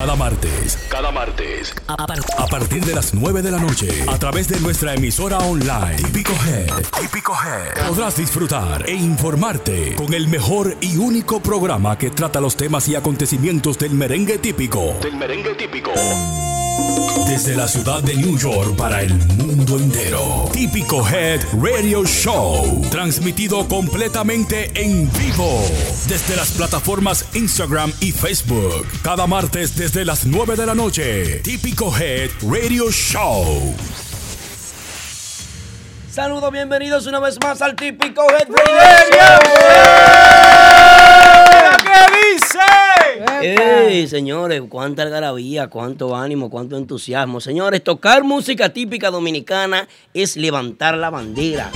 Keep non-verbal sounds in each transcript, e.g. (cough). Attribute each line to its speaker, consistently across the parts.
Speaker 1: Cada martes, cada martes, a partir de las 9 de la noche, a través de nuestra emisora online, Típico Head, Típico Head, podrás disfrutar e informarte con el mejor y único programa que trata los temas y acontecimientos del merengue típico. Del merengue típico. Desde la ciudad de New York para el mundo entero. Típico Head Radio Show. Transmitido completamente en vivo. Desde las plataformas Instagram y Facebook. Cada martes desde las 9 de la noche. Típico Head Radio Show.
Speaker 2: Saludos, bienvenidos una vez más al típico Head ¡Ey, señores! ¡Cuánta algarabía, cuánto ánimo, cuánto entusiasmo! Señores, tocar música típica dominicana es levantar la bandera.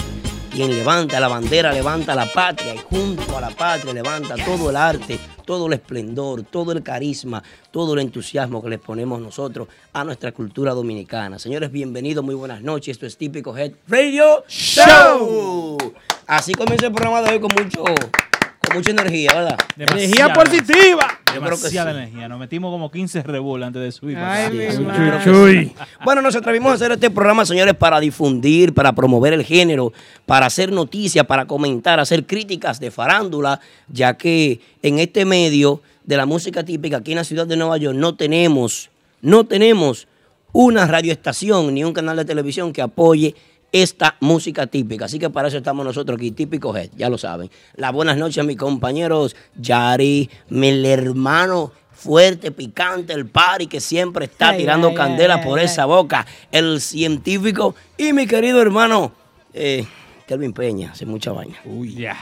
Speaker 2: Quien levanta la bandera, levanta la patria. Y junto a la patria levanta todo el arte, todo el esplendor, todo el carisma, todo el entusiasmo que les ponemos nosotros a nuestra cultura dominicana. Señores, bienvenidos, muy buenas noches. Esto es Típico Head Radio Show. Así comienza el programa de hoy con mucho, con mucha energía, ¿verdad?
Speaker 3: Energía positiva.
Speaker 2: Yo creo que
Speaker 3: Demasiada
Speaker 2: sí.
Speaker 3: energía. Nos metimos como 15 rebull antes de subir.
Speaker 4: Ay,
Speaker 3: Sí.
Speaker 4: mi
Speaker 3: Chuy,
Speaker 4: madre.
Speaker 3: chuy, chuy.
Speaker 2: Bueno, nos atrevimos a hacer este programa, señores, para difundir, para promover el género, para hacer noticias, para comentar, hacer críticas de farándula, ya que en este medio de la música típica aquí en la ciudad de Nueva York no tenemos, no tenemos una radioestación ni un canal de televisión que apoye esta música típica. Así que para eso estamos nosotros aquí, Típico Head, ya lo saben. Las buenas noches a mis compañeros, Yari, mi hermano fuerte, picante, el pari que siempre está
Speaker 4: Ay,
Speaker 2: tirando
Speaker 4: ay,
Speaker 2: candela
Speaker 4: ay, ay,
Speaker 2: por
Speaker 4: ay.
Speaker 2: esa boca, el científico y mi querido hermano eh, Kelvin Peña, hace mucha vaina.
Speaker 3: Uy, ya.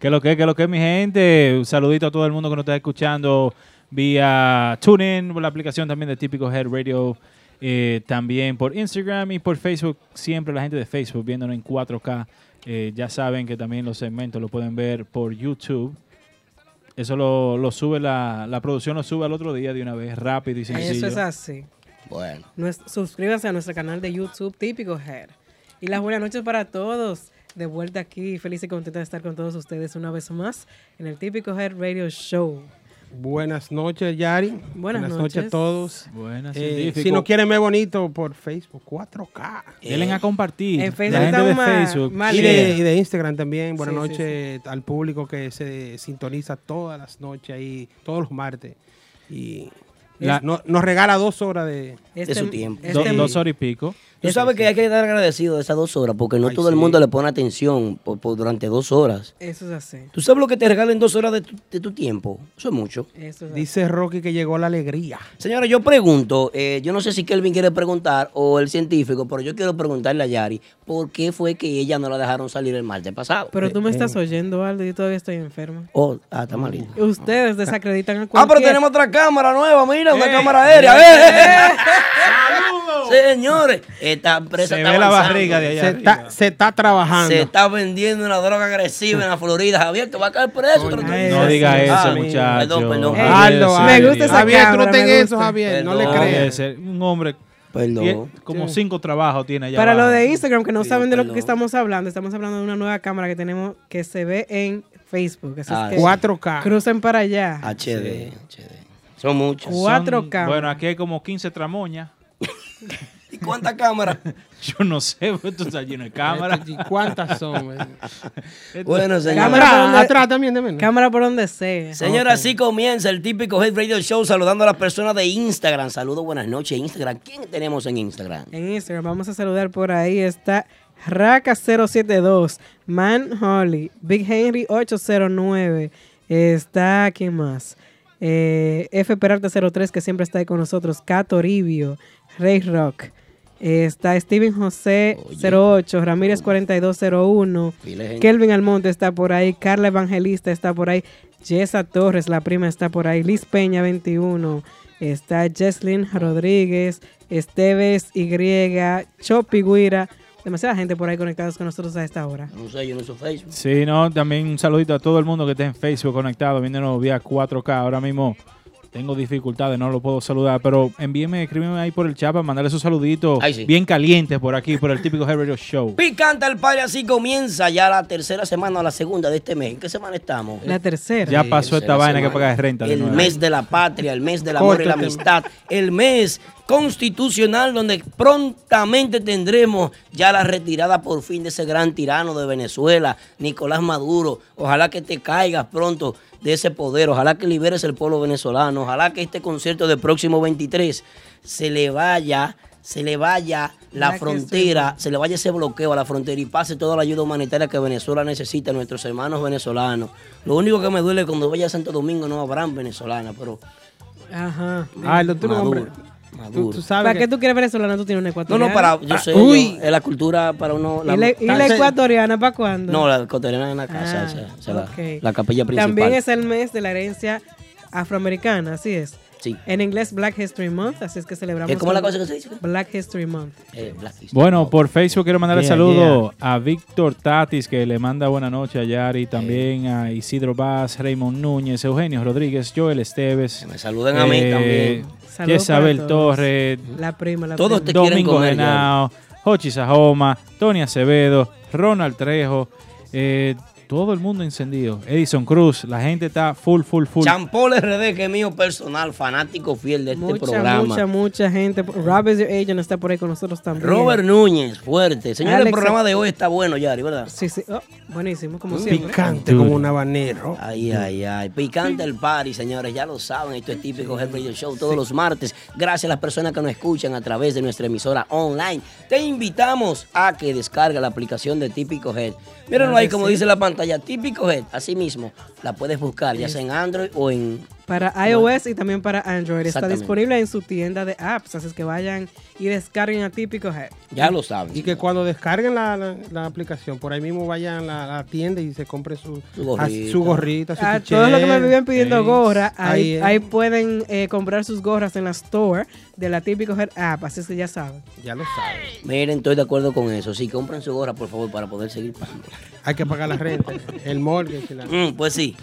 Speaker 3: ¿Qué lo que, qué lo que, mi gente? Un saludito a todo el mundo que nos está escuchando vía TuneIn, por la aplicación también de Típico Head Radio, eh, también por Instagram y por Facebook. Siempre la gente de Facebook viéndonos en 4K. Eh, ya saben que también los segmentos lo pueden ver por YouTube. Eso lo, lo sube la, la producción, lo sube al otro día de una vez, rápido y sencillo.
Speaker 4: Eso es así.
Speaker 2: Bueno.
Speaker 4: Nues- suscríbanse a nuestro canal de YouTube Típico Hair. Y las buenas noches para todos. De vuelta aquí, feliz y contenta de estar con todos ustedes una vez más en el Típico Hair Radio Show.
Speaker 5: Buenas noches, Yari. Buenas, noches.
Speaker 4: noches.
Speaker 5: a todos.
Speaker 3: Buenas,
Speaker 5: Eh,
Speaker 3: científico. Eh,
Speaker 5: si nos quieren ver bonito por Facebook, 4K.
Speaker 3: Denle a compartir.
Speaker 4: En Facebook
Speaker 3: la gente
Speaker 4: estamos
Speaker 3: de
Speaker 4: más-
Speaker 3: Facebook.
Speaker 4: más
Speaker 5: Y
Speaker 4: Vale.
Speaker 5: de, y de Instagram también. Buenas
Speaker 4: Sí, sí,
Speaker 5: noches al público que se sintoniza todas las noches ahí, todos los martes. Y
Speaker 3: La-
Speaker 5: no- nos regala dos horas de...
Speaker 4: Este-
Speaker 2: su tiempo.
Speaker 3: Do-
Speaker 4: este-
Speaker 3: dos horas y pico.
Speaker 2: Tú sabes que hay que estar agradecido de esas dos horas, porque no
Speaker 5: Ay,
Speaker 2: todo el
Speaker 5: sí.
Speaker 2: mundo le pone atención por- por durante dos horas.
Speaker 4: Eso es así.
Speaker 2: ¿Tú sabes lo que te regalen dos horas de tu, de tu tiempo? Eso es mucho.
Speaker 4: Eso es así.
Speaker 5: Dice Rocky que llegó la alegría.
Speaker 2: Señora, yo pregunto, eh, yo no sé si Kelvin quiere preguntar o el científico, pero yo quiero preguntarle a Yari por qué fue que ella no la dejaron salir el martes pasado. Eh,
Speaker 4: Pero tú me estás oyendo, Aldo, yo todavía estoy enferma.
Speaker 2: Oh, ah, está malito.
Speaker 4: Ustedes desacreditan a
Speaker 2: Ah,
Speaker 4: cualquier...
Speaker 2: pero tenemos otra cámara nueva, mira, una cámara aérea. ¡Eh, eh, eh! Señores, esta empresa
Speaker 3: Se
Speaker 2: está
Speaker 3: ve la
Speaker 2: avanzando.
Speaker 3: barriga de allá
Speaker 5: Se
Speaker 3: arriba.
Speaker 5: está, se está trabajando.
Speaker 2: Se está vendiendo una droga agresiva en la Florida, Javier, que va a caer preso.
Speaker 5: Coño,
Speaker 2: Pero-
Speaker 4: ay,
Speaker 3: No
Speaker 4: ay,
Speaker 3: diga
Speaker 4: ay,
Speaker 3: eso,
Speaker 2: ay,
Speaker 3: muchacho.
Speaker 2: Perdón, perdón.
Speaker 4: Ey,
Speaker 3: Javier,
Speaker 5: Hazlo,
Speaker 3: sí,
Speaker 4: me
Speaker 5: Javier.
Speaker 4: gusta esa
Speaker 5: Javier,
Speaker 4: cámara,
Speaker 5: truten
Speaker 4: me
Speaker 5: eso,
Speaker 4: gusta.
Speaker 5: Javier. No le
Speaker 2: Perdón.
Speaker 3: Debe
Speaker 5: creas.
Speaker 3: ser Un hombre
Speaker 2: Perdón.
Speaker 3: tiene como cinco trabajos tiene allá.
Speaker 4: Para lo
Speaker 3: abajo.
Speaker 4: de Instagram, que no
Speaker 2: Sí,
Speaker 4: saben de lo
Speaker 2: perdón.
Speaker 4: que estamos hablando, estamos hablando de una nueva cámara que tenemos que se ve en Facebook. Así
Speaker 2: Ah,
Speaker 4: es que
Speaker 5: 4K.
Speaker 4: crucen para allá.
Speaker 2: HD, HD. Son muchas.
Speaker 3: Son-
Speaker 4: cuatro cámaras.
Speaker 3: Bueno, aquí hay como 15 tramoñas.
Speaker 2: (laughs) ¿Y cuántas cámaras?
Speaker 3: (laughs) Yo no sé, pues, esto está lleno de cámaras.
Speaker 5: ¿Cuántas son? eh?
Speaker 2: bueno, señores.
Speaker 4: Cámara por donde-
Speaker 5: Atrás, atrás también, de menos.
Speaker 4: Cámara por donde sea.
Speaker 2: Señora, así comienza el típico Head Radio Show saludando a las personas de Instagram. Saludos, buenas noches, Instagram. ¿Quién tenemos en Instagram?
Speaker 4: En Instagram, vamos a saludar por ahí. Está Raka072, Man Holly, Big Henry809. Está, ¿quién más? Eh, F Peralta03, que siempre está ahí con nosotros. Cato Ribio, Rey Rock. Eh, está Steven José08, Ramírez4201.
Speaker 2: Pila de gente.
Speaker 4: Kelvin Almonte está por ahí, Carla Evangelista está por ahí, Jessa Torres, la prima, está por ahí, Liz Peña 21, está Jesslyn Rodríguez, Esteves Y, Chopi Guira, demasiada gente por ahí conectados con nosotros a esta hora.
Speaker 2: No sé, yo no uso Facebook.
Speaker 3: Sí, no, también un saludito a todo el mundo que esté en Facebook conectado, viéndonos vía 4K ahora mismo. tengo dificultades, no lo puedo saludar, pero envíeme, escríbeme ahí por el chat para mandarle esos saluditos bien calientes por aquí, por el típico Head Radio Show.
Speaker 2: Picante al padre, así comienza ya la tercera semana o la segunda de este mes. ¿En qué semana estamos?
Speaker 4: La tercera.
Speaker 3: Ya pasó esta
Speaker 2: Tercera
Speaker 3: vaina que
Speaker 2: semana.
Speaker 3: pagas renta. de
Speaker 2: El
Speaker 3: nuevo.
Speaker 2: mes de la patria, el mes del amor y la
Speaker 3: Córtate.
Speaker 2: amistad, el mes constitucional donde prontamente tendremos ya la retirada por fin de ese gran tirano de Venezuela, Nicolás Maduro. Ojalá que te caigas pronto de ese poder, ojalá que liberes el pueblo venezolano, ojalá que este concierto del próximo 23 se le vaya, se le vaya la
Speaker 6: Ojalá que
Speaker 2: frontera, se le vaya ese bloqueo a la frontera y pase toda la ayuda humanitaria que Venezuela necesita, a nuestros hermanos venezolanos. Lo único que me duele cuando vaya a Santo Domingo no habrán venezolanas, pero
Speaker 4: Ajá.
Speaker 2: Ah, el doctor Maduro, hombre. Maduro.
Speaker 4: Tú, tú sabes ¿Para
Speaker 2: que-
Speaker 4: qué tú quieres venezolano? Tú tienes una
Speaker 2: no,
Speaker 4: ecuatoriana.
Speaker 2: no, para, yo sé,
Speaker 4: ah, Uy.
Speaker 2: yo- es la cultura para uno. Ah,
Speaker 4: ¿Y la, y la ecuatoriana para cuándo?
Speaker 2: No, la ecuatoriana en la casa,
Speaker 4: Ah,
Speaker 2: o sea, o sea, la-
Speaker 4: ok.
Speaker 2: la, capilla principal.
Speaker 4: También es el mes de la herencia afroamericana, así es.
Speaker 2: Sí.
Speaker 4: En inglés, Black History Month, así es que celebramos.
Speaker 2: ¿Eh, cómo es la
Speaker 4: el
Speaker 2: cosa que se dice?
Speaker 4: Black History Month.
Speaker 2: Eh, Black History.
Speaker 3: Bueno, por Facebook quiero mandarle
Speaker 2: Yeah,
Speaker 3: saludo a Víctor Tatis, que le manda buena noche a Yari, también a Isidro Vaz, Raymond Núñez, Eugenio Rodríguez, Joel Esteves.
Speaker 2: me saluden a mí también.
Speaker 4: Saludos
Speaker 3: Isabel
Speaker 4: para todos.
Speaker 3: Torres.
Speaker 4: La prima, la
Speaker 2: Todos
Speaker 4: prima.
Speaker 2: te quieren
Speaker 3: Domingo
Speaker 2: comer,
Speaker 3: Genao, Hochi Sajoma, Tony Acevedo, Ronald Trejo, eh, todo el mundo encendido. Edison Cruz, la gente está full, full, full.
Speaker 2: Champol RD, que es mío personal, fanático fiel de este
Speaker 4: Mucha,
Speaker 2: programa.
Speaker 4: mucha, mucha gente. Robert Your Agent está por ahí con nosotros también.
Speaker 2: Robert Núñez, fuerte. Señor, el
Speaker 4: Alex- eh,
Speaker 2: programa de hoy está bueno, Yari, ¿verdad? Mm.
Speaker 4: Sí, sí. Oh, buenísimo, como siempre.
Speaker 5: Picante como un habanero.
Speaker 2: Ay, ay, ay. Picante el party, señores. Ya lo saben. Esto es típico Head Radio Show todos los martes. Gracias a las personas que nos escuchan a través de nuestra emisora online. Te invitamos a que descargue la aplicación de Típico Head. Mírenlo
Speaker 4: Claro
Speaker 2: ahí
Speaker 4: que
Speaker 2: como
Speaker 4: sí.
Speaker 2: dice la pantalla. Típico Head. Así mismo, la puedes buscar ya sea en Android o en...
Speaker 4: Para iOS y también para Android. Está
Speaker 2: Exactamente.
Speaker 4: disponible en su tienda de apps, así es que vayan y descarguen a Típico Head.
Speaker 2: Ya lo saben.
Speaker 5: Y que cuando descarguen la, la- la aplicación, por ahí mismo vayan a la, la tienda y se compren su,
Speaker 2: Su gorrita.
Speaker 5: a- su gorrita, su
Speaker 4: A
Speaker 5: t-shirt.
Speaker 4: todos los que me viven pidiendo
Speaker 5: Sí.
Speaker 4: gorra, ahí,
Speaker 5: es.
Speaker 4: ahí pueden eh, comprar sus gorras en la store de la Típico Head app, así es que ya saben.
Speaker 5: Ya lo saben.
Speaker 2: Miren, estoy de acuerdo con eso. Sí, compren su gorra, por favor, para poder seguir pagando.
Speaker 5: Hay que pagar la renta, el mortgage. y la- Ah.
Speaker 2: Mm, pues
Speaker 5: (laughs)
Speaker 2: sí.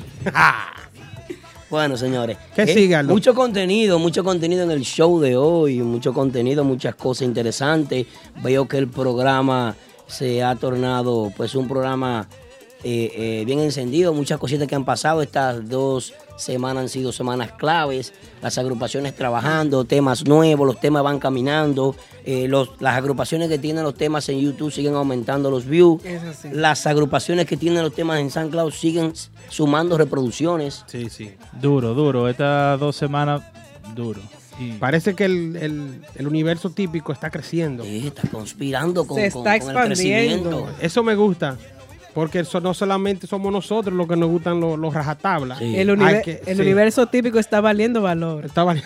Speaker 2: bueno, señores. eh,
Speaker 5: Que siga, Lu.
Speaker 2: Mucho contenido, mucho contenido en el show de hoy. Mucho contenido, muchas cosas interesantes. Veo que el programa se ha tornado, pues, un programa eh, eh, bien encendido. Muchas cositas que han pasado. Estas dos semanas han sido semanas claves. Las agrupaciones trabajando, temas nuevos, los temas van caminando. Eh, los- las agrupaciones que tienen los temas en YouTube siguen aumentando los views
Speaker 4: Es así.
Speaker 2: las agrupaciones que tienen los temas en San Cloud siguen s- sumando reproducciones.
Speaker 5: Sí, sí.
Speaker 3: Duro, duro. Estas dos semanas, duro. Y-
Speaker 5: Parece que el, el- el universo típico está creciendo.
Speaker 2: Sí, está conspirando con,
Speaker 4: Se
Speaker 2: con-
Speaker 4: está
Speaker 2: con el crecimiento.
Speaker 4: expandiendo.
Speaker 5: Eso me gusta. Porque eso no solamente somos nosotros los que nos gustan los, los rajatablas.
Speaker 2: Sí.
Speaker 4: El,
Speaker 5: Hay
Speaker 4: univer-
Speaker 5: que-
Speaker 4: el
Speaker 5: sí.
Speaker 4: universo típico está valiendo valor.
Speaker 5: Está
Speaker 2: (laughs)
Speaker 5: vali-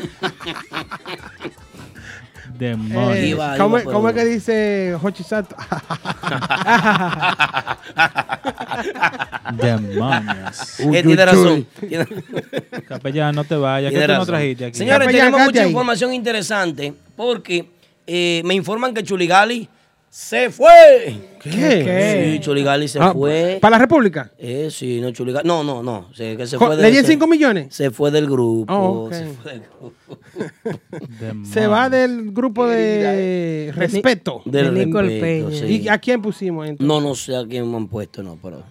Speaker 3: demonios.
Speaker 5: Eh,
Speaker 2: Iba,
Speaker 5: ¿cómo,
Speaker 2: iba,
Speaker 5: cómo es
Speaker 2: pero-
Speaker 5: que dice
Speaker 4: (laughs)
Speaker 2: (laughs)
Speaker 5: Hochi (laughs) Santo? (laughs)
Speaker 3: Demonios.
Speaker 2: Eh, tiene razón. Tiene-
Speaker 3: Capellán, no te vayas.
Speaker 2: tiene
Speaker 3: ¿Qué tú no
Speaker 2: razón.
Speaker 3: trajiste aquí?
Speaker 2: Señores,
Speaker 5: Capellán,
Speaker 2: tenemos
Speaker 5: cante
Speaker 2: mucha
Speaker 5: pues ahí.
Speaker 2: información interesante porque eh, me informan que Chuligali se fue.
Speaker 5: ¿Qué?
Speaker 4: ¿Qué?
Speaker 2: Sí, Chuligali se
Speaker 5: Ah,
Speaker 2: fue.
Speaker 5: ¿Para la República?
Speaker 2: Eh, sí, no, Chuligali. No, no, no. Se, que se
Speaker 5: Jo-
Speaker 2: fue
Speaker 5: ¿Le
Speaker 2: del-
Speaker 5: dieron
Speaker 2: se-
Speaker 5: 5 millones?
Speaker 2: Se fue del grupo.
Speaker 5: Oh, ok.
Speaker 2: se fue del grupo.
Speaker 5: Se va del grupo
Speaker 2: eh,
Speaker 5: de respeto.
Speaker 2: Del
Speaker 4: Nico el
Speaker 2: respeto,
Speaker 4: Peña.
Speaker 2: sí.
Speaker 5: ¿Y a quién pusimos entonces?
Speaker 2: No, no sé a quién me han puesto, no, pero.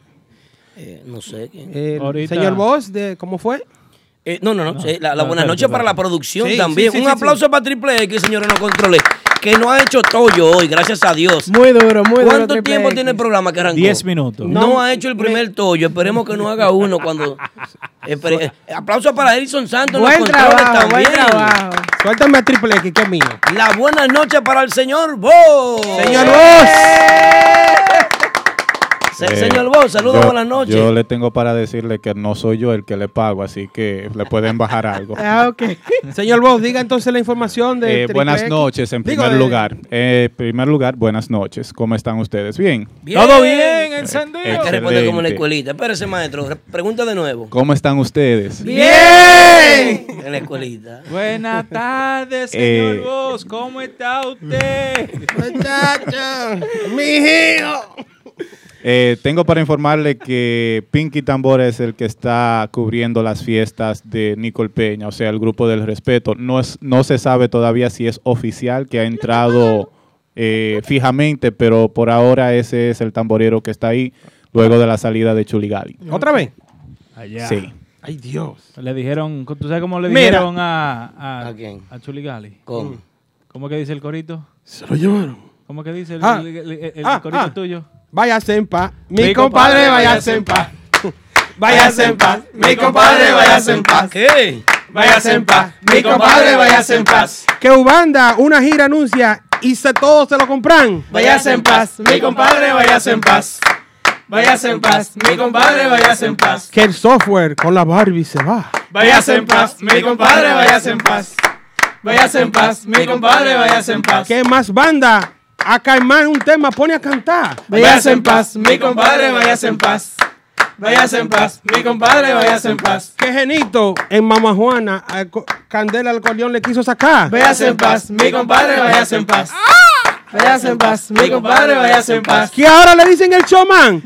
Speaker 2: eh, no sé quién.
Speaker 5: El
Speaker 3: Ahorita-
Speaker 5: Señor Boss, de, ¿cómo fue?
Speaker 2: Eh, no, no, no. sí, la, la
Speaker 3: no,
Speaker 2: buena
Speaker 3: espérate,
Speaker 2: noche para la
Speaker 3: espérate.
Speaker 2: producción
Speaker 5: Sí,
Speaker 2: también.
Speaker 5: sí, sí,
Speaker 2: Un
Speaker 5: sí,
Speaker 2: aplauso para Triple X, señores, no controle. Que no ha hecho tollo hoy, gracias a Dios.
Speaker 4: Muy duro, muy duro.
Speaker 2: ¿Cuánto
Speaker 4: Triple
Speaker 2: tiempo
Speaker 4: X.
Speaker 2: tiene el programa que arrancó?
Speaker 3: Diez minutos.
Speaker 2: No, ha hecho el primer tollo. Esperemos que no haga uno cuando. Espere- eh, Aplauso para Edison Santos. en los
Speaker 4: Buen
Speaker 2: controles
Speaker 4: trabajo, buen
Speaker 2: también.
Speaker 4: trabajo.
Speaker 5: Suéltame a Triple X, que es mío.
Speaker 2: La buena noche para el señor Bo.
Speaker 5: Señor Boss.
Speaker 2: Se- señor Bo, saludos,
Speaker 7: Eh, Yo-
Speaker 2: buenas noches.
Speaker 7: Yo le tengo para decirle que no soy yo el que le pago, así que le pueden bajar
Speaker 2: (laughs)
Speaker 7: algo.
Speaker 4: Ah, ok.
Speaker 5: Señor Boss, diga entonces la información de.
Speaker 7: Eh,
Speaker 5: Triple
Speaker 7: buenas
Speaker 5: X.
Speaker 7: noches, en
Speaker 5: Digo,
Speaker 7: primer
Speaker 5: eh,
Speaker 7: lugar. Eh, En primer lugar, buenas noches. ¿Cómo están ustedes? Bien.
Speaker 3: Todo bien, encendido.
Speaker 2: Hay que responder como en la
Speaker 7: Excelente.
Speaker 2: escuelita. Espérese, maestro. re- Pregunta de nuevo.
Speaker 7: ¿Cómo están ustedes?
Speaker 2: ¡Bien! En la escuelita. (laughs)
Speaker 3: Buenas tardes,
Speaker 7: Eh.
Speaker 3: señor
Speaker 7: (laughs)
Speaker 3: Vos. ¿Cómo está usted?
Speaker 5: Muchacho, mi hijo.
Speaker 7: Eh, tengo para informarle que Pinky Tambor es el que está cubriendo las fiestas de Nicole Peña, o sea, el grupo del respeto. No, es, no se sabe todavía si es oficial que ha entrado eh, fijamente, pero por ahora ese es el tamborero que está ahí luego de la salida de Chuligali.
Speaker 5: ¿Otra vez?
Speaker 3: Allá.
Speaker 7: Sí.
Speaker 5: Ay, Dios.
Speaker 3: Le dijeron, ¿tú sabes cómo le
Speaker 5: Mira. Mm.
Speaker 3: dijeron a, a,
Speaker 2: ¿A quién?
Speaker 3: a Chuligali?
Speaker 2: ¿Cómo?
Speaker 3: ¿Cómo que dice el corito?
Speaker 5: Se lo llevaron.
Speaker 3: ¿Cómo que dice el,
Speaker 5: Ah.
Speaker 3: el- el- el
Speaker 5: Ah,
Speaker 3: corito
Speaker 5: ah.
Speaker 3: tuyo?
Speaker 5: Váyase en paz. Mi,
Speaker 3: Mi compadre,
Speaker 5: compadre, váyase en (laughs) paz. Váyase en paz. Mi compadre, váyase en paz.
Speaker 2: ¿Qué?
Speaker 5: Váyase en paz. Mi compadre, váyase en paz. Que Ubanda, una gira anuncia y se, todos se lo compran.
Speaker 2: Váyase en paz, mi compadre, váyase en paz. Váyase en paz, mi compadre, váyase en paz.
Speaker 5: Que el software con la Barbie se va.
Speaker 2: Váyase en paz, mi compadre, váyase en paz. Váyase en paz, mi compadre, váyase en paz.
Speaker 5: Que más banda, a Caimán un tema pone a cantar.
Speaker 2: Váyase en paz, mi compadre, váyase en paz. Váyase en paz, mi compadre, váyase en paz.
Speaker 5: Que Genito en Mama Juana, a Co- Candela al Corleón le quiso sacar.
Speaker 2: Váyase en paz, mi compadre, váyase en paz. Váyase en paz, mi compadre, váyase en paz.
Speaker 5: Que ahora le dicen el showman.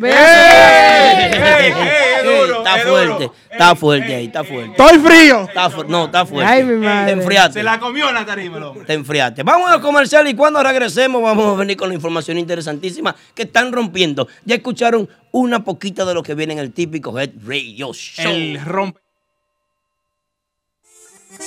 Speaker 2: Está fuerte, está fuerte ahí, está fuerte.
Speaker 5: Estoy frío.
Speaker 2: Está fu- no, está fuerte.
Speaker 4: Ay, mi madre.
Speaker 2: Te enfriaste. Se la comió la tarima, Te enfriaste. Vamos a comercial y cuando regresemos vamos a venir con la información interesantísima que están rompiendo. Ya escucharon una poquita de lo que viene en el típico Head Radio Show.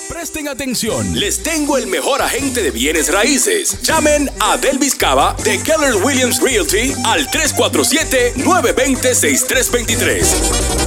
Speaker 1: Presten atención, les tengo el mejor agente de bienes raíces. Llamen a Delvis Cava de Keller Williams Realty al 347-920-6323.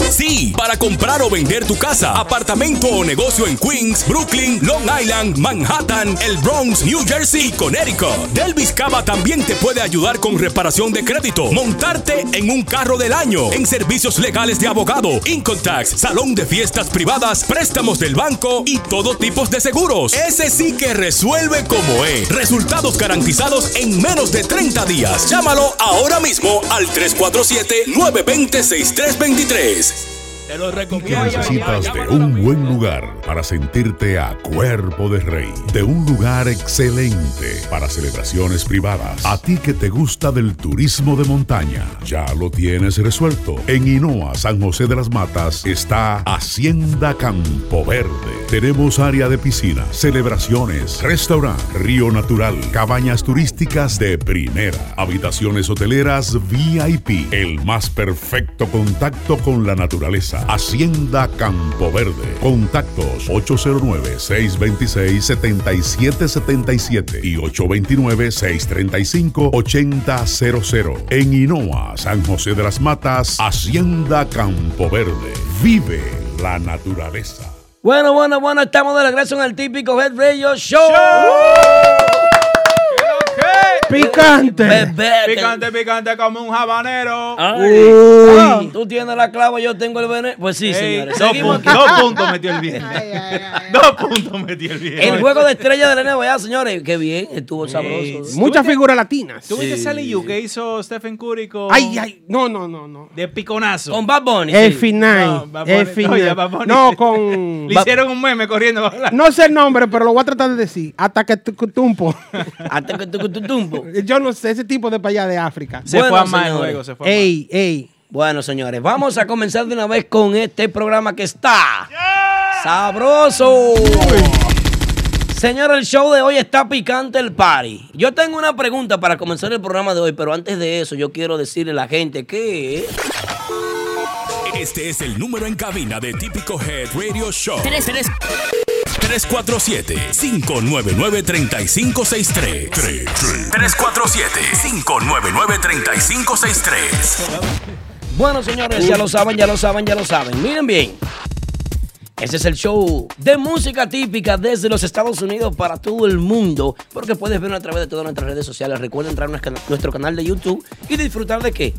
Speaker 1: Sí, para comprar o vender tu casa, apartamento o negocio en Queens, Brooklyn, Long Island, Manhattan, el Bronx, New Jersey y Connecticut. Delvis Cava también te puede ayudar con reparación de crédito, montarte en un carro del año, en servicios legales de abogado, income tax, salón de fiestas privadas, préstamos del banco y todo tipo de seguros. Ese sí que resuelve como es. Resultados garantizados en menos de 30 días. Llámalo ahora mismo al 347-920-6323. Te lo
Speaker 6: que
Speaker 1: recomiendo.
Speaker 6: necesitas de un buen lugar para sentirte a cuerpo de rey, de un lugar excelente para celebraciones privadas. A ti que te gusta del turismo de montaña, ya lo tienes resuelto. En Hinoa, San José de las Matas, está Hacienda Campo Verde. Tenemos área de piscina, celebraciones, restaurante, río natural, cabañas turísticas de primera, habitaciones hoteleras VIP, el más perfecto contacto con la naturaleza. Hacienda Campo Verde. Contactos 809-626-7777 y 829-635-8000. En Inoa, San José de las Matas, Hacienda Campo Verde. Vive la naturaleza.
Speaker 2: Bueno, bueno, bueno, estamos de regreso en el típico Head Radio Show.
Speaker 5: Picante.
Speaker 2: Bebé, te-
Speaker 3: Picante, picante como un habanero.
Speaker 2: Ay. Ah, Tú tienes la clava, yo tengo el veneno. Pues sí, señores. Seguimos aquí.
Speaker 3: puntos metió el bien. Dos puntos metió el bien.
Speaker 2: El juego de estrella de la NBA, señores. Qué bien, estuvo sabroso.
Speaker 5: Muchas figuras latinas.
Speaker 3: ¿Tú viste ese Liu que hizo Stephen Curry con-
Speaker 5: Ay, ay. No, no, no, no.
Speaker 3: de piconazo?
Speaker 2: Con Bad Bunny.
Speaker 5: El
Speaker 2: sí.
Speaker 5: final.
Speaker 3: No, Bad Bunny,
Speaker 5: el
Speaker 3: no,
Speaker 5: final.
Speaker 3: ya, Bad Bunny.
Speaker 5: No, con.
Speaker 3: (laughs) Le hicieron un meme corriendo.
Speaker 5: No sé el nombre, pero lo voy a tratar de decir. Hasta que tu- tumpo. (laughs)
Speaker 2: Hasta que tu- tu tumbo.
Speaker 5: Yo no sé ese tipo de para allá de África.
Speaker 3: Se fue
Speaker 2: Bueno,
Speaker 3: a más el
Speaker 2: señores.
Speaker 3: juego, se fue a más.
Speaker 5: Ey, ey.
Speaker 2: Bueno, señores, vamos a comenzar de una vez con este programa que está sabroso. Señor, el show de hoy está picante el party. Yo tengo una pregunta para comenzar el programa de hoy, pero antes de eso yo quiero decirle a la gente que...
Speaker 1: Este es el número en cabina de Típico Head Radio Show. 347-599-3563. 347-599-3563.
Speaker 2: Bueno, señores, ya lo saben, ya lo saben, ya lo saben. Miren bien. Ese es el show de música típica desde los Estados Unidos para todo el mundo, porque puedes verlo a través de todas nuestras redes sociales. Recuerda entrar a nuestra- nuestro canal de YouTube y disfrutar de qué?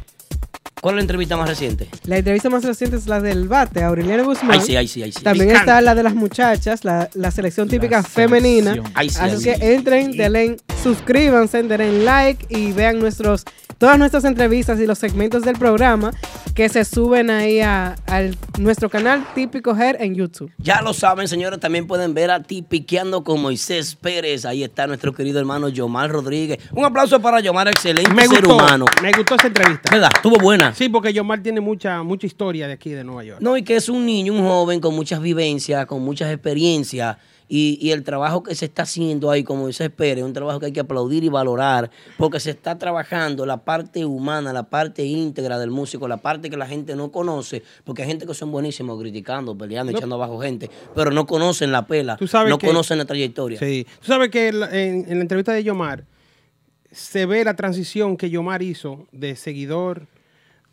Speaker 2: ¿Cuál es la entrevista más reciente?
Speaker 4: La entrevista más reciente es la del bate, Aureliano Guzmán.
Speaker 2: Ahí sí, ahí sí, ahí sí.
Speaker 4: También
Speaker 2: Picante.
Speaker 4: está la de las muchachas, la, la selección típica femenina.
Speaker 2: Ahí sí,
Speaker 4: Así
Speaker 2: ahí
Speaker 4: que
Speaker 2: sí.
Speaker 4: entren, denle, suscríbanse, denle like y vean nuestros, todas nuestras entrevistas y los segmentos del programa que se suben ahí a, al- nuestro canal típico Hair en YouTube.
Speaker 2: Ya lo saben, señores, también pueden ver a ti piqueando con Moisés Pérez. Ahí está nuestro querido hermano Yomar Rodríguez. Un aplauso para Yomar, excelente
Speaker 5: Me
Speaker 2: ser
Speaker 5: gustó,
Speaker 2: humano.
Speaker 5: me gustó esa entrevista.
Speaker 2: ¿Verdad? Estuvo buena.
Speaker 5: Sí, porque Yomar tiene mucha, mucha historia de aquí de Nueva York.
Speaker 2: No, y que es un niño, un joven con muchas vivencias, con muchas experiencias. Y, y el trabajo que se está haciendo ahí, como dice Pérez, es un trabajo que hay que aplaudir y valorar, porque se está trabajando la parte humana, la parte íntegra del músico, la parte que la gente no conoce, porque hay gente que son buenísimos criticando, peleando,
Speaker 5: No.
Speaker 2: echando abajo gente, pero no conocen la pela,
Speaker 5: Tú sabes
Speaker 2: no
Speaker 5: que-
Speaker 2: conocen la trayectoria.
Speaker 5: Sí. Tú sabes que en, la- en- en la entrevista de Yomar se ve la transición que Yomar hizo de seguidor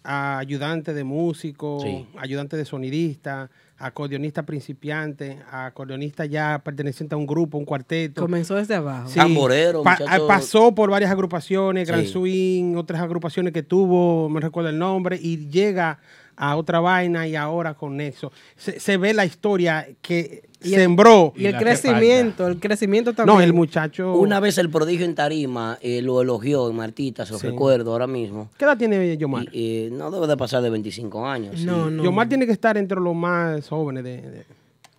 Speaker 5: a ayudante de músico,
Speaker 2: Sí.
Speaker 5: ayudante de sonidista, acordeonista principiante, a acordeonista ya perteneciente a un grupo, un cuarteto.
Speaker 4: Comenzó desde abajo.
Speaker 5: Sí.
Speaker 2: Tamborero,
Speaker 5: Pa- ah,
Speaker 2: muchacho.
Speaker 5: pasó por varias agrupaciones, Gran
Speaker 2: Sí.
Speaker 5: Swing, otras agrupaciones que tuvo, me recuerdo el nombre, y llega a otra vaina y ahora con Nexo. Se, se ve la historia que
Speaker 4: Y el-
Speaker 5: sembró.
Speaker 4: Y
Speaker 3: Y
Speaker 4: el
Speaker 3: la que
Speaker 4: crecimiento, el crecimiento también.
Speaker 5: no, el muchacho.
Speaker 2: Una vez el prodigio en Tarima eh, lo elogió en Martita, se lo
Speaker 5: Sí.
Speaker 2: recuerdo ahora mismo.
Speaker 5: ¿Qué edad tiene Yomar?
Speaker 2: Y, eh, no debe de pasar de 25 años. sí.
Speaker 4: No, no.
Speaker 5: Yomar tiene que estar entre los más jóvenes de. de-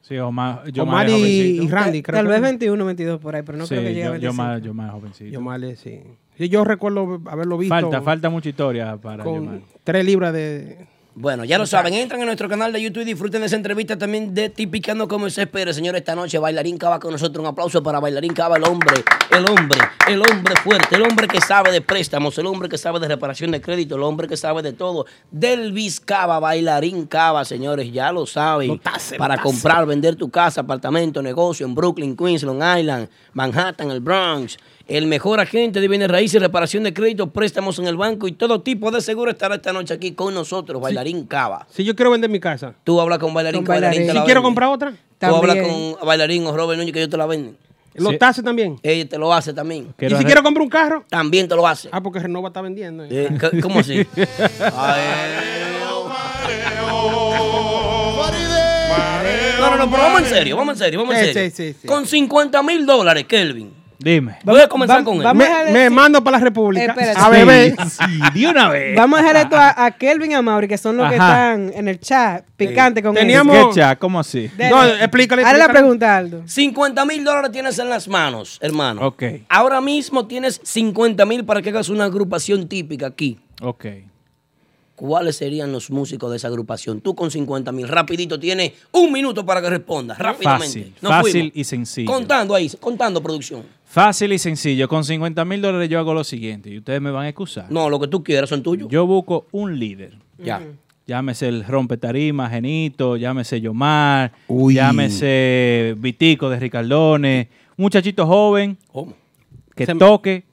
Speaker 3: Sí, Omar, yo
Speaker 5: Yomar
Speaker 3: más
Speaker 5: y,
Speaker 3: jovencito.
Speaker 5: y Randy, creo
Speaker 4: Tal
Speaker 5: que-
Speaker 4: vez 21, 22 por ahí, pero no
Speaker 3: Sí,
Speaker 4: creo que llegue a
Speaker 3: yo, yo
Speaker 4: 25.
Speaker 3: más, yo más jovencito.
Speaker 5: Yomar es, sí. Sí, Yo recuerdo haberlo visto.
Speaker 3: falta, falta mucha historia para Yomar.
Speaker 5: Con tres libras de.
Speaker 2: Bueno, ya lo saben, entran a nuestro canal de YouTube y disfruten de esa entrevista también de Tipicando como se espera. Señores, esta noche Bailarín Cava con nosotros. Un aplauso para Bailarín Cava, el hombre, el hombre, el hombre fuerte, el hombre que sabe de préstamos, el hombre que sabe de reparación de crédito, el hombre que sabe de todo. Delvis Cava, Bailarín Cava, señores, ya lo saben.
Speaker 5: Notace,
Speaker 2: para
Speaker 5: notace.
Speaker 2: comprar, vender tu casa, apartamento, negocio en Brooklyn, Queens, Long Island, Manhattan, el Bronx. El mejor agente de bienes raíces, reparación de crédito, préstamos en el banco y todo tipo de seguro estará esta noche aquí con nosotros, Bailarín Cava.
Speaker 5: Si yo quiero vender mi casa,
Speaker 2: Tú hablas con bailarín,
Speaker 4: Con
Speaker 2: que bailarín.
Speaker 4: bailarín.
Speaker 2: te
Speaker 5: si
Speaker 2: la
Speaker 5: quiero
Speaker 2: vende.
Speaker 5: comprar otra,
Speaker 2: Tú hablas
Speaker 4: También.
Speaker 2: con bailarín o Robert Núñez que ellos te la venden.
Speaker 5: los
Speaker 3: Sí.
Speaker 5: taxes también.
Speaker 2: Ella te lo hace también.
Speaker 5: Y
Speaker 3: Quiero
Speaker 5: si
Speaker 3: arre-
Speaker 5: quiero comprar un carro,
Speaker 2: También te lo hace.
Speaker 5: ah, porque Renova está vendiendo. eh.
Speaker 2: Eh, c- ¿Cómo
Speaker 5: (laughs)
Speaker 2: así? Ay. No, no, no, pero vamos en serio, vamos en serio, vamos en
Speaker 5: Sí,
Speaker 2: serio.
Speaker 5: sí, sí, sí.
Speaker 2: Con 50 mil dólares, Kelvin.
Speaker 3: Dime.
Speaker 2: Voy a comenzar
Speaker 4: vam-
Speaker 2: con él.
Speaker 4: vamos-
Speaker 5: Me,
Speaker 4: a
Speaker 5: me
Speaker 4: decir-
Speaker 5: mando para la República.
Speaker 4: Espérate.
Speaker 5: A beber.
Speaker 3: de una vez.
Speaker 4: Vamos a dejar esto a, a Kelvin y a Mauri, que son los que
Speaker 3: Ajá.
Speaker 4: están en el chat, picante con
Speaker 5: Teníamos-
Speaker 4: ellos.
Speaker 5: ¿Cómo?
Speaker 3: ¿Qué cha? ¿Cómo así?
Speaker 4: Dele.
Speaker 5: No, explícale,
Speaker 4: Ahora la
Speaker 5: explícale.
Speaker 4: pregunta, Aldo.
Speaker 2: 50 mil dólares tienes en las manos, hermano.
Speaker 3: Ok.
Speaker 2: Ahora mismo tienes 50 mil para que hagas una agrupación típica aquí.
Speaker 3: Ok.
Speaker 2: ¿Cuáles serían los músicos de esa agrupación? Tú con 50 mil, rapidito, tienes un minuto para que respondas, rápidamente.
Speaker 3: Fácil,
Speaker 2: Nos
Speaker 3: fácil
Speaker 2: fuimos.
Speaker 3: y sencillo.
Speaker 2: Contando ahí, contando producción.
Speaker 3: Fácil y sencillo. Con 50 mil dólares yo hago lo siguiente y ustedes me van a excusar.
Speaker 2: No, lo que tú quieras son tuyos.
Speaker 3: Yo busco un líder.
Speaker 2: Ya.
Speaker 3: Llámese el Rompe Tarima, Genito, llámese Yomar, llámese Vitico de Ricardones, un muchachito joven
Speaker 2: ¿Cómo?
Speaker 3: que
Speaker 5: Se me-
Speaker 3: toque,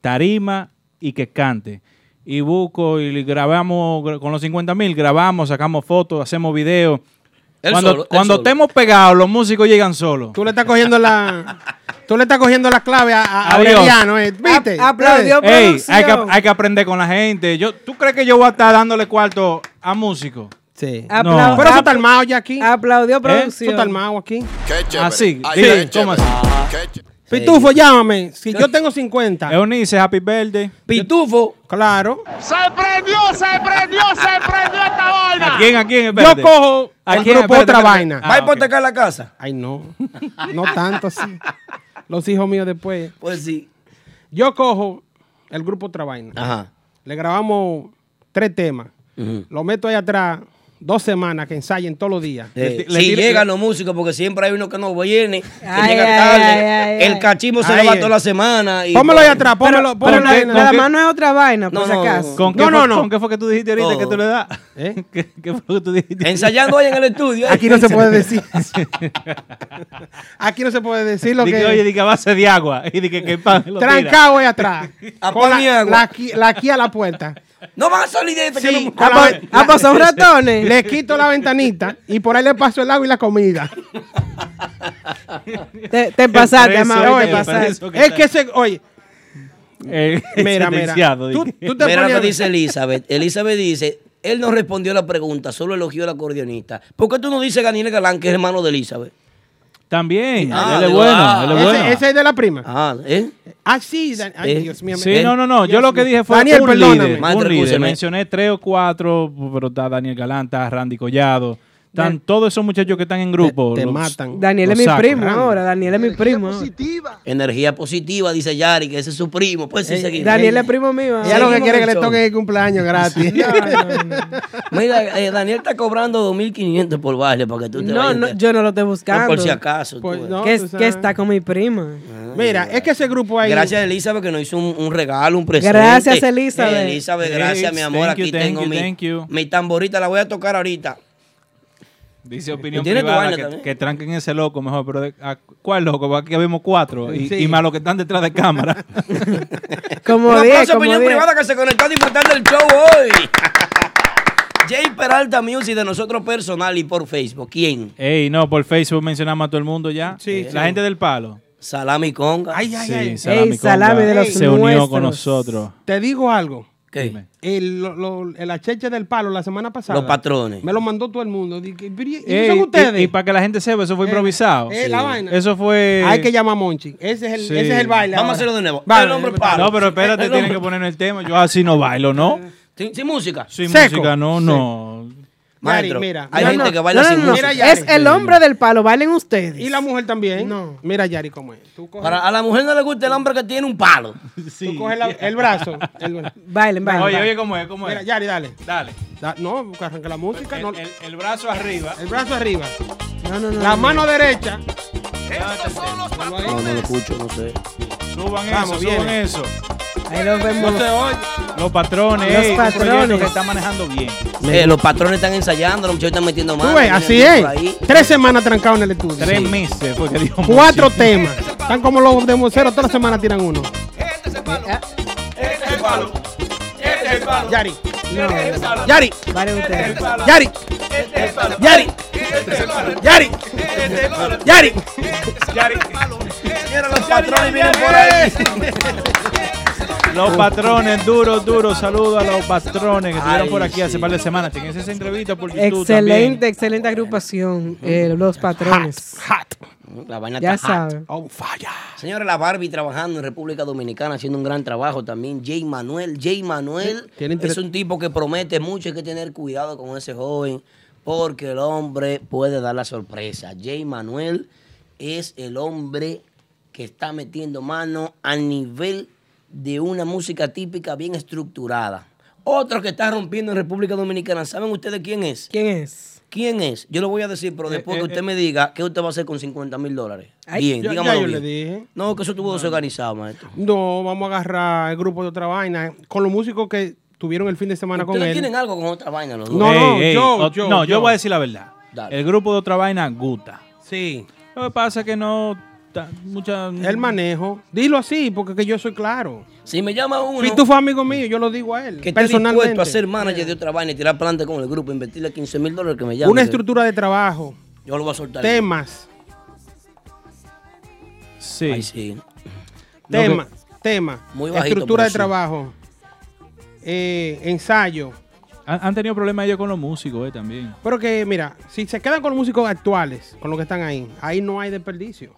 Speaker 3: tarima y que cante. Y busco y grabamos gra- con los 50 mil, grabamos, sacamos fotos, hacemos videos.
Speaker 2: Él
Speaker 3: Cuando,
Speaker 2: solo, él
Speaker 3: cuando
Speaker 2: solo.
Speaker 3: estemos pegados, los músicos llegan solos.
Speaker 5: Tú le estás
Speaker 2: (laughs)
Speaker 5: cogiendo la. Tú le estás cogiendo la clave a, a
Speaker 3: Adiós.
Speaker 5: Aureliano, eh. ¿Viste?
Speaker 4: Ap- aplaudió
Speaker 3: Ey, hay, que,
Speaker 4: producción.
Speaker 3: hay que aprender con la gente. Yo, ¿Tú crees que yo voy a estar dándole cuarto a músicos?
Speaker 5: Sí.
Speaker 4: Apla-
Speaker 3: No. Ah,
Speaker 5: Pero eso está
Speaker 4: apl-
Speaker 5: armado ya aquí. ¿Eh?
Speaker 4: Aplaudió
Speaker 5: Eso
Speaker 4: producción.
Speaker 5: está armado aquí.
Speaker 3: Así,
Speaker 8: Ay,
Speaker 3: sí,
Speaker 8: qué
Speaker 3: ¿cómo así?
Speaker 5: Pitufo, llámame. Si yo tengo 50.
Speaker 3: Eunice, Happy Verde.
Speaker 2: Pitufo,
Speaker 5: Claro.
Speaker 3: ¿A quién, a quién?
Speaker 5: Yo cojo
Speaker 3: ¿A
Speaker 5: el
Speaker 3: quién?
Speaker 5: grupo
Speaker 3: Espérate,
Speaker 5: otra
Speaker 3: espérate.
Speaker 5: vaina.
Speaker 3: Ah,
Speaker 2: ¿va a
Speaker 3: ok.
Speaker 2: hipotecar la casa?
Speaker 5: Ay, no. No tanto así. Los hijos míos después.
Speaker 2: Pues sí.
Speaker 5: Yo cojo el grupo otra vaina.
Speaker 2: Ajá.
Speaker 5: Le grabamos tres temas.
Speaker 2: Ujú.
Speaker 5: Lo meto ahí atrás dos semanas que ensayen todos los días.
Speaker 2: Eh,
Speaker 3: Le ti- le
Speaker 2: si
Speaker 3: tira-
Speaker 2: llegan los músicos, porque siempre hay uno que no viene, que
Speaker 4: Ay,
Speaker 2: llega
Speaker 4: ay,
Speaker 2: tarde,
Speaker 4: ay, ay, ay.
Speaker 2: el cachimbo se
Speaker 5: Ay,
Speaker 2: lo va
Speaker 5: eh.
Speaker 2: toda la semana. Y
Speaker 5: Pónmelo ahí atrás, pónmelo,
Speaker 4: Pero
Speaker 5: pónmelo
Speaker 4: la,
Speaker 5: ahí.
Speaker 4: la
Speaker 5: atrás.
Speaker 4: mano es otra vaina, por
Speaker 2: No,
Speaker 4: si
Speaker 2: no,
Speaker 4: acaso.
Speaker 3: ¿Con qué,
Speaker 5: No, no,
Speaker 3: fue,
Speaker 5: no.
Speaker 3: ¿Con qué fue que tú dijiste ahorita
Speaker 2: Todo.
Speaker 3: que tú le das?
Speaker 5: ¿Eh?
Speaker 3: (laughs) ¿Qué, qué fue que tú dijiste?
Speaker 2: Ensayando hoy en el estudio. eh.
Speaker 5: Aquí no se
Speaker 3: (laughs)
Speaker 5: puede decir. Aquí no se puede decir lo
Speaker 3: Di que,
Speaker 5: que.
Speaker 3: oye, di que a base de agua. (laughs) Y di que, que el pan lo tira.
Speaker 5: trancado
Speaker 3: (laughs)
Speaker 5: ahí atrás.
Speaker 2: A
Speaker 5: con
Speaker 2: pan y
Speaker 5: la,
Speaker 2: agua.
Speaker 5: la, aquí- la aquí a la puerta.
Speaker 2: No van a salir de esto. que
Speaker 5: Sí,
Speaker 2: no-
Speaker 5: con la ve-
Speaker 4: Ah, pues son ratones.
Speaker 5: (laughs) le quito la ventanita y por ahí le paso el agua y la comida.
Speaker 4: Te, te pasaste,
Speaker 3: preso,
Speaker 4: Mauri,
Speaker 3: oye,
Speaker 4: te
Speaker 3: el
Speaker 4: pasaste.
Speaker 3: preso. Eso que
Speaker 5: es
Speaker 3: está-
Speaker 5: que se, oye,
Speaker 3: Eh,
Speaker 5: Mira, mira.
Speaker 3: sentenciado,
Speaker 5: Tú-
Speaker 3: dije.
Speaker 5: tú te
Speaker 2: Mira lo
Speaker 5: ponías-
Speaker 2: que dice Elizabeth. Elizabeth dice, él no respondió la pregunta, solo elogió al acordeonista. ¿Por qué tú no dices Daniel Galán, que es hermano de Elizabeth?
Speaker 3: También.
Speaker 2: Ah,
Speaker 3: él es
Speaker 2: digo,
Speaker 3: bueno.
Speaker 2: ah,
Speaker 3: él es
Speaker 5: Ese,
Speaker 3: bueno.
Speaker 5: ese es de la prima.
Speaker 2: Ah, ¿eh?
Speaker 5: Ah, sí. Dan- Ay,
Speaker 2: Eh,
Speaker 5: Dios mío.
Speaker 3: Sí,
Speaker 2: ¿Eh?
Speaker 3: no, no, no. Yo
Speaker 5: Dios
Speaker 3: lo que
Speaker 5: mío.
Speaker 3: dije fue
Speaker 5: Daniel,
Speaker 3: un
Speaker 5: perdóname.
Speaker 3: líder.
Speaker 2: Maestro,
Speaker 3: un líder.
Speaker 2: escúcheme.
Speaker 3: Mencioné tres o cuatro, pero está Daniel Galán, está Randy Collado. Están todos esos muchachos que están en grupo.
Speaker 5: Te, te
Speaker 3: los-
Speaker 5: matan.
Speaker 4: Daniel es
Speaker 3: Lo
Speaker 4: mi
Speaker 3: saco.
Speaker 4: primo ahora. Daniel es mi primo. ahora.
Speaker 2: Energía positiva, dice Yari, que ese es su primo. Pues sí,
Speaker 5: Eh,
Speaker 2: seguimos.
Speaker 4: Daniel es primo mío. ahora.
Speaker 5: Ella lo que
Speaker 2: Seguimos
Speaker 5: quiere es que
Speaker 2: el
Speaker 5: le
Speaker 2: show.
Speaker 5: toque el
Speaker 3: (laughs)
Speaker 5: cumpleaños gratis.
Speaker 2: Mira, eh, Daniel está cobrando 2.500 por baile para que tú te
Speaker 4: No,
Speaker 2: vayas.
Speaker 4: no, yo no lo estoy buscando.
Speaker 2: por si acaso. tú
Speaker 5: Pues,
Speaker 2: ves. Ah.
Speaker 5: no,
Speaker 4: Que,
Speaker 5: tú
Speaker 4: es- que
Speaker 5: sabes.
Speaker 4: está con mi prima.
Speaker 5: Mira, es que ese grupo ahí.
Speaker 2: Gracias, Elizabeth, que nos hizo un, un regalo, un presente.
Speaker 4: Gracias, Elizabeth.
Speaker 2: Eh, Elizabeth,
Speaker 3: Yes,
Speaker 2: gracias, mi amor.
Speaker 3: thank you,
Speaker 2: Aquí
Speaker 3: thank
Speaker 2: tengo
Speaker 3: you,
Speaker 2: mi,
Speaker 3: thank you.
Speaker 2: mi tamborita, la voy a tocar ahorita.
Speaker 3: Dice opinión
Speaker 2: Tiene tu
Speaker 3: privada
Speaker 2: vaina
Speaker 3: que,
Speaker 2: también.
Speaker 3: que tranquen ese loco mejor. Pero de- ¿a ¿cuál loco? Aquí vemos cuatro. Y,
Speaker 5: Sí.
Speaker 3: y más los que están detrás de cámara.
Speaker 4: (laughs) Como
Speaker 2: Un
Speaker 4: diez,
Speaker 2: aplauso a
Speaker 4: como
Speaker 2: opinión
Speaker 4: diez.
Speaker 2: privada que se conectó a disfrutar del show hoy. (laughs) Jay Peralta Music de nosotros personal y por Facebook. ¿Quién?
Speaker 3: Ey, no, por Facebook mencionamos a todo el mundo ya.
Speaker 5: Sí, sí.
Speaker 3: La gente del palo.
Speaker 2: Salami Conga.
Speaker 5: Ay, ay, ay.
Speaker 3: Sí, Salami,
Speaker 4: Ey, Salami
Speaker 3: Conga
Speaker 4: de los
Speaker 3: se unió con
Speaker 4: nuestros.
Speaker 3: nosotros.
Speaker 5: Te digo algo.
Speaker 2: ¿Qué?
Speaker 3: Dime.
Speaker 5: El, lo, lo- el acheche del palo la semana pasada.
Speaker 2: Los patrones.
Speaker 5: Me lo mandó todo el mundo. Dije, "Pero ¿Y, y
Speaker 3: Ey,
Speaker 5: son
Speaker 3: y-
Speaker 5: ustedes?
Speaker 3: Y, para que la gente sepa, eso fue
Speaker 5: Eh,
Speaker 3: improvisado.
Speaker 5: eh, la vaina.
Speaker 3: Eso fue.
Speaker 5: Hay que llamar a Monchi. Ese es el,
Speaker 3: Sí.
Speaker 5: ese es el baile.
Speaker 2: Vamos a
Speaker 5: ahora.
Speaker 2: hacerlo de nuevo.
Speaker 5: Vale,
Speaker 2: el hombre
Speaker 5: vale.
Speaker 2: palo.
Speaker 3: No, pero espérate,
Speaker 2: El
Speaker 3: tienen
Speaker 2: hombre-
Speaker 3: que poner el tema. Yo así no bailo, ¿no?
Speaker 2: Sin, sin música.
Speaker 3: Sin
Speaker 5: Seco.
Speaker 3: música, no, no.
Speaker 2: Maestro,
Speaker 5: Yari, mira.
Speaker 2: hay
Speaker 5: No,
Speaker 2: gente
Speaker 5: no,
Speaker 2: que baila
Speaker 4: No, no,
Speaker 2: sin
Speaker 4: no.
Speaker 2: música.
Speaker 5: Mira, ya.
Speaker 4: Es el hombre del palo. Bailen ustedes.
Speaker 5: Y la mujer también.
Speaker 4: No.
Speaker 5: Mira, Yari, cómo es. Tú coges,
Speaker 2: Para- a la mujer no le gusta el hombre que tiene un palo.
Speaker 5: tú coges la- el
Speaker 3: (laughs)
Speaker 5: brazo. el-
Speaker 4: Bailen, bailen.
Speaker 3: Oye,
Speaker 4: bailen.
Speaker 3: oye, ¿cómo es? ¿Cómo
Speaker 5: mira,
Speaker 3: es?
Speaker 5: Yari, dale.
Speaker 3: Dale.
Speaker 5: Da- no, que arranque la música.
Speaker 3: El,
Speaker 5: no-
Speaker 3: el- el brazo arriba.
Speaker 5: el brazo arriba.
Speaker 4: No, no, no.
Speaker 5: La mano derecha.
Speaker 2: No, no lo escucho, no sé.
Speaker 3: Suban
Speaker 5: Vamos,
Speaker 3: eso,
Speaker 5: bien.
Speaker 3: suban eso.
Speaker 4: Ahí los
Speaker 3: No
Speaker 4: vemos.
Speaker 3: se oye. Los patrones.
Speaker 4: Los
Speaker 3: ey, un proyecto
Speaker 4: patrones.
Speaker 3: que está manejando bien.
Speaker 2: Eh, los patrones están ensayando, los muchachos están metiendo
Speaker 5: Tú
Speaker 2: mano.
Speaker 5: ves,
Speaker 2: tienen
Speaker 5: así
Speaker 2: gente
Speaker 5: es.
Speaker 2: por ahí.
Speaker 5: Tres semanas trancado en el estudio.
Speaker 3: Tres meses fue que dijo
Speaker 5: Cuatro
Speaker 3: Monchi.
Speaker 5: temas. Están como los de Mocero, todas las semanas tiran uno. Yari. Yari.
Speaker 4: Bailen ustedes.
Speaker 5: Yari. Yari. Yari. Yari.
Speaker 2: Mira, los patrones vienen por ahí.
Speaker 3: Los patrones, duros, duros. Saludos a los patrones que estuvieron
Speaker 2: Ay,
Speaker 3: por aquí hace
Speaker 2: sí.
Speaker 3: par de semanas. Tienen esa entrevista por YouTube
Speaker 4: Excelente,
Speaker 3: también.
Speaker 4: excelente agrupación. eh, los patrones.
Speaker 5: Hot.
Speaker 2: La vaina
Speaker 4: Ya
Speaker 2: está hot.
Speaker 4: saben.
Speaker 5: On fire.
Speaker 2: Señores, la Barbie trabajando en República Dominicana, haciendo un gran trabajo también. Jay Manuel, Jay Manuel
Speaker 5: Tiene
Speaker 2: es
Speaker 5: interés-
Speaker 2: un tipo que promete mucho, hay que tener cuidado con ese joven, porque el hombre puede dar la sorpresa. Jay Manuel es el hombre que está metiendo mano a nivel de una música típica bien estructurada. Otro que está rompiendo en República Dominicana, ¿saben ustedes quién es?
Speaker 4: ¿Quién es?
Speaker 2: ¿Quién es? Yo lo voy a decir,
Speaker 5: Eh,
Speaker 2: pero después que usted me diga qué usted va a hacer con 50 mil dólares.
Speaker 4: Ay,
Speaker 2: Bien,
Speaker 5: yo-
Speaker 2: dígamelo
Speaker 5: ya yo
Speaker 2: bien.
Speaker 5: le dije.
Speaker 2: No, que eso estuvo desorganizado, maestro.
Speaker 5: No, vamos a agarrar el grupo de otra vaina. Con los músicos que tuvieron el fin de semana con
Speaker 2: Ustedes
Speaker 5: él.
Speaker 2: tienen algo con otra vaina, los
Speaker 5: No,
Speaker 2: dos.
Speaker 5: no,
Speaker 3: Ey, ey,
Speaker 5: yo,
Speaker 3: o-
Speaker 5: yo,
Speaker 3: no, yo
Speaker 5: yo.
Speaker 3: voy a decir la verdad.
Speaker 2: Dale.
Speaker 3: El grupo de otra vaina, Guta.
Speaker 5: Sí.
Speaker 3: Lo que pasa es que no. ta- Mucha,
Speaker 5: El manejo. Dilo así, porque que yo soy claro.
Speaker 2: Si me llama
Speaker 5: Si
Speaker 2: uno
Speaker 5: tú fue amigo mío, yo lo digo a él.
Speaker 2: que esté dispuesto
Speaker 5: personalmente.
Speaker 2: a ser manager de otra vaina y tirar planta con el grupo, invertirle 15 mil dólares que me llame.
Speaker 5: Una
Speaker 2: que
Speaker 5: estructura de trabajo.
Speaker 2: Yo lo voy a soltar.
Speaker 5: Temas.
Speaker 3: Sí.
Speaker 2: Ay, sí.
Speaker 3: Lo que-
Speaker 5: Tema, tema.
Speaker 2: Muy bajito,
Speaker 5: Estructura
Speaker 2: pero
Speaker 5: de
Speaker 2: sí.
Speaker 5: trabajo. eh, ensayo.
Speaker 3: Han, han tenido problemas ellos con los músicos eh, también.
Speaker 5: Pero que, mira, si se quedan con los músicos actuales, con los que están ahí, ahí no hay desperdicio.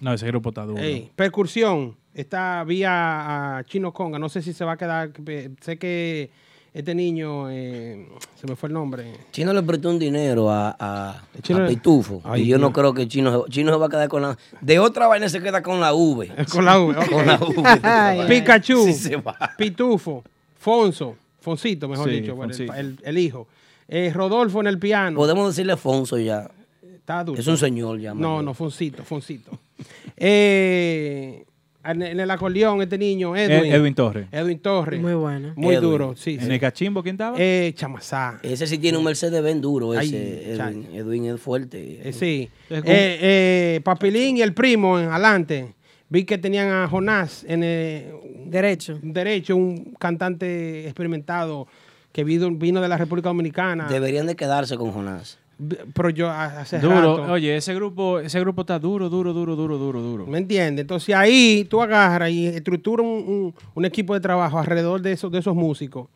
Speaker 3: No, ese grupo está duro.
Speaker 5: Ey, percusión. Está vía a Chino Conga. No sé si se va a quedar. eh, Sé que este niño, eh, se me fue el
Speaker 3: (laughs)
Speaker 5: nombre.
Speaker 2: Chino le prestó un dinero a, a,
Speaker 5: Chino-
Speaker 2: a Pitufo.
Speaker 5: Ay,
Speaker 2: y yo no
Speaker 5: Dios.
Speaker 2: creo que Chino, se- Chino se va a quedar con la. De otra vaina se queda con la V.
Speaker 5: (laughs) Con la V, ok.
Speaker 2: Con la V.
Speaker 5: (laughs)
Speaker 2: de otra
Speaker 4: Ay.
Speaker 2: vaina.
Speaker 5: Pikachu,
Speaker 2: Sí se va.
Speaker 5: Pitufo, Fonso, Foncito, mejor
Speaker 3: Sí,
Speaker 5: dicho, bueno, el-
Speaker 3: Foncito.
Speaker 5: el, el hijo. Eh, Rodolfo en el piano.
Speaker 2: Podemos decirle Afonso ya.
Speaker 5: Está duro.
Speaker 2: Es un señor ya.
Speaker 5: No,
Speaker 2: mayor.
Speaker 5: no, Foncito, Foncito. (laughs) Eh, en, en el acordeón, este niño, Edwin.
Speaker 3: Edwin, E-, Edwin Torres.
Speaker 5: Edwin Torres.
Speaker 4: Muy bueno.
Speaker 5: Muy
Speaker 2: Edwin.
Speaker 5: duro, sí.
Speaker 3: En
Speaker 5: sí.
Speaker 3: el cachimbo, ¿quién estaba?
Speaker 5: Eh, Chamasá.
Speaker 2: Ese sí tiene un Mercedes Benz duro, ese.
Speaker 5: Ay,
Speaker 2: Edwin,
Speaker 5: chale.
Speaker 2: Edwin es fuerte.
Speaker 5: Eh, sí.
Speaker 3: Es
Speaker 5: Eh,
Speaker 3: como-
Speaker 5: eh, Papilín y el primo en adelante. Vi que tenían a Jonás en eh, un
Speaker 4: Derecho.
Speaker 5: derecho, un cantante experimentado que vino, vino de la República Dominicana.
Speaker 2: Deberían de quedarse con Jonás.
Speaker 5: B- Pero yo ha- hace
Speaker 3: Duro.
Speaker 5: rato.
Speaker 3: Oye, ese grupo, ese grupo está duro, duro, duro, duro, duro, duro.
Speaker 5: ¿Me entiendes? Entonces ahí tú agarras y estructuras un, un- un equipo de trabajo alrededor de esos, de esos músicos.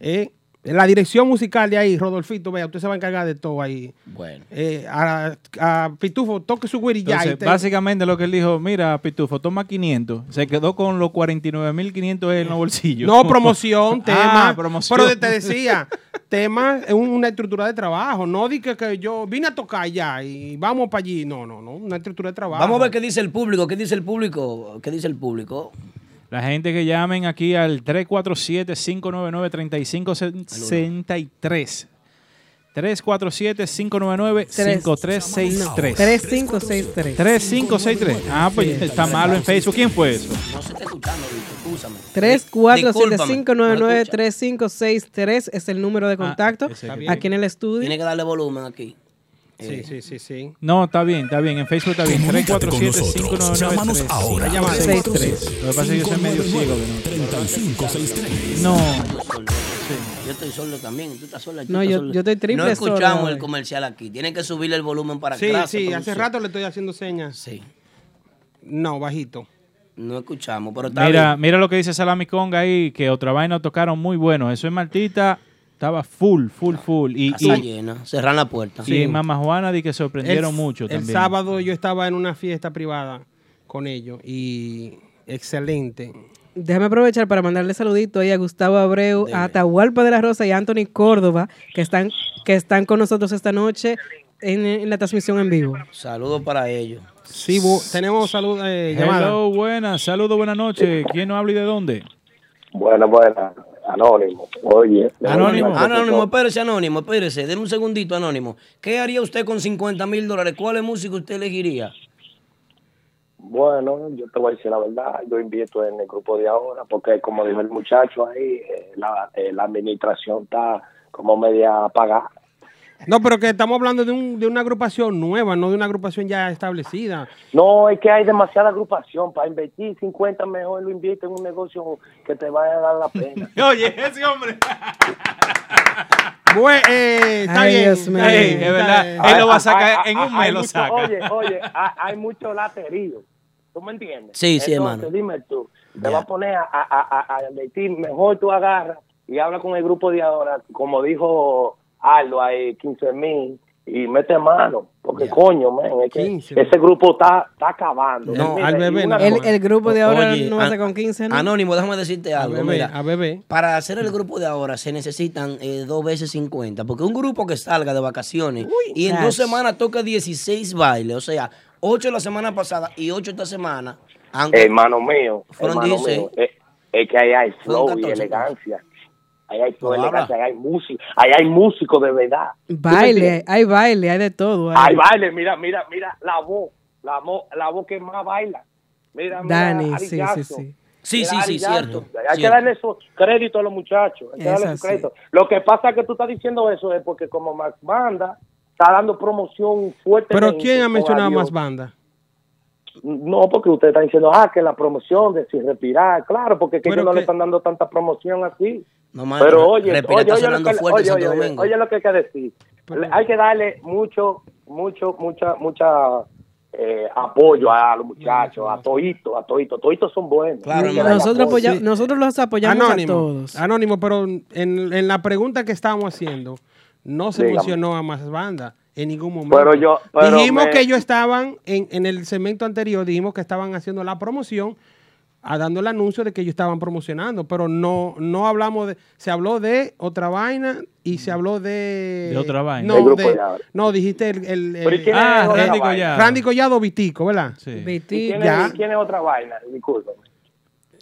Speaker 5: ¿eh? La dirección musical de ahí, Rodolfito, vea, usted se va a encargar de todo ahí.
Speaker 2: Bueno.
Speaker 5: Eh, a, a Pitufo, toque su güiri ya.
Speaker 3: Entonces,
Speaker 5: y te-
Speaker 3: básicamente lo que él dijo, mira, Pitufo, toma 500. Se quedó con los 49.500 en los bolsillos.
Speaker 5: No,
Speaker 3: (laughs)
Speaker 5: promoción, tema.
Speaker 3: Ah, promoción.
Speaker 5: Pero te decía, tema es un- una estructura de trabajo. No di que, que yo vine a tocar ya y vamos para allí. No, no, no. Una estructura de trabajo.
Speaker 2: Vamos a ver qué dice el público, qué dice el público, qué dice el público.
Speaker 3: La gente que llamen aquí al 347-599-3563. 347-599-5363.
Speaker 4: 3563.
Speaker 3: 3563. Ah, pues está malo en Facebook. ¿Quién fue eso?
Speaker 2: No se está escuchando, Víctor, escúchame.
Speaker 4: 3475993563 es el
Speaker 5: Ah,
Speaker 4: número de contacto
Speaker 3: ese que
Speaker 4: aquí en el estudio.
Speaker 2: Tiene que darle volumen aquí. Eh,
Speaker 5: Sí, sí, sí, sí.
Speaker 3: No, está bien, está bien. En Facebook está bien.
Speaker 1: Comunícate con nosotros. Llámanos
Speaker 3: 347-599-3563.
Speaker 1: ahora.
Speaker 5: Llama al
Speaker 1: 643.
Speaker 3: Lo que pasa es que yo soy medio ciego,
Speaker 1: 3563.
Speaker 3: No.
Speaker 2: Yo solo. Yo estoy solo también. Tú estás sola.
Speaker 4: No,
Speaker 2: estás
Speaker 4: yo-
Speaker 2: sola.
Speaker 4: yo estoy triple
Speaker 2: No escuchamos
Speaker 4: solo,
Speaker 2: el
Speaker 4: eh.
Speaker 2: comercial aquí. Tienen que subirle el volumen para
Speaker 5: Sí,
Speaker 2: Gracias,
Speaker 5: sí, hace
Speaker 2: producción.
Speaker 5: rato le estoy haciendo señas.
Speaker 2: Sí.
Speaker 5: No, bajito.
Speaker 2: No escuchamos, pero está
Speaker 3: Mira,
Speaker 2: bien.
Speaker 3: mira lo que dice Salami Conga ahí, que otra vaina tocaron muy bueno. Eso es Martita. Estaba full, full, full. Y,
Speaker 2: Casa
Speaker 3: y,
Speaker 2: llena. Cerran la puerta.
Speaker 3: y Mamá Juana di que sorprendieron
Speaker 5: El-
Speaker 3: mucho
Speaker 5: El
Speaker 3: también.
Speaker 5: sábado yo estaba en una fiesta privada con ellos y excelente.
Speaker 4: Déjame aprovechar para mandarle saludito ahí a Gustavo Abreu, a Atahualpa de la Rosa y a Anthony Córdoba que están que están con nosotros esta noche en, en la transmisión en vivo.
Speaker 2: Saludos para ellos.
Speaker 5: Sí, bu- tenemos salud, eh, llamada.
Speaker 3: Hello, buenas, saludos, buenas noches. ¿Quién nos habla y de dónde?
Speaker 8: Bueno, bueno, anónimo. Oye, le voy a
Speaker 3: Anónimo.
Speaker 8: mandar este
Speaker 2: Anónimo,
Speaker 8: top.
Speaker 2: espérese, Anónimo, espérese. Denme un segundito, Anónimo. ¿Qué haría usted con 50 mil dólares? ¿Cuál música usted elegiría?
Speaker 8: Bueno, yo te voy a decir la verdad, yo invierto en el grupo de ahora, porque como dijo el muchacho ahí, eh, la, eh, la administración está como media apagada.
Speaker 5: No, pero que estamos hablando de, un- de una agrupación nueva, no de una agrupación ya establecida.
Speaker 8: No, es que hay demasiada agrupación para invertir 50, mejor lo inviertes en un negocio que te vaya a dar la pena.
Speaker 3: (laughs) Oye, ese hombre.
Speaker 5: Bue- eh, está
Speaker 4: Ay,
Speaker 5: bien.
Speaker 4: Dios
Speaker 5: está
Speaker 4: mío.
Speaker 5: bien,
Speaker 4: Ey, es
Speaker 5: está
Speaker 3: verdad.
Speaker 5: bien.
Speaker 3: Él lo va a
Speaker 8: Hay-
Speaker 3: sacar,
Speaker 8: hay-
Speaker 3: en un
Speaker 8: hay
Speaker 3: mes lo
Speaker 8: mucho-
Speaker 3: saca.
Speaker 8: Oye, oye, hay, hay mucho laterío. ¿Tú me entiendes?
Speaker 2: Sí, sí,
Speaker 8: Entonces,
Speaker 2: hermano.
Speaker 8: dime tú, te
Speaker 2: Ya.
Speaker 8: vas a poner a, a, a, a- a invertir, mejor tú agarras y hablas con el grupo de ahora, como dijo Aldo, hay 15 mil y mete mano, porque
Speaker 2: Ya.
Speaker 8: coño, man, es que
Speaker 5: 15,000.
Speaker 8: ese grupo está, está acabando.
Speaker 2: No,
Speaker 8: Mira,
Speaker 5: al
Speaker 8: y
Speaker 5: bebé
Speaker 8: una
Speaker 5: no.
Speaker 8: cosa-
Speaker 4: El, el grupo de ahora
Speaker 2: Oye,
Speaker 4: no hace
Speaker 2: an-
Speaker 4: con 15, ¿no?
Speaker 2: Anónimo, déjame decirte
Speaker 5: A
Speaker 2: algo.
Speaker 5: bebé,
Speaker 2: mira.
Speaker 5: a bebé.
Speaker 2: Para hacer el grupo de ahora se necesitan eh, dos veces 50, porque un grupo que salga de vacaciones y en dos
Speaker 4: Chas.
Speaker 2: semanas toca 16 bailes, o sea, 8 la semana pasada y 8 esta semana, aunque
Speaker 8: Hermano mío,
Speaker 2: Fueron
Speaker 8: hermano
Speaker 2: 16.
Speaker 8: mío, es, es que ahí hay
Speaker 2: Fueron
Speaker 8: flow
Speaker 2: 14,
Speaker 8: y elegancia. Ahí hay flow,
Speaker 2: No, habla.
Speaker 8: elegancia, ahí hay músico, ahí hay músicos de verdad. ¿Tú me
Speaker 4: Baile,
Speaker 8: entiendes?
Speaker 4: hay baile, hay de todo. ahí.
Speaker 8: Hay baile, mira, mira, mira la voz, la voz, la voz que más baila. Mira, mira,
Speaker 4: Dani,
Speaker 8: Ari
Speaker 4: sí, sí,
Speaker 8: Jackson.
Speaker 4: sí.
Speaker 2: Sí,
Speaker 8: Mira,
Speaker 2: sí,
Speaker 8: Ari
Speaker 2: sí,
Speaker 8: Jackson.
Speaker 2: cierto.
Speaker 8: Hay que
Speaker 2: cierto.
Speaker 8: darle su crédito a los muchachos. Hay que
Speaker 4: Es
Speaker 8: darle su
Speaker 4: así.
Speaker 8: crédito. Lo que pasa es que tú estás diciendo eso es porque como Max Banda está dando promoción fuerte.
Speaker 5: Pero ¿quién ha
Speaker 8: este,
Speaker 5: mencionado
Speaker 8: más
Speaker 5: más bandas?
Speaker 8: no, porque usted está diciendo, ah, que la promoción de sin respirar, claro, porque es que
Speaker 5: Pero
Speaker 8: ellos no
Speaker 5: que-
Speaker 8: le están dando tanta promoción así.
Speaker 2: No, mano,
Speaker 8: Pero oye,
Speaker 2: Respira
Speaker 8: oye,
Speaker 2: está
Speaker 8: oye, lo
Speaker 2: sonando
Speaker 8: que,
Speaker 2: fuerte en
Speaker 8: oye,
Speaker 2: Santo
Speaker 8: oye, oye,
Speaker 2: Domingo.
Speaker 8: oye lo que hay que decir. Le- hay que darle mucho, mucho, mucha, mucha eh, apoyo a los muchachos, a Toito, a Toito. Toitos son buenos.
Speaker 2: Claro,
Speaker 8: Hay que darle
Speaker 4: Nosotros,
Speaker 8: apoyo.
Speaker 4: apoya- nosotros los apoyamos a
Speaker 5: Anónimo.
Speaker 4: todos.
Speaker 5: Anónimo, pero en, en la pregunta que estábamos haciendo, no se
Speaker 8: Dígame.
Speaker 5: mencionó a más bandas en ningún momento.
Speaker 8: Pero yo- pero
Speaker 5: dijimos
Speaker 8: me-
Speaker 5: que ellos estaban, en, en el segmento anterior, dijimos que estaban haciendo la promoción, a dando el anuncio de que ellos estaban promocionando, pero no no hablamos de. Se habló de otra vaina y se habló de.
Speaker 3: De otra vaina.
Speaker 5: No,
Speaker 8: Del grupo
Speaker 5: de-
Speaker 8: de ahora.
Speaker 5: no dijiste el. el-
Speaker 8: Pero ¿y
Speaker 5: el-
Speaker 8: quién es
Speaker 3: Ah,
Speaker 8: otra
Speaker 3: Randy
Speaker 8: vaina?
Speaker 3: Collado.
Speaker 5: Randy Collado Vitico, ¿verdad?
Speaker 3: Sí.
Speaker 8: ¿Y
Speaker 4: Viti-
Speaker 8: quién,
Speaker 5: Ya.
Speaker 8: es, y quién es otra vaina? Discúlpame.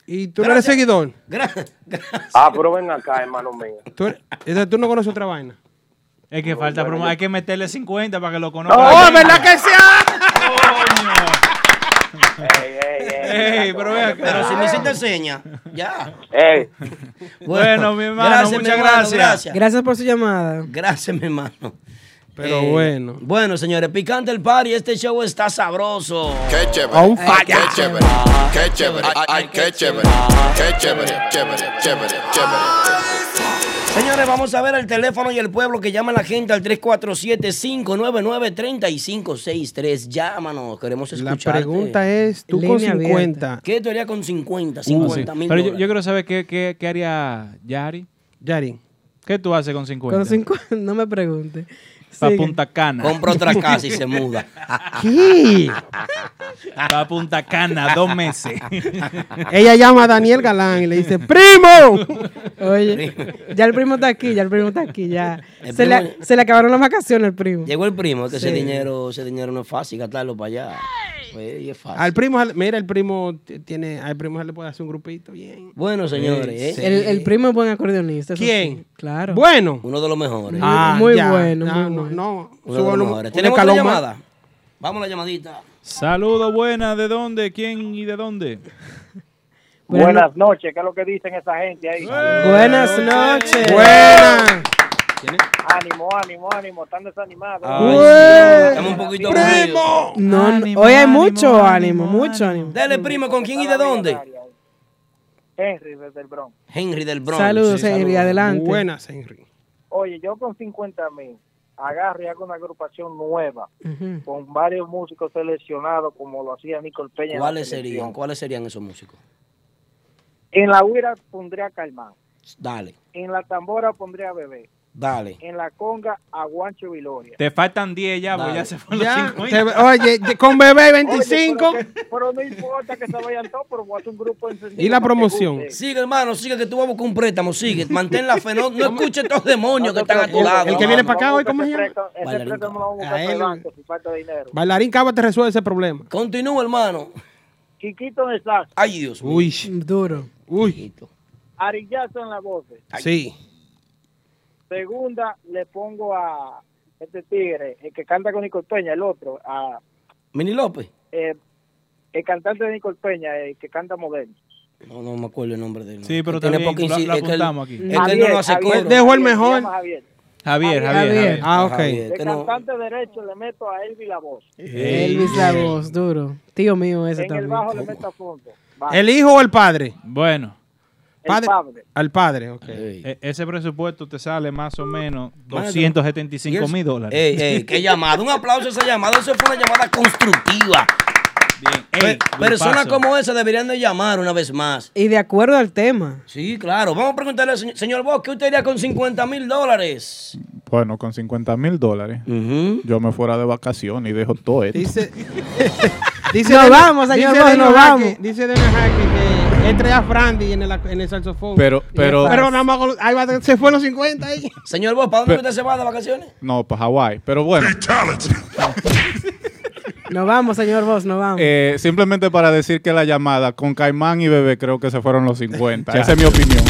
Speaker 5: Y tú no eres seguidor.
Speaker 2: Gra- (laughs) gra-
Speaker 8: Ah, pero ven acá, hermano mío.
Speaker 5: Tú, eres- entonces tú no conoces otra vaina.
Speaker 3: Es que falta promo. Hay que meterle 50 para que lo
Speaker 8: No,
Speaker 3: conozcan.
Speaker 8: ¡Oh,
Speaker 5: ¿verdad que sí?
Speaker 8: Ey, ey, ey,
Speaker 3: Ey, pero ve acá.
Speaker 2: Pero si me hiciste seña, ya.
Speaker 8: Ey,
Speaker 3: Bueno, mi hermano,
Speaker 2: mi
Speaker 3: muchas
Speaker 2: hermano,
Speaker 3: gracias.
Speaker 2: gracias.
Speaker 4: Gracias por su llamada.
Speaker 2: Gracias, mi hermano. Eh,
Speaker 5: Pero bueno.
Speaker 2: Bueno, señores, picante el party. Este show está sabroso.
Speaker 9: Qué chévere.
Speaker 5: A un fallo.
Speaker 9: Qué chévere. Qué chévere. Ay, ay, qué chévere. Qué chévere, chévere, chévere, chévere.
Speaker 2: Señores, vamos a ver el teléfono y el pueblo que llama la gente al 347-599-3563. Llámanos, queremos
Speaker 5: La
Speaker 2: escuchar.
Speaker 5: pregunta es, tú con 50,
Speaker 2: ¿Qué tú harías con
Speaker 5: Ah,
Speaker 2: 50?
Speaker 3: Uh,
Speaker 2: 50
Speaker 3: sí.
Speaker 2: mil
Speaker 3: Pero yo,
Speaker 2: dólares.
Speaker 3: yo quiero saber qué, qué, qué haría Yari.
Speaker 5: Yari.
Speaker 3: ¿Qué tú haces con 50?
Speaker 4: Con 50, (laughs) no me pregunte.
Speaker 3: Pa'
Speaker 4: Sigue.
Speaker 3: Punta Cana.
Speaker 4: Compra
Speaker 3: (laughs)
Speaker 4: otra casa
Speaker 2: y se muda.
Speaker 5: ¿Qué?
Speaker 3: Pa' Punta Cana, dos meses.
Speaker 5: Ella llama a Daniel Galán y le
Speaker 2: (laughs)
Speaker 5: dice, ¡Primo! (laughs)
Speaker 4: Oye, ya el primo está aquí, ya el primo está aquí, ya.
Speaker 2: El
Speaker 4: Se le,
Speaker 2: primo-
Speaker 4: se le acabaron las vacaciones al primo.
Speaker 2: Llegó el primo, es que ese
Speaker 4: Sí.
Speaker 2: dinero, ese dinero no es fácil gastarlo para allá. Pues, y es fácil.
Speaker 5: Al primo, mira, el primo t- tiene, al primo se le puede hacer un grupito bien.
Speaker 2: Bueno, señores, ¿eh?
Speaker 5: Sí.
Speaker 4: El, el primo es buen acordeonista. eso
Speaker 5: ¿Quién?
Speaker 4: sí, claro.
Speaker 5: Bueno.
Speaker 2: Uno de los mejores.
Speaker 5: Ah,
Speaker 4: muy
Speaker 5: ya.
Speaker 4: bueno,
Speaker 5: Ah,
Speaker 4: muy
Speaker 5: no,
Speaker 4: bueno.
Speaker 5: No,
Speaker 2: Uno de
Speaker 5: súbalo
Speaker 2: los
Speaker 5: un-
Speaker 2: mejores.
Speaker 5: un
Speaker 2: Tenemos otra
Speaker 5: escalón más.
Speaker 2: llamada. Vamos a la llamadita.
Speaker 3: Saludo buena, ¿de dónde? ¿Quién y de dónde?
Speaker 4: Buenas
Speaker 9: noches, ¿qué es lo que dicen esa gente ahí?
Speaker 4: Buenas noches.
Speaker 5: Buena.
Speaker 9: Ánimo, ánimo, ánimo, están desanimados.
Speaker 2: Estamos un poquito aburridos.
Speaker 4: No, no,
Speaker 3: Ánimo,
Speaker 4: hoy hay
Speaker 3: ánimo,
Speaker 4: mucho ánimo,
Speaker 3: ánimo,
Speaker 4: mucho ánimo.
Speaker 2: Dale, primo, ¿con quién y de dónde?
Speaker 9: Henry desde el Bronx.
Speaker 2: Henry del Bronx.
Speaker 4: Saludos,
Speaker 2: Sí,
Speaker 4: Henry, adelante.
Speaker 5: Buenas, Henry.
Speaker 9: Oye, yo con 50 mil agarro y hago una agrupación nueva
Speaker 4: Ujú.
Speaker 9: con varios músicos seleccionados como lo hacía Nicole Peña. en la
Speaker 2: ¿Cuáles
Speaker 9: selección.
Speaker 2: serían? ¿Cuáles serían esos músicos?
Speaker 9: En la huira pondría a Calmán,
Speaker 2: Dale,
Speaker 9: en la tambora pondría a Bebé,
Speaker 2: dale.
Speaker 9: en la conga a Guancho Viloria.
Speaker 3: Te faltan 10 ya,
Speaker 2: Dale.
Speaker 3: pues ya se fueron
Speaker 5: Ya,
Speaker 3: los
Speaker 5: te-
Speaker 3: 50.
Speaker 5: oye, te- con bebé
Speaker 9: Oye,
Speaker 5: 25.
Speaker 9: pero, que- pero no importa que se vayan todos, pero voy a hacer un grupo encendido
Speaker 5: Y la
Speaker 9: para que
Speaker 5: promoción.
Speaker 9: guste.
Speaker 2: Sigue, hermano, sigue, que tú vas a buscar un préstamo, sigue. Mantén la fe, no, no escuches estos demonios que
Speaker 9: No te
Speaker 2: están a tu
Speaker 9: preocupes.
Speaker 2: lado.
Speaker 5: el que viene
Speaker 2: hermano.
Speaker 5: para acá hoy, ¿cómo
Speaker 9: Ese
Speaker 5: se llama?
Speaker 9: préstamo- ese
Speaker 2: Bailarín
Speaker 9: préstamo lo vamos a
Speaker 5: A
Speaker 9: buscar para el
Speaker 5: él.
Speaker 9: banco si falta dinero.
Speaker 5: Bailarín Cava te resuelve ese problema.
Speaker 2: Continúa, hermano.
Speaker 9: Quiquito de Sax,
Speaker 2: Ay, Dios mío.
Speaker 5: Uy,
Speaker 4: Duro.
Speaker 5: uy.
Speaker 9: Arillazo en la voz.
Speaker 5: Sí.
Speaker 9: Segunda, le pongo a este tigre, el que canta con Nicol Peña, el otro, a
Speaker 2: Mini López.
Speaker 9: eh, el cantante de Nicol Peña, el que canta moderno.
Speaker 2: No, no me acuerdo el nombre de él.
Speaker 3: Sí, pero
Speaker 2: Tiene
Speaker 3: también
Speaker 2: poca
Speaker 3: lo-
Speaker 2: insi-
Speaker 3: lo
Speaker 2: es que él-
Speaker 3: apuntamos aquí.
Speaker 2: Es que él Este no lo hace coro.
Speaker 5: Dejo Mm. el mejor.
Speaker 9: se llama Javier.
Speaker 3: Javier, Javier,
Speaker 4: Javier.
Speaker 3: Javier.
Speaker 5: Ah, ok.
Speaker 2: Javier,
Speaker 9: De
Speaker 2: que no-
Speaker 9: cantante derecho le meto a Elvi la voz.
Speaker 4: Elvis la voz, duro. Tío mío ese
Speaker 9: en el
Speaker 4: también.
Speaker 9: bajo le meto a fondo. Va,
Speaker 3: (laughs)
Speaker 5: ¿El hijo o el padre?
Speaker 3: Bueno,
Speaker 9: el Pablo.
Speaker 5: Al padre, ok.
Speaker 2: Ey.
Speaker 3: e- ese presupuesto te sale más o menos
Speaker 2: Madre.
Speaker 3: 275 mil dólares.
Speaker 2: Ey,
Speaker 3: (laughs)
Speaker 2: ey, qué llamada. Un aplauso a esa llamada. Eso fue una llamada constructiva.
Speaker 3: Bien.
Speaker 2: Pe-
Speaker 3: Ey,
Speaker 2: Personas
Speaker 3: grupazo.
Speaker 2: como esa deberían de llamar una vez más.
Speaker 4: Y de acuerdo al tema.
Speaker 2: Sí, claro. Vamos a preguntarle al señor, señor Bosch, ¿qué usted haría con 50 mil dólares?
Speaker 7: Bueno, con 50 mil dólares. Yo me fuera de vacaciones y dejo todo esto. (laughs)
Speaker 5: Dice. dice
Speaker 4: Nos
Speaker 5: Dana-
Speaker 4: vamos, señor
Speaker 5: dice
Speaker 4: Bosch,
Speaker 5: Dana
Speaker 4: nos
Speaker 5: Jaque-
Speaker 4: vamos.
Speaker 5: Dice Dana Jaque que entre a Frandy en el, en el saxofón.
Speaker 7: Pero-
Speaker 5: Y
Speaker 7: pero-
Speaker 5: el- Pero nada más. con- ahí va- se fue los 50 ahí.
Speaker 2: (laughs) Señor Bosch, ¿para dónde
Speaker 7: Pe-
Speaker 2: usted se va de vacaciones?
Speaker 7: No, para Hawái. Pero bueno,
Speaker 4: Nos vamos, señor Vos, nos vamos.
Speaker 7: eh, simplemente para decir que la llamada con Caimán y Bebé creo que se fueron los (laughs) 50. Esa es mi opinión.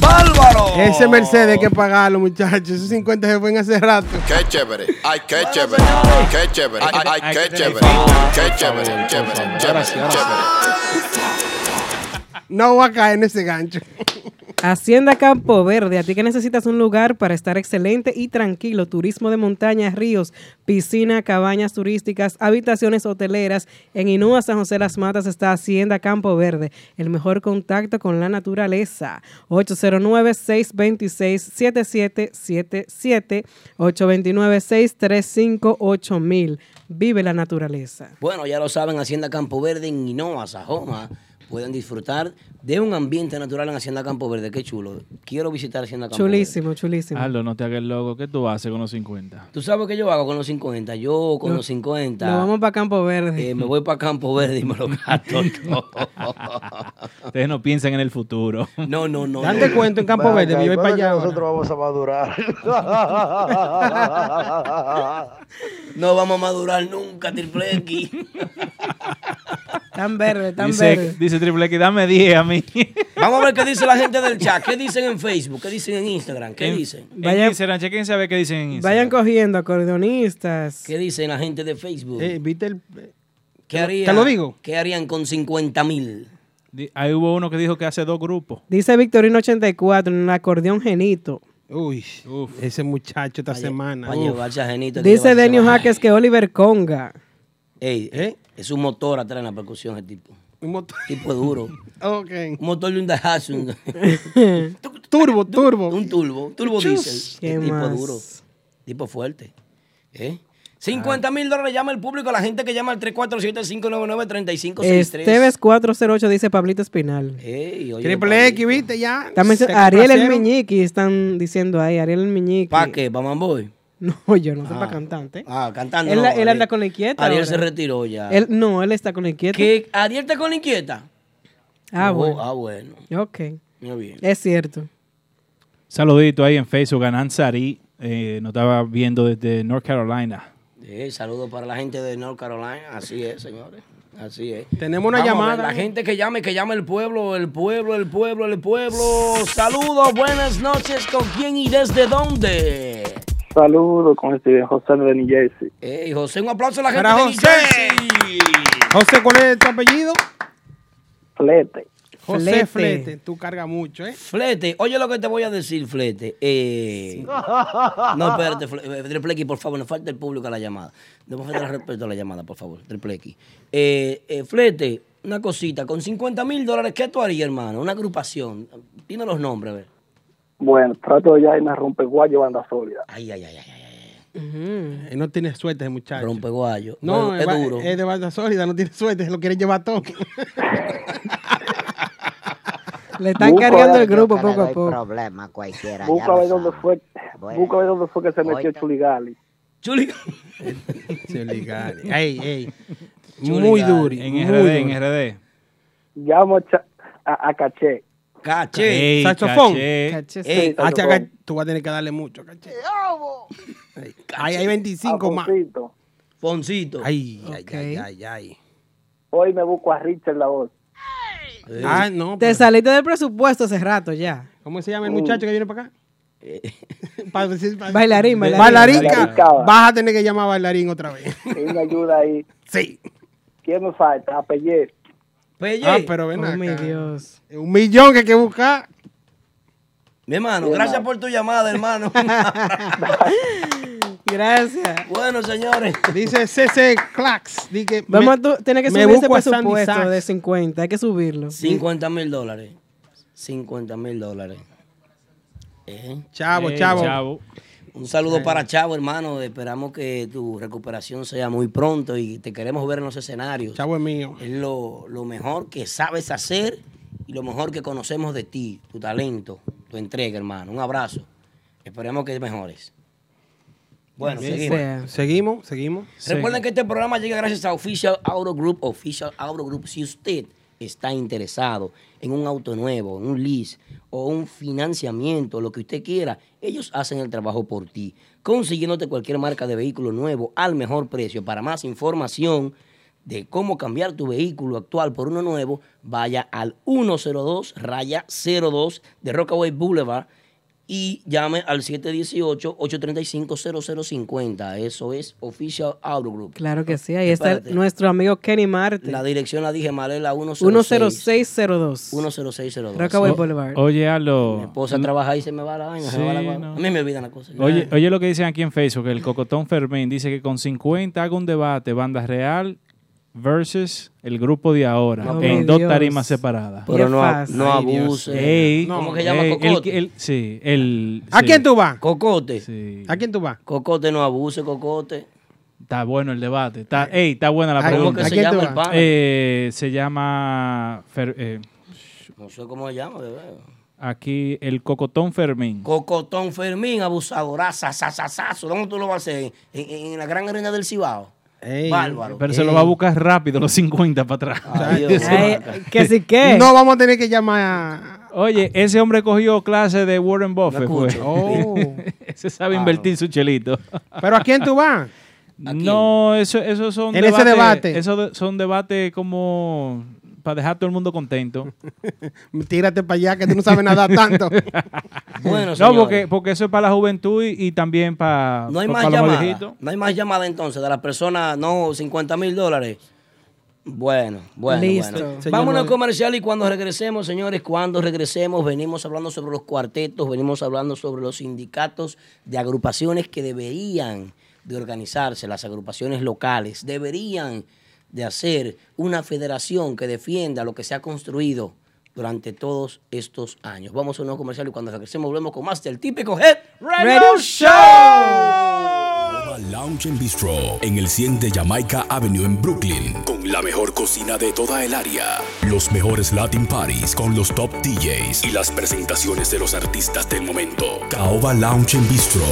Speaker 2: ¡Bárbaro!
Speaker 5: Ese Mercedes hay que pagarlo, muchachos. Esos 50 se fue hace rato.
Speaker 10: Qué chévere, ay, qué chévere, qué chévere, ay, ay,
Speaker 3: hay que
Speaker 10: qué
Speaker 3: tener
Speaker 10: chévere, qué chévere, chévere, chévere, chévere.
Speaker 5: No voy a caer en ese gancho.
Speaker 4: (laughs) Hacienda Campo Verde, a ti que necesitas un lugar para estar excelente y tranquilo, turismo de montaña, ríos, piscina, cabañas turísticas, habitaciones hoteleras, en Inúa, San José Las Matas está Hacienda Campo Verde, el mejor contacto con la naturaleza, 809-626-7777, 829-635-8000, vive la naturaleza.
Speaker 2: Bueno, ya lo saben, Hacienda Campo Verde en Hinoa, Sajoma. Pueden disfrutar de un ambiente natural en Hacienda Campo Verde. Qué chulo. Quiero visitar Hacienda Campo Verde.
Speaker 4: Chulísimo, chulísimo.
Speaker 3: Aldo, no te hagas el loco. ¿Qué tú haces con los 50?
Speaker 2: ¿Tú sabes qué yo hago con los 50? Yo con
Speaker 4: No.
Speaker 2: los 50
Speaker 4: Nos vamos para Campo Verde.
Speaker 2: eh, me voy para Campo Verde y me lo
Speaker 3: (laughs)
Speaker 2: gasto todo.
Speaker 3: Ustedes no piensan en el futuro.
Speaker 2: No, no, no.
Speaker 5: Date
Speaker 2: no.
Speaker 5: cuenta en Campo Verde, que yo voy para allá. ahora.
Speaker 9: vamos a madurar.
Speaker 2: (laughs) No vamos a madurar nunca, Triple X.
Speaker 4: (laughs) Tan verde, tan verde.
Speaker 3: Dice, dice Triple X, dame 10 a mí.
Speaker 2: Vamos a ver qué dice la gente del chat. ¿Qué dicen en Facebook? ¿Qué dicen en Instagram? ¿Qué
Speaker 3: En-
Speaker 2: dicen?
Speaker 3: En
Speaker 4: Vayan-
Speaker 3: Instagram, chequen a ver qué dicen en Instagram.
Speaker 4: Vayan cogiendo acordeonistas.
Speaker 2: ¿Qué dicen la gente de Facebook?
Speaker 5: Eh, ¿Viste el.?
Speaker 2: ¿Qué
Speaker 5: te lo-
Speaker 2: harían?
Speaker 5: te lo digo.
Speaker 2: ¿Qué harían con 50 mil?
Speaker 3: Di- Ahí hubo uno que dijo que hace dos grupos.
Speaker 4: Dice Victorino 84 en el acordeón genito.
Speaker 5: Uy, ese muchacho esta semana.
Speaker 2: Para
Speaker 5: uf.
Speaker 2: llevarse a Genito. hay que
Speaker 4: Dice
Speaker 2: llevarse a-
Speaker 4: Denio Jaques que Oliver Conga.
Speaker 2: Ey,
Speaker 5: ¿Eh?
Speaker 2: es un motor atrás en la percusión el (laughs) tipo.
Speaker 5: Un motor.
Speaker 2: Tipo duro.
Speaker 5: (laughs) Ok. (laughs)
Speaker 2: Un motor de un Daihatsu.
Speaker 5: turbo, turbo.
Speaker 2: Un turbo, (laughs) turbo
Speaker 5: Chus.
Speaker 2: diésel.
Speaker 5: ¿Qué
Speaker 2: Qué Tipo
Speaker 5: más?
Speaker 2: duro, tipo fuerte. ¿Eh? 50 mil dólares llama el público, la gente que llama al 347-599-3563.
Speaker 4: Esteves 408 dice Pablito Espinal.
Speaker 2: Ey, oye,
Speaker 5: Triple X, viste, ya.
Speaker 4: Está mencio-
Speaker 5: Se
Speaker 4: Ariel el
Speaker 5: complacieron.
Speaker 4: Meñiqui están diciendo ahí, Ariel el Meñiqui.
Speaker 2: ¿Para qué? ¿Para Mamboy?
Speaker 4: (laughs) No, yo no sé
Speaker 2: Ah.
Speaker 4: para cantante.
Speaker 2: Ah, cantando.
Speaker 4: Él,
Speaker 2: no,
Speaker 4: él anda con la inquieta.
Speaker 2: Ariel
Speaker 4: ahora.
Speaker 2: se retiró ya.
Speaker 4: Él, no, él está con la inquieta.
Speaker 2: ¿Qué? ¿Ariel está con la inquieta?
Speaker 4: Ah,
Speaker 2: Oh,
Speaker 4: bueno.
Speaker 2: Ah, bueno.
Speaker 4: Ok.
Speaker 2: Muy bien.
Speaker 4: Es cierto.
Speaker 3: Saludito ahí en Facebook, Anan Sari. eh, nos estaba viendo desde North Carolina.
Speaker 2: Sí, saludos Eh, para la gente de North Carolina. Así es, señores. Así es.
Speaker 5: Tenemos una
Speaker 2: Vamos a ver,
Speaker 5: llamada.
Speaker 2: La gente que llame, que llame el pueblo, el pueblo, el pueblo, el pueblo. Saludos, buenas noches. ¿Con quién y desde dónde?
Speaker 9: (laughs) Saludos con este José de New Jersey.
Speaker 2: Ey, José, un aplauso a la gente
Speaker 5: Para
Speaker 2: de New
Speaker 5: José.
Speaker 2: Jersey.
Speaker 5: José, ¿cuál es tu apellido?
Speaker 9: Flete.
Speaker 4: Flete.
Speaker 5: José Flete. Tú cargas mucho, ¿eh?
Speaker 2: Flete, oye lo que te voy a decir, Flete. Eh, no, espérate, Fle- eh, Triple X, por favor, no falta el público a la llamada. No me falta el respeto a la llamada, por favor, Triple X. Eh, eh, Flete, una cosita, con 50 mil dólares, ¿qué tú harías, hermano? Una agrupación. Dime los nombres, a ver.
Speaker 9: Bueno, trato ya en la rompeguayo banda sólida.
Speaker 2: Ay, ay, ay, ay, ay,
Speaker 5: Eh, No tiene suerte, ese
Speaker 2: ay.
Speaker 5: muchacho.
Speaker 2: Rompe guayo.
Speaker 5: No,
Speaker 2: Bueno, es,
Speaker 5: va-
Speaker 2: duro.
Speaker 5: de banda sólida, no tiene suerte, lo quiere llevar todo.
Speaker 4: Le están
Speaker 9: Busco
Speaker 4: cargando
Speaker 9: ahora
Speaker 4: el
Speaker 9: yo
Speaker 4: grupo
Speaker 11: Yo que le
Speaker 4: poco a
Speaker 11: doy
Speaker 4: poco.
Speaker 11: problema a cualquiera.
Speaker 9: Busca
Speaker 11: ya
Speaker 9: a
Speaker 11: lo
Speaker 9: ver dónde
Speaker 11: sabe.
Speaker 9: fue,
Speaker 11: Bueno.
Speaker 9: busca a ver dónde fue que se metió
Speaker 11: Ahorita.
Speaker 9: Chuligali.
Speaker 2: Chuli.
Speaker 5: ey, ey. Muy
Speaker 2: Chuli,
Speaker 5: duro.
Speaker 3: En
Speaker 5: muy
Speaker 3: RD,
Speaker 5: duro.
Speaker 3: en RD.
Speaker 9: Llamo a, Cha- a- a Caché.
Speaker 2: Caché.
Speaker 3: Ey,
Speaker 5: saxofón.
Speaker 3: caché.
Speaker 4: Caché,
Speaker 2: Ey,
Speaker 9: Saxofón.
Speaker 5: Ah, chaca, tú vas a tener que darle mucho, caché. Ay, Ay, hay 25
Speaker 11: Ah,
Speaker 5: más.
Speaker 9: Alfonsito.
Speaker 2: Foncito.
Speaker 5: Ay, ay,
Speaker 4: Ok.
Speaker 5: ay, ay, ay.
Speaker 9: Hoy me busco a Richard la voz.
Speaker 2: Eh,
Speaker 5: Ah, no.
Speaker 4: Te
Speaker 5: pero-
Speaker 4: saliste del presupuesto hace rato ya.
Speaker 5: ¿Cómo se llama el muchacho que viene para acá? Para decir- para-
Speaker 4: Bailarín, bailarín.
Speaker 5: Bailarica.
Speaker 9: Bailarín.
Speaker 5: Vas a tener que llamar a bailarín otra vez.
Speaker 9: Y me ayuda
Speaker 2: (laughs)
Speaker 9: ahí.
Speaker 5: Sí.
Speaker 9: ¿Quién me falta? Apellé.
Speaker 2: Pelle,
Speaker 5: Ah, pero ven
Speaker 4: Oh, mi
Speaker 5: acá.
Speaker 4: Dios.
Speaker 5: Un millón que hay que buscar.
Speaker 2: mi hermano,
Speaker 9: Bien,
Speaker 2: gracias
Speaker 9: hermano.
Speaker 2: por tu llamada, hermano.
Speaker 4: Gracias.
Speaker 2: bueno, señores.
Speaker 5: Dice CC Clax. di que
Speaker 4: Vamos
Speaker 5: me-
Speaker 4: a tu- tiene que
Speaker 5: me
Speaker 4: subir ese
Speaker 5: busco a Sandy
Speaker 4: presupuesto
Speaker 5: Sachs.
Speaker 4: de 50. Hay que subirlo.
Speaker 2: 50 mil dólares. 50 mil dólares. Eh,
Speaker 5: Chavo,
Speaker 3: Ey,
Speaker 5: chavo.
Speaker 2: Un saludo para Chavo, hermano. Esperamos que tu recuperación sea muy pronto y te queremos ver en los escenarios.
Speaker 5: Chavo es mío.
Speaker 2: Es lo, lo mejor que sabes hacer y lo mejor que conocemos de ti, tu talento, tu entrega, hermano. Un abrazo. Esperemos que mejores. Bueno,
Speaker 4: Así
Speaker 2: seguimos.
Speaker 4: sea.
Speaker 5: Seguimos, seguimos.
Speaker 2: Recuerden que este programa llega gracias a Official Auto Group. Official Auto Group, si usted está interesado en un auto nuevo, en un lease o un financiamiento, lo que usted quiera, ellos hacen el trabajo por ti, consiguiéndote cualquier marca de vehículo nuevo al mejor precio. Para más información de cómo cambiar tu vehículo actual por uno nuevo, vaya al 102 raya 02 de Rockaway Boulevard y llame al 718-835-0050. Eso es Official Auto Group.
Speaker 4: Claro que sí. Ahí está
Speaker 2: Espérate.
Speaker 4: nuestro amigo Kenny Marte.
Speaker 2: La dirección la dije mal, es la 106.
Speaker 4: 10602.
Speaker 2: 10602.
Speaker 4: Rockaway
Speaker 2: Sí.
Speaker 4: Boulevard.
Speaker 3: Oye,
Speaker 2: Mi
Speaker 3: Aldo.
Speaker 2: esposa trabaja ahí, se me va la vaina, se me va la
Speaker 3: Sí,
Speaker 2: vaina.
Speaker 3: no.
Speaker 2: A mí me olvidan las cosas.
Speaker 3: Oye, oye lo que dicen aquí en Facebook, el Cocotón Fermín dice que con 50 hago un debate, banda real versus el grupo de ahora,
Speaker 4: No,
Speaker 3: en
Speaker 4: por
Speaker 3: dos
Speaker 4: Dios.
Speaker 3: tarimas separadas.
Speaker 2: Pero
Speaker 4: qué
Speaker 2: no, a-
Speaker 4: fácil.
Speaker 2: no
Speaker 5: Ay, Dios.
Speaker 2: abuse.
Speaker 3: Ey,
Speaker 2: ¿Cómo
Speaker 5: no,
Speaker 2: que llama
Speaker 3: ey, el
Speaker 2: Cocote?
Speaker 3: que- el- sí, el...
Speaker 5: ¿A
Speaker 3: sí,
Speaker 5: quién tú vas?
Speaker 2: Cocote.
Speaker 3: sí.
Speaker 5: ¿A quién tú vas?
Speaker 2: Cocote no abuse, Cocote.
Speaker 3: Está bueno el debate. Está, ey, está buena la
Speaker 2: ¿Cómo
Speaker 5: ¿A
Speaker 2: que
Speaker 3: pregunta.
Speaker 5: ¿A
Speaker 2: se
Speaker 5: quién tú
Speaker 2: llama el
Speaker 5: vas?
Speaker 2: pana?
Speaker 3: Eh, se llama... Fer- eh,
Speaker 2: No sé cómo se llama, bebé.
Speaker 3: aquí el Cocotón Fermín.
Speaker 2: Cocotón Fermín, abusadoraza, sasasazo. ¿Dónde tú lo vas a hacer? ¿En, en- en la gran arena del Cibao?
Speaker 5: Ey,
Speaker 2: Bárbaro.
Speaker 3: Pero se lo va a buscar rápido, los 50 para atrás.
Speaker 5: Ah,
Speaker 2: Ay, Dios.
Speaker 4: Ay, que sí que.
Speaker 5: No vamos a tener que llamar a...
Speaker 3: Oye, ese hombre cogió clase de Warren Buffett.
Speaker 2: No
Speaker 3: pues.
Speaker 2: escucho.
Speaker 5: Oh.
Speaker 3: (laughs) ese sabe invertir su chelito.
Speaker 5: ¿Pero a quién tú vas?
Speaker 2: quién?
Speaker 3: No, eso, eso (laughs) son
Speaker 5: En ese debate.
Speaker 3: Eso de- son debates como para dejar todo el mundo contento. Eh,
Speaker 5: Tírate para allá que tú no sabes nada
Speaker 3: (laughs)
Speaker 5: tanto.
Speaker 2: Bueno,
Speaker 3: no,
Speaker 2: señores,
Speaker 3: porque, porque eso es para la juventud y, y también para,
Speaker 2: no hay
Speaker 3: pa-
Speaker 2: más
Speaker 3: para los
Speaker 2: llamadas.
Speaker 3: viejitos.
Speaker 2: No hay más llamada entonces de las personas, no, 50 mil dólares. Bueno, bueno,
Speaker 4: Listo.
Speaker 2: bueno.
Speaker 5: Señor
Speaker 2: Vámonos al
Speaker 5: Noel.
Speaker 2: comercial y cuando regresemos, señores, cuando regresemos, venimos hablando sobre los cuartetos, venimos hablando sobre los sindicatos de agrupaciones que deberían de organizarse, las agrupaciones locales, deberían de hacer una federación que defienda lo que se ha construido durante todos estos años. Vamos a unos comerciales y cuando regresemos volvemos con más del típico Head
Speaker 1: Radio
Speaker 2: Show.
Speaker 1: Nova Lounge and Bistro en el 100 de Jamaica Avenue en Brooklyn. Con la mejor cocina de toda el área. Los mejores Latin Parties con los top DJs y las presentaciones de los artistas del momento. Caoba Lounge and Bistro.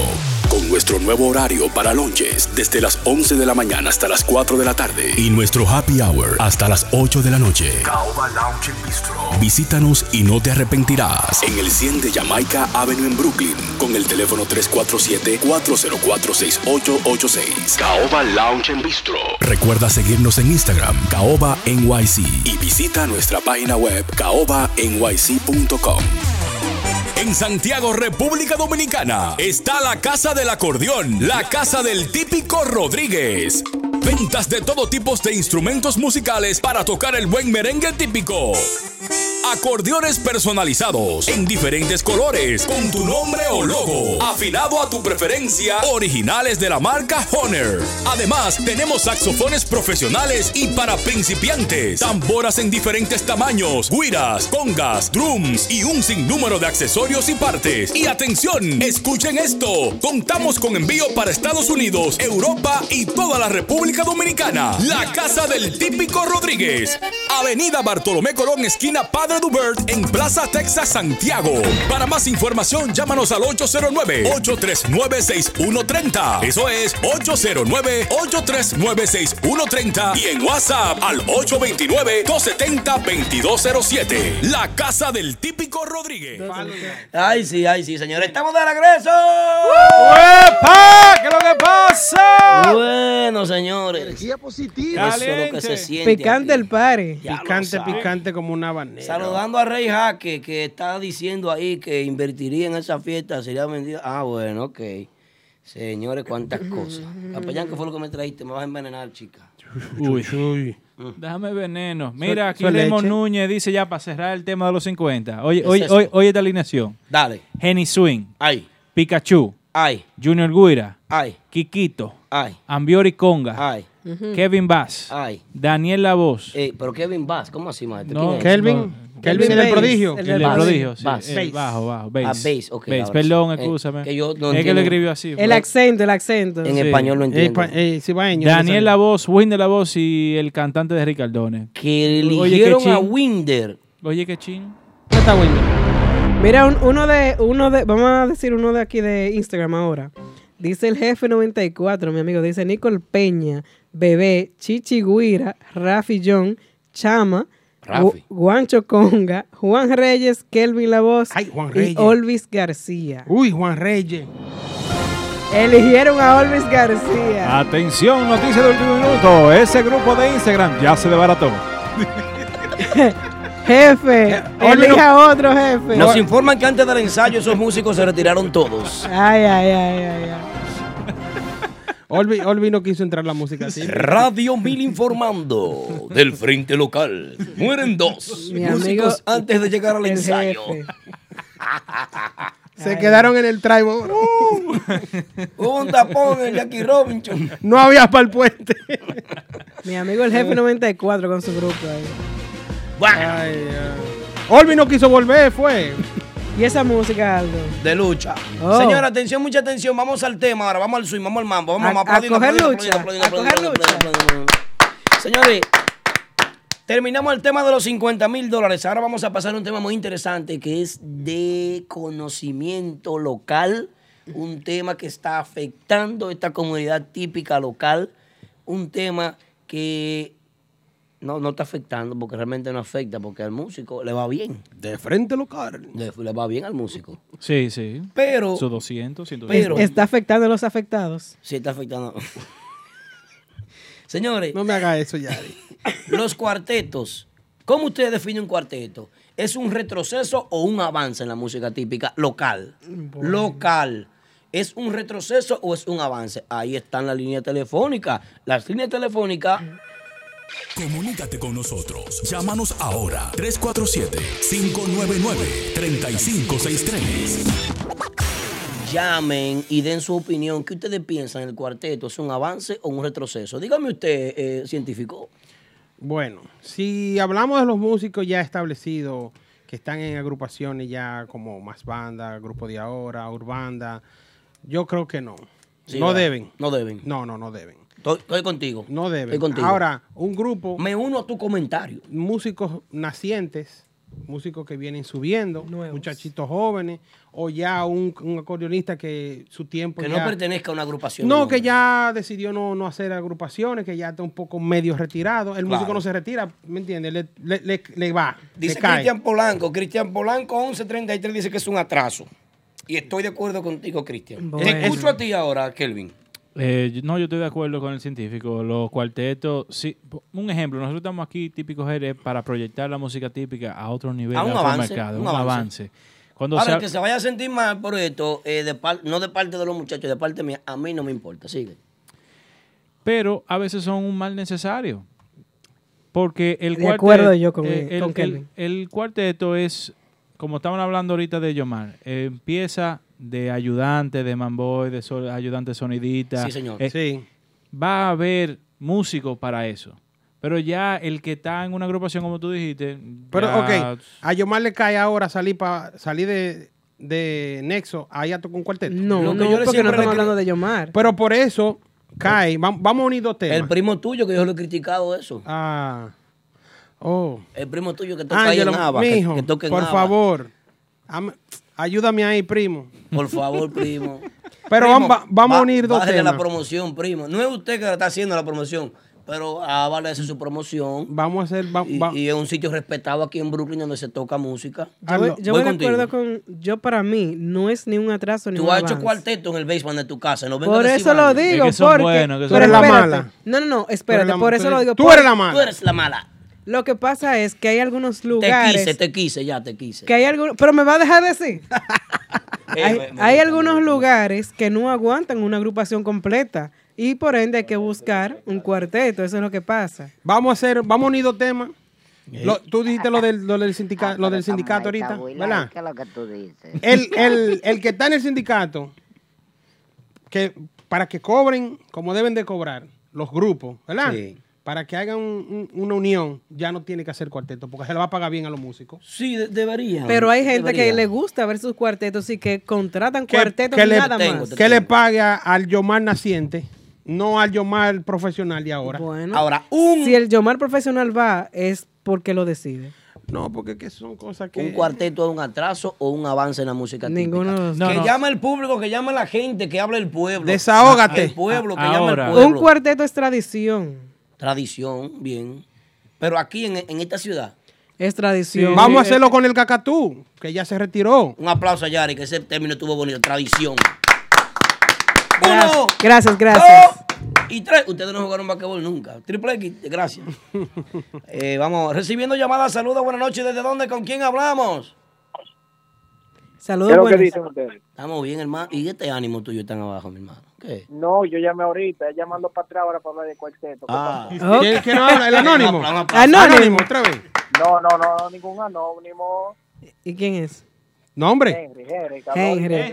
Speaker 1: Con nuestro nuevo horario para lunches desde las 11 de la mañana hasta las 4 de la tarde. Y nuestro happy hour hasta las 8 de la noche. Caoba Lounge and Bistro. Visítanos y no te arrepentirás. En el 100 de Jamaica Avenue en Brooklyn. Con el teléfono 347-404-6886. Caoba Lounge and Bistro. Recuerda seguirnos en Instagram, Caoba NYC. Y visita nuestra página web, caobanyc.com. En Santiago, República Dominicana, está la Casa del Acordeón, la Casa del Típico Rodríguez. Ventas de todo tipo de instrumentos musicales para tocar el buen merengue típico. Acordeones personalizados en diferentes colores con tu nombre o logo, afinado a tu preferencia, originales de la marca Honor. Además, tenemos saxofones profesionales y para principiantes, tamboras en diferentes tamaños, guiras, congas, drums y un sinnúmero de accesorios y partes. Y atención, escuchen esto. Contamos con envío para Estados Unidos, Europa y toda la República Dominicana. La casa del típico Rodríguez. Avenida Bartolomé Colón, esquina Padre Dubert, en Plaza Texas, Santiago. Para más información, llámanos al 809-839-6130. Eso es 809-839-6130. Y en WhatsApp al 829-270-2207. La casa del típico Rodríguez.
Speaker 2: Ay, sí, ay, sí, señores. Estamos de regreso.
Speaker 3: ¿Qué es lo que pasa?
Speaker 2: Bueno, señores. Energía positiva. Eso es lo que se siente.
Speaker 4: Picante el pare.
Speaker 2: Ya lo
Speaker 5: Picante,
Speaker 2: sabe.
Speaker 5: picante como una habanera.
Speaker 2: Saludando a Rey Jaque, que está diciendo ahí que invertiría en esa fiesta, sería vendido. Ah, bueno, ok. Señores,
Speaker 4: (laughs)
Speaker 2: cuántas cosas. Capellán, ¿qué fue lo que me trajiste? Me vas a envenenar, chica.
Speaker 3: Uy, Déjame veneno. Mira, aquí
Speaker 5: su
Speaker 3: Lemos
Speaker 5: leche.
Speaker 3: Núñez dice ya para cerrar el tema de los 50. Oye,
Speaker 2: ¿Qué
Speaker 3: oye,
Speaker 2: es eso?
Speaker 3: oye, oye esta alineación.
Speaker 2: Dale.
Speaker 3: Henny Swing,
Speaker 2: Ay,
Speaker 3: Pikachu,
Speaker 2: ay,
Speaker 3: Junior Guira,
Speaker 2: ay,
Speaker 3: Kikito,
Speaker 2: ay,
Speaker 3: Ambiori Conga,
Speaker 2: ay,
Speaker 3: Kevin Bass,
Speaker 2: ay.
Speaker 3: Daniel Lavoz.
Speaker 2: Eh, pero Kevin Bass, este ¿cómo así, maestro?
Speaker 3: No,
Speaker 2: ¿Quién es?
Speaker 5: Kelvin,
Speaker 3: No.
Speaker 5: Kelvin
Speaker 4: Kelvin
Speaker 5: el
Speaker 4: Bates,
Speaker 5: prodigio.
Speaker 4: el
Speaker 3: El
Speaker 4: de
Speaker 3: de
Speaker 4: Bass.
Speaker 3: prodigio, sí.
Speaker 2: Bass.
Speaker 3: el
Speaker 2: Bass.
Speaker 3: bajo, bajo,
Speaker 2: Ah,
Speaker 3: bass.
Speaker 2: bass, ok,
Speaker 3: Bass,
Speaker 2: ahora
Speaker 3: Perdón,
Speaker 2: sí. Eh,
Speaker 3: escúchame.
Speaker 2: que yo no
Speaker 3: es que
Speaker 2: entiendo.
Speaker 3: lo escribió así.
Speaker 4: El acento, el acento.
Speaker 2: En
Speaker 3: Sí.
Speaker 2: español no
Speaker 5: Eh,
Speaker 2: entiendo.
Speaker 5: pa- eh, cibaeño,
Speaker 3: Daniel
Speaker 5: no
Speaker 3: Lavoz, Winder Lavoz y el cantante de Ricardone.
Speaker 2: Que
Speaker 3: Oye, qué
Speaker 2: eligieron a
Speaker 3: ching.
Speaker 2: Winder.
Speaker 3: Oye, qué ching.
Speaker 5: sabe. Está bueno.
Speaker 4: Mira, un- uno de, uno de, vamos a decir uno de aquí de Instagram ahora. Dice el jefe 94, mi amigo, dice Nicole Peña, Bebé, Chichi Guira, Rafi John, Chama,
Speaker 2: Rafi.
Speaker 4: Gu- Guancho Conga, Juan Reyes, Kelvin La Voz
Speaker 5: Ay, Juan
Speaker 4: y
Speaker 5: Reyes.
Speaker 4: Olvis García.
Speaker 5: Uy, Juan Reyes.
Speaker 4: Eligieron a Olvis García.
Speaker 7: Atención, noticia de último minuto. Ese grupo de Instagram ya se debarató.
Speaker 4: Jefe,
Speaker 5: Olvis Eh, no-
Speaker 4: elija a otro jefe.
Speaker 2: Nos informan que antes del ensayo esos músicos se retiraron todos.
Speaker 4: Ay, ay, ay, ay, ay.
Speaker 5: (laughs) Olvi, Olvi no quiso entrar la música así.
Speaker 2: Radio Mil informando del frente local. Mueren dos
Speaker 4: Mi
Speaker 2: músicos
Speaker 4: amigo,
Speaker 2: antes de llegar al
Speaker 4: El
Speaker 2: ensayo.
Speaker 4: jefe.
Speaker 5: Se quedaron en el traibo.
Speaker 2: (laughs) Hubo un tapón en Jackie Robinson.
Speaker 5: No había para el puente. Eh.
Speaker 4: Mi amigo el jefe 94 con su grupo ahí.
Speaker 5: Ay, ay. Olvi no quiso volver, fue.
Speaker 4: Y esa música, Aldo.
Speaker 2: de lucha.
Speaker 4: Oh.
Speaker 2: Señora, atención, mucha atención. Vamos al tema ahora. Vamos al swing, vamos al mambo. Vamos
Speaker 4: A-
Speaker 2: vamos,
Speaker 4: a
Speaker 2: aplaudir,
Speaker 4: coger
Speaker 2: aplaudir,
Speaker 4: lucha,
Speaker 2: aplaudir,
Speaker 4: a
Speaker 2: aplaudir,
Speaker 4: coger
Speaker 2: aplaudir,
Speaker 4: lucha.
Speaker 2: aplaudir, aplaudir. Señores, terminamos el tema de los 50 mil dólares. Ahora vamos a pasar a un tema muy interesante que es de conocimiento local. Un tema que está afectando esta comunidad típica local. Un tema que no, no está afectando porque realmente no afecta porque al músico le va bien.
Speaker 5: De frente local.
Speaker 2: Le, le va bien al músico.
Speaker 3: Sí, sí.
Speaker 2: Pero...
Speaker 3: Su 200, 100.
Speaker 2: Pero-
Speaker 4: Está afectando a los afectados.
Speaker 2: Sí, está afectando. (laughs) Señores,
Speaker 5: No me haga eso, Yari.
Speaker 2: (coughs) los cuartetos. ¿Cómo usted define un cuarteto? ¿Es un retroceso o un avance en la música típica local? Local. ¿Es un retroceso o es un avance? Ahí están las líneas telefónicas. Las líneas telefónicas.
Speaker 1: Comunícate con nosotros. Llámanos ahora 347-599-3563.
Speaker 2: llamen y den su opinión. ¿Qué ustedes piensan? ¿El cuarteto es un avance o un retroceso? Dígame usted, eh, científico.
Speaker 5: Bueno, si hablamos de los músicos ya establecidos que están en agrupaciones ya como Más Banda, Grupo de Ahora, Urbanda. Yo creo que no.
Speaker 2: Sí,
Speaker 5: no
Speaker 2: ¿verdad?
Speaker 5: deben.
Speaker 2: No deben.
Speaker 5: No, no, no deben.
Speaker 2: Estoy, estoy contigo.
Speaker 5: No deben.
Speaker 2: Estoy contigo.
Speaker 5: Ahora, un grupo.
Speaker 2: Me uno a tu comentario.
Speaker 5: Músicos nacientes, músicos que vienen subiendo, muchachitos jóvenes, o ya un, un acordeonista que su tiempo.
Speaker 2: que
Speaker 5: pues ya-
Speaker 2: no pertenezca a una agrupación.
Speaker 5: No, que ya decidió no, no hacer agrupaciones, que ya está un poco medio retirado. El
Speaker 2: Claro.
Speaker 5: músico no se retira, ¿me entiendes? Le, le- le- le va.
Speaker 2: Dice
Speaker 5: le cae.
Speaker 2: Cristian Polanco. Cristian Polanco 1133 dice que es un atraso. Y estoy de acuerdo contigo, Cristian.
Speaker 3: Bueno.
Speaker 2: Te escucho a ti ahora, Kelvin.
Speaker 3: Eh, yo- no, yo estoy de acuerdo con el científico. Los cuartetos, sí. po- Un ejemplo, nosotros estamos aquí, típicos Jerez, para proyectar la música típica a otro nivel,
Speaker 2: A
Speaker 3: a,
Speaker 2: un
Speaker 3: otro
Speaker 2: avance,
Speaker 3: mercado,
Speaker 2: un
Speaker 3: un,
Speaker 2: avance.
Speaker 3: avance. Cuando
Speaker 2: ahora,
Speaker 3: sea-
Speaker 2: el que se vaya a sentir mal por esto, eh, de par- no de parte de los muchachos, de parte mía, a mí no me importa. Sigue.
Speaker 3: Pero a veces son un mal necesario. Porque el
Speaker 4: De
Speaker 3: cuarteto.
Speaker 4: acuerdo yo con-
Speaker 3: eh, el,
Speaker 4: con
Speaker 3: el-
Speaker 4: Kelvin.
Speaker 3: el cuarteto es, como estaban hablando ahorita de Yomar, eh, empieza de ayudante, de manboy, de sol- ayudante sonidita.
Speaker 2: Sí, señor.
Speaker 3: Eh,
Speaker 5: Sí.
Speaker 3: Va a haber músicos para eso. Pero ya el que está en una agrupación, como tú dijiste.
Speaker 5: Pero,
Speaker 3: ya-
Speaker 5: ok, a Yomar le cae ahora salir, pa, salir de, de Nexo allá toca un cuarteto.
Speaker 4: No, no, porque no estamos hablando de Yomar.
Speaker 5: Pero por eso cae. Vam- Vamos a unir dos temas.
Speaker 2: El primo tuyo, que yo lo he criticado eso.
Speaker 5: Ah. Oh.
Speaker 2: El primo tuyo que toca ahí en
Speaker 5: Ángelo,
Speaker 2: Nava. que-
Speaker 5: mijo,
Speaker 2: que toca en
Speaker 5: por
Speaker 2: Nava.
Speaker 5: favor. am- Ayúdame ahí, primo.
Speaker 2: Por favor, primo.
Speaker 4: (laughs)
Speaker 5: Pero
Speaker 2: Primo,
Speaker 5: vamos, vamos a
Speaker 2: ba-
Speaker 5: unir dos
Speaker 2: bájale
Speaker 5: temas.
Speaker 2: la promoción, primo. No es usted que está haciendo la promoción, pero ah, vale hace su promoción.
Speaker 5: Vamos a hacer.
Speaker 2: y, y es un sitio respetado aquí en Brooklyn donde se toca música.
Speaker 4: Yo, voy- yo voy de
Speaker 2: contigo.
Speaker 4: acuerdo con. Yo, para mí, no es ni un atraso ni
Speaker 2: Tú
Speaker 4: un
Speaker 2: has hecho
Speaker 4: avance.
Speaker 2: cuarteto en el basement de tu casa. No vengas
Speaker 4: Por
Speaker 2: a decir
Speaker 4: eso lo
Speaker 2: vaina.
Speaker 4: digo, porque...
Speaker 5: son
Speaker 4: pero
Speaker 5: buenos.
Speaker 4: espérate.
Speaker 5: Tú eres la mala.
Speaker 4: No, no, no,
Speaker 5: Tú
Speaker 4: espérate,
Speaker 5: eres la-
Speaker 4: por
Speaker 5: tú
Speaker 4: eso
Speaker 5: eres-
Speaker 4: lo digo.
Speaker 5: tú
Speaker 4: porque
Speaker 5: eres la mala.
Speaker 2: Tú eres la mala.
Speaker 4: Lo que pasa es que hay algunos
Speaker 2: Te
Speaker 4: lugares...
Speaker 2: quise, te quise, ya te quise.
Speaker 4: que hay algunos... Pero me va a dejar decir.
Speaker 2: Eh,
Speaker 4: hay,
Speaker 2: me- me
Speaker 4: hay
Speaker 2: gusta,
Speaker 4: algunos lugares que no aguantan una agrupación completa y por ende hay que buscar un cuarteto, eso es lo que pasa.
Speaker 5: Vamos a hacer, vamos a unir dos temas.
Speaker 2: Eh,
Speaker 5: Lo- tú dijiste lo del, lo del, sindica- lo del sindicato ahorita, ¿verdad?
Speaker 11: ¿Qué es lo que tú dices?
Speaker 5: El,
Speaker 2: (laughs)
Speaker 5: el- el que está en el sindicato, que para que cobren como deben de cobrar los grupos, ¿verdad?
Speaker 2: Sí.
Speaker 5: Para que hagan un- un- una unión, ya no tiene que hacer cuarteto, porque se le va a pagar bien a los músicos.
Speaker 2: Sí, de- debería.
Speaker 4: Pero hay gente que
Speaker 2: Debería.
Speaker 4: le gusta ver sus cuartetos y que contratan
Speaker 5: Que,
Speaker 4: cuartetos
Speaker 5: que le,
Speaker 4: nada
Speaker 2: tengo,
Speaker 4: más.
Speaker 2: te-
Speaker 5: que le pague a- al Yomar naciente, no al Yomar profesional de ahora.
Speaker 4: Bueno,
Speaker 2: Ahora, un,
Speaker 4: si el Yomar profesional va es porque lo decide.
Speaker 5: No, porque es que son cosas que...
Speaker 2: un cuarteto es un atraso o un avance en la música. típica.
Speaker 4: Ninguno de los
Speaker 3: No,
Speaker 2: que
Speaker 3: no.
Speaker 2: llama el público, que llama la gente, que habla el pueblo.
Speaker 5: Desahógate.
Speaker 2: El pueblo, que
Speaker 3: A-
Speaker 2: llama
Speaker 3: ahora.
Speaker 2: el
Speaker 4: Un
Speaker 2: pueblo.
Speaker 4: cuarteto es tradición.
Speaker 2: Tradición, bien. Pero aquí en, en esta ciudad,
Speaker 4: Es tradición.
Speaker 5: Vamos a hacerlo con el cacatú, que ya se retiró.
Speaker 2: un aplauso a Yari, que ese término estuvo bonito. Tradición.
Speaker 4: Gracias,
Speaker 2: Uno,
Speaker 4: gracias. gracias.
Speaker 2: dos y tres. Ustedes no jugaron basquetbol nunca. Triple X,
Speaker 5: (laughs)
Speaker 2: gracias. Eh, vamos, recibiendo llamadas, saludos, buenas noches. ¿Desde dónde? ¿Con quién hablamos?
Speaker 4: Saludos,
Speaker 9: ¿Qué es lo que
Speaker 4: buenos.
Speaker 9: dicen ustedes?
Speaker 2: Estamos bien, hermano. ¿Y este ánimo tuyo tan abajo, mi hermano? ¿Qué?
Speaker 9: No, yo llamé ahorita, es llamando para atrás ahora para hablar de cuarteto. ¿Qué
Speaker 2: Ah.
Speaker 4: Ok.
Speaker 5: ¿Quién- quién habla?
Speaker 2: (laughs)
Speaker 5: El anónimo.
Speaker 2: Un aplauso.
Speaker 4: Anónimo.
Speaker 5: Anónimo, otra vez.
Speaker 9: pasa? No, no, no, ningún anónimo.
Speaker 4: ¿Y quién es?
Speaker 5: Nombre.
Speaker 9: Henry, Henry, cabrón.
Speaker 4: Henry.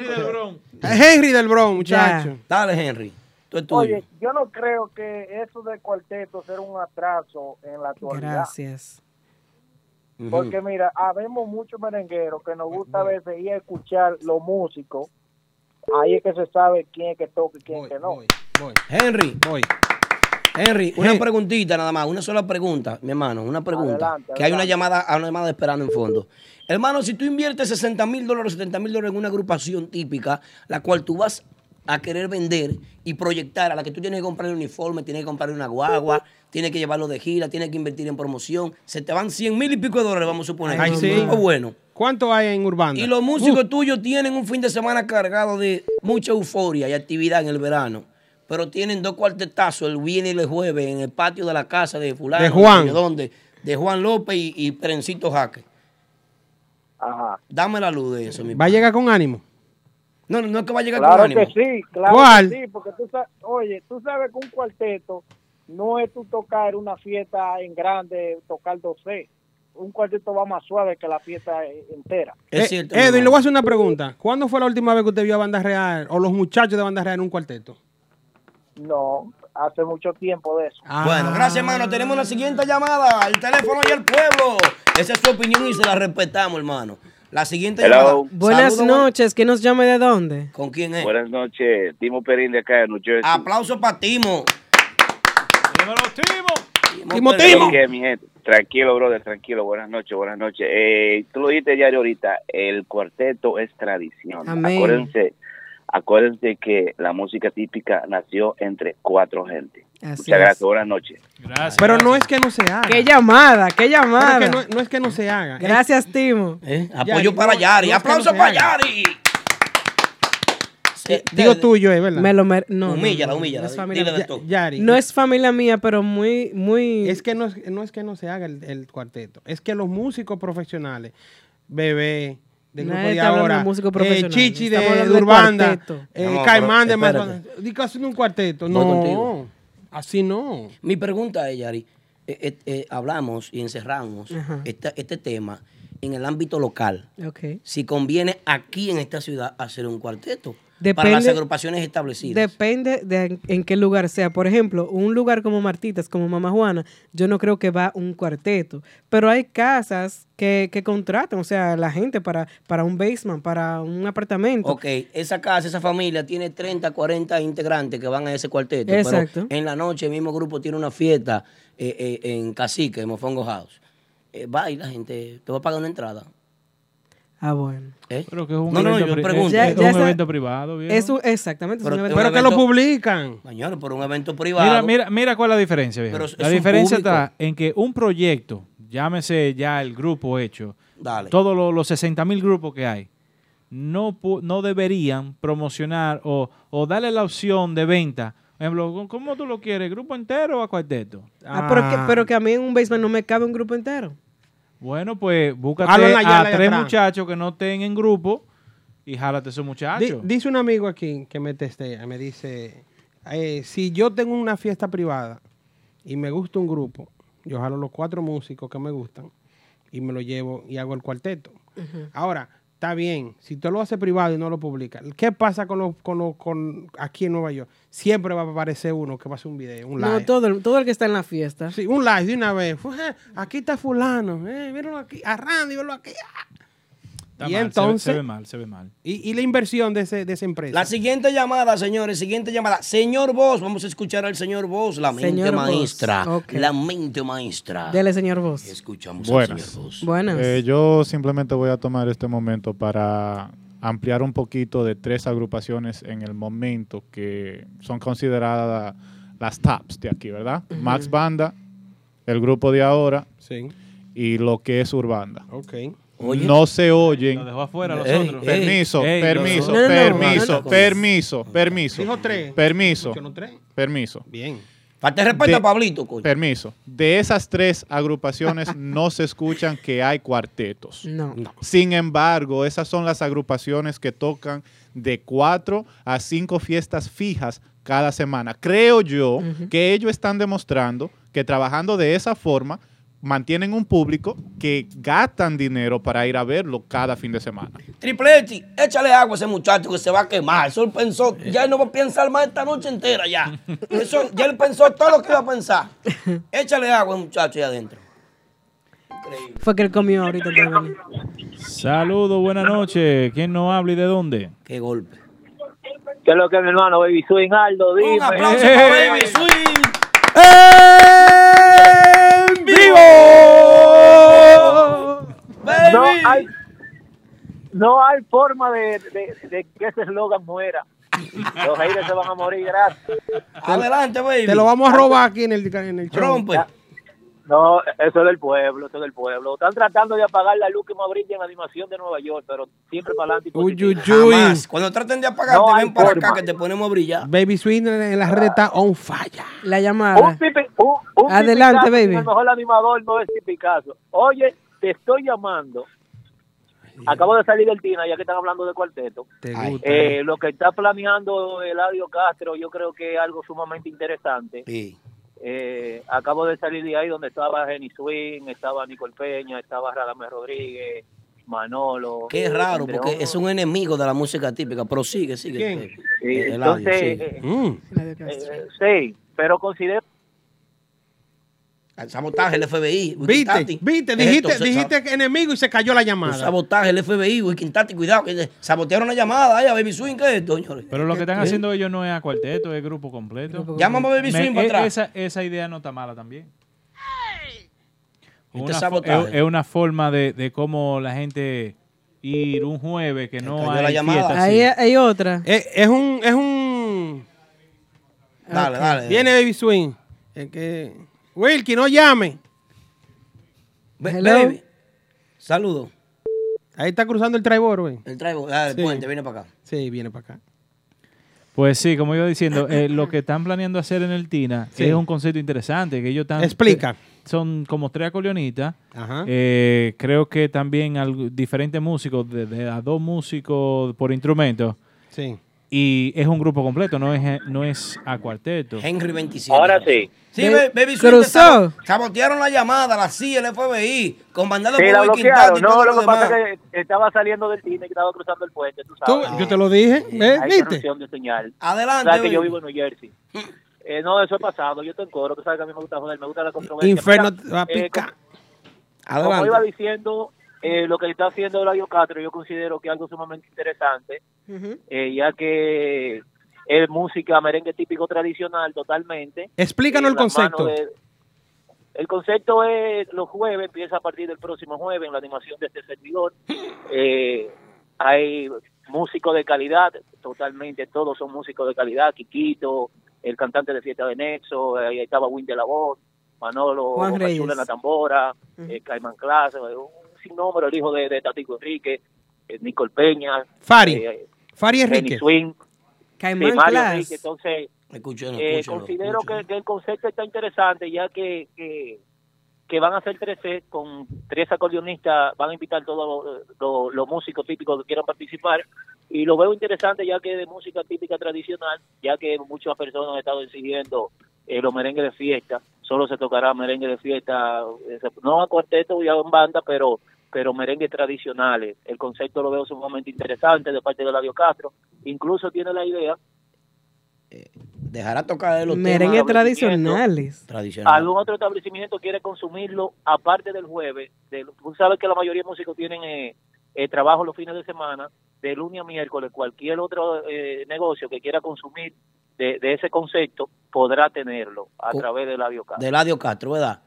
Speaker 5: Henry del Bron, muchacho.
Speaker 2: Dale, Henry. Tú es tuyo.
Speaker 9: Oye, yo no creo que eso de cuarteto sea un atraso en la actualidad.
Speaker 4: Gracias.
Speaker 2: Ujú.
Speaker 9: Porque mira, habemos muchos merengueros que nos gusta a veces ir a escuchar los músicos. Ahí es que se sabe quién es que toca y quién es
Speaker 5: Voy,
Speaker 9: que no.
Speaker 5: voy, voy,
Speaker 2: Henry,
Speaker 5: voy.
Speaker 2: Henry, una
Speaker 5: Hey.
Speaker 2: preguntita nada más, una sola pregunta, mi hermano, una pregunta.
Speaker 9: Adelante,
Speaker 2: que hay una
Speaker 9: adelante.
Speaker 2: llamada, hay una llamada esperando en fondo. Hermano, si tú inviertes 60 mil dólares, 70 mil dólares en una agrupación típica, la cual tú vas a querer vender y proyectar, a la que tú tienes que comprar un uniforme, tienes que comprar una guagua, tienes que llevarlo de gira, tienes que invertir en promoción, se te van 100 mil y pico de dólares, vamos a suponer.
Speaker 5: Ay,
Speaker 2: Un
Speaker 5: sí.
Speaker 2: poco bueno.
Speaker 5: ¿Cuánto hay en Urbana?
Speaker 2: Y los músicos tuyos tienen un fin de semana cargado de mucha euforia y actividad en el verano. Pero tienen dos cuartetazos el viernes y el jueves en el patio de la casa de fulano.
Speaker 5: De Juan.
Speaker 2: ¿De dónde? De Juan López y, y Trencito Jaque.
Speaker 9: Ajá.
Speaker 2: Dame la luz de eso, mi
Speaker 5: Va a
Speaker 2: padre.
Speaker 5: llegar con ánimo.
Speaker 2: No, no, no es que va a llegar
Speaker 9: Claro
Speaker 2: con ánimo.
Speaker 9: que sí, claro
Speaker 5: ¿Cuál?
Speaker 9: que sí, porque tú sabes, oye, tú sabes que un cuarteto no es tú tocar una fiesta en grande, tocar 12. Un cuarteto va más suave que la fiesta e, entera.
Speaker 2: Es
Speaker 5: Eh,
Speaker 2: cierto. mi
Speaker 5: Edwin,
Speaker 2: hermano.
Speaker 5: le voy a hacer una pregunta. ¿Cuándo fue la última vez que usted vio a Banda Real o los muchachos de Banda Real en un cuarteto?
Speaker 9: No, hace mucho tiempo de eso.
Speaker 2: Bueno, gracias, hermano. Tenemos la siguiente llamada. El teléfono y el pueblo. Esa es tu opinión y se la respetamos, hermano. La siguiente
Speaker 11: Hello.
Speaker 2: llamada.
Speaker 4: Buenas
Speaker 2: Saludos,
Speaker 4: noches, ¿quién nos llama y de dónde?
Speaker 2: ¿Con quién es?
Speaker 11: Buenas noches, Timo Perín de acá de New Jersey.
Speaker 2: Aplauso para Timo. Timo,
Speaker 11: ¿Qué, mi gente? Tranquilo, brother, tranquilo. Buenas noches, buenas noches. Eh, tú lo dijiste diario ahorita, el cuarteto es tradición.
Speaker 12: Amén.
Speaker 11: Acuérdense, acuérdense que la música típica nació entre cuatro gente.
Speaker 4: Así
Speaker 11: Muchas gracias,
Speaker 4: es.
Speaker 11: buenas noches. (laughs)
Speaker 3: Gracias.
Speaker 5: Pero no es que no se haga.
Speaker 4: Qué llamada, qué llamada.
Speaker 5: Pero es que no, no es que no se haga.
Speaker 4: Gracias, Timo.
Speaker 2: Eh, Apoyo para Yari. Aplauso para Yari.
Speaker 4: eh,
Speaker 5: Digo tuyo, es verdad.
Speaker 4: Me lo mer- no, no,
Speaker 2: eh, Humíllala,
Speaker 4: no,
Speaker 2: humíllala,
Speaker 4: No es familia,
Speaker 2: dile de
Speaker 4: Ya-
Speaker 2: todo.
Speaker 5: Yari.
Speaker 4: No es familia mía, pero muy, muy.
Speaker 5: Es que no, es- no es que no se haga el, el cuarteto, es que los músicos profesionales, Bebé,
Speaker 4: Nadie
Speaker 5: del grupo de
Speaker 4: está hablando de
Speaker 5: ahora,
Speaker 4: músico
Speaker 5: eh,
Speaker 4: profesional,
Speaker 5: Chichi
Speaker 4: estamos
Speaker 5: de
Speaker 4: hablando de
Speaker 5: Urbanda,
Speaker 4: cuarteto.
Speaker 5: eh,
Speaker 2: No,
Speaker 5: Caimán de
Speaker 2: pero
Speaker 5: Mazatlán.
Speaker 2: espérate.
Speaker 5: Digo, haciendo un cuarteto.
Speaker 2: Voy
Speaker 5: No,
Speaker 2: contigo.
Speaker 5: así no.
Speaker 2: Mi pregunta es, Yari, eh, eh, eh, hablamos y encerramos
Speaker 4: Ajá.
Speaker 2: esta- este tema en el ámbito local.
Speaker 4: Ok.
Speaker 2: Si conviene aquí en esta ciudad hacer un cuarteto para
Speaker 4: Depende-
Speaker 2: las agrupaciones establecidas.
Speaker 4: Depende de en, en qué lugar sea. Por ejemplo, un lugar como Martitas, como Mamá Juana, yo no creo que va un cuarteto. Pero hay casas que, que contratan, o sea, la gente para, para un basement, para un apartamento.
Speaker 2: Ok, esa casa, esa familia tiene 30, 40 integrantes que van a ese cuarteto.
Speaker 4: Exacto.
Speaker 2: Pero en la noche el mismo grupo tiene una fiesta eh, eh, en Cacique, en Mofongo House. Eh, va y la gente te va a pagar una entrada.
Speaker 4: Ah, bueno.
Speaker 2: ¿eh?
Speaker 3: Pero que es un
Speaker 2: no, no, no,
Speaker 3: evento
Speaker 2: yo
Speaker 3: pri-
Speaker 2: pregunto.
Speaker 3: Ya- Es ya un esa-
Speaker 4: evento
Speaker 3: privado, viejo.
Speaker 4: Es un- exactamente, es
Speaker 2: Pero
Speaker 4: un
Speaker 2: te-
Speaker 4: evento-
Speaker 5: Pero que lo
Speaker 2: evento-
Speaker 5: publican.
Speaker 2: Señor, por un evento
Speaker 3: Mira,
Speaker 2: privado.
Speaker 3: mira, mira cuál es la diferencia. viejo.
Speaker 2: Pero es-
Speaker 3: la
Speaker 2: es un
Speaker 3: diferencia
Speaker 2: público.
Speaker 3: está en que un proyecto, llámese ya el grupo hecho,
Speaker 2: Dale.
Speaker 3: todos los, 60 mil grupos que hay, no, pu- no deberían promocionar o, o darle la opción de venta. Por ejemplo, ¿cómo tú lo quieres? ¿Grupo entero o a cuarteto?
Speaker 4: Ah, pero, que, pero que a mí en un basement no me cabe un grupo entero.
Speaker 3: Bueno, pues búscate
Speaker 5: Hazlo en la
Speaker 3: a
Speaker 5: yala de
Speaker 3: tres
Speaker 5: atrás.
Speaker 3: muchachos que no estén en grupo y jálate esos
Speaker 5: Di-
Speaker 3: muchachos.
Speaker 5: dice un amigo aquí que me testea, me dice, eh, si yo tengo una fiesta privada y me gusta un grupo, yo jalo los cuatro músicos que me gustan y me lo llevo y hago el cuarteto. Ahora, está bien, si tú lo haces privado y no lo publicas, ¿qué pasa con los, con los, con aquí en Nueva York? Siempre va a aparecer uno que va a hacer un video, un live.
Speaker 4: No, todo, el- todo el que está en la fiesta.
Speaker 5: Sí, un live de una vez. Fue, "Ah, Aquí está fulano, eh, míralo aquí, a Randy, míralo aquí. ah".
Speaker 3: Está mal,
Speaker 5: y
Speaker 3: se ve-
Speaker 5: entonces,
Speaker 3: Se ve, mal, se ve mal.
Speaker 5: Y, y la inversión de, ese- de esa empresa.
Speaker 2: La siguiente llamada, señores, siguiente llamada. Señor Vos, vamos a escuchar al señor Vos, la mente
Speaker 4: Señor Vos,
Speaker 2: maestra.
Speaker 4: ok.
Speaker 2: La mente maestra.
Speaker 4: Dele, señor Vos.
Speaker 2: Escuchamos al
Speaker 7: Buenas.
Speaker 2: señor Vos.
Speaker 4: Buenas.
Speaker 7: Eh, yo simplemente voy a tomar este momento para ampliar un poquito de tres agrupaciones en el momento que son consideradas las tops de aquí, ¿verdad? Max Banda, el grupo de ahora
Speaker 5: Sí,
Speaker 7: y lo que es Urbanda.
Speaker 5: ok.
Speaker 2: Oye.
Speaker 7: No se oyen.
Speaker 3: Lo dejó afuera los
Speaker 2: Ey,
Speaker 3: otros.
Speaker 2: ey.
Speaker 7: Permiso,
Speaker 3: Ey,
Speaker 7: permiso,
Speaker 3: no, no,
Speaker 4: no,
Speaker 7: permiso,
Speaker 2: no, no, no.
Speaker 7: permiso, permiso,
Speaker 5: Dijo tres.
Speaker 7: permiso,
Speaker 5: Ocho, no tres.
Speaker 7: permiso.
Speaker 5: Bien.
Speaker 2: Falta de respeto
Speaker 7: De-
Speaker 2: a Pablito, coño.
Speaker 7: Permiso. De esas tres agrupaciones no se escuchan que hay cuartetos.
Speaker 4: No.
Speaker 7: Sin embargo, esas son las agrupaciones que tocan de cuatro a cinco fiestas fijas cada semana. Creo yo que ellos están demostrando que trabajando de esa forma mantienen un público que gastan dinero para ir a verlo cada fin de semana.
Speaker 2: Tripleti, échale agua a ese muchacho que se va a quemar. Eso él pensó, ya él no va a pensar más esta noche entera
Speaker 5: (laughs)
Speaker 2: ya. Eso, ya él pensó todo lo que iba a pensar. Échale agua al muchacho ahí adentro.
Speaker 4: Fue que él comió ahorita. también.
Speaker 3: Saludos, buenas noches. ¿Quién no habla y de dónde?
Speaker 2: Qué golpe.
Speaker 11: ¿Qué es lo que mi hermano, Baby Swing, Aldo?
Speaker 2: Un
Speaker 11: (laughs)
Speaker 2: aplauso
Speaker 11: Eh.
Speaker 2: para Baby Swing.
Speaker 3: ¡En vivo!
Speaker 2: Baby.
Speaker 9: No hay, no hay forma de, de- de que ese eslogan muera. Los haters se van a morir, gracias.
Speaker 2: Adelante, baby.
Speaker 5: Te lo vamos a robar aquí en el, en el show.
Speaker 2: Rompe.
Speaker 11: No, eso es del pueblo, eso es del pueblo. Están tratando de apagar la luz que más brilla en la animación de Nueva York, pero siempre para adelante.
Speaker 5: Uy, uy, uy.
Speaker 2: Jamás. Cuando traten de apagarte,
Speaker 11: No hay
Speaker 2: ven para acá
Speaker 11: forma.
Speaker 2: que te ponemos a brillar.
Speaker 5: Baby Swing en, en las redes está on fire.
Speaker 4: La
Speaker 5: Ah,
Speaker 11: Un
Speaker 4: llamada.
Speaker 11: pipi, un, un
Speaker 4: Adelante,
Speaker 11: pipicazo,
Speaker 4: baby.
Speaker 11: El mejor animador no es Picasso. Oye, te estoy llamando. Acabo de salir del Tina, ya que están hablando de cuarteto.
Speaker 5: Te
Speaker 2: Ay.
Speaker 5: gusta.
Speaker 11: Eh, lo que está planeando Eladio Castro, yo creo que es algo sumamente interesante.
Speaker 2: Sí.
Speaker 11: Eh, acabo de salir de ahí donde estaba Jenny Swing, estaba Nicole Peña, estaba Radamés Rodríguez, Manolo.
Speaker 2: Qué raro,
Speaker 11: entre
Speaker 2: porque
Speaker 11: otros.
Speaker 2: es un enemigo de la música típica. Pero sigue, sigue.
Speaker 5: ¿Quién?
Speaker 2: Eh,
Speaker 11: Eh,
Speaker 2: Eladio,
Speaker 11: entonces,
Speaker 2: sigue.
Speaker 11: eh,
Speaker 5: Mm.
Speaker 4: La de
Speaker 11: eh,
Speaker 4: Castro.
Speaker 11: sí, Pero considero
Speaker 2: Al sabotaje, el FBI.
Speaker 5: Viste, viste, dijiste, dijiste que enemigo y se cayó la llamada.
Speaker 2: sabotaje, el FBI, Wiquintati, cuidado, que sabotearon la llamada, ay, a Baby Swing, ¿qué es esto, señores?
Speaker 3: Pero lo que están
Speaker 2: ¿Eh?
Speaker 3: haciendo ellos no es a cuarteto, es grupo completo.
Speaker 2: Llámame a Baby
Speaker 3: Me-
Speaker 2: Swing para
Speaker 3: e-
Speaker 2: atrás.
Speaker 3: Esa, esa idea no está mala también.
Speaker 2: Este
Speaker 3: Una
Speaker 2: es
Speaker 3: fo-
Speaker 2: sabotaje.
Speaker 3: es, es una forma de, de cómo la gente ir un jueves que no
Speaker 2: cayó
Speaker 3: hay
Speaker 2: la llamada.
Speaker 3: fiesta,
Speaker 4: Ahí
Speaker 3: sí.
Speaker 4: hay otra.
Speaker 2: Eh.
Speaker 5: Eh, Es, un, es un.
Speaker 2: Dale, dale.
Speaker 5: Viene Baby Swing. Es que. Wilkie, no llame.
Speaker 2: Be- Baby. Saludo.
Speaker 5: Ahí está cruzando el traibor, güey.
Speaker 2: El traigo, ah, el
Speaker 5: Sí.
Speaker 2: puente, viene para acá.
Speaker 5: Sí, viene para acá.
Speaker 3: Pues sí, como iba diciendo, eh, lo que están planeando hacer en el TINA
Speaker 5: Sí.
Speaker 3: es un concepto interesante que ellos están... eh,
Speaker 5: Explica.
Speaker 3: Son como tres acordeonistas.
Speaker 5: Ajá.
Speaker 3: Eh, creo que también al- diferentes músicos, de, de a dos músicos por instrumento.
Speaker 5: Sí.
Speaker 3: Y es un grupo completo, no es, no es a cuarteto.
Speaker 2: Henry 27. Ahora sí. Sí, Be- Baby Swing.
Speaker 3: Cruzó.
Speaker 2: te sabo- Sabotearon la llamada, la CIA, el FBI, comandado
Speaker 11: Sí, la
Speaker 2: Wiki
Speaker 11: bloquearon.
Speaker 2: Tati y todo
Speaker 11: No, lo que
Speaker 2: demás.
Speaker 11: pasa es que estaba saliendo del cine y estaba cruzando el puente, tú
Speaker 5: Tú,
Speaker 11: sabes.
Speaker 5: yo te lo dije. ¿ves?
Speaker 11: Hay
Speaker 5: ¿Viste?
Speaker 11: corrupción de señal.
Speaker 2: Adelante,
Speaker 11: Sabes que
Speaker 2: Luis.
Speaker 11: yo vivo en New Jersey. Eh, no, eso es pasado. Yo te encoro. Tú sabes que a mí me gusta joder, me gusta la controversia.
Speaker 5: Inferno
Speaker 11: Mira,
Speaker 5: te va a
Speaker 11: eh,
Speaker 5: picar.
Speaker 11: como- como iba diciendo, eh, lo que está haciendo Eladio Castro, yo considero que es algo sumamente interesante, eh, ya que es música merengue típico tradicional totalmente.
Speaker 5: Explícanos
Speaker 11: Eh,
Speaker 5: el
Speaker 11: la mano
Speaker 5: concepto.
Speaker 11: de- el concepto es los jueves, empieza a partir del próximo jueves en la animación de este servidor. Eh, hay músicos de calidad, totalmente todos son músicos de calidad, Quiquito, el cantante de Fiesta de Nexo, eh, ahí estaba Win de la Voz, Manolo
Speaker 4: Juan
Speaker 11: Boca Chula
Speaker 4: Reyes.
Speaker 11: en la Tambora, eh, Caimán Clase, eh, un sinnúmero, el hijo de, de Tatico Enrique, eh, Nicole Peña,
Speaker 5: Fari.
Speaker 11: eh,
Speaker 5: Fari
Speaker 11: Benny
Speaker 5: Enrique.
Speaker 11: Swing,
Speaker 4: Caimán
Speaker 11: sí, Mario
Speaker 4: Class.
Speaker 11: Enrique, entonces...
Speaker 2: Escúchenlo,
Speaker 11: Eh,
Speaker 2: escúchenlo,
Speaker 11: considero
Speaker 2: escúchenlo.
Speaker 11: que, que el concepto está interesante, ya que, que, que van a hacer tres sets con tres acordeonistas, van a invitar todos los, los- los músicos típicos que quieran participar. Y lo veo interesante, ya que de música típica tradicional, ya que muchas personas han estado exigiendo eh, los merengues de fiesta, solo se tocará merengue de fiesta, eh, se- no a cuarteto y a en banda, pero pero merengues tradicionales. El concepto lo veo sumamente interesante de parte de Eladio Castro. Incluso tiene la idea
Speaker 2: Dejará tocar los
Speaker 4: Merengues
Speaker 2: temas.
Speaker 4: tradicionales.
Speaker 2: Tradicional.
Speaker 11: algún otro establecimiento quiere consumirlo aparte del jueves. De, tú sabes que la mayoría de músicos tienen eh, eh, trabajo los fines de semana, de lunes a miércoles. Cualquier otro eh, negocio que quiera consumir de, de ese concepto podrá tenerlo a
Speaker 2: Co-
Speaker 11: través de la biocasa.
Speaker 2: De Eladio Castro, ¿verdad?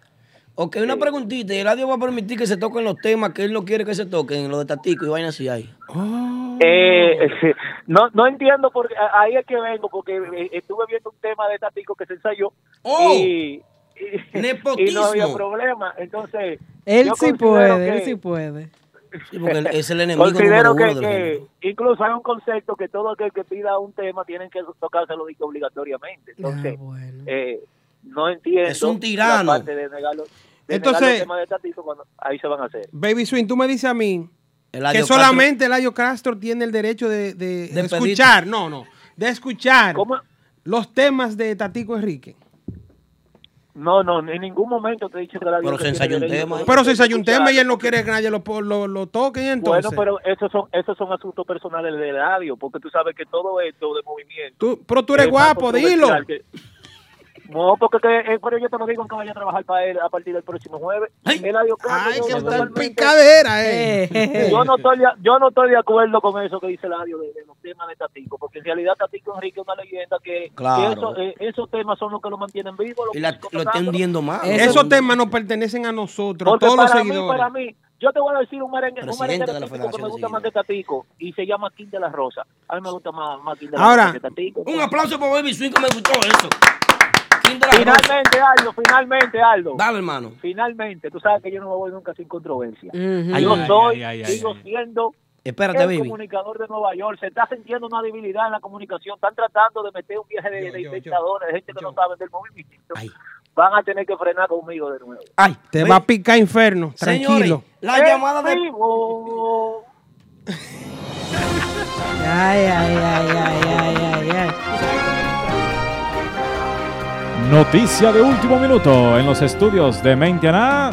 Speaker 2: Ok, una preguntita. ¿y Eladio va a permitir que se toquen los temas que él no quiere que se toquen? Los de Tatico y vaina así ahí.
Speaker 13: Oh.
Speaker 11: Eh, no, no entiendo porque ahí es que vengo, porque eh, estuve viendo un tema de Tatico que se ensayó
Speaker 2: ¡Oh!
Speaker 11: y, (laughs) y- y no había
Speaker 2: ¡Nepotismo!
Speaker 11: problema. Entonces,
Speaker 4: Él
Speaker 11: yo
Speaker 4: sí
Speaker 11: considero
Speaker 4: puede,
Speaker 11: que-
Speaker 4: él sí puede.
Speaker 2: Sí, porque él es el enemigo número
Speaker 11: Considero
Speaker 2: uno
Speaker 11: que,
Speaker 2: del
Speaker 11: que
Speaker 2: género.
Speaker 11: incluso hay un concepto que todo aquel que pida un tema tienen que tocárselo dice, obligatoriamente.
Speaker 2: Ah,
Speaker 11: Entonces, eh, no entiendo.
Speaker 2: Es un tirano.
Speaker 11: la parte de negar los- de
Speaker 5: Entonces-
Speaker 11: negar los temas de Tatito cuando ahí se van a hacer.
Speaker 5: Baby Swing, tú me dices a mí
Speaker 2: Eladio
Speaker 5: que
Speaker 2: Castro-
Speaker 5: solamente Eladio Castro tiene el derecho de, de
Speaker 2: De
Speaker 5: escuchar, no, no, de escuchar
Speaker 11: ¿Cómo?
Speaker 5: los temas de Tatico Enrique.
Speaker 11: No, no, en ningún momento te he dicho que la
Speaker 2: Pero se ensayó un tema.
Speaker 5: Pero si hay un tema y él no quiere que nadie lo, po- lo, lo toque, entonces.
Speaker 11: Bueno, pero esos son, esos son asuntos personales de radio, porque tú sabes que todo esto de movimiento.
Speaker 5: tú, pero tú eres
Speaker 11: es más
Speaker 5: guapo, dilo.
Speaker 11: controversial que- (laughs) No, porque que- eh, pero yo te lo digo que vaya a trabajar para él a partir del próximo jueves. Eladio Castro,
Speaker 5: Ay,
Speaker 11: yo
Speaker 5: que
Speaker 11: no
Speaker 5: está en
Speaker 11: totalmente-
Speaker 5: picadera, eh.
Speaker 11: yo no estoy de, yo no estoy de acuerdo con eso que dice Ladio de, de los temas de Tatico, porque en realidad Tatico Enrique es una leyenda que, que
Speaker 2: Claro.
Speaker 11: eso- eh, esos temas son los que lo mantienen vivo. los
Speaker 2: Y la-
Speaker 11: músicos
Speaker 2: lo están
Speaker 11: tocando.
Speaker 2: viendo mal.
Speaker 5: Esos temas no pertenecen a nosotros,
Speaker 11: Porque
Speaker 5: todos los
Speaker 11: para mí,
Speaker 5: seguidores.
Speaker 11: para mí, yo te voy a decir un merengue, un
Speaker 2: Presidente de la
Speaker 11: merengue típico que
Speaker 2: Federación
Speaker 11: me
Speaker 2: de
Speaker 11: gusta más de
Speaker 2: Seguidores.
Speaker 11: Tatico y se llama King de la Rosa. A mí me gusta más, más King de la
Speaker 5: Ahora,
Speaker 11: Rosa que Tatico.
Speaker 2: Un aplauso para Baby Swing que me gustó eso. King de la Rosa.
Speaker 11: Finalmente, Aldo, finalmente, Aldo.
Speaker 2: Dale, hermano.
Speaker 11: Finalmente, tú sabes que yo no me voy nunca sin controversia.
Speaker 2: Ay,
Speaker 11: yo
Speaker 2: ay,
Speaker 11: soy,
Speaker 3: ay, ay,
Speaker 11: sigo
Speaker 3: ay.
Speaker 11: siendo
Speaker 2: Espérate,
Speaker 11: el
Speaker 2: baby.
Speaker 11: comunicador de Nueva York se está sintiendo una debilidad en la comunicación. Están tratando de meter un viaje
Speaker 5: Yo,
Speaker 11: de, de
Speaker 5: yo, yo.
Speaker 11: inventadores, de gente que no
Speaker 5: Yo.
Speaker 11: sabe del movimiento.
Speaker 2: Ay.
Speaker 11: Van a tener que frenar conmigo de nuevo.
Speaker 2: Ay,
Speaker 5: Te
Speaker 2: ve-
Speaker 5: va a picar inferno,
Speaker 2: Señores,
Speaker 5: tranquilo.
Speaker 2: la
Speaker 11: ¡En
Speaker 2: llamada de
Speaker 11: vivo!
Speaker 4: Ay, ay, ay, ay, ay, ay, ay.
Speaker 3: Noticia de último minuto en los estudios de Mente Aná.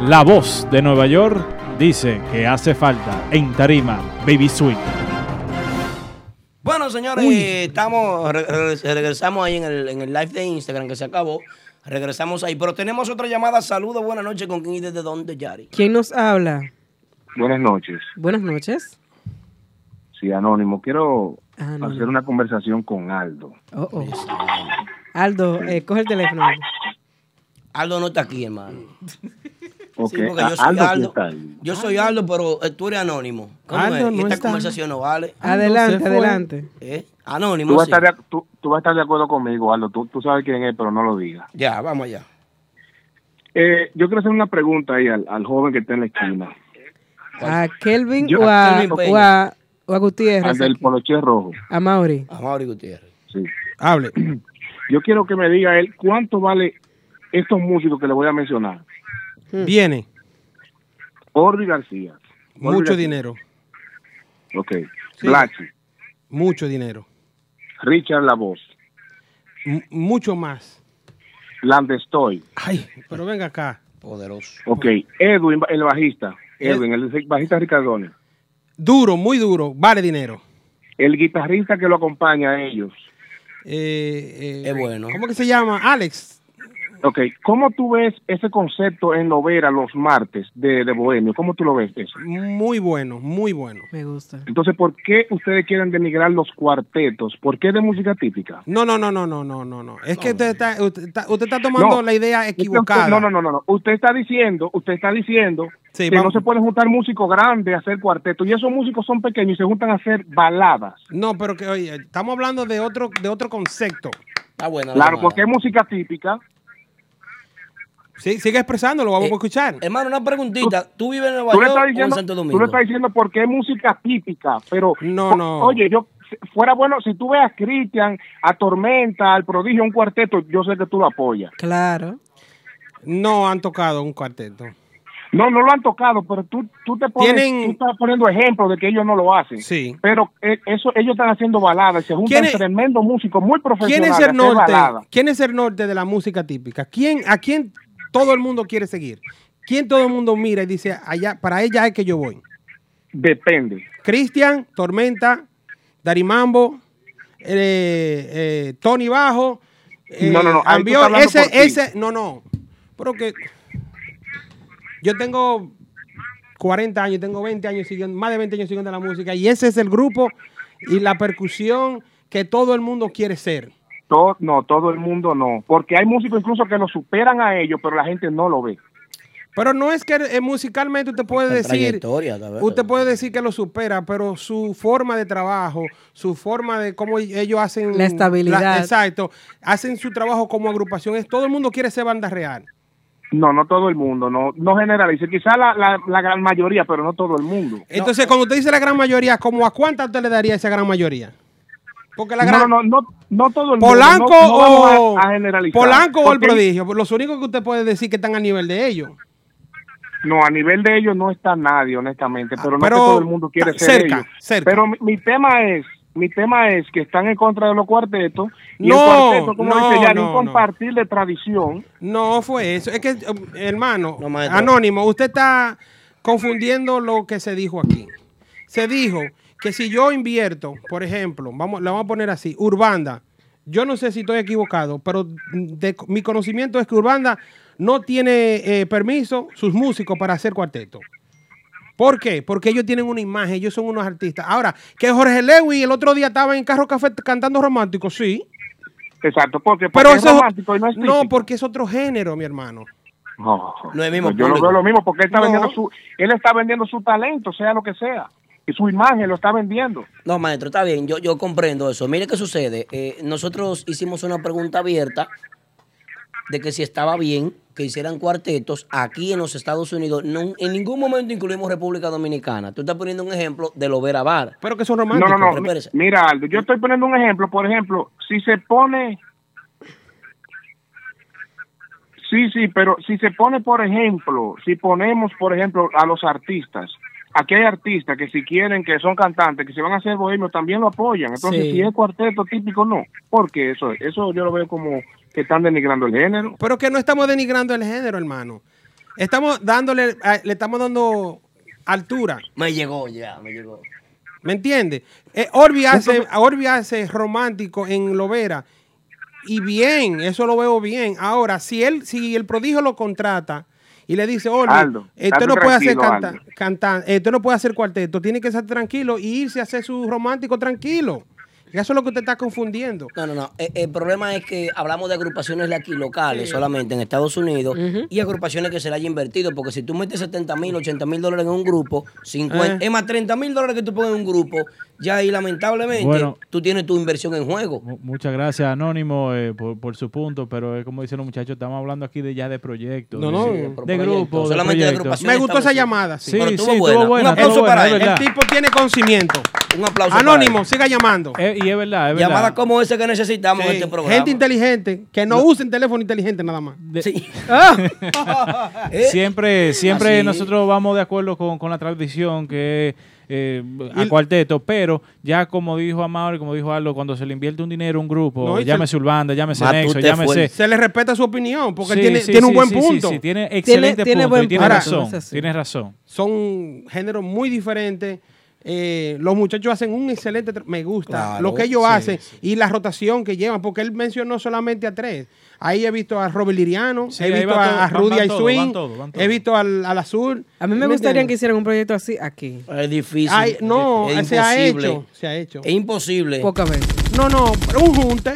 Speaker 3: La voz de Nueva York dice que hace falta en tarima Baby Swing.
Speaker 2: Bueno, Bueno, señores,
Speaker 12: Uy.
Speaker 2: eh, estamos re- re- regresamos ahí en el, en el live de Instagram que se acabó. Regresamos ahí, pero tenemos otra llamada. Saludos, buenas noches, ¿con quién y desde dónde, Yari?
Speaker 4: ¿Quién nos habla?
Speaker 13: Buenas noches.
Speaker 4: Buenas noches.
Speaker 13: Sí, Anónimo. Quiero
Speaker 2: Ah.
Speaker 4: Anónimo.
Speaker 13: hacer una conversación con Aldo.
Speaker 4: Oh, oh. Aldo, eh, coge el teléfono. Aldo.
Speaker 2: Aldo no está aquí, hermano.
Speaker 13: Ok,
Speaker 2: Sí, porque yo
Speaker 13: a-
Speaker 2: soy
Speaker 13: Aldo sí
Speaker 2: Aldo.
Speaker 13: está ahí.
Speaker 2: Yo soy Aldo, pero eh, tú eres anónimo. ¿Cómo
Speaker 13: Aldo
Speaker 2: es?
Speaker 13: no
Speaker 2: Y Esta
Speaker 13: está.
Speaker 2: conversación no vale.
Speaker 13: Adelante, adelante.
Speaker 2: ¿Eh?
Speaker 13: Tú
Speaker 2: Anónimo.
Speaker 13: vas,
Speaker 2: sí.
Speaker 13: a estar de, tú- tú vas a estar de acuerdo conmigo, Aldo. Tú, tú sabes quién es, pero no lo digas.
Speaker 2: Ya, vamos allá.
Speaker 13: Eh, yo quiero hacer una pregunta ahí al, al joven que está en la esquina.
Speaker 4: ¿A Kelvin
Speaker 13: Yo-
Speaker 4: o a,
Speaker 13: Kelvin Peña.
Speaker 4: o a, o a Gutiérrez?
Speaker 13: Al del poloche rojo.
Speaker 4: A Mauri.
Speaker 2: A Mauri Gutiérrez.
Speaker 13: Sí. Hable. (clears throat) Yo quiero que me diga él cuánto vale estos músicos que le voy a mencionar.
Speaker 5: Viene.
Speaker 13: Orbi García. Orbi
Speaker 5: Mucho
Speaker 13: García.
Speaker 5: dinero.
Speaker 13: Ok.
Speaker 5: Sí.
Speaker 13: Blachi,
Speaker 5: Mucho dinero.
Speaker 13: Richard La Voz,
Speaker 5: M- mucho más.
Speaker 13: Landestoy.
Speaker 5: Ay, pero venga acá.
Speaker 2: Poderoso.
Speaker 13: Ok. Edwin, el bajista. Edwin, el bajista Ricardones.
Speaker 5: Duro, muy duro. Vale dinero.
Speaker 13: El guitarrista que lo acompaña a ellos.
Speaker 5: Eh, eh,
Speaker 13: Es bueno.
Speaker 5: ¿Cómo que se llama? Alex.
Speaker 13: Ok. ¿Cómo tú ves ese concepto en Lovera los martes de, de Bohemio? ¿Cómo tú lo ves eso?
Speaker 5: Muy bueno, muy bueno.
Speaker 4: Me gusta.
Speaker 13: Entonces, ¿por qué ustedes quieren denigrar los cuartetos? ¿Por qué de música típica?
Speaker 5: No, no, no, no, no, no, no, no. Es que usted está, usted está, usted está tomando
Speaker 13: No.
Speaker 5: la idea equivocada.
Speaker 13: No, no, no, no, no. Usted está diciendo, usted está diciendo
Speaker 5: Sí,
Speaker 13: que
Speaker 5: vamos.
Speaker 13: no se pueden juntar músicos grandes a hacer cuartetos y esos músicos son pequeños y se juntan a hacer baladas.
Speaker 5: No, pero que oye, estamos hablando de otro, de otro concepto.
Speaker 2: Está bueno.
Speaker 13: Claro, porque es música típica.
Speaker 5: Sí, sigue expresándolo, vamos a escuchar.
Speaker 2: Eh, Hermano, una preguntita. ¿Tú, vives en Nueva
Speaker 13: Tú
Speaker 2: York
Speaker 13: le, estás
Speaker 2: o en
Speaker 13: diciendo,
Speaker 2: Santo
Speaker 13: tú le
Speaker 2: Domingo?
Speaker 13: estás diciendo porque es música típica, pero
Speaker 5: No,
Speaker 13: o-
Speaker 5: no.
Speaker 13: oye, yo fuera bueno si tú ves a Cristian, a Tormenta, al Prodigio, un cuarteto, yo sé que tú lo apoyas.
Speaker 4: Claro.
Speaker 5: No han tocado un cuarteto.
Speaker 13: No, no lo han tocado, pero tú, tú te pones,
Speaker 5: Tienen-
Speaker 13: tú estás poniendo ejemplos de que ellos no lo hacen.
Speaker 5: Sí.
Speaker 13: Pero eh, eso, ellos están haciendo baladas, se juntan
Speaker 5: ¿Quién es-
Speaker 13: tremendos músicos, muy
Speaker 5: ¿Quién
Speaker 13: profesionales.
Speaker 5: es
Speaker 13: a
Speaker 5: el
Speaker 13: hacer
Speaker 5: norte?
Speaker 13: baladas.
Speaker 5: ¿Quién es el norte de la música típica? ¿Quién, ¿A quién todo el mundo quiere seguir? ¿Quién todo el mundo mira y dice, allá, para ella es que yo voy?
Speaker 13: Depende.
Speaker 5: Cristian, Tormenta, Darimambo, eh, eh, Tony Bajo, eh,
Speaker 13: No, no, no, ahí tú
Speaker 5: Ambior,
Speaker 13: estás hablando
Speaker 5: ese,
Speaker 13: por ti.
Speaker 5: ese, no, no. Pero que yo tengo 40 años, tengo 20 años siguiendo, más de 20 años siguiendo la música y ese es el grupo y la percusión que todo el mundo quiere ser.
Speaker 13: To- no, todo el mundo no. Porque hay músicos incluso que lo superan a ellos, pero la gente no lo ve.
Speaker 5: Pero no es que eh, musicalmente usted puede
Speaker 13: Con
Speaker 5: decir,
Speaker 13: trayectoria, tal vez.
Speaker 5: usted puede decir que lo supera, pero su forma de trabajo, su forma de cómo ellos hacen
Speaker 4: La estabilidad.
Speaker 5: exacto, hacen su trabajo como agrupación. Es todo el mundo quiere ser banda real.
Speaker 13: No, no todo el mundo, no, no generalice. Quizá la, la, la gran mayoría, pero no todo el mundo.
Speaker 5: Entonces, cuando usted dice la gran mayoría, ¿cómo a cuánta usted le daría esa gran mayoría? Porque la
Speaker 13: No,
Speaker 5: gran
Speaker 13: no, no, no, no todo el
Speaker 5: Polanco
Speaker 13: mundo. no- no vamos
Speaker 5: o
Speaker 13: a- a generalizar.
Speaker 5: Polanco o el
Speaker 13: Porque-
Speaker 5: prodigio, los únicos que usted puede decir que están a nivel de ellos.
Speaker 13: No, a nivel de ellos no está nadie, honestamente, pero no
Speaker 5: Ah, pero
Speaker 13: que todo el mundo quiere
Speaker 5: está
Speaker 13: ser
Speaker 5: cerca,
Speaker 13: ellos. Pero mi, mi tema es, mi tema es que están en contra de los cuartetos y
Speaker 5: No,
Speaker 13: el cuarteto, como
Speaker 5: no,
Speaker 13: dice Yari,
Speaker 5: no,
Speaker 13: un
Speaker 5: no.
Speaker 13: compartir de tradición.
Speaker 5: No fue eso. Es que, eh, hermano,
Speaker 13: maestro.
Speaker 5: anónimo, usted está confundiendo lo que se dijo aquí. Se dijo que si yo invierto, por ejemplo, vamos, la vamos a poner así, Urbanda, yo no sé si estoy equivocado, pero de- mi conocimiento es que Urbanda no tiene eh, permiso sus músicos para hacer cuarteto. ¿Por qué? Porque ellos tienen una imagen, ellos son unos artistas. Ahora, que Jorge Lewis el otro día estaba en Carro Café cantando romántico, sí.
Speaker 13: Exacto, porque, porque
Speaker 5: Pero
Speaker 13: es
Speaker 5: eso
Speaker 13: romántico y no es típico.
Speaker 5: no, porque es otro género, mi hermano.
Speaker 13: No,
Speaker 5: No es el mismo
Speaker 13: pues yo lo
Speaker 5: público.
Speaker 13: veo lo mismo porque él está,
Speaker 5: No.
Speaker 13: vendiendo su, él está vendiendo su talento, sea lo que sea. Y su imagen lo está vendiendo.
Speaker 2: No, maestro, está bien, yo, yo comprendo eso. Mire qué sucede. eh, nosotros hicimos una pregunta abierta de que si estaba bien que hicieran cuartetos aquí en los Estados Unidos. No- en ningún momento incluimos República Dominicana. Tú estás poniendo un ejemplo de lo Vera Bar.
Speaker 5: Pero que son
Speaker 13: No, no, no. Mi- Mira, Aldo, yo estoy poniendo un ejemplo. Por ejemplo, si se pone. Sí, sí, pero si se pone, por ejemplo, si ponemos, por ejemplo, a los artistas. Aquí hay artistas que si quieren, que son cantantes, que se van a hacer bohemios, también lo apoyan. Entonces,
Speaker 5: Sí.
Speaker 13: si es cuarteto típico, no. Porque eso, eso yo lo veo como que están denigrando el género.
Speaker 5: Pero que no estamos denigrando el género, hermano. Estamos dándole, eh, le estamos dando altura.
Speaker 2: Me llegó ya, me llegó.
Speaker 5: ¿Me entiendes? Eh, Orbi, hace, Orbi hace romántico en Lovera. Y bien, eso lo veo bien. Ahora, si él, si el prodigio lo contrata y le dice, Orbi,
Speaker 13: Aldo,
Speaker 5: eh, tú
Speaker 13: date
Speaker 5: no puede hacer
Speaker 13: tranquilo,
Speaker 5: canta,
Speaker 13: Aldo.
Speaker 5: canta- eh, tú no puede hacer cuarteto, tiene que estar tranquilo y irse a hacer su romántico tranquilo. Y Eso es lo que usted está confundiendo.
Speaker 2: No, no, no. Eh, el problema es que hablamos de agrupaciones de aquí locales
Speaker 5: Sí.
Speaker 2: solamente en Estados Unidos y agrupaciones que se le haya invertido, porque si tú metes 70 mil, 80 mil dólares en un grupo, 50,
Speaker 5: Eh.
Speaker 2: es más 30 mil dólares que tú pones en un grupo, ya ahí lamentablemente
Speaker 3: Bueno.
Speaker 2: tú tienes tu inversión en juego.
Speaker 3: Mu- Muchas gracias, Anónimo, eh, por, por su punto, pero es como dicen los muchachos, estamos hablando aquí de ya de proyectos.
Speaker 5: No,
Speaker 3: de-
Speaker 5: no,
Speaker 3: de,
Speaker 5: por
Speaker 3: de
Speaker 5: proyectos,
Speaker 3: grupos. de
Speaker 5: solamente de
Speaker 3: proyectos.
Speaker 5: agrupaciones Me gustó esa establecidas. llamada, sí.
Speaker 3: Sí,
Speaker 5: Pero
Speaker 3: sí,
Speaker 5: estuvo
Speaker 3: estuvo
Speaker 5: buena.
Speaker 3: buena.
Speaker 5: Un aplauso
Speaker 3: estuvo buena,
Speaker 5: para
Speaker 3: es
Speaker 5: él.
Speaker 3: verdad.
Speaker 5: El tipo tiene conocimiento.
Speaker 2: Un aplauso.
Speaker 5: Anónimo,
Speaker 2: para él.
Speaker 5: siga llamando.
Speaker 3: Eh, y es verdad, es verdad.
Speaker 2: Llamadas como esa que necesitamos en
Speaker 5: Sí,
Speaker 2: este programa.
Speaker 5: Gente inteligente, que no, usen teléfono inteligente nada más.
Speaker 2: Sí.
Speaker 5: (laughs) Ah.
Speaker 3: Siempre, siempre
Speaker 5: Así.
Speaker 3: nosotros vamos de acuerdo con, con la tradición que es eh, a
Speaker 5: Y-
Speaker 3: cuarteto, pero ya como dijo Amado y como dijo Aldo, cuando se le invierte un dinero a un grupo,
Speaker 5: No, y se-
Speaker 3: llámese Urbanda, llámese
Speaker 5: Matute
Speaker 3: Nexo, llámese...
Speaker 5: Pues Se le respeta su opinión porque
Speaker 3: Sí,
Speaker 5: tiene,
Speaker 3: sí,
Speaker 5: tiene
Speaker 3: sí,
Speaker 5: un buen
Speaker 3: sí, sí,
Speaker 5: punto.
Speaker 3: sí, tiene excelente punto y tiene
Speaker 5: Ahora,
Speaker 3: razón, tienes razón.
Speaker 5: Son géneros muy diferentes. eh, los muchachos hacen un excelente tra- me gusta
Speaker 3: Claro,
Speaker 5: lo que ellos
Speaker 3: sí,
Speaker 5: hacen y la rotación que llevan porque él mencionó solamente a tres ahí he visto a Robert Liriano
Speaker 3: Sí,
Speaker 5: he
Speaker 3: ahí
Speaker 5: visto
Speaker 3: va
Speaker 5: a,
Speaker 3: todo,
Speaker 5: a
Speaker 3: van-
Speaker 5: Rudy
Speaker 3: van
Speaker 5: I
Speaker 3: todo,
Speaker 5: Swing
Speaker 3: van todo, van todo.
Speaker 5: he visto al, al Azul
Speaker 4: A mí me gustaría que
Speaker 5: entiendes?
Speaker 4: hicieran un proyecto así aquí.
Speaker 2: Es difícil.
Speaker 5: Ay, no,
Speaker 2: es
Speaker 5: se ha
Speaker 2: imposible.
Speaker 5: hecho, se ha hecho.
Speaker 2: Es imposible.
Speaker 4: Pocas veces.
Speaker 5: no no pero un junte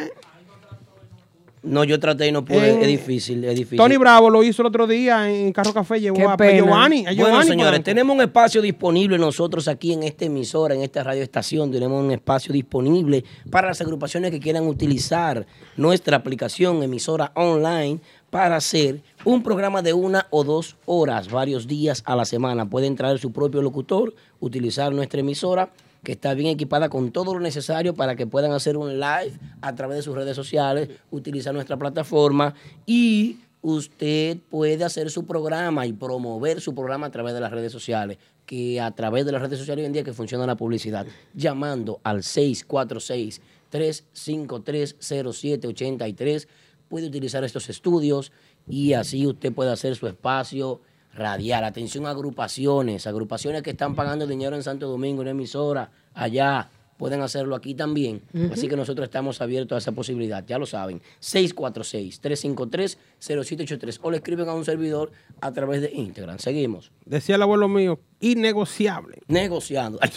Speaker 2: No, yo traté y no pude.
Speaker 5: Eh,
Speaker 2: es difícil, es difícil.
Speaker 5: Tony Bravo lo hizo el otro día en Carro Café llevó a, a Giovanni a Giovanni
Speaker 2: Bueno,
Speaker 5: por
Speaker 2: señores,
Speaker 5: ejemplo.
Speaker 2: tenemos un espacio disponible nosotros aquí en esta emisora, en esta radioestación, tenemos un espacio disponible para las agrupaciones que quieran utilizar nuestra aplicación emisora online para hacer un programa de una o dos horas, varios días a la semana. Puede entrar su propio locutor, utilizar nuestra emisora que está bien equipada con todo lo necesario para que puedan hacer un live a través de sus redes sociales, utilizar nuestra plataforma y usted puede hacer su programa y promover su programa a través de las redes sociales, que a través de las redes sociales hoy en día que funciona la publicidad, llamando al 646-353-0783, puede utilizar estos estudios y así usted puede hacer su espacio radial. Atención agrupaciones, agrupaciones que están pagando dinero en Santo Domingo, en emisora, allá, pueden hacerlo aquí también.
Speaker 12: Ujú.
Speaker 2: Así que nosotros estamos abiertos a esa posibilidad, ya lo saben. 646-353-0783 o le escriben a un servidor a través de Instagram. Seguimos.
Speaker 5: Decía el abuelo mío, innegociable.
Speaker 2: Negociando. (laughs)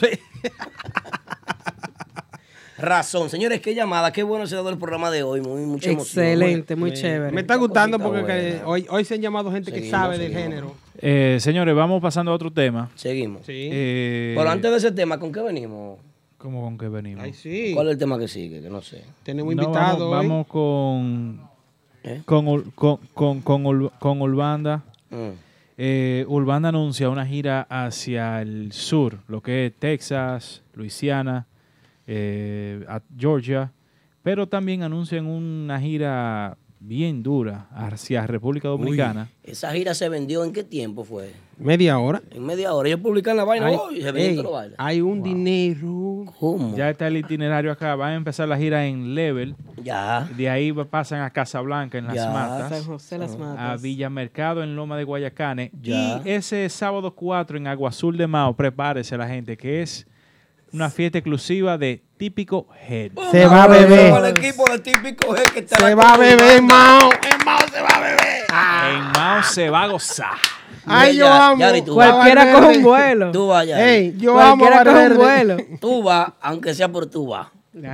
Speaker 2: Razón, señores, qué llamada, qué bueno se ha dado el programa de hoy, muy mucha emoción.
Speaker 4: Excelente, Este, muy
Speaker 5: Sí.
Speaker 4: chévere.
Speaker 5: Me está gustando
Speaker 2: Cosita
Speaker 5: porque que
Speaker 2: buena.
Speaker 5: hoy, hoy se han llamado gente que
Speaker 2: Seguimos,
Speaker 5: sabe del
Speaker 2: seguimos.
Speaker 5: género.
Speaker 3: Eh, señores, vamos pasando a otro tema.
Speaker 2: Seguimos.
Speaker 3: Eh,
Speaker 2: Pero antes de ese tema, ¿con qué venimos?
Speaker 3: ¿Cómo con qué venimos?
Speaker 2: ¿Cuál es el tema que sigue? Que no sé.
Speaker 5: Tenemos
Speaker 3: No,
Speaker 5: invitado hoy.
Speaker 3: Vamos, vamos con,
Speaker 2: ¿Eh?
Speaker 3: con, Ur- con, con, con Ur- con Urbanda.
Speaker 2: Mm.
Speaker 3: Eh, Urbanda anuncia una gira hacia el sur, lo que es Texas, Luisiana, eh, a Georgia, pero también anuncian una gira bien dura hacia República Dominicana.
Speaker 2: Esa gira se vendió en qué tiempo fue?
Speaker 5: Media hora.
Speaker 2: En media hora. Ellos publican la vaina
Speaker 3: Ay,
Speaker 2: hoy y se vendió
Speaker 3: ey,
Speaker 2: toda la vaina.
Speaker 5: Hay un dinero.
Speaker 2: ¿Cómo?
Speaker 3: Ya está el itinerario acá. Van a empezar la gira en Level.
Speaker 2: Ya.
Speaker 3: De ahí va- pasan a Casablanca en Las
Speaker 4: Ya.
Speaker 3: Matas.
Speaker 4: San José,
Speaker 2: Oh.
Speaker 4: Las
Speaker 3: A
Speaker 4: Matas.
Speaker 3: Villamercado en Loma de Guayacane.
Speaker 4: Ya.
Speaker 3: Y ese sábado 4 en Agua Azul de Mao, prepárese la gente, que es una fiesta exclusiva de típico head.
Speaker 5: Se va a beber.
Speaker 2: Oh, Para el equipo de típico G que está
Speaker 5: Se
Speaker 2: la
Speaker 5: va a beber,
Speaker 2: combinando.
Speaker 5: Mao.
Speaker 3: En Mao se va a gozar.
Speaker 5: Ay, yo
Speaker 2: Ya,
Speaker 5: amo.
Speaker 2: ya, y tú
Speaker 4: Cualquiera
Speaker 2: vas.
Speaker 4: coge un vuelo.
Speaker 2: Tú vas allá.
Speaker 5: Ey, yo
Speaker 4: Cualquiera
Speaker 5: amo a
Speaker 4: coge un
Speaker 5: Valverde.
Speaker 4: vuelo.
Speaker 2: Tú vas, aunque sea por tú vas.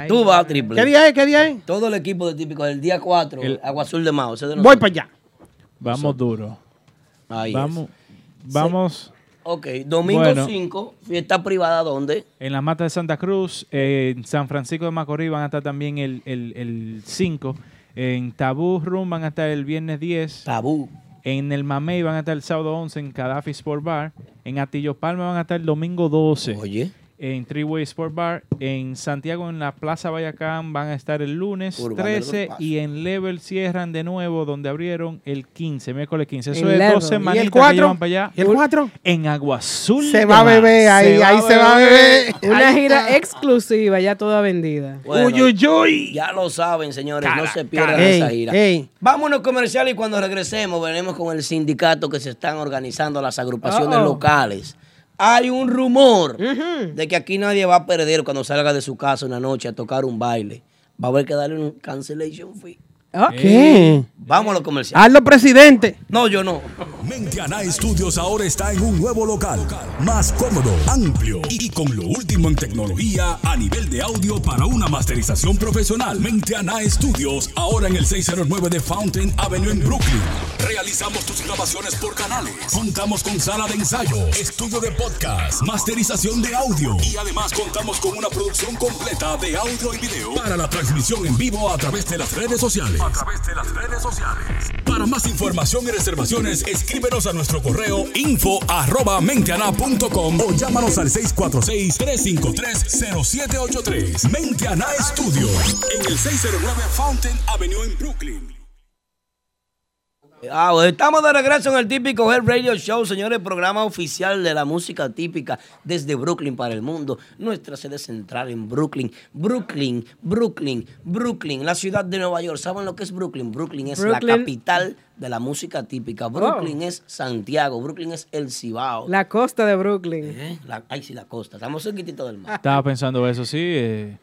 Speaker 2: Tú vas a triple.
Speaker 5: ¿Qué día es? ¿Qué día es?
Speaker 2: Todo el equipo de típico, el día 4,
Speaker 3: El-
Speaker 2: Agua Azul de Mao. ese de
Speaker 5: Voy
Speaker 2: nosotros.
Speaker 5: para allá.
Speaker 3: Vamos duro.
Speaker 2: Ahí
Speaker 3: vamos.
Speaker 2: es.
Speaker 3: Vamos
Speaker 2: Ok, domingo
Speaker 3: Bueno.
Speaker 2: 5, fiesta privada, ¿dónde?
Speaker 3: en las matas de Santa Cruz, eh, en San Francisco de Macorís van a estar también el, el, 5. En Tabú Room van a estar el viernes 10.
Speaker 2: Tabú.
Speaker 3: En el Mamey van a estar el sábado 11 en Gaddafi Sport Bar. En Atillo Palma van a estar el domingo 12.
Speaker 2: Oye.
Speaker 3: En Three Way Sport Bar. En Santiago, en la Plaza Bayacán, van a estar el lunes
Speaker 2: Urbana del
Speaker 3: 13.
Speaker 2: Paso.
Speaker 3: Y en Level cierran de nuevo, donde abrieron el 15, miércoles 15. Eso
Speaker 5: En
Speaker 3: es
Speaker 5: Level.
Speaker 3: dos
Speaker 5: ¿Y el
Speaker 3: semanitas que
Speaker 5: cuatro?
Speaker 3: llevan para allá.
Speaker 5: ¿Y el cuatro?
Speaker 3: En Aguazul.
Speaker 5: Se va a beber, ahí- ahí se va a beber.
Speaker 4: Una
Speaker 5: Ahí
Speaker 4: gira
Speaker 5: está.
Speaker 4: exclusiva, ya toda vendida.
Speaker 2: Bueno,
Speaker 5: Uy, uy, uy.
Speaker 2: Ya lo saben, señores, no se pierdan
Speaker 5: cara.
Speaker 2: esa
Speaker 5: Ey,
Speaker 2: gira.
Speaker 5: ey.
Speaker 2: Vámonos comercial y cuando regresemos, venimos con el sindicato que se están organizando las agrupaciones
Speaker 5: Uh-oh.
Speaker 2: locales hay un rumor de que aquí nadie va a perder cuando salga de su casa una noche a tocar un baile. Va a haber que darle un cancellation fee.
Speaker 5: ¿Qué?
Speaker 2: Vamos a los comerciales.
Speaker 5: Hazlo presidente.
Speaker 2: No, yo no.
Speaker 1: Mentiana Studios ahora está en un nuevo local, más cómodo, amplio y con lo último en tecnología a nivel de audio para una masterización profesional. Mentiana Studios ahora en el 609 de Fountain Avenue en Brooklyn. Realizamos tus grabaciones por canales. Contamos con sala de ensayo, estudio de podcast, masterización de audio y además contamos con una producción completa de audio y video para la transmisión en vivo a través de las redes sociales.
Speaker 12: A través de las redes sociales.
Speaker 1: Para más información y reservaciones, escríbenos a nuestro correo info arroba menteana.com o llámanos al 646-353-0783. Menteana Studio, en el 609 Fountain Avenue en Brooklyn.
Speaker 2: Ah, bueno, estamos de regreso en el típico Head Radio Show, señores, programa oficial de la música típica desde Brooklyn para el mundo. Nuestra sede central en Brooklyn, Brooklyn, Brooklyn, Brooklyn, la ciudad de Nueva York. ¿Saben lo que es Brooklyn? Brooklyn es la
Speaker 4: Brooklyn. Oh.
Speaker 2: capital de la música típica. Brooklyn es Santiago, Brooklyn es el Cibao. ¿Eh?
Speaker 4: La costa de Brooklyn.
Speaker 2: La- ay, sí, la costa. Estamos cerquitito del mar.
Speaker 3: Estaba pensando eso, sí. eh,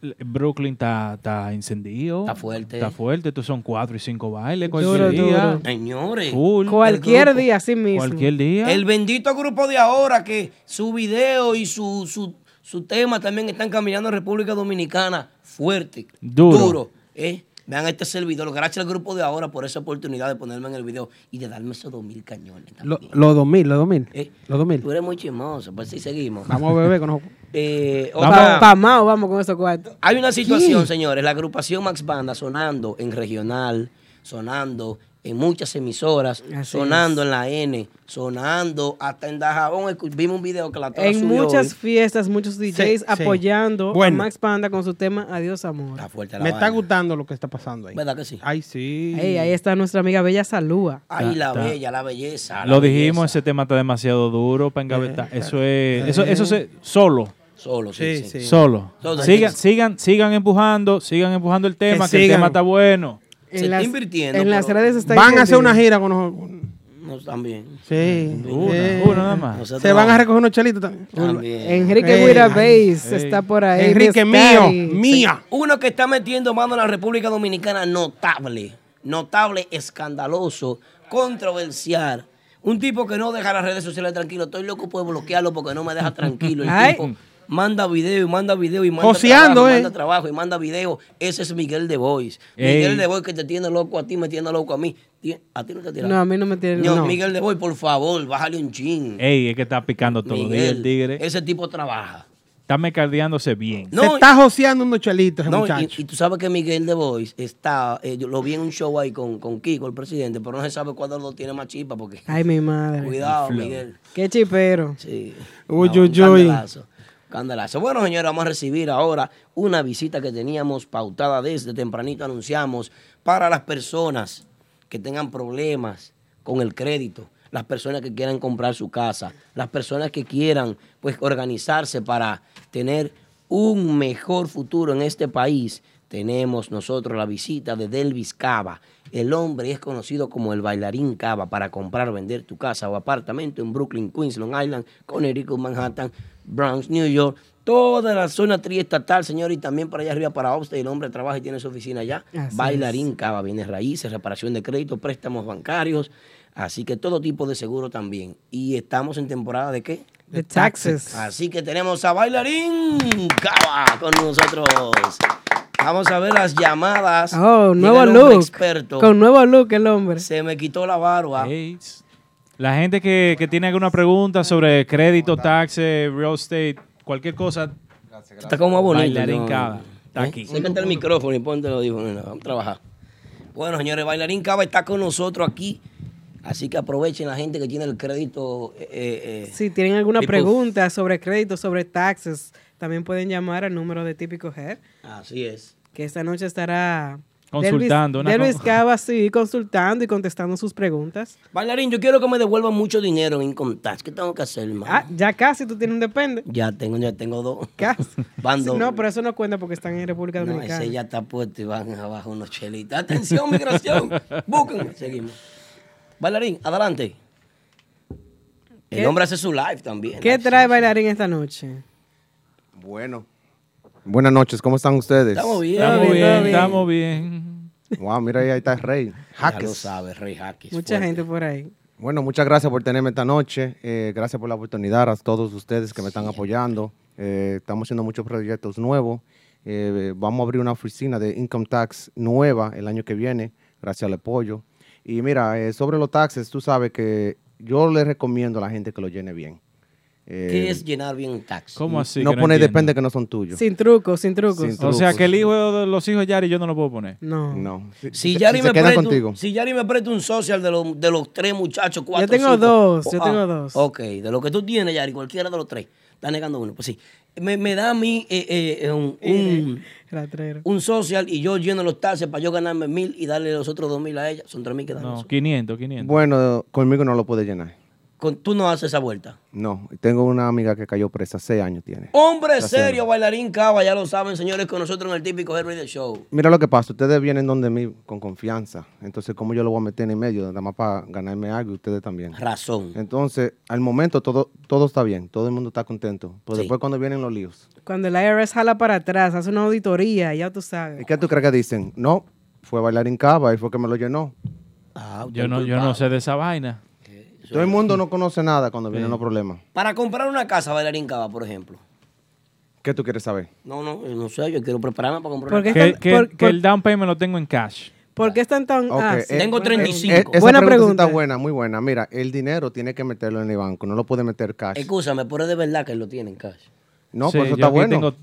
Speaker 3: l- Brooklyn está está incendiado. Está
Speaker 2: fuerte.
Speaker 3: Está fuerte. Estos son cuatro y cinco bailes. Cualquier
Speaker 4: Duro,
Speaker 3: día.
Speaker 4: duro.
Speaker 2: Señores.
Speaker 3: Full.
Speaker 4: Cualquier día, así mismo.
Speaker 3: Cualquier día.
Speaker 2: El bendito grupo de ahora que su video y su, su, su tema también están caminando en República Dominicana fuerte,
Speaker 3: Duro.
Speaker 2: duro. ¿eh? Vean este servidor. Gracias al grupo de ahora por esa oportunidad de ponerme en el video y de darme esos dos mil cañones.
Speaker 5: Lo- Los 2000, los 2000.
Speaker 2: ¿eh?
Speaker 5: Los 2000.
Speaker 2: Tú eres muy chismoso, pues sí seguimos.
Speaker 5: Vamos a beber con nosotros.
Speaker 2: Eh,
Speaker 5: Vamos
Speaker 2: otra-
Speaker 5: pa'
Speaker 4: Mao, vamos con esos cuartos.
Speaker 2: hay una situación,
Speaker 4: Sí.
Speaker 2: señores. La agrupación Max Banda sonando en regional, sonando en muchas emisoras,
Speaker 4: Así
Speaker 2: sonando en la N, sonando hasta en Dajabón. Escu- Vimos un video que la Tora
Speaker 4: En
Speaker 2: subió
Speaker 4: muchas
Speaker 2: hoy.
Speaker 4: fiestas, muchos DJs
Speaker 2: Sí, sí.
Speaker 4: apoyando
Speaker 2: Bueno.
Speaker 4: a Max Panda con su tema Adiós Amor.
Speaker 2: fuerte
Speaker 5: Me está gustando lo que está pasando ahí.
Speaker 2: ¿Verdad que sí? Ah.
Speaker 5: Ay, sí.
Speaker 4: Ey, ahí está nuestra amiga Bella Salúa.
Speaker 2: Ay, la
Speaker 3: Está-
Speaker 2: bella, la belleza. la
Speaker 3: Lo
Speaker 2: belleza.
Speaker 3: dijimos, ese tema está demasiado duro para engavetar.
Speaker 2: Eh,
Speaker 3: Eso es.
Speaker 2: eh.
Speaker 3: Eso, eso se, solo.
Speaker 2: Solo, sí, sí.
Speaker 3: Solo.
Speaker 2: Solo.
Speaker 3: Sigan, sigan, sigan empujando, sigan empujando el tema, que, el
Speaker 5: sigan.
Speaker 3: tema está bueno.
Speaker 2: Se está invirtiendo.
Speaker 4: en las
Speaker 2: pero-
Speaker 4: redes está
Speaker 5: Van a hacer una gira con nosotros.
Speaker 2: No, también.
Speaker 5: Sí.
Speaker 2: Una,
Speaker 5: Eh,
Speaker 2: una nada más. Nosotros
Speaker 5: Se van a
Speaker 2: vamos.
Speaker 5: recoger unos chelitos también.
Speaker 2: También.
Speaker 4: Enrique Guira Bass está por ahí.
Speaker 5: Enrique mío,
Speaker 4: Biscari.
Speaker 5: mía.
Speaker 2: Uno que está metiendo mano en la República Dominicana notable, notable, escandaloso, controversial. Un tipo que no deja las redes sociales tranquilo. Estoy loco por bloquearlo porque no me deja tranquilo.
Speaker 4: (laughs)
Speaker 2: El
Speaker 5: Ay.
Speaker 2: tipo manda video y manda video y manda
Speaker 5: Joseando,
Speaker 2: trabajo, y
Speaker 5: eh.
Speaker 2: manda trabajo y manda video. Ese es Miguel de Bois.
Speaker 4: Ey.
Speaker 2: Miguel de Bois que te tiene loco a ti, me tiene loco a mí. Ti- A ti no te tiene
Speaker 4: No, a mí no me tiene loco.
Speaker 2: Miguel de Bois, por favor, bájale un chin.
Speaker 3: Ey, es que está picando todo los días el
Speaker 2: Miguel,
Speaker 3: tigre.
Speaker 2: ese tipo trabaja.
Speaker 3: Está mecardeándose bien.
Speaker 2: No,
Speaker 5: Se está joseando unos chelitos, ese
Speaker 2: No, y,
Speaker 5: muchacho.
Speaker 2: y tú sabes que Miguel de Bois está, eh, yo lo vi en un show ahí con, con Kiko, el presidente, pero no se sabe cuándo lo tiene más chispa porque.
Speaker 4: Ay, mi madre.
Speaker 2: Cuidado, Miguel.
Speaker 4: Qué chipero.
Speaker 2: Sí.
Speaker 4: Uy,
Speaker 2: No, un
Speaker 4: uy, uy.
Speaker 2: Candelazo. Candelazo. Bueno, señores, vamos a recibir ahora una visita que teníamos pautada desde tempranito, anunciamos, para las personas que tengan problemas con el crédito, las personas que quieran comprar su casa, las personas que quieran pues organizarse para tener un mejor futuro en este país. Tenemos nosotros la visita de Delvis Cava. El hombre es conocido como el bailarín Cava para comprar o vender tu casa o apartamento en Brooklyn, Queens, Long Island, Connecticut, Manhattan, Bronx, New York, toda la zona triestatal, señor, y también para allá arriba, para Upstate, el hombre trabaja y tiene su oficina allá.
Speaker 4: Así
Speaker 2: Bailarín Cava, bienes raíces, reparación de crédito, préstamos bancarios, así que todo tipo de seguro también. Y estamos en temporada de qué?
Speaker 4: De taxes.
Speaker 2: Así que tenemos a Bailarín Cava con nosotros. Vamos a ver las llamadas.
Speaker 4: Oh,
Speaker 2: Llega
Speaker 4: nuevo
Speaker 2: el hombre
Speaker 4: look.
Speaker 2: experto.
Speaker 4: Con nuevo look el hombre.
Speaker 2: Se me quitó la barba.
Speaker 3: La gente que, que tiene alguna pregunta sobre crédito, taxes, real estate, cualquier cosa.
Speaker 2: Está como bonito.
Speaker 3: Bailarín
Speaker 2: ¿no?
Speaker 3: Cava, Está
Speaker 2: ¿Eh?
Speaker 3: aquí.
Speaker 2: Sécate el micrófono y ponte los audífonos, Vamos a trabajar. Bueno, señores, Bailarín Cava está con nosotros aquí. Así que aprovechen la gente que tiene el crédito. eh, eh, eh.
Speaker 4: Si tienen alguna
Speaker 2: Tipo-
Speaker 4: pregunta sobre crédito, sobre taxes, también pueden llamar al número de Típico Head,
Speaker 2: Así es.
Speaker 4: que esta noche estará
Speaker 3: Consultando, una
Speaker 4: Delvis, Delvis
Speaker 3: con-
Speaker 4: Cava, sí, consultando y contestando sus preguntas.
Speaker 2: Bailarín, yo quiero que me devuelvan mucho dinero en Incontax. ¿Qué tengo que hacer, man?
Speaker 4: Ah, ya casi tú tienes un depende.
Speaker 2: Ya tengo, ya tengo dos.
Speaker 4: Casi.
Speaker 2: (laughs) Van dos.
Speaker 4: No, pues, pero eso no cuenta porque están en República
Speaker 2: No,
Speaker 4: Dominicana.
Speaker 2: ese ya está puesto y van abajo unos chelitos.
Speaker 4: (laughs)
Speaker 2: Atención, migración. Búsquenme. Seguimos. Bailarín, adelante. El hombre hace su live también.
Speaker 4: ¿Qué trae bailarín esta noche?
Speaker 14: Bueno. Buenas noches, ¿cómo están ustedes?
Speaker 2: Estamos bien, Estamos bien, estamos bien. estamos
Speaker 14: bien. Wow, mira ahí, ahí está el Rey.
Speaker 2: Ya lo
Speaker 14: Jaques.
Speaker 2: sabes, Rey Jaques.
Speaker 4: Mucha gente por ahí.
Speaker 14: Bueno, muchas gracias por tenerme esta noche. Eh, gracias por la oportunidad a todos ustedes que me están apoyando. Eh, estamos haciendo muchos proyectos nuevos. Eh, vamos a abrir una oficina de Income Tax nueva el año que viene, gracias al apoyo. Y mira, eh, sobre los taxes, tú sabes que yo le recomiendo a la gente que lo llene bien. Eh,
Speaker 2: ¿Qué es llenar bien un taxi?
Speaker 14: No pone depende que no son tuyos.
Speaker 4: Sin trucos, sin trucos.
Speaker 14: Sin
Speaker 3: O sea,
Speaker 14: trucos.
Speaker 3: que el hijo de los hijos de Yari yo no lo puedo poner.
Speaker 4: No.
Speaker 14: No.
Speaker 2: Si Yari, me presta, un- si Yari me presta un social de, los- de los tres muchachos, cuatro.
Speaker 4: Yo tengo
Speaker 2: cinco.
Speaker 4: dos,
Speaker 2: Oh,
Speaker 4: yo
Speaker 2: ah,
Speaker 4: tengo dos.
Speaker 2: Ok, de lo que tú tienes, Yari, cualquiera de los tres. Está negando uno. Pues sí. Me, me da a mí eh, eh,
Speaker 4: (laughs)
Speaker 2: eh, un, un-
Speaker 4: Ratrero.
Speaker 2: un social y yo lleno los taxes para yo ganarme mil y darle los otros dos mil a ella. Son tres mil que dan.
Speaker 3: No, 500, 500.
Speaker 14: Bueno, conmigo no lo puede llenar.
Speaker 2: Con- tú no haces esa vuelta.
Speaker 14: No. Tengo una amiga que cayó presa, seis años tiene.
Speaker 2: Hombre
Speaker 14: Gracias.
Speaker 2: serio, bailarín cava, ya lo saben, señores, con nosotros en el típico Herb Radio Show.
Speaker 14: Mira lo que pasa, ustedes vienen donde mí con confianza. Entonces, ¿cómo yo lo voy a meter en el medio? Nada más para ganarme algo y ustedes también.
Speaker 2: Razón.
Speaker 14: Entonces, al momento todo, todo está bien, todo el mundo está contento. Pero
Speaker 4: Sí.
Speaker 14: después cuando vienen los líos,
Speaker 4: Cuando el IRS jala para atrás, hace una auditoría, ya tú sabes.
Speaker 14: ¿y qué tú crees que dicen? No, fue a bailar en Cava y fue que me lo llenó.
Speaker 2: Ah,
Speaker 3: Yo no, yo no sé de esa vaina.
Speaker 14: Todo el mundo no conoce nada cuando vienen los problemas.
Speaker 2: Para comprar una casa, bailarín cava, por ejemplo.
Speaker 14: ¿Qué tú quieres saber?
Speaker 2: No, no, no sé, yo quiero prepararme para comprar
Speaker 4: Porque
Speaker 2: una
Speaker 3: Que,
Speaker 2: casa.
Speaker 3: que- que el down payment lo tengo en cash.
Speaker 4: ¿Por qué están tan.?
Speaker 14: Ok,
Speaker 4: ah,
Speaker 14: eh,
Speaker 4: sí.
Speaker 2: Tengo
Speaker 14: eh,
Speaker 2: 35.
Speaker 14: eh, esa
Speaker 4: Buena
Speaker 14: pregunta, sí
Speaker 4: pregunta.
Speaker 14: está buena, muy buena. Mira, el dinero tiene que meterlo en el banco, no lo puede meter cash.
Speaker 2: Escúchame, pero es de verdad que lo tienen, cash.
Speaker 14: No,
Speaker 3: Sí,
Speaker 14: pues eso
Speaker 3: yo
Speaker 14: está
Speaker 3: aquí
Speaker 14: bueno.
Speaker 3: tengo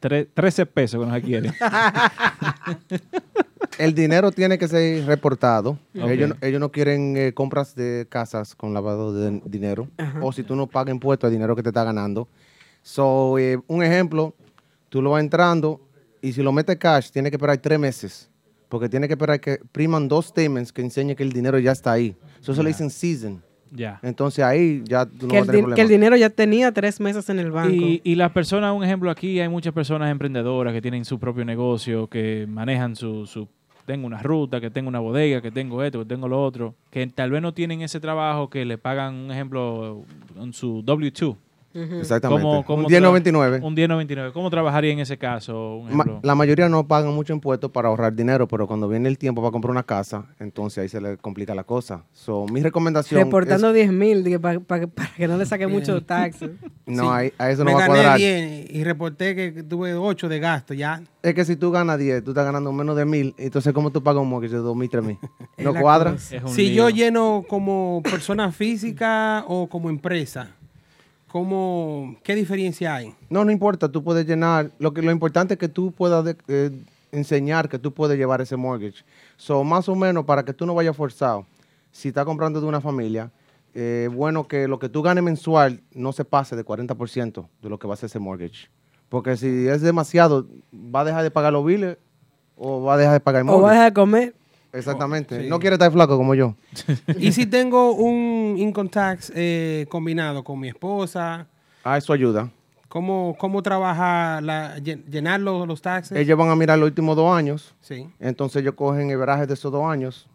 Speaker 3: tre- 13 pesos que nos adquieren.
Speaker 14: (laughs) El dinero tiene que ser reportado.
Speaker 3: Ok.
Speaker 14: Ellos, no- ellos no quieren eh, compras de casas con lavado de dinero. O si tú no pagas impuestos al dinero que te está ganando. So, eh, un ejemplo, tú lo vas entrando y si lo metes cash, tiene que esperar tres meses. Porque tiene que esperar que priman dos statements que enseñen que el dinero ya está ahí. Eso se le dicen season.
Speaker 3: Ya.
Speaker 14: Entonces ahí ya tú no
Speaker 4: que, el
Speaker 14: vas
Speaker 4: din-
Speaker 14: a tener
Speaker 4: que el
Speaker 14: problemas.
Speaker 4: dinero ya tenía tres meses en el banco.
Speaker 3: Y, y las personas, un ejemplo aquí, hay muchas personas emprendedoras que tienen su propio negocio, que manejan su, su tengo una ruta, que tengo una bodega, que tengo esto, que tengo lo otro, que tal vez no tienen ese trabajo que le pagan, un ejemplo, en su W2.
Speaker 4: Ujú.
Speaker 14: Exactamente.
Speaker 3: ¿Cómo-
Speaker 14: Un
Speaker 3: cómo tra-
Speaker 14: 1099.
Speaker 3: Un 1099. ¿Cómo trabajaría en ese caso? Un
Speaker 14: Ma-
Speaker 3: ejemplo?
Speaker 14: la mayoría no pagan mucho impuestos para ahorrar dinero, pero cuando viene el tiempo para comprar una casa, entonces ahí se le complica la cosa. So, mi recomendación es-
Speaker 4: Reportando 10 mil para que no le saque mucho taxes.
Speaker 14: (laughs) No, ahí- a eso
Speaker 5: Me
Speaker 14: no va a
Speaker 5: gané
Speaker 14: cuadrar.
Speaker 5: 10 y reporté que tuve 8 de gasto ya.
Speaker 14: Es que si tú ganas 10, tú estás ganando menos de 1000, entonces ¿cómo tú pagas un mortgage de 2000,
Speaker 5: (laughs)
Speaker 14: 3000?
Speaker 5: Es
Speaker 14: ¿No
Speaker 5: la
Speaker 14: cuadra?
Speaker 5: cosa. Si yo lleno como persona física o como empresa, ¿cómo, ¿qué diferencia hay?
Speaker 14: No, no importa, tú puedes llenar, lo que lo importante es que tú puedas de- eh, enseñar que tú puedes llevar ese mortgage. So, más o menos para que tú no vayas forzado. Si estás comprando de una familia, eh, bueno que lo que tú ganes mensual no se pase de 40% de lo que va a ser ese mortgage. Porque si es demasiado, va a dejar de pagar los biles o va a dejar de pagar el
Speaker 4: O
Speaker 14: mortgage.
Speaker 4: vas a comer.
Speaker 14: Exactamente.
Speaker 5: Sí.
Speaker 14: No quiere estar flaco como yo.
Speaker 5: Y si tengo un income tax eh, combinado con mi esposa,
Speaker 14: Ah, eso ayuda.
Speaker 5: ¿cómo, cómo trabaja la, llen- llenar los, los taxes?
Speaker 14: Ellos van a mirar los últimos dos años.
Speaker 5: Sí.
Speaker 14: Entonces ellos cogen el veraje de esos dos años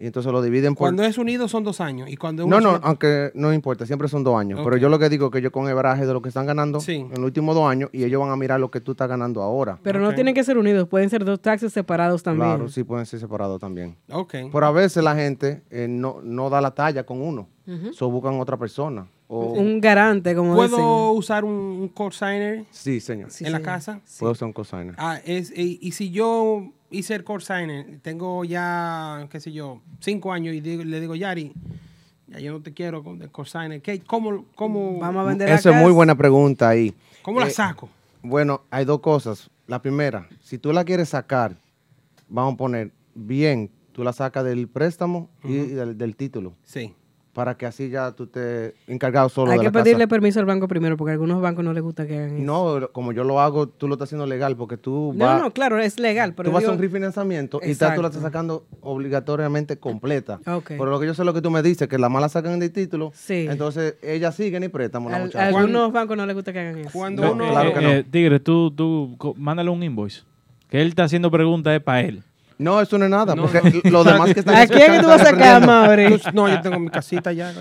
Speaker 14: y entonces lo dividen por...
Speaker 5: Cuando es unido son dos años. Y cuando es
Speaker 14: No,
Speaker 5: una
Speaker 14: no, ah,
Speaker 5: sola-
Speaker 14: aunque no importa, siempre son dos años. Pero
Speaker 5: Ok.
Speaker 14: yo lo que digo es que ellos cogen el veraje de lo que están ganando en los últimos dos años y ellos van a mirar lo que tú estás ganando ahora.
Speaker 4: Pero no tienen que ser unidos, pueden ser dos taxes separados también.
Speaker 14: Claro, sí pueden ser separados también.
Speaker 5: Ok.
Speaker 14: Pero a veces la gente eh, no, no da la talla con uno.
Speaker 4: Ujú.
Speaker 14: So buscan otra persona. O...
Speaker 4: Un garante, como
Speaker 5: ¿Puedo
Speaker 4: dicen.
Speaker 5: usar un, un cosigner
Speaker 14: Sí, señor.
Speaker 5: en la casa?
Speaker 14: Puedo ser un cosigner.
Speaker 5: Ah, es, y, y si yo hice el cosigner, tengo ya, qué sé yo, cinco años y digo- le digo, Yari, ya yo no te quiero con el cosigner. ¿Qué, cómo, cómo,
Speaker 4: Vamos
Speaker 14: Eso es muy buena pregunta ahí.
Speaker 5: ¿Cómo la
Speaker 14: Eh,
Speaker 5: saco?
Speaker 14: Bueno, hay dos cosas. La primera, si tú la quieres sacar, vamos a poner bien, tú la sacas del préstamo y del, del título.
Speaker 5: Sí.
Speaker 14: Para que así ya tú te encargado solo
Speaker 4: Hay
Speaker 14: de
Speaker 4: que
Speaker 14: la casa.
Speaker 4: pedirle permiso al banco primero, porque a algunos bancos no les gusta que hagan eso.
Speaker 14: No, lo- como yo lo hago, tú lo estás haciendo legal porque tú
Speaker 4: No,
Speaker 14: vas,
Speaker 4: no, claro, es legal. Pero
Speaker 14: tú vas a
Speaker 4: digo-
Speaker 14: un refinanciamiento y tal, tú la
Speaker 4: Exacto.
Speaker 14: estás sacando obligatoriamente completa.
Speaker 4: Ok.
Speaker 14: Por lo que yo sé lo que tú me dices, que la mala sacan del título,
Speaker 4: Sí.
Speaker 14: entonces ellas siguen y préstamo. la
Speaker 4: Al-
Speaker 14: muchacha.
Speaker 4: a algunos bancos no les gusta que hagan eso.
Speaker 5: Cuando
Speaker 3: No,
Speaker 5: uno-
Speaker 3: eh, eh, Tigre, tú, tú co- mándale un invoice. Que él está haciendo preguntas es para él.
Speaker 14: No, eso no es nada, porque los demás que están
Speaker 4: ¿A quién
Speaker 14: escuchando
Speaker 4: tú vas a
Speaker 14: están
Speaker 4: sacar,
Speaker 14: aprendiendo.
Speaker 4: Mauri?
Speaker 5: Tú- Pues, No, yo tengo mi casita ya.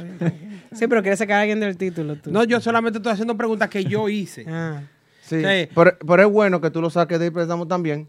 Speaker 4: Sí, pero quieres sacar a alguien del título. Tú. Ah.
Speaker 5: No, yo solamente estoy haciendo preguntas que yo hice.
Speaker 14: Sí,
Speaker 5: Sí.
Speaker 14: Pero, pero es bueno que tú lo saques de ahí préstamo también.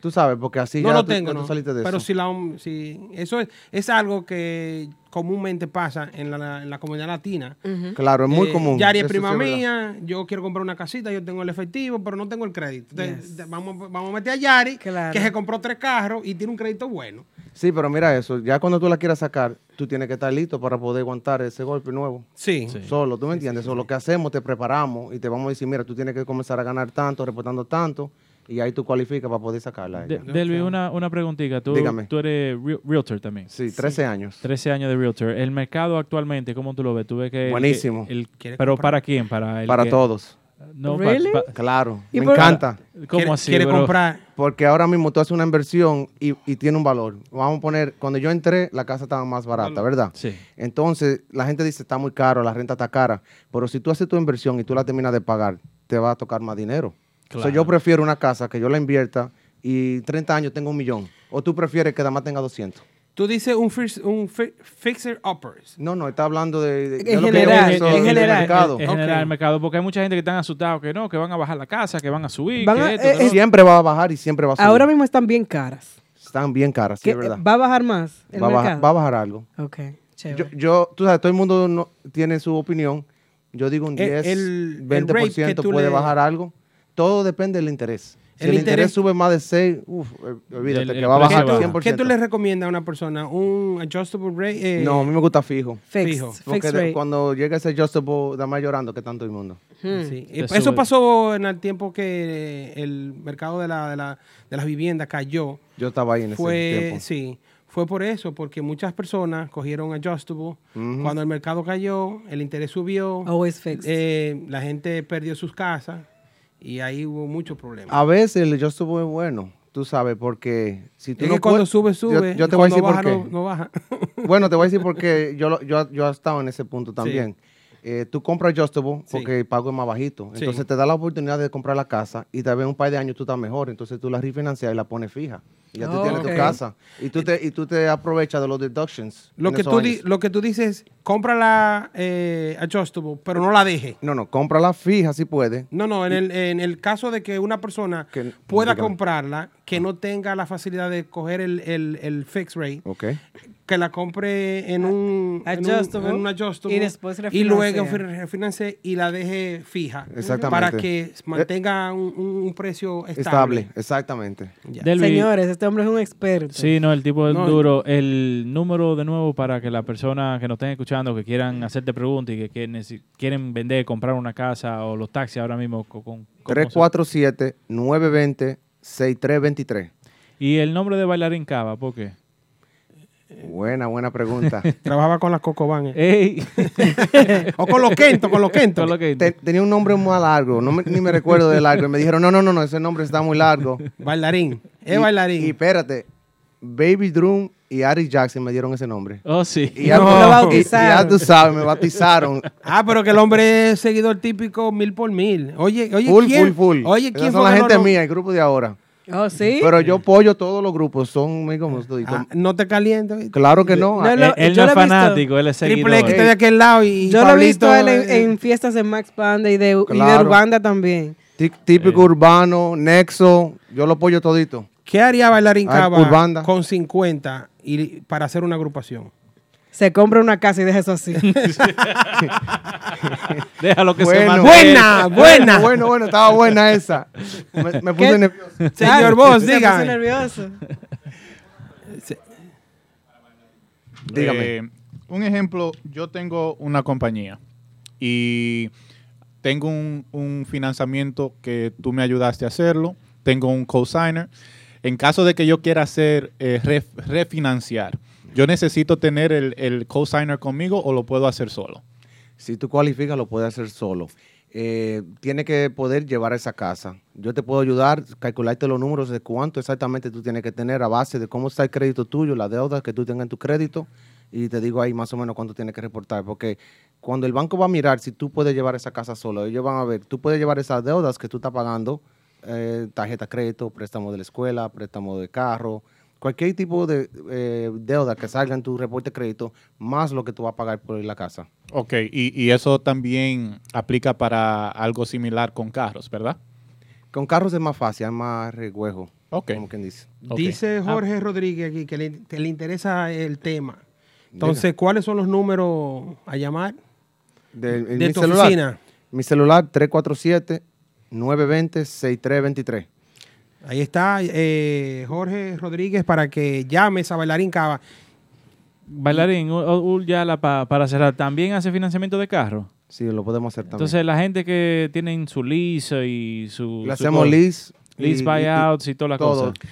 Speaker 14: Tú sabes, porque así
Speaker 5: no
Speaker 14: ya
Speaker 5: lo
Speaker 14: tú,
Speaker 5: tengo,
Speaker 14: tú
Speaker 5: no.
Speaker 14: saliste de
Speaker 5: pero
Speaker 14: eso.
Speaker 5: si la hom- si eso es, es algo que comúnmente pasa en la, en la comunidad latina. Eh,
Speaker 14: Ujú. Claro, es muy común,
Speaker 5: Yari es
Speaker 14: eso
Speaker 5: prima
Speaker 14: sí es verdad.
Speaker 5: mía, yo quiero comprar una casita, yo tengo el efectivo, pero no tengo el crédito. Entonces, vamos, vamos a meter a Yari, que se compró tres carros y tiene un crédito bueno.
Speaker 14: Sí, pero mira eso. Ya cuando tú la quieras sacar, tú tienes que estar listo para poder aguantar ese golpe nuevo.
Speaker 5: Sí.
Speaker 14: Solo, ¿tú me entiendes? Eso lo que hacemos, te preparamos y te vamos a decir, mira, tú tienes que comenzar a ganar tanto, reportando tanto, y ahí tú cualificas para poder sacarla. a
Speaker 3: De-
Speaker 14: ella.
Speaker 3: Delvi, una, una preguntita. Tú,
Speaker 14: Dígame.
Speaker 3: tú eres re- realtor también.
Speaker 14: Sí, 13 años.
Speaker 3: 13 años de realtor. El mercado actualmente, ¿cómo tú lo ves? Tú ves que... el-
Speaker 14: Buenísimo.
Speaker 3: el-
Speaker 14: ¿Quiere
Speaker 3: pero
Speaker 14: comprar?
Speaker 3: ¿para quién? Para, el
Speaker 14: Para
Speaker 3: que-
Speaker 14: todos.
Speaker 3: No, pa- Really? pa-
Speaker 14: claro,
Speaker 3: ¿Y
Speaker 14: me
Speaker 3: por-
Speaker 14: encanta.
Speaker 3: ¿Cómo ¿Quiere- así, quiere bro? comprar?
Speaker 14: Porque ahora mismo tú haces una inversión y, y tiene un valor. Vamos a poner, cuando yo entré, la casa estaba más barata, ¿verdad?
Speaker 3: Sí.
Speaker 14: Entonces, la gente dice, está muy caro, la renta está cara. Pero si tú haces tu inversión y tú la terminas de pagar, te va a tocar más dinero. O sea, yo
Speaker 3: Claro.
Speaker 14: prefiero una casa que yo la invierta y 30 años tengo un millón. O tú prefieres que nada más tenga 200.
Speaker 5: Tú dices un, fix- un fi- fixer uppers.
Speaker 14: No, no, está hablando de... de-
Speaker 5: En
Speaker 14: de lo que yo
Speaker 5: general,
Speaker 14: pienso
Speaker 5: en
Speaker 14: del
Speaker 5: general.
Speaker 14: mercado.
Speaker 3: En general, el mercado, porque hay mucha gente que están asustados que no, que van a bajar la casa, que van a subir,
Speaker 4: Van
Speaker 3: que
Speaker 4: a-
Speaker 3: esto, que
Speaker 4: eh,
Speaker 3: lo-
Speaker 14: Siempre va a bajar y siempre va a subir.
Speaker 4: Ahora mismo están bien caras.
Speaker 14: Están bien caras, sí,
Speaker 4: ¿Qué-
Speaker 14: es verdad.
Speaker 4: eh, ¿Va a bajar más el
Speaker 14: va, a
Speaker 4: mercado?
Speaker 14: bajar, va a bajar algo.
Speaker 4: Ok,
Speaker 14: Yo,
Speaker 4: chévere.
Speaker 14: yo- tú sabes, todo el mundo no- tiene su opinión. Yo digo un
Speaker 5: El-
Speaker 14: 10,
Speaker 5: el- el rate que
Speaker 14: 20%
Speaker 5: tú
Speaker 14: puede
Speaker 5: le-
Speaker 14: bajar algo. Todo depende del interés. Si
Speaker 5: El
Speaker 14: el, interés,
Speaker 5: interés-
Speaker 14: sube más de 6, uff, olvídate
Speaker 5: El- el
Speaker 14: que va a
Speaker 5: precio
Speaker 14: bajar
Speaker 5: baja.
Speaker 14: 100%.
Speaker 5: ¿Qué tú le recomiendas a una persona? ¿Un adjustable rate? Eh,
Speaker 14: No, a mí me gusta fijo.
Speaker 5: Fixed, Fijo. fixed
Speaker 14: Porque de-
Speaker 5: rate.
Speaker 14: cuando llega ese adjustable, da más llorando que tanto el mundo.
Speaker 4: Hmm.
Speaker 5: Sí. Eh, Eso pasó en el tiempo que eh, el mercado de, la, de, la- de las viviendas cayó.
Speaker 14: Yo estaba ahí en ese
Speaker 5: fue,
Speaker 14: tiempo.
Speaker 5: Sí, fue por eso, porque muchas personas cogieron adjustable.
Speaker 14: Ujú.
Speaker 5: Cuando el mercado cayó, el interés subió.
Speaker 4: Always fixed.
Speaker 5: eh, la gente perdió sus casas y ahí hubo muchos problemas.
Speaker 14: A veces el adjustable es bueno, tú sabes, porque si tú
Speaker 5: Es
Speaker 14: no
Speaker 5: que cuando
Speaker 14: puedes-
Speaker 5: sube,
Speaker 14: yo-
Speaker 5: sube.
Speaker 14: Yo,
Speaker 5: y
Speaker 14: te voy a
Speaker 5: cuando
Speaker 14: decir
Speaker 5: baja,
Speaker 14: por qué.
Speaker 5: No, no baja.
Speaker 14: Bueno, te voy a decir porque yo, lo- yo, yo he estado en ese punto también. Eh, tú compras adjustable porque el pago es más bajito.
Speaker 5: Sí.
Speaker 14: Entonces te da la oportunidad de comprar la casa y tal vez en un par de años tú estás mejor. Entonces tú la refinancias y la pones fija. Y ya tú
Speaker 5: Oh,
Speaker 14: tienes
Speaker 5: ok. Eh,
Speaker 14: tu casa. Y tú, te, y tú te aprovechas de los deductions.
Speaker 5: Lo
Speaker 14: en
Speaker 5: que,
Speaker 14: esos
Speaker 5: tú
Speaker 14: años.
Speaker 5: di- lo que tú dices, cómprala eh, adjustable, pero no la deje.
Speaker 14: No, no, cómprala fija si puede.
Speaker 5: No, no, en el, en el caso de que una persona
Speaker 14: Que- Ah.
Speaker 5: pueda
Speaker 14: dígame.
Speaker 5: comprarla, que no tenga la facilidad de coger el, el, el fixed rate,
Speaker 14: Ok.
Speaker 5: que la compre en un en un-
Speaker 4: Adjustable.
Speaker 5: en un adjustable
Speaker 4: Y después
Speaker 5: y luego
Speaker 4: refinance.
Speaker 5: fi- refinance y la deje fija
Speaker 14: Exactamente. Eh.
Speaker 5: para que mantenga un, un- un precio
Speaker 14: Estable,
Speaker 5: estable.
Speaker 14: exactamente.
Speaker 3: Delvi-
Speaker 4: Señores, este hombre es un experto.
Speaker 3: Sí, no, el tipo es
Speaker 4: No,
Speaker 3: duro. El número de nuevo para que las personas que nos estén escuchando, que quieran hacerte preguntas y que, que neces- quieren vender, comprar una casa o los taxis ahora mismo. co- Con, con-
Speaker 14: 347-920-6323.
Speaker 3: Y el nombre de Bailarín Cava, ¿por qué?
Speaker 5: Eh.
Speaker 14: Buena, buena
Speaker 5: (laughs)
Speaker 14: pregunta.
Speaker 5: Trabajaba con las Cocoban.
Speaker 3: Ey.
Speaker 5: (laughs) o con los Kento, con los Kento.
Speaker 14: Te- tenía un nombre muy largo, no me- ni me recuerdo del largo. Y me dijeron, no, no, no, no, ese nombre está muy largo.
Speaker 5: Bailarín, es bailarín.
Speaker 14: (laughs) Y espérate, Baby Drum y Ari Jackson me dieron ese nombre.
Speaker 3: Oh, sí.
Speaker 14: Y ya,
Speaker 5: No.
Speaker 14: tú- y-
Speaker 5: Lo
Speaker 14: y ya
Speaker 5: bautizaron.
Speaker 14: tú sabes, me bautizaron.
Speaker 5: Ah, pero que el hombre es seguidor típico mil por mil. Oye, oye,
Speaker 14: full,
Speaker 5: ¿quién,
Speaker 14: full, full.
Speaker 5: Oye,
Speaker 14: Esas
Speaker 5: ¿quién
Speaker 14: son
Speaker 5: fue
Speaker 14: la
Speaker 5: que no-
Speaker 14: gente
Speaker 5: no-
Speaker 14: mía, el grupo de ahora.
Speaker 4: Oh, sí.
Speaker 14: Pero yo apoyo todos los grupos, son amigos míos toditos.
Speaker 5: Ah, No te caliento.
Speaker 14: Claro que no.
Speaker 4: No, lo- Él yo no es lo he visto. fanático,
Speaker 3: él es
Speaker 5: Triple X está de aquel lado y
Speaker 4: Yo lo he visto a él
Speaker 5: Pablito,
Speaker 4: en,
Speaker 5: eh,
Speaker 4: en fiestas de Max Panda y de, y de
Speaker 14: Claro.
Speaker 4: Urbanda también.
Speaker 14: Tí- Típico urbano, Nexo, yo lo apoyo todito.
Speaker 5: ¿Qué haría Bailarín
Speaker 14: Ah,
Speaker 5: Cava
Speaker 14: Urbanda.
Speaker 5: con 50 y, para hacer una
Speaker 4: (laughs)
Speaker 5: agrupación?
Speaker 4: Se compra una casa y deja eso
Speaker 14: (laughs)
Speaker 4: así.
Speaker 3: Déjalo
Speaker 4: que se
Speaker 5: Buena, buena.
Speaker 14: Bueno, bueno, estaba buena esa. Me, me puse
Speaker 5: ¿Qué?
Speaker 14: nervioso.
Speaker 4: Ah,
Speaker 5: Señor Boss,
Speaker 4: Se puso
Speaker 5: dígame.
Speaker 4: nervioso.
Speaker 14: Dígame.
Speaker 7: Eh, un ejemplo, yo tengo una compañía y tengo un, un financiamiento que tú me ayudaste a hacerlo, tengo un cosigner. En caso de que yo quiera hacer eh, ref- refinanciar, yo necesito tener el, el cosigner conmigo o lo puedo hacer solo.
Speaker 14: Si tú cualificas, lo puedes hacer solo. Eh, tiene que poder llevar esa casa. Yo te puedo ayudar, calcularte los números de cuánto exactamente tú tienes que tener a base de cómo está el crédito tuyo, las deudas que tú tengas en tu crédito, y te digo ahí más o menos cuánto tienes que reportar. Porque cuando el banco va a mirar si tú puedes llevar esa casa solo, ellos van a ver, tú puedes llevar esas deudas que tú estás pagando, eh, tarjeta crédito, préstamo de la escuela, préstamo de carro, cualquier tipo de eh, deuda que salga en tu reporte de crédito, más lo que tú vas a pagar por la casa.
Speaker 7: Ok, y, y eso también aplica para algo similar con carros, ¿verdad?
Speaker 14: Con carros es más fácil, es más regüejo, como quien dice.
Speaker 5: Dice
Speaker 3: Ah,
Speaker 14: Ah.
Speaker 5: Jorge Rodríguez aquí que le, que le interesa el tema. Entonces, ¿cuáles son los números a llamar?
Speaker 14: de, en
Speaker 5: de
Speaker 14: mi
Speaker 5: tu
Speaker 14: celular.
Speaker 5: oficina.
Speaker 14: Mi celular 347-920-6323.
Speaker 5: Ahí está eh, Jorge Rodríguez para que llames a Bailarín Cava.
Speaker 3: Bailarín, u- u- ya la pa- para cerrar, ¿también hace financiamiento de carro?
Speaker 14: Sí, lo podemos hacer también.
Speaker 3: Entonces, la gente que tienen su lease y su...
Speaker 14: Le
Speaker 3: su
Speaker 14: hacemos
Speaker 3: todo,
Speaker 14: lease.
Speaker 3: Lease buyouts y, toda la
Speaker 14: todo.
Speaker 3: cosa.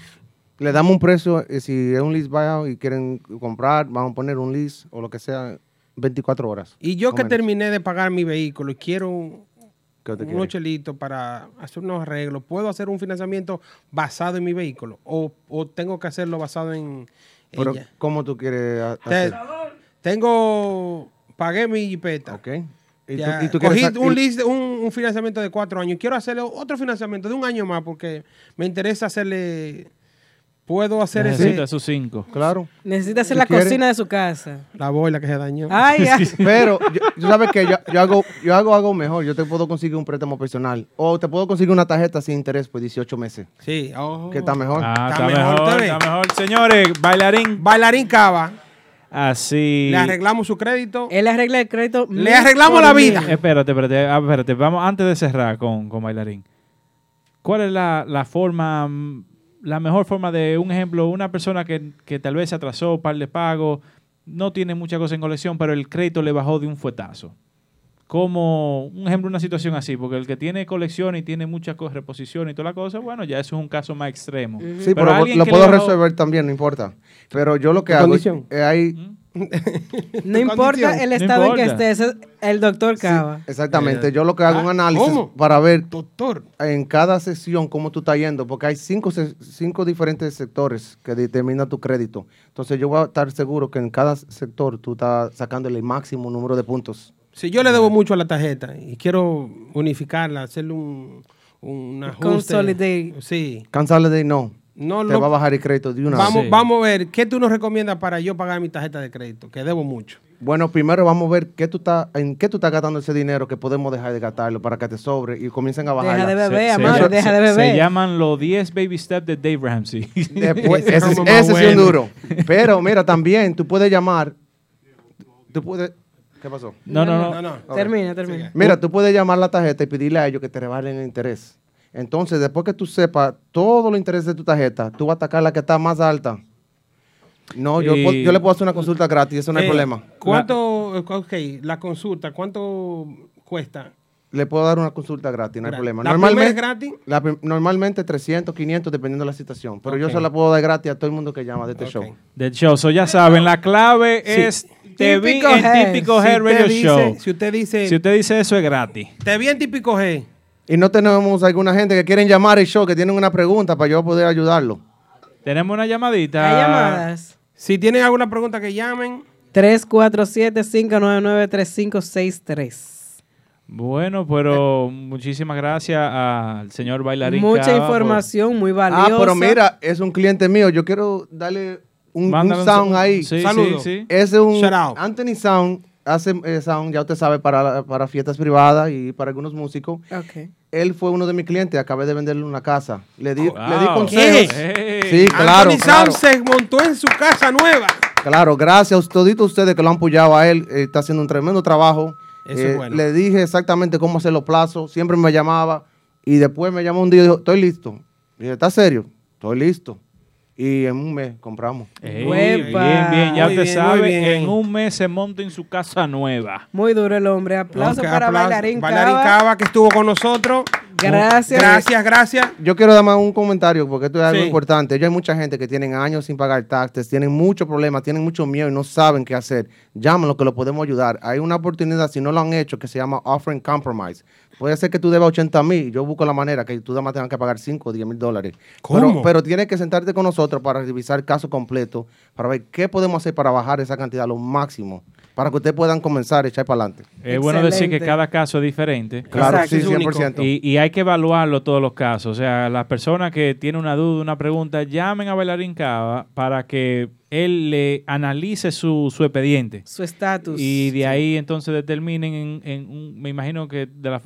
Speaker 14: Le damos un precio, eh, si es un lease buyout y quieren comprar, vamos a poner un lease o lo que sea, 24 horas.
Speaker 5: Y yo
Speaker 14: o
Speaker 5: que
Speaker 14: menos.
Speaker 5: terminé de pagar mi vehículo y quiero un-
Speaker 14: ¿Qué te
Speaker 5: unos
Speaker 14: quieres?
Speaker 5: chelitos para hacer unos arreglos, ¿puedo hacer un financiamiento basado en mi vehículo? ¿O, o tengo que hacerlo basado en
Speaker 14: Pero,
Speaker 5: ella?
Speaker 14: ¿Cómo tú quieres ha-
Speaker 5: Te-
Speaker 14: hacer?
Speaker 5: tengo, pagué mi jipeta.
Speaker 14: Ok. ¿Y
Speaker 5: Ya,
Speaker 14: tú- y tú quieres
Speaker 5: cogí
Speaker 14: sac-
Speaker 5: un,
Speaker 14: y-
Speaker 5: lease- un, un financiamiento de cuatro años. Quiero hacerle otro financiamiento de un año más porque me interesa hacerle... Puedo hacer
Speaker 3: Necesita
Speaker 5: ese...
Speaker 3: sus cinco.
Speaker 14: Claro.
Speaker 4: Necesita hacer
Speaker 5: ¿Tú
Speaker 4: la
Speaker 5: quieres?
Speaker 4: cocina de su casa.
Speaker 5: La boila que se dañó. (laughs)
Speaker 4: Ay, ay.
Speaker 14: Pero yo, yo sabes que yo, yo hago yo hago algo mejor. Yo te puedo conseguir un préstamo personal o te puedo conseguir una tarjeta sin interés por 18 meses.
Speaker 5: Sí. oh.
Speaker 14: Que está mejor.
Speaker 3: Ah, está, mejor,
Speaker 5: ¿te
Speaker 3: está
Speaker 5: ves?
Speaker 3: mejor. Señores, bailarín.
Speaker 5: Bailarín Cava.
Speaker 3: Así.
Speaker 5: Le arreglamos su crédito.
Speaker 4: Él arregla el crédito.
Speaker 5: Le arreglamos la vida.
Speaker 3: Espérate, espérate, ah, espérate. Vamos antes de cerrar con, con bailarín. ¿Cuál es la, la forma, mm, la mejor forma de un ejemplo, una persona que, que tal vez se atrasó, par de pagos, no tiene mucha cosa en colección, pero el crédito le bajó de un fuetazo? Como un ejemplo, una situación así, porque el que tiene colección y tiene mucha co- reposición y toda la cosa, bueno, ya eso es un caso más extremo.
Speaker 14: Sí, pero,
Speaker 3: alguien
Speaker 14: lo
Speaker 3: que
Speaker 14: puedo
Speaker 3: le bajó-
Speaker 14: resolver también, no importa. Pero yo lo que
Speaker 5: ¿Tu
Speaker 14: hago
Speaker 5: condición?
Speaker 14: es- eh, hay
Speaker 4: No importa el
Speaker 14: No
Speaker 4: estado en
Speaker 14: importa.
Speaker 4: que estés, es el doctor Cava.
Speaker 14: Exactamente, yo lo que hago es un análisis
Speaker 4: ¿cómo?
Speaker 14: para ver
Speaker 5: Eh, ah, Doctor.
Speaker 14: en cada sesión cómo tú estás yendo, porque hay cinco, se- cinco diferentes sectores que determinan tu crédito. Entonces yo voy a estar seguro que en cada sector tú estás sacando el máximo número de puntos.
Speaker 5: Si yo le debo mucho a la tarjeta y quiero unificarla, hacerle un, un ajuste.
Speaker 14: Consolidate.
Speaker 5: Sí.
Speaker 14: Cansarle de no,
Speaker 5: No
Speaker 14: te
Speaker 5: lo-
Speaker 14: va a bajar el crédito de una vez.
Speaker 5: Vamos, vamos a ver, ¿qué tú nos recomiendas para yo pagar mi tarjeta de crédito? Que debo mucho.
Speaker 14: Bueno, primero vamos a ver qué tú estás, en qué tú estás gastando ese dinero que podemos dejar de gastarlo para que te sobre y comiencen a bajar.
Speaker 3: Se- se- se- Se llaman los 10 baby steps de Dave Ramsey. (laughs)
Speaker 14: Después, Eh, pues, ese es- ese sí es un duro. Pero mira, también tú puedes llamar. Tú puedes. ¿Qué pasó?
Speaker 3: No, no, no.
Speaker 14: Ok.
Speaker 4: Termina, termina.
Speaker 14: Mira, tú puedes llamar la tarjeta y pedirle a ellos que te rebalen el interés. Entonces, después que tú sepas todos los intereses de tu tarjeta, tú vas a atacar la que está más alta. No, yo,
Speaker 3: Y-
Speaker 14: puedo- yo le puedo hacer una consulta gratis, eso no hay
Speaker 5: Eh,
Speaker 14: problema.
Speaker 5: ¿Cuánto, ok, la consulta, cuánto cuesta?
Speaker 14: Le puedo dar una consulta gratis, no hay
Speaker 5: Gra-
Speaker 14: problema.
Speaker 5: ¿La
Speaker 14: Normalmente,
Speaker 5: primera es gratis?
Speaker 14: la prim- normalmente 300, 500, dependiendo de la situación. Pero yo
Speaker 3: Ok.
Speaker 14: se la puedo dar gratis a todo el mundo que llama de este show.
Speaker 3: Del show. So, ya saben, la clave
Speaker 14: Sí.
Speaker 3: es te vi
Speaker 5: Típico
Speaker 3: en
Speaker 5: Head.
Speaker 3: Típico
Speaker 5: Si
Speaker 3: Head
Speaker 5: usted
Speaker 3: Radio
Speaker 5: dice-
Speaker 3: Show.
Speaker 5: si usted dice-
Speaker 3: Si usted dice eso, es gratis.
Speaker 5: Te vi en típico G.
Speaker 14: Y no tenemos alguna gente que quieren llamar el show, que tienen una pregunta para yo poder ayudarlo.
Speaker 3: Tenemos una llamadita.
Speaker 4: Hay llamadas.
Speaker 5: Si tienen alguna pregunta que llamen.
Speaker 4: 347-599-3563.
Speaker 3: Bueno, pero muchísimas gracias al señor Bailarín.
Speaker 4: Mucha
Speaker 3: Cava por-
Speaker 4: información muy
Speaker 14: Ah,
Speaker 4: valiosa.
Speaker 14: pero mira, es un cliente mío. Yo quiero darle un, un
Speaker 3: Mándale un-
Speaker 14: sound
Speaker 3: un-
Speaker 14: ahí.
Speaker 3: sí, Saludo. sí, sí.
Speaker 14: Ese es un
Speaker 3: Shout out.
Speaker 14: Anthony Sound. Hace eh, sound, ya usted sabe, para, para fiestas privadas y para algunos músicos. Él fue uno de mis clientes. Acabé de venderle una casa. Le di, le di
Speaker 5: Wow.
Speaker 14: consejos.
Speaker 5: ¿Qué?
Speaker 14: Sí, claro.
Speaker 5: Anthony
Speaker 14: claro.
Speaker 5: Sound se montó en su casa nueva.
Speaker 14: Claro, gracias a toditos ustedes que lo han apoyado a él. eh, está haciendo un tremendo trabajo. Eh,
Speaker 5: Eso es bueno.
Speaker 14: Le dije exactamente cómo hacer los plazos. Siempre me llamaba. Y después me llamó un día y dijo, estoy listo. Y dije, ¿estás serio? Estoy listo. Y en un mes compramos.
Speaker 3: Ey, bien, bien, ya
Speaker 14: Muy
Speaker 3: usted
Speaker 14: bien, muy bien.
Speaker 3: sabe, en un mes se monta en su casa nueva.
Speaker 4: Muy duro el hombre. Aplausos
Speaker 5: Ok,
Speaker 4: para
Speaker 5: aplauso.
Speaker 4: Bailarín,
Speaker 5: Bailarín
Speaker 4: Cava.
Speaker 5: Cava que estuvo con nosotros.
Speaker 4: Gracias.
Speaker 5: Gracias, gracias.
Speaker 14: Yo quiero dar más un comentario porque esto es algo
Speaker 5: Sí.
Speaker 14: importante. Ya hay mucha gente que tienen años sin pagar taxes, tienen muchos problemas, tienen mucho miedo y no saben qué hacer. Llámanos que lo podemos ayudar. Hay una oportunidad, si no lo han hecho, que se llama Offering Compromise. Puede ser que tú debas 80 mil y yo busco la manera que tú nada más tengas que pagar 5 o 10 mil dólares.
Speaker 5: ¿Cómo?
Speaker 14: Pero, pero tienes que sentarte con nosotros para revisar el caso completo, para ver qué podemos hacer para bajar esa cantidad a lo máximo. para que ustedes puedan comenzar a echar para adelante.
Speaker 3: Es bueno decir que cada caso es diferente.
Speaker 14: Claro, Exacto, sí, es único. 100%.
Speaker 3: Y, y hay que evaluarlo todos los casos. O sea, las personas que tienen una duda, una pregunta, llamen a Bailarín Cava para que él le analice su, su expediente.
Speaker 4: Su estatus.
Speaker 3: Y de ahí entonces determinen, en, en un- me imagino que de la,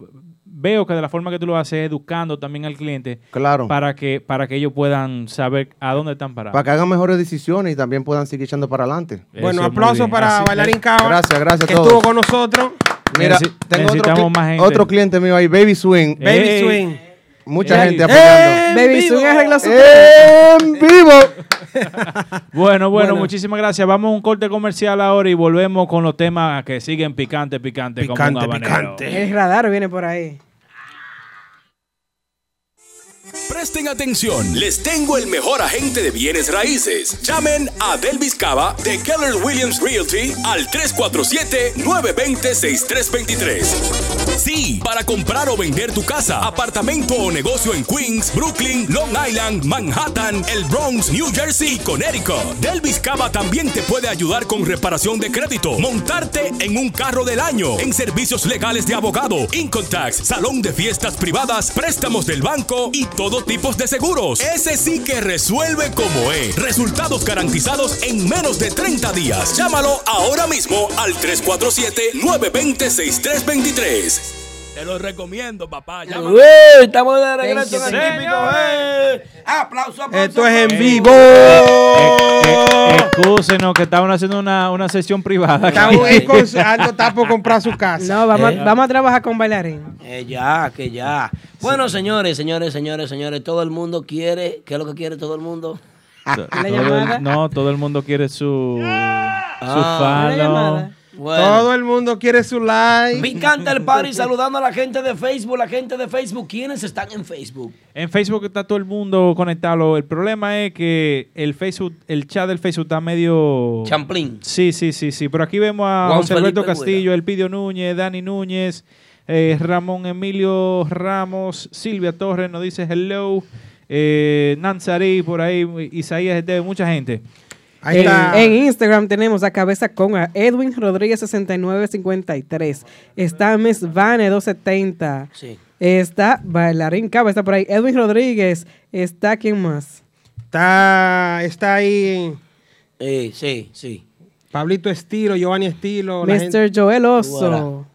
Speaker 3: veo que de la forma que tú lo haces, educando también al cliente.
Speaker 14: Claro.
Speaker 3: Para que, para que ellos puedan saber a dónde están parados.
Speaker 14: Para que hagan mejores decisiones y también puedan seguir echando para adelante.
Speaker 3: Bueno, es muy aplausos bien. para
Speaker 5: Bailarín Cava,
Speaker 14: Gracias, gracias a
Speaker 5: que
Speaker 14: todos.
Speaker 5: estuvo con nosotros.
Speaker 14: Mira,
Speaker 5: Necesi-
Speaker 14: tengo otro,
Speaker 5: necesitamos
Speaker 14: cli-
Speaker 5: más gente.
Speaker 14: otro cliente mío ahí, Baby
Speaker 3: Eh,
Speaker 14: Swing.
Speaker 5: Baby Ey. Swing. Eh.
Speaker 14: Mucha
Speaker 5: Ey.
Speaker 14: gente apoyando.
Speaker 4: Baby Swing arregló su
Speaker 14: ¡En
Speaker 5: (laughs)
Speaker 14: vivo!
Speaker 3: Bueno, bueno, muchísimas gracias. Vamos a un corte comercial ahora y volvemos con los temas que siguen picante, picante, como un
Speaker 5: Picante,
Speaker 3: habanero.
Speaker 4: El radar viene por ahí.
Speaker 1: Presten atención, les tengo el mejor agente de bienes raíces. Llamen a Delvis Cava de Keller Williams Realty al 347-920-6323. Sí, para comprar o vender tu casa, apartamento o negocio en Queens, Brooklyn, Long Island, Manhattan, el Bronx, New Jersey y Connecticut. Delvis Cava también te puede ayudar con reparación de crédito, montarte en un carro del año, en servicios legales de abogado, Incontax, salón de fiestas privadas, préstamos del banco y todo tipo de seguros. Ese sí que resuelve como es. Resultados garantizados en menos de 30 días. Llámalo ahora mismo al 347-920-6323. Te lo recomiendo, papá. Llámalo.
Speaker 2: Ué, estamos de regreso en el
Speaker 1: Señores.
Speaker 2: típico. eh. Aplauso, aplauso.
Speaker 5: Esto es en
Speaker 3: Ey.
Speaker 5: vivo.
Speaker 3: Eh, Excúsenos que estaban haciendo una, una sesión privada.
Speaker 5: Está
Speaker 3: aquí. (laughs)
Speaker 5: un- con- Aldo está por comprar su casa.
Speaker 4: No, vamos,
Speaker 3: Eh.
Speaker 4: a, vamos a trabajar con bailarín.
Speaker 2: Eh, ya, que ya. Bueno, señores, señores, señores, señores, todo el mundo quiere, ¿qué es lo que quiere todo el mundo?
Speaker 3: Todo el- no, todo el mundo quiere su, su
Speaker 2: Ah. La
Speaker 3: follow.
Speaker 2: llamada. Bueno.
Speaker 5: Todo el mundo quiere su like.
Speaker 2: Me encanta el party saludando a la gente de Facebook, la gente de Facebook, ¿quiénes están en Facebook?
Speaker 3: En Facebook está todo el mundo conectado. El problema es que el Facebook, el chat del Facebook está medio.
Speaker 2: Champlín.
Speaker 3: Sí, sí, sí, sí. Pero aquí vemos a
Speaker 2: Juan
Speaker 3: José Alberto
Speaker 2: Felipe
Speaker 3: Castillo, Elpidio Núñez, Dani Núñez, eh, Ramón Emilio Ramos, Silvia Torres nos dice hello, eh, Nanzarí por ahí, Isaías de mucha gente.
Speaker 4: Eh, En Instagram tenemos a Cabeza con a Edwin Rodríguez 6953. Está Miss Vane 270.
Speaker 2: Sí.
Speaker 4: Está Bailarín Cava, está por ahí. Edwin Rodríguez, está quién más.
Speaker 5: Está, está ahí
Speaker 2: Sí, Eh, sí, sí.
Speaker 5: Pablito Estilo, Giovanni Estilo. la
Speaker 4: Mr.
Speaker 5: gente-
Speaker 4: Joel Oso.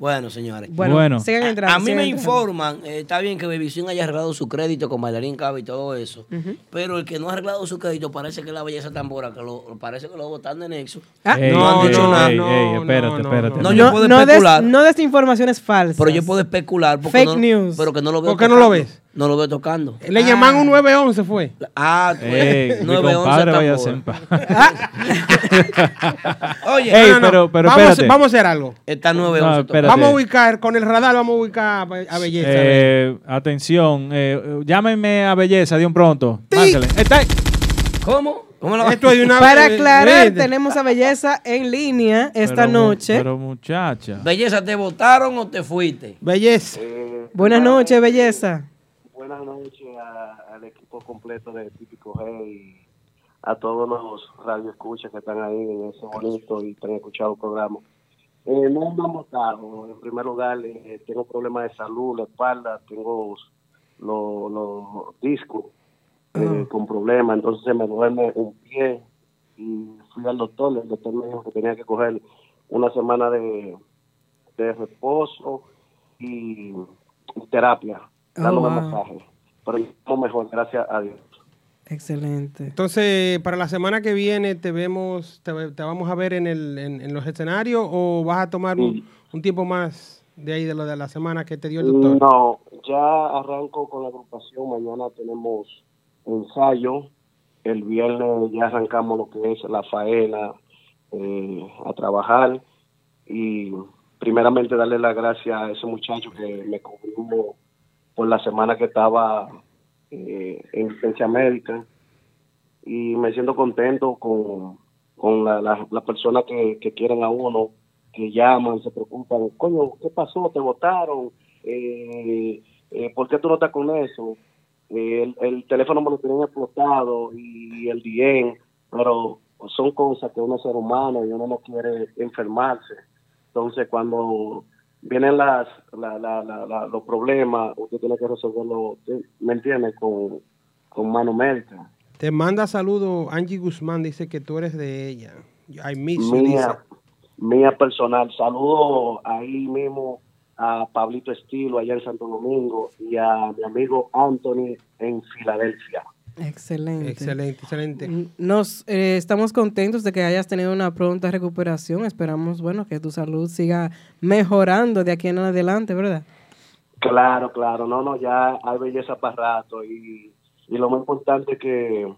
Speaker 2: Bueno, señores.
Speaker 4: Bueno, Bueno. sigan
Speaker 2: A-
Speaker 4: entrando,
Speaker 2: A, mí
Speaker 4: sigan
Speaker 2: me
Speaker 4: entrando.
Speaker 2: informan, eh, está bien que Babyswing haya arreglado su crédito con Bailarín Cava y todo eso,
Speaker 4: Ujú.
Speaker 2: pero el que no ha arreglado su crédito parece que es la belleza tambora, que lo, parece que lo botan de Nexo.
Speaker 4: Ah,
Speaker 3: Ey,
Speaker 2: no han
Speaker 3: ey,
Speaker 2: dicho nada.
Speaker 3: ey, ey, espérate, espérate.
Speaker 2: No, yo puedo
Speaker 4: no des-
Speaker 2: especular.
Speaker 4: no des informaciones falsas.
Speaker 2: Pero yo puedo especular. Porque
Speaker 4: Fake
Speaker 2: no-
Speaker 4: news.
Speaker 2: Pero que no lo veo
Speaker 5: ¿Por qué no lo
Speaker 2: tocando. No lo veo tocando.
Speaker 5: Le llaman un 911, fue.
Speaker 2: Ah, tú
Speaker 3: Eh,
Speaker 2: (laughs) eres
Speaker 3: mi
Speaker 2: 911
Speaker 3: compadre vaya a
Speaker 2: tambor.
Speaker 3: ser pa-
Speaker 2: (laughs) Oye,
Speaker 3: Ey,
Speaker 5: no, no,
Speaker 3: pero, pero
Speaker 5: vamos,
Speaker 3: espérate.
Speaker 5: vamos a hacer algo.
Speaker 2: Está
Speaker 3: No,
Speaker 2: 911.
Speaker 3: espérate.
Speaker 5: Vamos a ubicar, con el radar vamos a ubicar a a Belleza.
Speaker 3: Eh, atención, eh, llámenme a Belleza de un pronto. Márcale.
Speaker 2: ¿Cómo?
Speaker 5: Esto es de una
Speaker 4: Para
Speaker 5: eh,
Speaker 4: aclarar,
Speaker 5: eh,
Speaker 4: tenemos a Belleza en línea esta
Speaker 3: Pero mu-
Speaker 4: noche.
Speaker 3: Pero muchacha.
Speaker 2: Belleza, ¿te votaron o te fuiste?
Speaker 5: Belleza. ah,
Speaker 4: Buenas noches, Belleza.
Speaker 15: Eh, Buenas noches a- al equipo completo de Típico G y a todos los radioescuchas que están ahí en ese bonito y tan escuchado programa. Eh, no andamos caro. En primer lugar, eh, tengo problemas de salud, la espalda, tengo los, los discos eh, con problemas, entonces se me duerme un pie y fui al doctor, el doctor me dijo que tenía que coger una semana de, de reposo y terapia, dándome
Speaker 4: wow.
Speaker 15: masaje. Pero estamos mejor, gracias a Dios.
Speaker 4: Excelente.
Speaker 5: Entonces, para la semana que viene te vemos, te, te vamos a ver en, el, en, en los escenarios o vas a tomar un, un tiempo más de ahí de lo de la semana que te dio el doctor.
Speaker 15: No, ya arranco con la agrupación, mañana tenemos ensayo, el viernes ya arrancamos lo que es la faena eh, a trabajar y primeramente darle las gracias a ese muchacho que me cubrió por la semana que estaba eh, en licencia médica y me siento contento con, con las la, las personas que, que quieren a uno, que llaman, se preocupan, coño, ¿qué pasó? ¿Te votaron? Eh, eh, ¿Por qué tú no estás con eso? Eh, el, el teléfono me lo tenían explotado y el DN, pero o son cosas que uno es ser humano y uno no quiere enfermarse. Entonces, cuando vienen las, la- la- la- la- los problemas, usted tiene que resolverlo, ¿me entiende? Con, con mano médica.
Speaker 5: Te manda saludos Angie Guzmán, dice que tú eres de ella. I miss you, dice.
Speaker 15: Mía, mía personal. Saludo ahí mismo a Pablito Estilo allá en Santo Domingo y a mi amigo Anthony en Filadelfia.
Speaker 5: eh,
Speaker 4: Excelente.
Speaker 5: Excelente, excelente.
Speaker 4: Nos eh, estamos contentos de que hayas tenido una pronta recuperación. Esperamos, bueno, que tu salud siga mejorando de aquí en adelante, ¿verdad?
Speaker 15: Claro, claro, no, no, ya hay belleza para rato y, y lo más importante es que,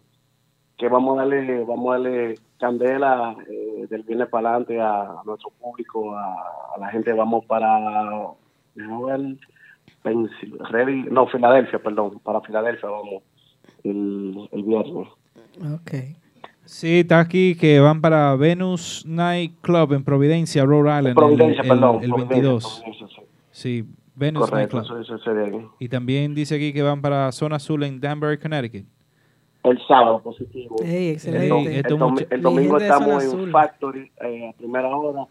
Speaker 15: que vamos a darle, vamos a darle candela eh, del viernes para adelante a, nuestro público, a, a la gente, vamos para déjame ver, Pensil- Ready- no, Filadelfia, perdón, para Filadelfia vamos el, el viernes.
Speaker 4: Ok.
Speaker 3: Sí, está aquí que van para Venus Night Club en Providencia, Rhode Island. el-
Speaker 15: Providencia,
Speaker 3: el,
Speaker 15: perdón,
Speaker 3: El
Speaker 15: Providencia,
Speaker 3: 22.
Speaker 15: Providencia, sí.
Speaker 3: Sí, Venus Night
Speaker 15: Correcto,
Speaker 3: Club.
Speaker 15: eso, eso sería bien.
Speaker 3: Y también dice aquí que van para Zona Azul en Danbury, Connecticut.
Speaker 15: El sábado positivo.
Speaker 4: Ey, excelente.
Speaker 15: El, dom-
Speaker 3: Ey,
Speaker 15: el
Speaker 3: esto
Speaker 15: dom-
Speaker 3: mucho-
Speaker 15: el domingo
Speaker 4: Mi gente de Zona
Speaker 15: estamos en
Speaker 4: Azul.
Speaker 15: Factory eh, a primera hora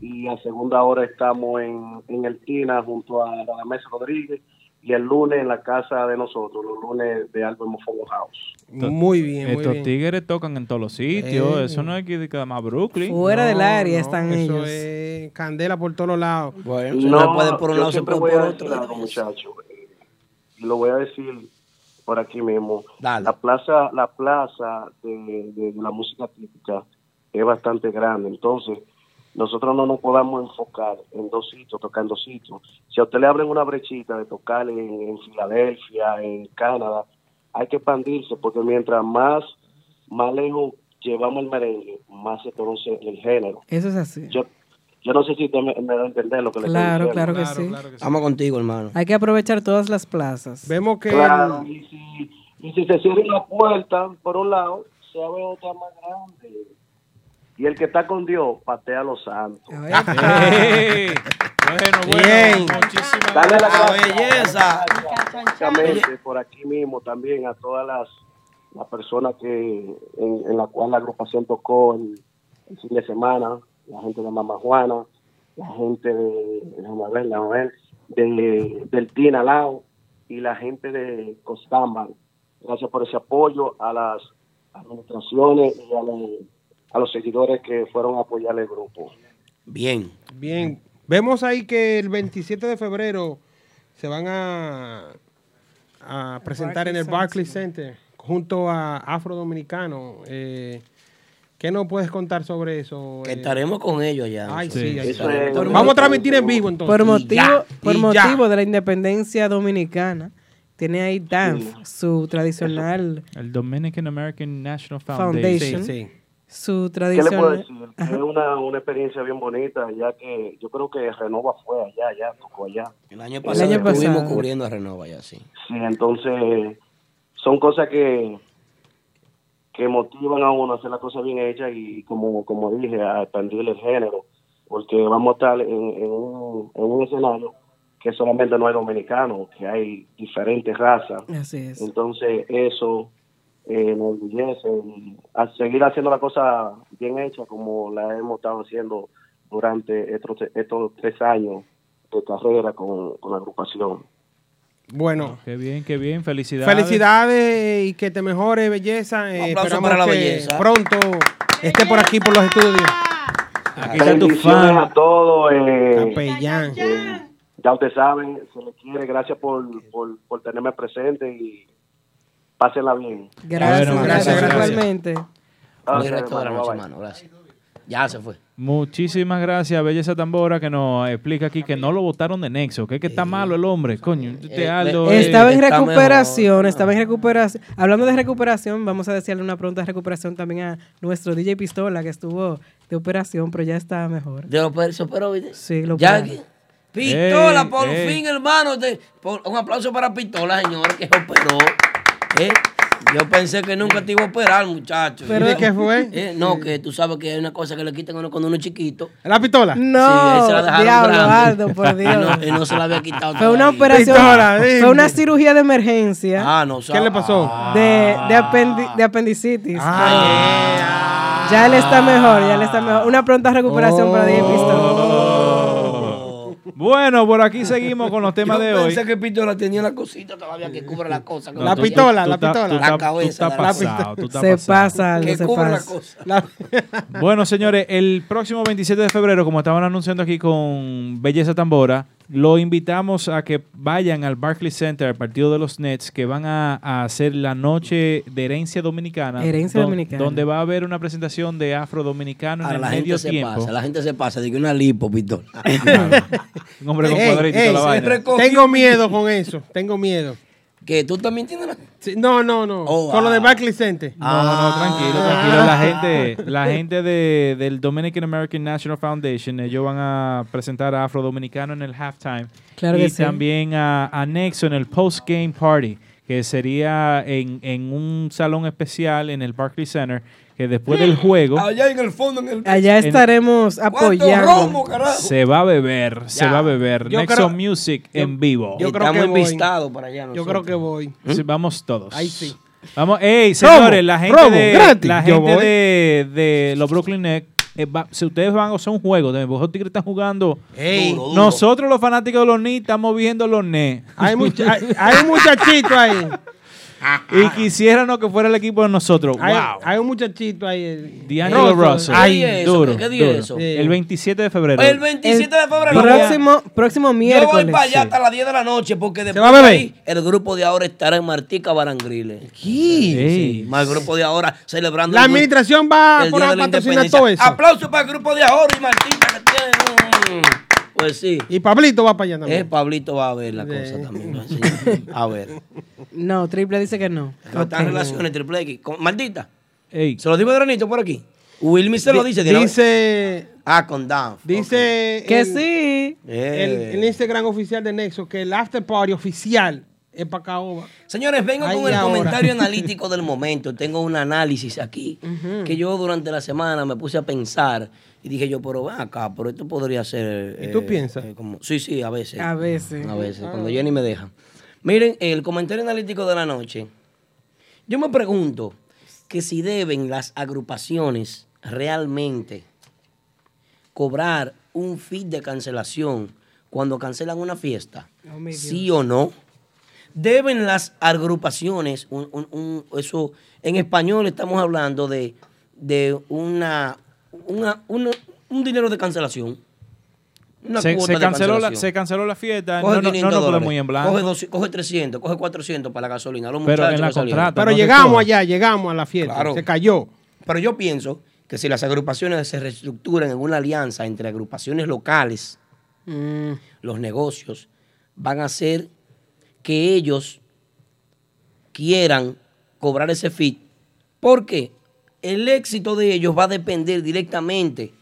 Speaker 15: y a segunda hora estamos en, en el Quina junto a la Mesa Rodríguez y el lunes en la casa de nosotros, los lunes de Albert Mofongo House.
Speaker 5: Muy bien, muy
Speaker 3: Estos
Speaker 5: bien.
Speaker 3: tigres tocan en todos los sitios.
Speaker 5: Ey.
Speaker 3: Eso no es que de cada más Brooklyn.
Speaker 5: No,
Speaker 3: No,
Speaker 5: no,
Speaker 4: están
Speaker 5: eso
Speaker 4: ellos.
Speaker 5: es candela por todos los lados.
Speaker 2: Bueno,
Speaker 15: No, yo siempre voy a decir algo, muchacho, eh, y lo voy a decir por aquí mismo. La plaza, la plaza de, de- de la música típica es bastante grande, entonces nosotros no nos podamos enfocar en dos sitios, tocar en dos sitios. Si a usted le abren una brechita de tocar en, en Filadelfia, en Canadá, hay que expandirse porque mientras más, más lejos llevamos el merengue, más se conoce el género.
Speaker 4: Eso es así.
Speaker 15: Yo, yo no sé si usted me, me da a entender lo que le
Speaker 4: Claro,
Speaker 15: estoy diciendo.
Speaker 4: claro que Claro, sí. claro que sí.
Speaker 2: Vamos contigo, hermano.
Speaker 4: Hay que aprovechar todas las plazas.
Speaker 5: Vemos que
Speaker 15: Claro, y si, y si se cierra una puerta, por un lado, se abre otra más grande. Y el que está con Dios, patea a los santos.
Speaker 3: (laughs) Ey, bueno, bueno,
Speaker 15: Bien.
Speaker 3: muchísimas
Speaker 15: Dale la
Speaker 3: gracias.
Speaker 15: gracia,
Speaker 3: belleza.
Speaker 15: Básicamente, por aquí mismo también a todas las, las personas que en, en la cual la agrupación tocó el, el fin de semana, la gente de Mama Juana, la gente de, déjame ver, déjame ver, de- del Tina Lao y la gente de Costamba. Gracias por ese apoyo a las administraciones y a, los- a los seguidores que fueron a apoyar el grupo.
Speaker 2: Bien.
Speaker 5: Bien, vemos ahí que el 27 de febrero se van a, a presentar en el Barclays
Speaker 4: Barclays
Speaker 5: Center junto a Afro Dominicano. Eh, ¿Qué nos puedes contar sobre eso?
Speaker 2: Que
Speaker 5: eh?
Speaker 2: estaremos con ellos ya.
Speaker 5: Ay, sí,
Speaker 2: Sí.
Speaker 5: ahí
Speaker 2: Eso
Speaker 5: estaremos.
Speaker 2: es- Por
Speaker 5: Vamos a
Speaker 2: motivo-
Speaker 5: transmitir en vivo entonces.
Speaker 4: Por
Speaker 5: Y
Speaker 4: motivo,
Speaker 5: ya,
Speaker 4: por
Speaker 5: y
Speaker 4: motivo de la independencia dominicana, tiene ahí DANF, su tradicional
Speaker 3: El Dominican American National Foundation.
Speaker 4: foundation, su
Speaker 15: ¿Qué le
Speaker 2: ¿eh?
Speaker 15: puedo
Speaker 4: tradicional...
Speaker 15: decir? Que Es una, una experiencia bien bonita, ya que yo creo que Renova fue allá, allá, tocó allá.
Speaker 2: El año
Speaker 15: El
Speaker 2: pasado
Speaker 15: año
Speaker 2: estuvimos
Speaker 15: pasado.
Speaker 2: cubriendo a Renova ya, sí.
Speaker 15: Sí, entonces son cosas que que motivan a uno a hacer las cosas bien hechas y como, como dije, a expandir el género, porque vamos a estar en, en un, en un escenario que solamente no hay dominicanos, que hay diferentes razas.
Speaker 4: Así es.
Speaker 15: Entonces eso eh, nos orgullece y a seguir haciendo la cosa bien hecha como la hemos estado haciendo durante estos, estos tres años de carrera con, con la agrupación.
Speaker 5: Bueno.
Speaker 3: Qué bien, qué bien. Felicidades.
Speaker 5: Felicidades y que te mejore, belleza. Eh,
Speaker 3: Un aplauso
Speaker 5: esperamos
Speaker 3: para la
Speaker 5: que
Speaker 3: belleza.
Speaker 5: pronto esté por aquí, por los estudios.
Speaker 3: Aquí
Speaker 5: está tu
Speaker 15: Bendiciones
Speaker 5: fan.
Speaker 15: a todos. eh,
Speaker 5: Capellán.
Speaker 15: eh, ya ustedes saben, se les quiere. Gracias por, por, por tenerme presente y pásenla bien.
Speaker 4: Gracias,
Speaker 3: Bueno,
Speaker 4: gracias,
Speaker 3: gracias.
Speaker 4: igualmente.
Speaker 15: Ah,
Speaker 2: Muy resto de la noche, hermano. Gracias. Ya se fue.
Speaker 3: Muchísimas gracias, Belleza Tambora, que nos explica aquí que no lo votaron de Nexo, que es que está malo el hombre, coño. Este
Speaker 2: eh,
Speaker 3: Aldo, eh,
Speaker 4: Estaba en
Speaker 3: está
Speaker 4: recuperación, estaba en recuperación. Hablando de recuperación, vamos a desearle una pronta recuperación también a nuestro DJ Pistola que estuvo de operación, pero ya está mejor.
Speaker 2: De lo se operó, ¿viste?
Speaker 4: Sí, lo
Speaker 2: Ya
Speaker 4: operaron.
Speaker 2: que- Pistola,
Speaker 4: Ey,
Speaker 2: por
Speaker 4: ey.
Speaker 2: fin, hermano. te- por- un aplauso para Pistola, señor, que operó. ¿eh? Yo pensé que nunca te iba a operar, muchacho.
Speaker 5: Pero- ¿De qué fue?
Speaker 2: Eh, no, que tú sabes que hay una cosa que le quitan a uno cuando uno es chiquito.
Speaker 5: ¿La pistola?
Speaker 2: sí, él
Speaker 4: No,
Speaker 2: se la dejaron
Speaker 4: diablo,
Speaker 2: grande.
Speaker 4: Aldo,
Speaker 2: (laughs)
Speaker 4: por Dios.
Speaker 2: Y no, y no se la había quitado.
Speaker 4: Fue una
Speaker 2: todavía. eh.
Speaker 4: operación, fue una cirugía de emergencia
Speaker 2: Ah, no,
Speaker 4: de, de, apendi- de apendicitis.
Speaker 2: Ah,
Speaker 4: Ya él está mejor, ya él está mejor. Una pronta recuperación para DJ Pistón.
Speaker 3: Oh. Bueno, por aquí seguimos con los temas de hoy.
Speaker 2: Pensé que Pistola tenía la cosita todavía que cubre la cosa.
Speaker 3: No, La tú- pistola, tú la estás- pistola. tú
Speaker 2: La
Speaker 3: estás-
Speaker 2: cabeza.
Speaker 3: tú estás
Speaker 2: la-
Speaker 3: pasado, tú estás
Speaker 4: Se
Speaker 3: pasado.
Speaker 4: pasa, Aldo,
Speaker 2: Que
Speaker 4: se
Speaker 2: cubra la
Speaker 4: pasa.
Speaker 2: cosa. (laughs)
Speaker 3: Bueno, señores, el próximo 27 de febrero, como estaban anunciando aquí con Belleza Tambora, lo invitamos a que vayan al Barclays Center, al partido de los Nets, que van a, a hacer la noche de herencia dominicana.
Speaker 2: Herencia
Speaker 3: don-
Speaker 2: Dominicana.
Speaker 3: Donde va a haber una presentación de afrodominicano en
Speaker 2: Ahora
Speaker 3: el
Speaker 2: la
Speaker 3: medio
Speaker 2: gente se
Speaker 3: tiempo.
Speaker 2: pasa, la gente se pasa. Digo una lipo, Pistola.
Speaker 3: Un
Speaker 2: (laughs)
Speaker 3: hombre con
Speaker 5: Ey,
Speaker 3: cuadritos
Speaker 5: ey,
Speaker 3: la
Speaker 5: se
Speaker 3: vaina.
Speaker 5: recogió. Tengo miedo con eso, tengo miedo.
Speaker 2: ¿Que tú también tienes? Oh,
Speaker 5: no, no, no. con lo de Barclays Center. Ah.
Speaker 3: No, no, tranquilo,
Speaker 2: Ah.
Speaker 3: tranquilo. La
Speaker 2: (laughs)
Speaker 3: gente, la gente de, del Dominican American National Foundation, ellos van a presentar a Afro Dominicano en el halftime.
Speaker 4: Claro
Speaker 3: y
Speaker 4: que sí.
Speaker 3: también a, a Nexo en el post-game party, que sería en, en un salón especial en el Barclays Center, que
Speaker 2: (laughs)
Speaker 3: después del juego
Speaker 2: Allá en el fondo, en el. Eh,
Speaker 4: Allá
Speaker 3: En-
Speaker 4: estaremos
Speaker 2: ¿Cuánto
Speaker 4: apoyando.
Speaker 2: romo, carajo?
Speaker 3: se va a beber, se
Speaker 2: Ya.
Speaker 3: va a beber.
Speaker 2: Yo
Speaker 3: Nexo
Speaker 2: creo-
Speaker 3: Music en vivo.
Speaker 2: Yo creo Estamos que voy. envistados para allá
Speaker 5: Yo
Speaker 2: nosotros.
Speaker 5: creo que voy.
Speaker 3: ¿Mm? Sí, vamos todos.
Speaker 5: Ahí sí.
Speaker 3: Vamos, ey,
Speaker 5: ¿Mm? Robo,
Speaker 3: señores, la gente,
Speaker 5: robo,
Speaker 3: de,
Speaker 5: gratis.
Speaker 3: la
Speaker 5: Yo
Speaker 3: gente
Speaker 5: voy.
Speaker 3: de, de los Brooklyn Nets, eh, va- si ustedes van a hacer un juego, de los Tigres están jugando.
Speaker 5: Ey. Duro, duro.
Speaker 3: Nosotros los fanáticos de los Nets estamos viendo los Nets.
Speaker 5: Hay, mucha- hay, hay un muchachito ahí.
Speaker 3: y quisiéramos que fuera el equipo de nosotros.
Speaker 5: Hay,
Speaker 3: wow.
Speaker 5: hay un muchachito ahí. eh,
Speaker 3: D'Angelo Russell.
Speaker 5: Ay,
Speaker 3: Ay, duro, duro. El 27 de febrero.
Speaker 2: El 27 de febrero.
Speaker 4: Próximo, próximo
Speaker 2: Yo voy
Speaker 4: miércoles.
Speaker 2: para allá hasta las 10 de la noche porque después
Speaker 4: va a beber?
Speaker 2: de ahí el grupo de ahora estará en Martica Barangriles. Sí, más el grupo de ahora celebrando.
Speaker 5: La
Speaker 2: el-
Speaker 5: administración ah, va
Speaker 2: el
Speaker 5: a poner
Speaker 2: Día
Speaker 5: a
Speaker 2: de la
Speaker 5: patrocinar
Speaker 2: Independencia.
Speaker 5: todo eso.
Speaker 2: Aplauso para el grupo de ahora y Martica que tiene. mm, Pues sí.
Speaker 5: Y Pablito va para allá también.
Speaker 2: Eh, Pablito va a ver la cosa también. ¿no? Sí. A ver.
Speaker 4: No, Triple dice que no.
Speaker 2: Están
Speaker 4: Ok.
Speaker 2: relaciones triple X. con- Maldita.
Speaker 3: Ey.
Speaker 2: Se lo digo de granito por aquí. Wilmy se lo
Speaker 5: Di-
Speaker 2: dice. de una vez.
Speaker 5: Dice.
Speaker 2: Ah, con Dan.
Speaker 5: Dice.
Speaker 2: Que
Speaker 5: el-
Speaker 2: sí.
Speaker 5: El,
Speaker 2: Eh.
Speaker 5: el Instagram oficial de Nexo que el after party oficial es para Caoba.
Speaker 2: Señores, vengo
Speaker 5: Ahí
Speaker 2: con el
Speaker 5: ahora. (laughs)
Speaker 2: comentario analítico del momento. Tengo un análisis aquí que yo durante la semana me puse a pensar y dije yo, pero ven acá, pero esto podría ser... eh,
Speaker 5: ¿Y tú piensas?
Speaker 2: como- sí, sí, a veces.
Speaker 4: A veces.
Speaker 2: A veces,
Speaker 4: Ah.
Speaker 2: cuando Jenny me deja. Miren, el comentario analítico de la noche. Yo me pregunto que si deben las agrupaciones realmente cobrar un fee de cancelación cuando cancelan una fiesta.
Speaker 4: Oh, mi Dios.
Speaker 2: ¿Sí o no? Deben las agrupaciones, un- un- un- eso, en español estamos hablando de, de una, una- una- un dinero de cancelación. Una
Speaker 3: se,
Speaker 2: cuota
Speaker 3: se
Speaker 2: de
Speaker 3: canceló la,
Speaker 2: cancelación.
Speaker 3: se canceló la fiesta.
Speaker 2: Coge
Speaker 3: No, no, no,
Speaker 2: 500
Speaker 3: nos podemos
Speaker 2: dólares,
Speaker 3: ir en blanco.
Speaker 2: Coge, 200, coge 300, coge 400 para la gasolina. Los
Speaker 3: Pero
Speaker 2: muchachos
Speaker 3: en la
Speaker 2: que salieron.
Speaker 3: contrata,
Speaker 5: Pero llegamos allá, llegamos a la fiesta.
Speaker 2: Claro.
Speaker 5: Se cayó.
Speaker 2: Pero yo pienso que si las agrupaciones se reestructuran en una alianza entre agrupaciones locales, Mm, los negocios van a hacer que ellos quieran cobrar ese fit. Porque el éxito de ellos va a depender directamente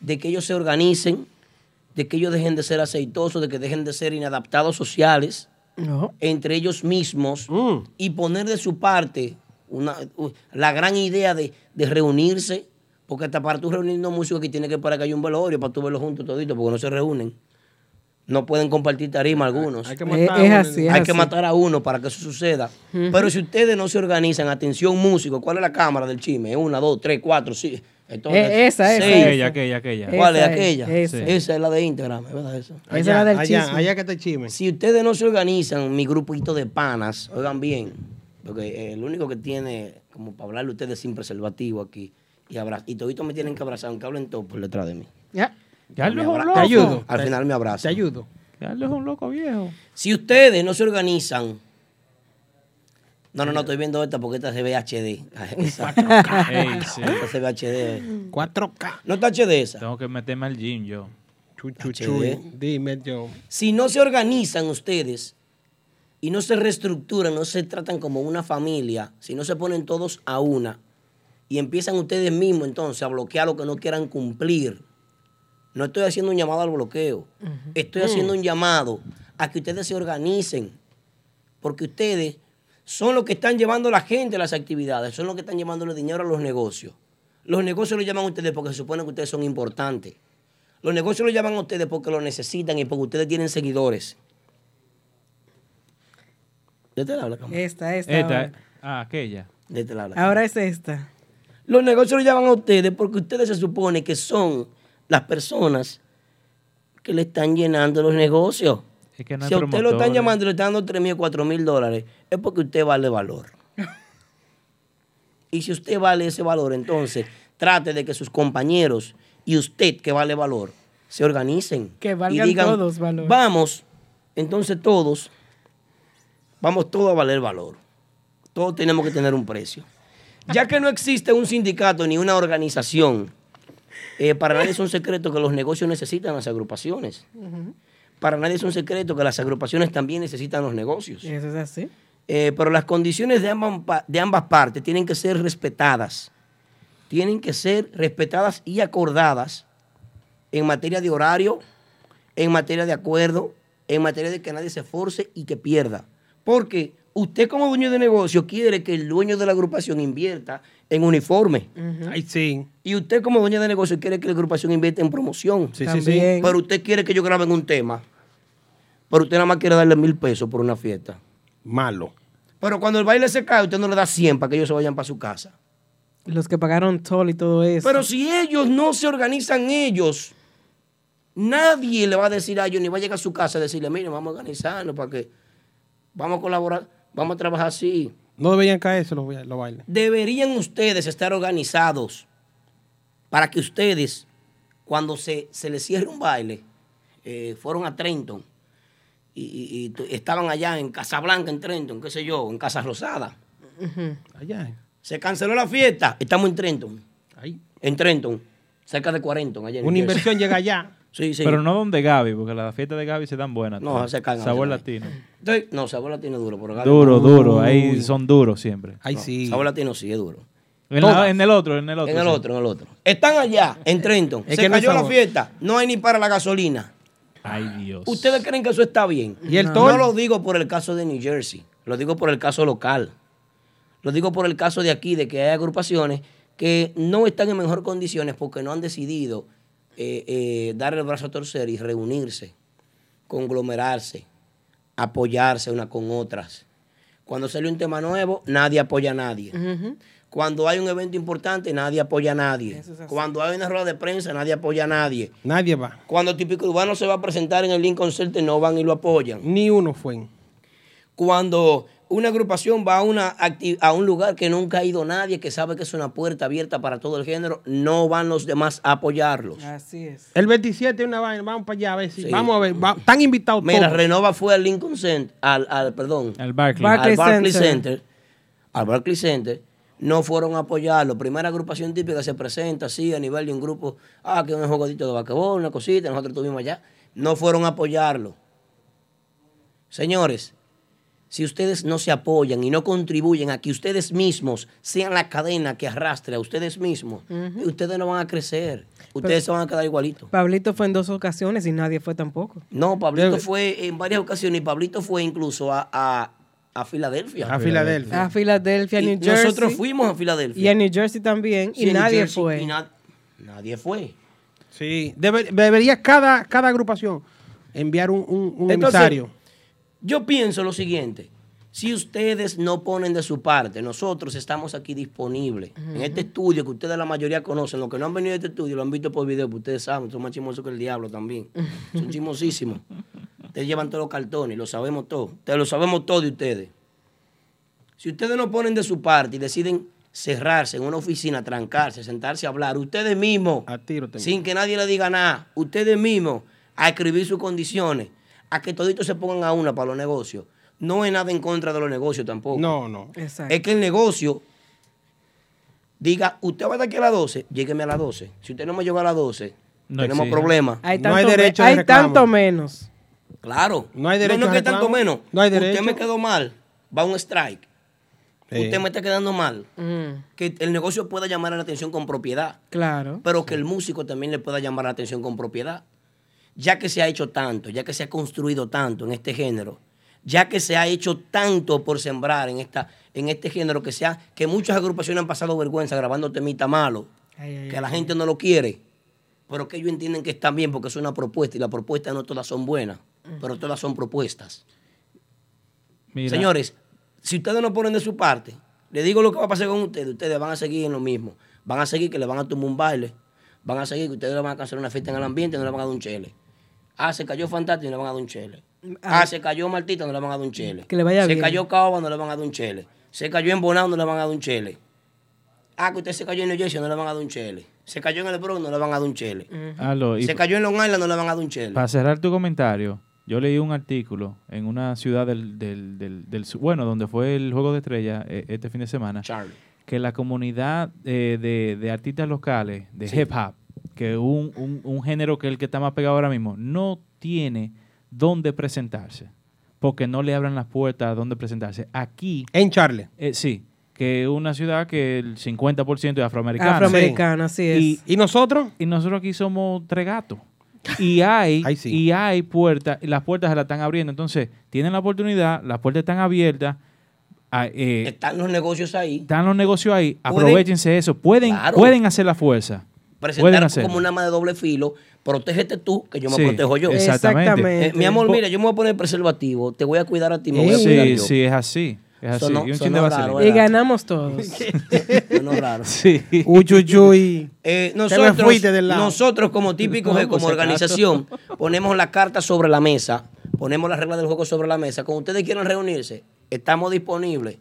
Speaker 2: de que ellos se organicen, de que ellos dejen de ser aceitosos, de que dejen de ser inadaptados sociales entre ellos mismos
Speaker 4: Mm.
Speaker 2: y poner de su parte una, u- la gran idea de, de reunirse, porque hasta para tú reunirnos músicos que tiene que para que haya un velorio, para tú verlo juntos toditos, porque no se reúnen. No pueden compartir tarima algunos. Hay
Speaker 4: que matar a Es- es uno. así, es
Speaker 2: Hay que
Speaker 4: así.
Speaker 2: matar a uno para que eso suceda.
Speaker 4: Ujú.
Speaker 2: Pero si ustedes no se organizan, atención músicos, ¿cuál es la cámara del chisme? Una, dos, tres, cuatro, sí. Entonces,
Speaker 4: Eh, esa, esa,
Speaker 2: seis.
Speaker 3: Aquella, aquella, aquella.
Speaker 2: ¿Cuál es
Speaker 4: Esa es,
Speaker 2: aquella?
Speaker 4: esa.
Speaker 2: Esa. es la de Instagram, ¿verdad? Esa.
Speaker 4: Esa es la del Allá, chisme. allá
Speaker 5: que te chisme.
Speaker 2: Si ustedes no se organizan, mi grupito de panas, oigan bien, porque eh, el único que tiene, como para hablarle a ustedes sin preservativo aquí, y, abra- y toditos me tienen que abrazar, aunque hablen todos por detrás de mí.
Speaker 5: Ya.
Speaker 3: Ya
Speaker 2: Me
Speaker 3: lo
Speaker 2: abra-
Speaker 3: loco.
Speaker 2: Te ayudo. Al final me abraza.
Speaker 5: Te ayudo.
Speaker 3: Carlos es un loco viejo.
Speaker 2: Si ustedes no se organizan. No, no, no, estoy viendo esta porque esta se ve HD. Exacto.
Speaker 3: 4K. Ey, sí.
Speaker 2: Esta se ve HD.
Speaker 5: 4K.
Speaker 2: No está HD esa.
Speaker 3: Tengo que meterme al gym yo.
Speaker 2: HD.
Speaker 5: Dime yo.
Speaker 2: Si no se organizan ustedes y no se reestructuran, no se tratan como una familia, si no se ponen todos a una y empiezan ustedes mismos entonces a bloquear lo que no quieran cumplir, no estoy haciendo un llamado al bloqueo, estoy
Speaker 16: Mm.
Speaker 2: haciendo un llamado a que ustedes se organicen, porque ustedes son los que están llevando a la gente a las actividades, son los que están llevando el dinero a los negocios. Los negocios lo llaman a ustedes porque se supone que ustedes son importantes. Los negocios lo llaman a ustedes porque lo necesitan y porque ustedes tienen seguidores. ¿De este lado la cámara?
Speaker 4: Esta, esta.
Speaker 3: Esta,
Speaker 4: ahora.
Speaker 3: eh. ah, aquella.
Speaker 2: De este lado la cámara.
Speaker 4: Ahora es esta.
Speaker 2: Los negocios lo llaman a ustedes porque ustedes se supone que son las personas que le están llenando los negocios.
Speaker 3: Es que no hay
Speaker 2: Si a usted lo están
Speaker 3: promotores.
Speaker 2: llamando y le están dando 3 mil, 4 mil dólares, es porque usted vale valor. y si usted vale ese valor, entonces trate de que sus compañeros y usted que vale valor se organicen.
Speaker 4: Que
Speaker 2: y
Speaker 4: valgan
Speaker 2: digan,
Speaker 4: todos valor.
Speaker 2: Vamos, entonces todos, vamos todos a valer valor. Todos tenemos que tener un precio. Ya que no existe un sindicato ni una organización, eh, para nadie es un secreto que los negocios necesitan las agrupaciones. Para nadie es un secreto que las agrupaciones también necesitan los negocios.
Speaker 4: Eso es así.
Speaker 2: Eh, pero las condiciones de ambas, pa- de ambas partes tienen que ser respetadas. Tienen que ser respetadas y acordadas en materia de horario, en materia de acuerdo, en materia de que nadie se force y que pierda. Porque usted como dueño de negocio quiere que el dueño de la agrupación invierta en uniforme.
Speaker 5: sí.
Speaker 2: Y usted como dueño de negocio quiere que la agrupación invierta en promoción.
Speaker 5: sí, sí. También.
Speaker 2: Pero usted quiere que yo graben un tema. Pero usted nada más quiere darle mil pesos por una fiesta.
Speaker 5: Malo.
Speaker 2: Pero cuando el baile se cae, usted no le da 100 para que ellos se vayan para su casa.
Speaker 4: Los que pagaron toll y todo eso.
Speaker 2: Pero si ellos no se organizan ellos, nadie le va a decir a ellos, ni va a llegar a su casa a decirle, mire, vamos a organizarnos para que vamos a colaborar, vamos a trabajar así.
Speaker 5: No deberían caerse los, los bailes.
Speaker 2: Deberían ustedes estar organizados para que ustedes, cuando se, se les cierre un baile, eh, fueron a Trenton y, y- y tu- estaban allá en Casablanca, en Trenton, qué sé yo, en Casa Rosada.
Speaker 5: Allá.
Speaker 2: Se canceló la fiesta, estamos en Trenton.
Speaker 5: Ahí.
Speaker 2: En Trenton, cerca de 40. Allá en
Speaker 3: Una
Speaker 2: Jersey.
Speaker 3: inversión
Speaker 5: llega allá.
Speaker 2: (laughs) Sí, sí.
Speaker 3: Pero no donde Gaby, porque las fiestas de Gaby se dan buenas.
Speaker 2: No,
Speaker 3: tío.
Speaker 2: se cagan,
Speaker 3: Sabor
Speaker 2: se
Speaker 3: latino.
Speaker 2: Entonces, no, sabor latino es duro. Pero Gaby-
Speaker 3: Duro, duro.
Speaker 2: Uy.
Speaker 3: Ahí son duros siempre.
Speaker 2: No, Sabor latino sí es duro.
Speaker 3: En, la-
Speaker 2: Todas.
Speaker 3: en el otro, en el otro.
Speaker 2: En el
Speaker 3: sí. Eh,
Speaker 2: otro, en el otro. Están allá, en Trenton.
Speaker 3: Es
Speaker 2: se
Speaker 3: que no hay
Speaker 2: cayó la
Speaker 3: sabor.
Speaker 2: fiesta. No hay ni para la gasolina.
Speaker 3: Ay, Dios.
Speaker 2: ¿Ustedes creen que eso está bien?
Speaker 3: ¿Y el
Speaker 2: no.
Speaker 3: tol?
Speaker 2: No lo digo por el caso de New Jersey, lo digo por el caso local. Lo digo por el caso de aquí, de que hay agrupaciones que no están en mejor condiciones porque no han decidido eh, eh, dar el brazo a torcer y reunirse, conglomerarse, apoyarse una con otras. Cuando sale un tema nuevo, nadie apoya a nadie. Cuando hay un evento importante, nadie apoya a nadie. Cuando hay una rueda de prensa, nadie apoya a nadie.
Speaker 5: Nadie va.
Speaker 2: Cuando Típico Urbano se va a presentar en el Lincoln Center, no van y lo apoyan.
Speaker 5: Ni uno fue.
Speaker 2: Cuando una agrupación va a, una acti- a un lugar que nunca ha ido nadie, que sabe que es una puerta abierta para todo el género, no van los demás a apoyarlos.
Speaker 4: Así es.
Speaker 5: El 27 es una vaina. Vamos para allá a ver si.
Speaker 2: Sí.
Speaker 5: Vamos a ver. va- están invitados
Speaker 2: Mira,
Speaker 5: todos.
Speaker 2: Renova fue al Lincoln Center, al, al perdón, al
Speaker 3: Barclays.
Speaker 5: Barclays
Speaker 2: Barclays
Speaker 5: Center.
Speaker 2: Center. al Barclays Center, no fueron a apoyarlo. Primera agrupación típica se presenta así a nivel de un grupo, ah, que un jugadito de basquetbol, una cosita, nosotros estuvimos allá. No fueron a apoyarlo. Señores, si ustedes no se apoyan y no contribuyen a que ustedes mismos sean la cadena que arrastre a ustedes mismos,
Speaker 4: Ujú.
Speaker 2: ustedes no van a crecer. Ustedes se van a quedar igualitos.
Speaker 4: Pablito fue en dos ocasiones y nadie fue tampoco.
Speaker 2: No, Pablito fue en varias ocasiones y Pablito fue incluso a, a, a Filadelfia.
Speaker 5: A Filadelfia.
Speaker 4: A Filadelfia,
Speaker 2: Y
Speaker 4: New Jersey.
Speaker 2: Nosotros fuimos a Filadelfia.
Speaker 4: Y a New Jersey también.
Speaker 2: Sí,
Speaker 4: y
Speaker 2: en New
Speaker 4: nadie
Speaker 2: Jersey,
Speaker 4: fue.
Speaker 2: y na- nadie fue.
Speaker 5: Sí. Debe- debería cada, cada agrupación enviar un, un, un
Speaker 2: Entonces,
Speaker 5: emisario.
Speaker 2: Yo pienso lo siguiente. Si ustedes no ponen de su parte, nosotros estamos aquí disponibles. En este estudio que ustedes la mayoría conocen, los que no han venido a este estudio lo han visto por video, que ustedes saben, son más chismosos que el diablo también. Son chismosísimos. Ustedes llevan todos los cartones, lo sabemos todo. Ustedes lo sabemos todo de ustedes. Si ustedes no ponen de su parte y deciden cerrarse en una oficina, trancarse, sentarse a hablar, ustedes mismos, sin que nadie le diga nada, ustedes mismos a escribir sus condiciones, a que toditos se pongan a una para los negocios. No es nada en contra de los negocios tampoco.
Speaker 5: No, no.
Speaker 2: Es que el negocio diga, usted va a estar aquí a las 12, llégueme a las 12. Si usted no me llega a las 12,
Speaker 5: No
Speaker 2: tenemos
Speaker 5: exige.
Speaker 2: problemas.
Speaker 5: Hay No hay tanto- derecho de hay reclamo. tanto
Speaker 4: menos.
Speaker 2: Claro.
Speaker 5: No hay derecho
Speaker 2: No, no
Speaker 5: de
Speaker 2: que tanto
Speaker 5: reclamo.
Speaker 2: menos.
Speaker 5: No hay
Speaker 2: Usted
Speaker 5: derecho.
Speaker 2: me quedó mal, va un strike.
Speaker 5: Sí.
Speaker 2: Usted me está quedando mal. Que el negocio pueda llamar la atención con propiedad,
Speaker 4: Claro.
Speaker 2: pero que el músico también le pueda llamar la atención con propiedad. Ya que se ha hecho tanto, ya que se ha construido tanto en este género, ya que se ha hecho tanto por sembrar en, esta, en este género, que, sea, que muchas agrupaciones han pasado vergüenza grabando temita malo, que la gente no lo quiere, pero que ellos entienden que están bien porque es una propuesta y las propuestas no todas son buenas, pero todas son propuestas.
Speaker 3: Mira.
Speaker 2: Señores, si ustedes no ponen de su parte, le digo lo que va a pasar con ustedes, ustedes van a seguir en lo mismo. van a seguir que le van a tumbar un baile, van a seguir que ustedes le van a cancelar una fiesta en el ambiente y no le van a dar un chele. Ah, se cayó Fantástico y no le van a dar un chele. Ah, se cayó Martita, no le van a dar un chele.
Speaker 4: Que le vaya
Speaker 2: se
Speaker 4: bien.
Speaker 2: cayó Caoba, no le van a dar un chele. Se cayó en Bonao, no le van a dar un chele. Ah, que usted se cayó en New Jersey, no le van a dar un chele. Se cayó en el Bronx, no le van a dar un chele.
Speaker 3: Aló, y
Speaker 2: Se cayó en Long Island, no le van a dar un chele.
Speaker 3: Para cerrar tu comentario, yo leí un artículo en una ciudad del, del, del- del su- bueno, donde fue el Juego de Estrellas eh, este fin de semana, que la comunidad eh, de, de artistas locales, de
Speaker 16: Sí.
Speaker 3: hip hop, que un, un, un género que es el que está más pegado ahora mismo, no tiene dónde presentarse, porque no le abran las puertas a dónde presentarse. Aquí... eh,
Speaker 5: En Charle.
Speaker 3: sí, que es una ciudad que el 50% es afroamericano.
Speaker 4: Afroamericano, así es.
Speaker 5: ¿Y nosotros?
Speaker 3: Y nosotros aquí somos tres gatos.
Speaker 4: (laughs)
Speaker 3: Y hay, y hay puertas, y las puertas se las están abriendo. Entonces, tienen la oportunidad, las puertas están abiertas. ah, eh,
Speaker 2: Están los negocios ahí.
Speaker 3: están los negocios ahí,
Speaker 2: Pueden-
Speaker 3: aprovechense eso. Pueden,
Speaker 2: Claro.
Speaker 3: pueden hacer la fuerza. Pueden
Speaker 2: Presentar
Speaker 3: hacer.
Speaker 2: como una arma de doble filo. Protégete tú, que yo me
Speaker 3: Sí,
Speaker 2: protejo yo.
Speaker 3: exactamente. Exactamente.
Speaker 2: Eh, mi amor,
Speaker 3: Po-
Speaker 2: mira, yo me voy a poner preservativo. Te voy a cuidar a ti, me voy a cuidar
Speaker 3: Sí,
Speaker 2: yo.
Speaker 3: sí, es así. Es así.
Speaker 2: Sonó-
Speaker 3: y un
Speaker 2: sonó
Speaker 3: chin de vaselina.
Speaker 2: raro, eh.
Speaker 4: Y ganamos
Speaker 2: (laughs)
Speaker 4: todos.
Speaker 2: Sonó raro.
Speaker 3: (laughs) Sí.
Speaker 5: Uchuyuy.
Speaker 2: Eh,
Speaker 5: Te me
Speaker 2: nosotros,
Speaker 5: fuiste del lado.
Speaker 2: nosotros como típicos,
Speaker 5: No,
Speaker 2: eh,
Speaker 5: por
Speaker 2: como
Speaker 5: si acaso. (laughs)
Speaker 2: organización, ponemos la carta sobre la mesa, ponemos las reglas del juego sobre la mesa. Cuando ustedes quieran reunirse, estamos disponibles.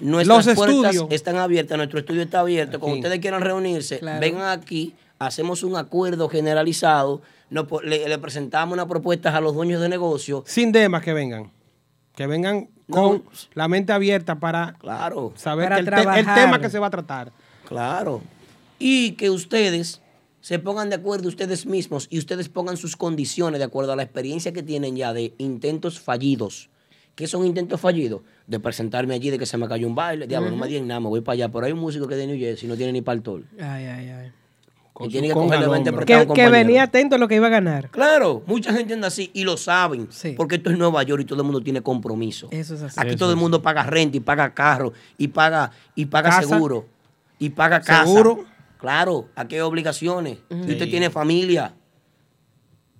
Speaker 2: Nuestras
Speaker 5: Los
Speaker 2: puertas
Speaker 5: estudios.
Speaker 2: están abiertas, nuestro estudio está abierto. Cuando
Speaker 5: Aquí.
Speaker 2: ustedes quieran reunirse,
Speaker 5: Claro.
Speaker 2: vengan aquí, hacemos un acuerdo generalizado, nos po- le, le presentamos unas propuestas a los dueños de negocio.
Speaker 5: Sin demas que vengan. Que vengan con la mente abierta para
Speaker 2: claro.
Speaker 5: saber
Speaker 2: Para
Speaker 5: que el, te- el
Speaker 2: trabajar.
Speaker 5: tema que se va a tratar.
Speaker 2: Claro. Y que ustedes se pongan de acuerdo ustedes mismos y ustedes pongan sus condiciones de acuerdo a la experiencia que tienen ya de intentos fallidos. ¿Qué son intentos fallidos? De presentarme allí, de que se me cayó un baile, diablo, no me dieron nada, me voy para allá. Pero hay un músico que es de New Jersey, no tiene ni paltol.
Speaker 4: Ay, ay, ay.
Speaker 2: Y tiene que
Speaker 4: su
Speaker 2: cogerle
Speaker 4: conga al
Speaker 2: 20
Speaker 4: hombro.
Speaker 2: prestado a un
Speaker 4: Que- que
Speaker 2: compañero.
Speaker 4: venía atento a lo que iba a ganar.
Speaker 2: Claro, mucha gente anda así y lo saben. Porque esto es Nueva York y todo el mundo tiene compromiso.
Speaker 4: Eso es así.
Speaker 2: Aquí
Speaker 4: Eso
Speaker 2: todo el
Speaker 4: es.
Speaker 2: mundo paga renta y paga carro y paga, y paga
Speaker 4: Casa.
Speaker 2: seguro. Y paga casa.
Speaker 4: Seguro.
Speaker 2: Claro, aquí hay obligaciones.
Speaker 4: Ujú.
Speaker 2: Y usted
Speaker 4: Sí.
Speaker 2: tiene familia.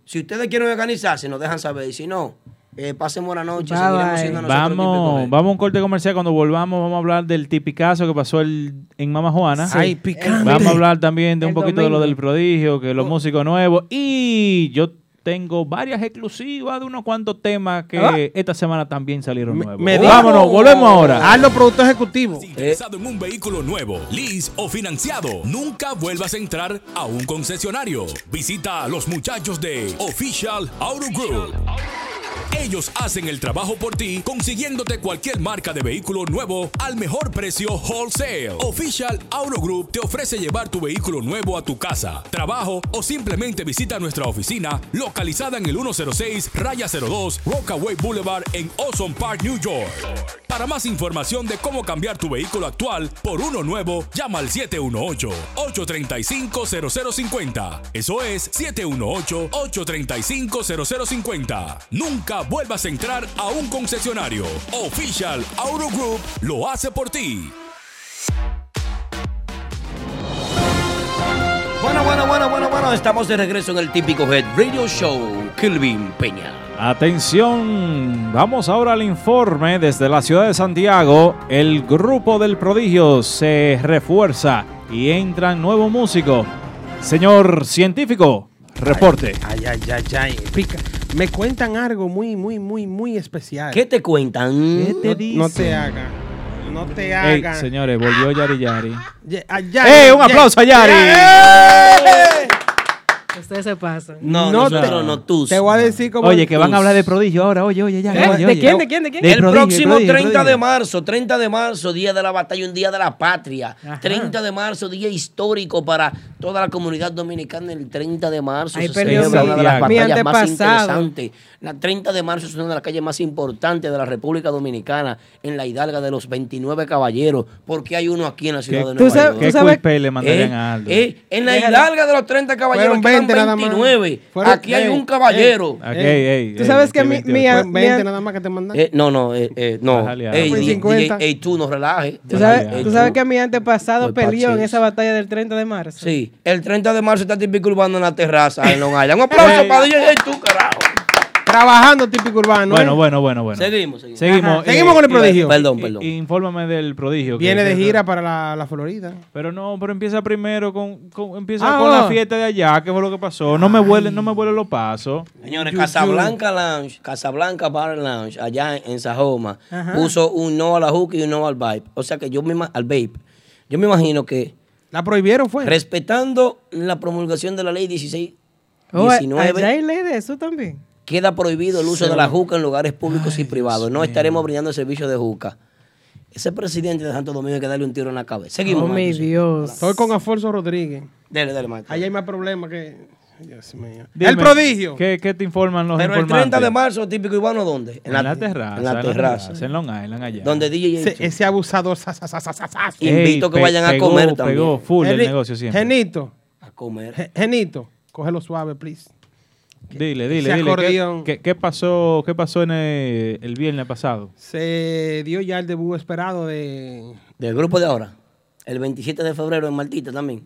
Speaker 2: Si ustedes quieren organizarse, nos dejan saber. Y si no, eh, pasemos la noche.
Speaker 4: Bye,
Speaker 2: seguiremos
Speaker 4: bye.
Speaker 2: siendo nosotros típicos.
Speaker 3: Vamos, vamos a un corte comercial. Cuando volvamos, vamos a hablar del tipicazo que pasó el, en Mama Juana.
Speaker 5: Sí. Ay, picante.
Speaker 3: Vamos a hablar también de un
Speaker 5: El
Speaker 3: poquito de lo
Speaker 5: domingo.
Speaker 3: del prodigio, que
Speaker 2: Oh.
Speaker 3: los músicos nuevos. Y yo tengo varias exclusivas de unos cuantos temas que
Speaker 5: Ah.
Speaker 3: esta semana también salieron nuevos.
Speaker 5: me dijo- Ah,
Speaker 3: Vámonos, volvemos ahora.
Speaker 5: Hazlo productor ejecutivo.
Speaker 1: Interesado en un vehículo nuevo, lease o financiado, nunca vuelvas a entrar a un concesionario. Visita a los muchachos de Official Auto Group. Ellos hacen el trabajo por ti, consiguiéndote cualquier marca de vehículo nuevo al mejor precio wholesale. Official Auto Group te ofrece llevar tu vehículo nuevo a tu casa, trabajo o simplemente visita nuestra oficina localizada en el 106 Raya 02 Rockaway Boulevard en Ozone Park, New York. Para más información de cómo cambiar tu vehículo actual por uno nuevo, llama al 718-835-0050. Eso es 718-835-0050. Nunca vuelvas a entrar a un concesionario. Official Auto Group lo hace por ti.
Speaker 2: Bueno, bueno, bueno, bueno, bueno. Estamos de regreso en el típico Head Radio Show. Kelvin Peña.
Speaker 3: Atención, vamos ahora al informe desde la ciudad de Santiago. El grupo del prodigio se refuerza y entra nuevo músico. Señor científico, reporte.
Speaker 5: Ay, ay, ay, ay. Pica. Me cuentan algo muy, muy, muy, muy especial.
Speaker 2: ¿Qué te cuentan?
Speaker 5: ¿Qué te No te haga. No te
Speaker 3: Ey,
Speaker 5: haga.
Speaker 3: señores, volvió Yari Yari.
Speaker 5: Ye- a Yari,
Speaker 3: ¡Ey, un
Speaker 5: Ye-
Speaker 3: aplauso a Yari!
Speaker 4: Ustedes se pasan.
Speaker 2: No,
Speaker 5: No
Speaker 2: nosotros
Speaker 5: te-
Speaker 2: no, tú.
Speaker 5: Te voy a decir cómo.
Speaker 3: Oye, que van a hablar de prodigio ahora. Oye, oye, Yari.
Speaker 5: ¿Eh?
Speaker 3: oye,
Speaker 5: ¿De
Speaker 3: oye.
Speaker 5: quién, de quién, de quién?
Speaker 3: Del
Speaker 2: el
Speaker 3: prodigio,
Speaker 2: próximo
Speaker 3: prodigio,
Speaker 2: 30
Speaker 3: prodigio.
Speaker 2: de marzo, 30 de marzo, Día de la Batalla, un Día de la Patria. 30 de marzo, día histórico para toda la comunidad dominicana. El 30 de marzo
Speaker 4: Ahí
Speaker 2: se
Speaker 4: perdió
Speaker 2: celebra
Speaker 4: mi-
Speaker 2: una de las
Speaker 4: mi
Speaker 2: batallas más
Speaker 4: antepasado.
Speaker 2: interesantes. La 30 de marzo es una de las calles más importantes de la República Dominicana, en la Hidalga de los 29 Caballeros, porque hay uno aquí en la ciudad
Speaker 3: ¿Qué-
Speaker 2: de
Speaker 3: tú
Speaker 2: Nueva
Speaker 3: sabes-
Speaker 2: York.
Speaker 3: qué ¿Tú sabes- culpa le mandarían
Speaker 2: Eh,
Speaker 3: a Aldo?
Speaker 2: eh, en la
Speaker 4: Déjala.
Speaker 2: Hidalga de los 30 Caballeros,
Speaker 4: Fueron 20
Speaker 2: quedan
Speaker 4: nada más.
Speaker 2: 29.
Speaker 4: Fueron-
Speaker 2: aquí hay
Speaker 4: ey,
Speaker 2: un caballero.
Speaker 3: Aquí, ey, ey,
Speaker 4: Tú sabes
Speaker 3: ey,
Speaker 4: que
Speaker 3: qué
Speaker 4: mi-
Speaker 3: mentira.
Speaker 4: mi-
Speaker 5: Fue 20
Speaker 4: mi-
Speaker 5: nada más que te mandan.
Speaker 2: Eh, no, no, eh, eh, no. Ey,
Speaker 3: Fue
Speaker 2: di-
Speaker 5: 50.
Speaker 2: DJ, ey, tú no relajes.
Speaker 4: ¿Tú sabes,
Speaker 2: Ey,
Speaker 4: tú sabes
Speaker 2: tú.
Speaker 4: que mi antepasado
Speaker 2: Muy
Speaker 4: peleó en
Speaker 2: parchís.
Speaker 4: esa batalla del 30 de marzo?
Speaker 2: Sí,
Speaker 4: (laughs)
Speaker 2: el 30 de marzo está típico urbano en la terraza en Long Island. Un aplauso
Speaker 4: Ey.
Speaker 2: para DJ, ey, tú, carajo.
Speaker 5: Trabajando típico urbano.
Speaker 3: Bueno,
Speaker 5: ¿eh?
Speaker 3: bueno, bueno, eh, bueno.
Speaker 5: Seguimos,
Speaker 2: seguimos.
Speaker 5: Ajá. Seguimos con el prodigio. Perdón, perdón.
Speaker 3: Infórmame del prodigio. que-
Speaker 5: Viene de gira para la, la Florida.
Speaker 3: Pero no, pero empieza primero con, con- empieza
Speaker 5: Ah,
Speaker 3: con
Speaker 5: oh.
Speaker 3: la fiesta de allá, que fue lo que pasó. No me vuelen, no me vuelen los pasos.
Speaker 2: Señores,
Speaker 3: Yu- yu.
Speaker 2: Casablanca Lounge, Casablanca Bar and Lounge, allá en, en Sajoma,
Speaker 3: Ajá.
Speaker 2: puso un no a la hookah y un no al vape. O sea que yo me ima- al vape. Yo me imagino que.
Speaker 5: La prohibieron, fue.
Speaker 2: Respetando la promulgación de la ley 16.
Speaker 4: Oh, allá
Speaker 2: 19,
Speaker 4: hay ley de eso también.
Speaker 2: queda prohibido el uso
Speaker 4: Sí.
Speaker 2: de la juca en lugares públicos y privados. No estaremos brindando el servicio de juca. Ese presidente de Santo Domingo hay que darle un tiro en la cabeza. Seguimos.
Speaker 5: Oh, mi
Speaker 2: Marcos.
Speaker 4: Dios.
Speaker 5: Estoy con Afonso Rodríguez.
Speaker 2: Dele, dale, maestro.
Speaker 5: Allá hay más problemas que. Dios mío.
Speaker 3: Dime,
Speaker 5: el prodigio.
Speaker 3: ¿Qué, qué te informan los
Speaker 2: Pero el
Speaker 3: informantes?
Speaker 2: 30 de marzo, típico urbano, ¿dónde?
Speaker 3: En, la, terraza.
Speaker 2: En la terraza.
Speaker 3: En Long Island, allá.
Speaker 2: Donde DJ
Speaker 5: Ese, ese abusador. sa, sa, sa, sa, sa, sa.
Speaker 3: Ey, Invito que pe- vayan a pegó, comer pegó también. full el
Speaker 5: Geni-
Speaker 3: negocio siempre.
Speaker 5: Genito.
Speaker 2: A comer.
Speaker 5: Genito, cógelo suave, please.
Speaker 3: Dile, dile,
Speaker 5: Ese
Speaker 3: dile. ¿Qué,
Speaker 5: acordeón.
Speaker 3: qué- qué pasó, qué pasó en el, el viernes pasado?
Speaker 5: Se dio ya el debut esperado de.
Speaker 2: Del grupo de ahora. El 27 de febrero en Martita también.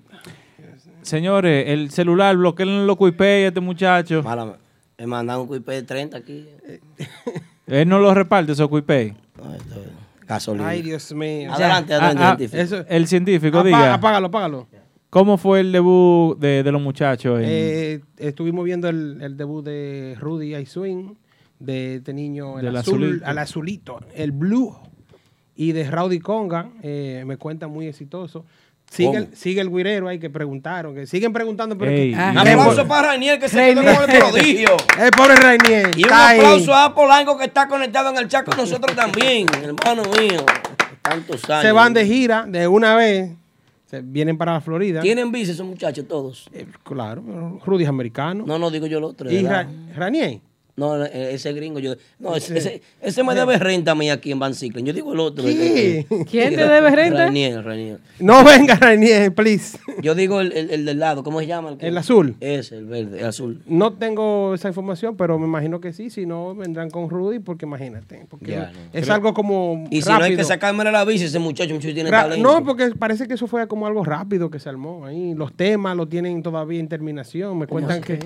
Speaker 3: Señores, el celular, bloqueen los cuipé a este muchacho.
Speaker 2: Mala, me mandaron un cuipé de 30 aquí.
Speaker 5: Eh,
Speaker 3: Él no los reparte esos cuipé.
Speaker 2: Gasolina.
Speaker 5: Ay, Dios mío.
Speaker 2: Adelante,
Speaker 5: Ya.
Speaker 2: adelante,
Speaker 5: Ah, ah,
Speaker 2: científico.
Speaker 5: eso-
Speaker 3: El científico,
Speaker 5: Apa-
Speaker 3: diga.
Speaker 5: Apágalo, apágalo.
Speaker 3: ¿Cómo fue el debut de, de los muchachos? en-
Speaker 5: Eh, estuvimos viendo el, el debut de Rudy Aizwin, de este niño el
Speaker 3: Del
Speaker 5: azul,
Speaker 3: azulito.
Speaker 5: al azulito, el blue, y de Rowdy Conga, eh, me cuenta muy exitoso. Sigue el,
Speaker 2: ¿Cómo?
Speaker 5: sigue el guirero ahí que preguntaron, que siguen preguntando. Pero
Speaker 2: Ey,
Speaker 5: que-
Speaker 2: Ah, un aplauso para Rainier que se quedó con el prodigio.
Speaker 5: (laughs) El pobre Rainier.
Speaker 2: Y un
Speaker 5: está ahí.
Speaker 2: aplauso a Polanco que está conectado en el chat con nosotros también, (laughs) hermano mío. Tantos años.
Speaker 5: Se van de gira de una vez. Se vienen para la Florida.
Speaker 2: ¿Tienen visa esos muchachos todos?
Speaker 5: Eh, Claro, pero Rudy es americano.
Speaker 2: No, no, digo yo los tres.
Speaker 5: ¿Y
Speaker 2: ¿verdad?
Speaker 5: Ra- Rainier?
Speaker 2: No, no, eh, ese gringo, yo. No, ese,
Speaker 5: Sí.
Speaker 2: ese, ese me debe renta a mí aquí en Van Cycling. Yo digo el otro.
Speaker 5: ¿Qué?
Speaker 4: ¿Quién te debe renta?
Speaker 2: Rainier, Rainier.
Speaker 5: No venga, Rainier, please.
Speaker 2: Yo digo el, el, el del lado, ¿cómo se llama? El, que-
Speaker 5: El azul.
Speaker 2: Ese, el verde, el azul.
Speaker 5: No tengo esa información, pero me imagino que sí. Si no, vendrán con Rudy, porque imagínate. Porque
Speaker 2: Ya, no.
Speaker 5: es
Speaker 2: Creo-
Speaker 5: algo como.
Speaker 2: Y si no hay que sacarme la bici, ese muchacho, muchacho tiene
Speaker 5: Ra-
Speaker 2: talento.
Speaker 5: No, porque parece que eso fue como algo rápido que se armó ahí. Los temas lo tienen todavía en terminación. Me cuentan que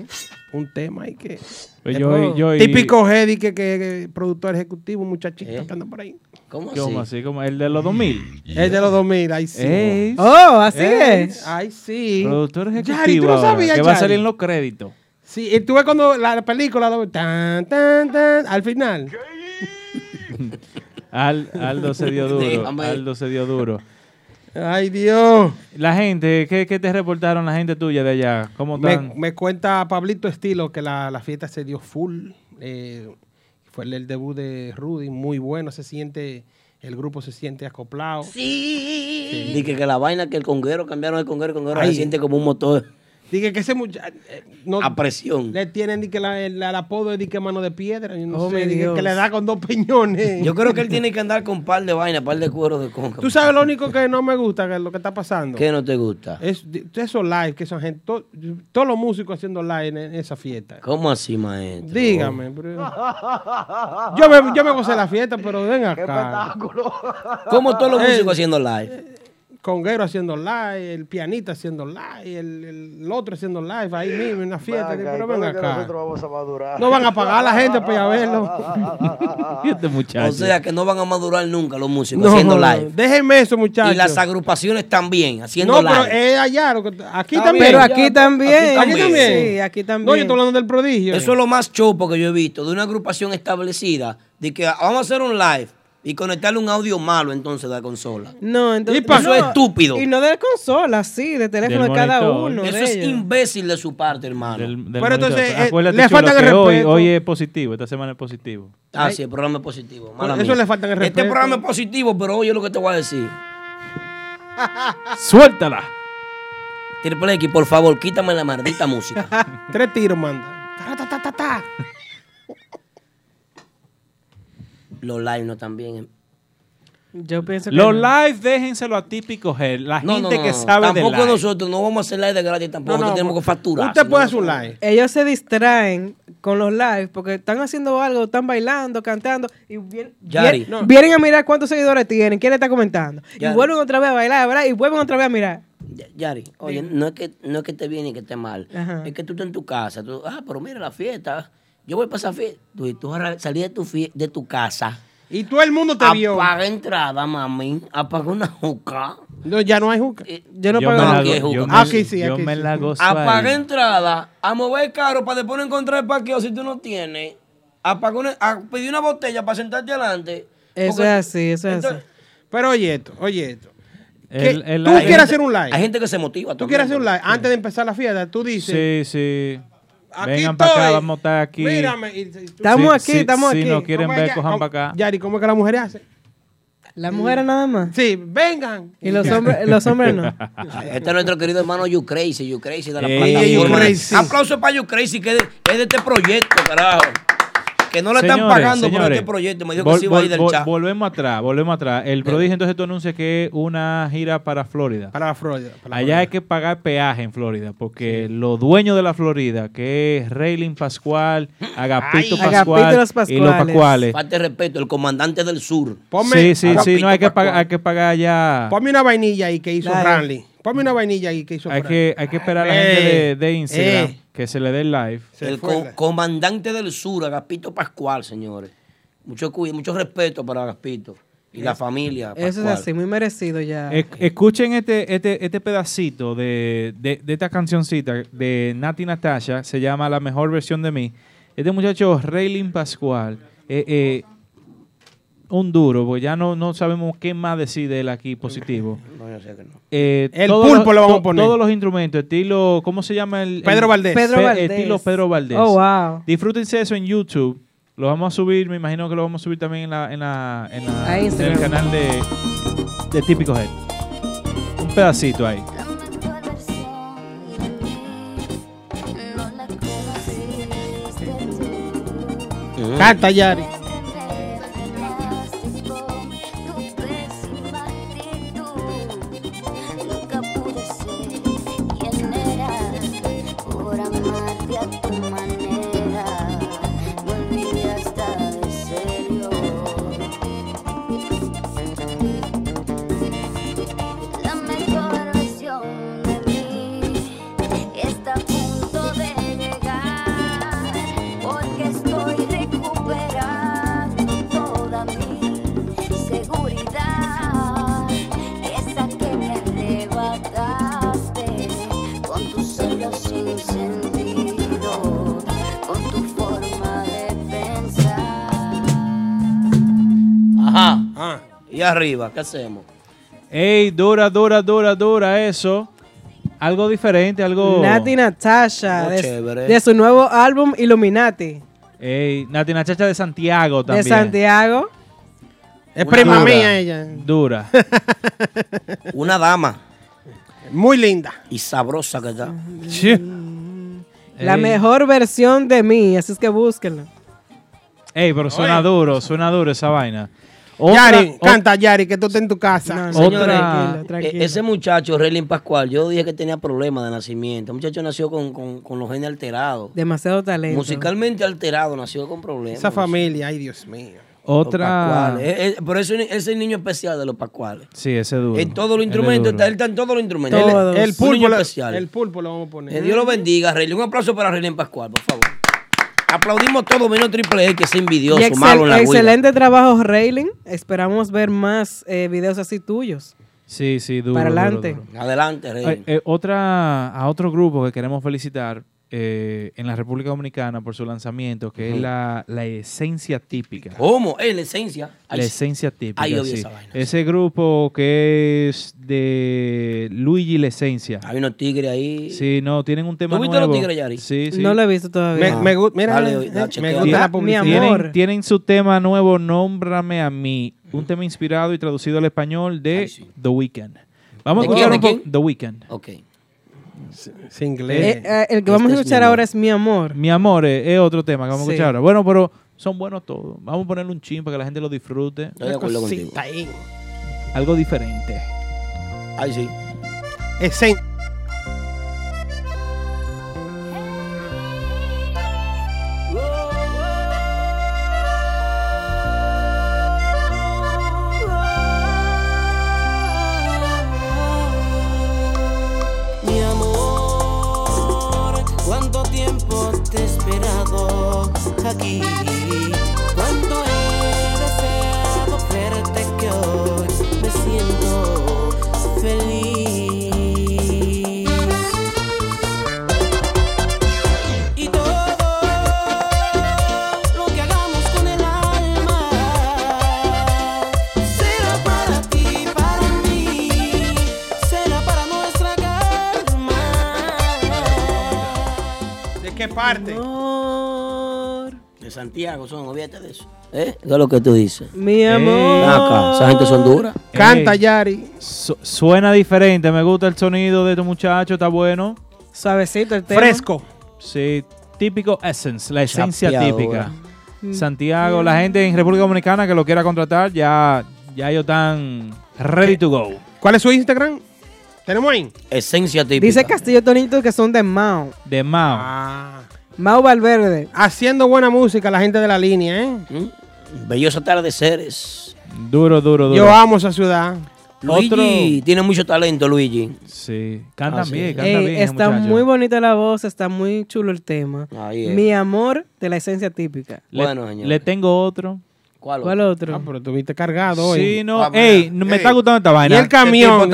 Speaker 5: un tema y que.
Speaker 3: Pues yo-
Speaker 5: Después,
Speaker 3: yo-
Speaker 5: típico Hedy que, que- que productor ejecutivo, muchachito que anda por ahí.
Speaker 2: ¿Eh? ¿Cómo
Speaker 3: ¿Cómo así? ¿Cómo? ¿El de los 2000?
Speaker 5: Es Pues de los 2000, ahí sí.
Speaker 3: Ey.
Speaker 5: Oh, así
Speaker 3: Ey.
Speaker 5: es. Ay, sí.
Speaker 3: Productor
Speaker 5: Yari,
Speaker 3: ejecutivo.
Speaker 5: tú lo
Speaker 3: ahora,
Speaker 5: sabías,
Speaker 3: que va a
Speaker 5: Yari.
Speaker 3: salir en los créditos.
Speaker 5: Sí, y tú ves cuando la película. Tan, tan, tan, al final.
Speaker 3: Al- Aldo se dio duro.
Speaker 5: Déjame.
Speaker 3: Aldo se dio duro.
Speaker 5: Ay, Dios.
Speaker 3: La gente, ¿qué, qué te reportaron la gente tuya de allá? ¿Cómo
Speaker 5: Me,
Speaker 3: están?
Speaker 5: me cuenta Pablito Estilo que la, la fiesta se dio full. eh, fue el, el debut de Rudy, muy bueno. Se siente, el grupo se siente acoplado.
Speaker 2: Sí. Dije que la vaina que el conguero cambiaron el conguero, el conguero
Speaker 5: Ay.
Speaker 2: se siente como un motor.
Speaker 5: Dije que ese muchacho. no,
Speaker 2: A presión.
Speaker 5: Le tienen ni que la, el, el apodo de ni que mano de piedra. Yo no
Speaker 2: Oh,
Speaker 5: sé,
Speaker 2: mi
Speaker 5: di que-
Speaker 2: Dios.
Speaker 5: que le da con dos (laughs) peñones.
Speaker 2: Yo creo que él tiene que andar con un par de vainas, par de cuero de conga.
Speaker 5: Tú sabes lo único que no me gusta, que es lo que está pasando.
Speaker 2: ¿Qué no te gusta?
Speaker 5: Es, eso live, que son gente. to- todos los músicos haciendo live en, en esa fiesta.
Speaker 2: ¿Cómo así, maestro? Oh.
Speaker 5: Dígame, pero- Yo me, yo me gocé la fiesta, pero ven acá.
Speaker 2: ¿Cómo todos los
Speaker 5: Eh,
Speaker 2: músicos haciendo live?
Speaker 5: Conguero haciendo live, el pianista haciendo live, el, el otro haciendo live, ahí mismo en una fiesta.
Speaker 16: Ven acá,
Speaker 5: pero
Speaker 16: ¿y
Speaker 5: ven
Speaker 16: cuándo es que
Speaker 5: acá.
Speaker 16: nosotros vamos a madurar?
Speaker 5: No van a pagar a la gente pues, para ir a verlo.
Speaker 3: este muchacho.
Speaker 2: O sea que no van a madurar nunca los músicos
Speaker 5: No,
Speaker 2: haciendo live.
Speaker 5: Déjenme eso, muchachos.
Speaker 2: Y las agrupaciones también (laughs) haciendo
Speaker 5: no, pero eh,
Speaker 2: live.
Speaker 5: es allá. lo que- aquí
Speaker 2: Está
Speaker 5: también.
Speaker 2: bien, Pero aquí ya,
Speaker 4: también.
Speaker 5: Aquí también.
Speaker 4: Sí, aquí también.
Speaker 5: No, yo estoy hablando del prodigio.
Speaker 2: Eso es lo más chopo que yo he visto de una agrupación establecida. De que ah, vamos a hacer un live y conectarle un audio malo entonces de la consola.
Speaker 4: No, entonces.
Speaker 2: Y pasó
Speaker 4: no,
Speaker 2: estúpido.
Speaker 4: Y no de consola, sí, de teléfono de
Speaker 3: Del
Speaker 4: cada
Speaker 3: monitor.
Speaker 4: uno.
Speaker 2: Eso
Speaker 4: de
Speaker 2: es
Speaker 4: ellos.
Speaker 2: imbécil de su parte, hermano.
Speaker 3: Del
Speaker 5: Pero
Speaker 3: monitor.
Speaker 5: entonces, eh,
Speaker 3: Acuérdate,
Speaker 5: le
Speaker 3: Chulo,
Speaker 5: faltan el
Speaker 3: que hoy,
Speaker 5: respeto.
Speaker 3: hoy es positivo, esta semana es positivo.
Speaker 2: Ah, sí, el programa es positivo. mala
Speaker 5: Eso
Speaker 2: mía.
Speaker 5: le falta el
Speaker 2: Este
Speaker 5: respeto.
Speaker 2: programa es positivo, pero oye lo que te voy a
Speaker 5: (laughs)
Speaker 2: decir.
Speaker 3: ¡Suéltala!
Speaker 2: Triple X, por favor, quítame la
Speaker 5: (laughs)
Speaker 2: maldita música.
Speaker 5: Tres tiros manda. Ta, ta, ta, ta.
Speaker 2: Los live no también.
Speaker 4: Yo pienso que.
Speaker 3: Los
Speaker 4: no.
Speaker 3: live déjenselo a típico gel, la
Speaker 2: No,
Speaker 3: gente
Speaker 2: no, no,
Speaker 3: que
Speaker 2: no.
Speaker 3: sabe de
Speaker 2: Tampoco
Speaker 3: live.
Speaker 2: nosotros no vamos a hacer live de gratis
Speaker 4: No,
Speaker 2: tampoco.
Speaker 4: no,
Speaker 2: nosotros tenemos que facturar.
Speaker 5: Usted
Speaker 2: si no,
Speaker 5: puede
Speaker 2: no
Speaker 5: hacer un live.
Speaker 4: Ellos se distraen con los live porque están haciendo algo, están bailando, cantando y vienen,
Speaker 2: Yari.
Speaker 4: vienen-
Speaker 2: No.
Speaker 4: vienen a mirar cuántos seguidores tienen, quién le está comentando.
Speaker 2: Yari.
Speaker 4: Y vuelven otra vez a bailar, a bailar, y vuelven otra vez a mirar.
Speaker 2: Yari, oye, no es que no es que esté bien ni que esté mal.
Speaker 4: Ajá.
Speaker 2: Es que tú estás en tu casa. tú, ah, pero mira la fiesta. Yo voy para esa fiesta. Tú, tú arra- salí de tu, fie- de tu casa.
Speaker 5: Y todo el mundo te
Speaker 2: vio. Apaga entrada, mami. Apaga una juca.
Speaker 5: No, ya no hay juca.
Speaker 2: Eh,
Speaker 4: Yo
Speaker 5: no
Speaker 2: Yo
Speaker 5: pago
Speaker 2: me la
Speaker 5: Aquí hay
Speaker 2: go- yo
Speaker 5: juca.
Speaker 2: me-
Speaker 5: Aquí sí,
Speaker 2: yo
Speaker 5: aquí
Speaker 2: me
Speaker 5: sí.
Speaker 2: la
Speaker 3: gozo
Speaker 2: Apaga Ah, entrada. A mover caro para después no encontrar el parqueo si tú no tienes. Apaga una, a pedir una botella para sentarte adelante.
Speaker 4: Eso
Speaker 2: Porque-
Speaker 4: es así, eso es así.
Speaker 5: Pero oye esto, oye esto. Que
Speaker 3: El- el-
Speaker 5: tú
Speaker 3: hay
Speaker 5: quieres
Speaker 3: gente-
Speaker 5: hacer un live.
Speaker 3: hay
Speaker 2: gente que se motiva.
Speaker 5: Tú quieres hacer un live. Antes de empezar la fiesta, tú dices.
Speaker 3: Sí, sí.
Speaker 5: Aquí
Speaker 3: Vengan para acá,
Speaker 5: estoy.
Speaker 3: vamos a estar aquí.
Speaker 5: Mírame. Y- y-
Speaker 3: Sí,
Speaker 5: Estamos aquí,
Speaker 3: sí,
Speaker 5: estamos
Speaker 3: Si
Speaker 5: aquí.
Speaker 3: no quieren
Speaker 5: ¿Cómo es
Speaker 3: ver,
Speaker 5: que-
Speaker 3: cojan
Speaker 5: cómo-
Speaker 3: para acá.
Speaker 5: Yari, ¿cómo es que las mujeres hacen?
Speaker 4: Las mujeres nada más.
Speaker 5: Sí, vengan.
Speaker 4: Y los hombres, los hombres
Speaker 2: (laughs)
Speaker 4: no.
Speaker 2: Este es nuestro querido hermano You Crazy, You Crazy de la
Speaker 4: Ey,
Speaker 2: plataforma.
Speaker 4: You Crazy.
Speaker 2: Aplauso para You Crazy, que es de, es de este proyecto, carajo. Que no le están
Speaker 3: Señores,
Speaker 2: pagando por
Speaker 3: señores,
Speaker 2: este proyecto. Me dijo
Speaker 3: vol-
Speaker 2: que se iba a
Speaker 3: vol-
Speaker 2: ir del
Speaker 3: vol-
Speaker 2: chat. Eh.
Speaker 3: Volvemos atrás, volvemos atrás. El prodigio entonces tú anuncias que es una gira para Florida.
Speaker 5: Para Florida.
Speaker 3: Allá hay que pagar peaje en Florida, porque los dueños de la Florida, que es Raylin Pascual, Agapito
Speaker 2: Ay,
Speaker 3: Pascual y los Pascuales.
Speaker 2: Falta de respeto, el comandante del sur.
Speaker 3: sí, sí, sí, no hay que pagar, hay que pagar ya.
Speaker 5: Ponme una vainilla ahí que hizo
Speaker 3: Dale.
Speaker 5: Ranley. Ponme una vainilla ahí que hizo
Speaker 3: Hay
Speaker 5: Ranley.
Speaker 3: que, hay que esperar a la gente de, de Instagram que se le dé el live.
Speaker 2: el co- comandante del sur, Agapito Pascual, señores. Mucho cuidado, mucho respeto para Agapito y la familia.
Speaker 4: Eso es
Speaker 2: Pascual.
Speaker 4: así, muy merecido
Speaker 5: Eh,
Speaker 4: ya.
Speaker 3: Ec- Escuchen este, este, este pedacito de, de- de esta cancioncita de Nati Natasha, se llama La mejor versión de mí. Este muchacho, Raylin Pascual, eh, eh, un duro, porque ya no, no sabemos qué más decir de él aquí positivo.
Speaker 2: No, yo sé que no.
Speaker 3: Eh,
Speaker 5: El
Speaker 3: todos los-
Speaker 5: pulpo le vamos a
Speaker 3: to-
Speaker 5: poner.
Speaker 3: Todos los instrumentos, estilo, ¿cómo se llama el?
Speaker 5: Pedro
Speaker 3: el-
Speaker 5: Valdés. Pedro
Speaker 3: Pe-
Speaker 5: Valdés.
Speaker 3: Estilo Pedro Valdés.
Speaker 5: Oh, wow.
Speaker 3: Disfrútense eso en YouTube. Lo vamos a subir, me imagino que lo vamos a subir también en, la, en, la, en, la-
Speaker 4: A
Speaker 3: en
Speaker 4: Instagram.
Speaker 3: el canal de, de Típico Head. Un pedacito ahí.
Speaker 5: Canta, Yari.
Speaker 16: La mejor versión de mí está a punto de llegar porque estoy recuperando toda mi seguridad, esa que me arrebataste con tus celos sin sentido, con tu forma de pensar.
Speaker 2: Ajá. Y arriba, ¿qué hacemos?
Speaker 3: Ey, dura, dura, dura, dura eso. Algo diferente, algo...
Speaker 4: Nati Natasha,
Speaker 3: Muy
Speaker 4: de,
Speaker 3: chévere.
Speaker 4: de su nuevo álbum Illuminati,
Speaker 3: Ey, Nati Natasha de Santiago también.
Speaker 4: de Santiago.
Speaker 5: Es
Speaker 3: Una
Speaker 5: prima
Speaker 3: dura,
Speaker 5: mía ella.
Speaker 3: Dura.
Speaker 2: Una dama.
Speaker 5: Muy linda.
Speaker 2: Y sabrosa que está.
Speaker 4: La
Speaker 3: Ey.
Speaker 4: mejor versión de mí, así es que búsquenlo.
Speaker 3: Ey, pero suena duro, suena duro esa vaina.
Speaker 5: Yari,
Speaker 3: o-
Speaker 5: canta, Yari, que tú estás en tu casa.
Speaker 2: Señores, e- ese muchacho, Relin Pascual, yo dije que tenía problemas de nacimiento. El muchacho nació con, con, con los genes alterados.
Speaker 4: Demasiado talento.
Speaker 2: Musicalmente alterado, nació con problemas.
Speaker 5: Esa familia, ay Dios mío.
Speaker 2: Los
Speaker 3: Otra.
Speaker 2: Pascuales. Eh, eh, por eso es es el niño especial de los Pascuales.
Speaker 3: Sí, ese es duro.
Speaker 2: En todos los
Speaker 3: Él es
Speaker 2: instrumentos,
Speaker 3: duro.
Speaker 2: está, él está en todos los instrumentos. Él-
Speaker 5: Todos.
Speaker 2: El,
Speaker 5: El
Speaker 2: pulpo,
Speaker 5: pulpo la-
Speaker 2: especial.
Speaker 5: el pulpo lo vamos a poner.
Speaker 2: Que Dios lo bendiga, Relin. Un aplauso para Relin Pascual, por favor. Aplaudimos todo menos Triple X, que es
Speaker 4: Y
Speaker 2: envidioso,
Speaker 4: excel-
Speaker 2: malo en la huida.
Speaker 4: excelente trabajo, Raylan. Esperamos ver más eh, videos así tuyos.
Speaker 3: Sí, sí, duro.
Speaker 4: Para
Speaker 3: duro,
Speaker 4: adelante.
Speaker 3: duro.
Speaker 2: Adelante, Rey.
Speaker 3: Ay, eh, otra, a otro grupo que queremos felicitar eh, en la República Dominicana por su lanzamiento, que es
Speaker 2: Ujú. Oh,
Speaker 3: la, la esencia típica.
Speaker 2: ¿Cómo? Es la esencia. Ay,
Speaker 3: La
Speaker 2: sí.
Speaker 3: esencia típica.
Speaker 2: Ay, yo vi
Speaker 3: sí.
Speaker 2: esa vaina.
Speaker 3: Ese grupo que es de Luigi La Esencia.
Speaker 2: Hay unos tigres ahí.
Speaker 3: Sí, no, tienen un tema
Speaker 2: ¿Tú viste
Speaker 3: nuevo.
Speaker 2: los tigres, Yari?
Speaker 3: Sí, sí.
Speaker 4: No lo he visto todavía.
Speaker 3: Ah.
Speaker 5: gu- mira,
Speaker 2: Dale,
Speaker 5: eh,
Speaker 2: dale,
Speaker 5: me
Speaker 2: chequea.
Speaker 5: gusta la
Speaker 4: Mi
Speaker 5: publicidad.
Speaker 4: amor.
Speaker 3: Tienen, tienen su tema nuevo, Nómbrame a mí. Un tema inspirado y traducido al español de The Weeknd. Vamos a
Speaker 4: ¿De
Speaker 3: escuchar
Speaker 4: quién?
Speaker 3: un
Speaker 4: ¿De
Speaker 3: poco The Weeknd.
Speaker 2: Ok.
Speaker 5: Sin inglés.
Speaker 4: Eh, eh,
Speaker 3: Este
Speaker 4: el que vamos a
Speaker 2: Este
Speaker 4: escuchar ahora es Mi Amor.
Speaker 3: Mi amor es, es otro tema que vamos
Speaker 4: Sí.
Speaker 3: a escuchar ahora. Bueno, pero son buenos todos. Vamos a ponerle un chin para que la gente lo disfrute.
Speaker 2: Estoy de acuerdo contigo.
Speaker 3: Algo diferente.
Speaker 2: Ay, sí.
Speaker 5: Esen-
Speaker 17: Mi amor, cuánto tiempo te he esperado.
Speaker 5: parte?
Speaker 2: De Santiago son, olvídate de eso. ¿Eh? ¿Qué es lo que tú dices?
Speaker 4: Mi
Speaker 2: Ven acá, esa gente son duras.
Speaker 5: Canta, Yari.
Speaker 3: suena diferente. Me gusta el sonido de tu muchacho. Está bueno.
Speaker 4: Suavecito el
Speaker 3: tema. Fresco. Sí. Típico Essence. La esencia
Speaker 5: Chapeadora.
Speaker 3: típica. Santiago, la gente en República Dominicana que lo quiera contratar, ya, ya ellos están ready to go.
Speaker 5: ¿Cuál es su Instagram? ¿Tenemos ahí?
Speaker 2: Esencia típica.
Speaker 4: Dice Castillo Tonito que son de Mao.
Speaker 3: De Mao.
Speaker 4: Mao Valverde.
Speaker 5: Ah. Haciendo buena música la gente de la línea, ¿eh?
Speaker 2: Mm. Bellos atardeceres.
Speaker 3: Duro, duro, duro.
Speaker 5: Yo amo esa ciudad.
Speaker 2: Luigi tiene mucho talento, Luigi.
Speaker 3: Sí, canta
Speaker 2: Así
Speaker 3: bien,
Speaker 2: es.
Speaker 3: canta
Speaker 4: Ah, Ey,
Speaker 3: bien.
Speaker 4: está
Speaker 3: muchacho.
Speaker 4: muy bonita la voz, está muy chulo el tema.
Speaker 2: Ahí es.
Speaker 4: Mi amor de la esencia típica.
Speaker 3: Le- Le tengo otro.
Speaker 2: ¿Cuál,
Speaker 4: otro?
Speaker 5: Ah, pero tuviste cargado hoy.
Speaker 3: Sí, no. ey, no- me está gustando esta
Speaker 5: Y
Speaker 3: vaina.
Speaker 5: el camión.
Speaker 4: Un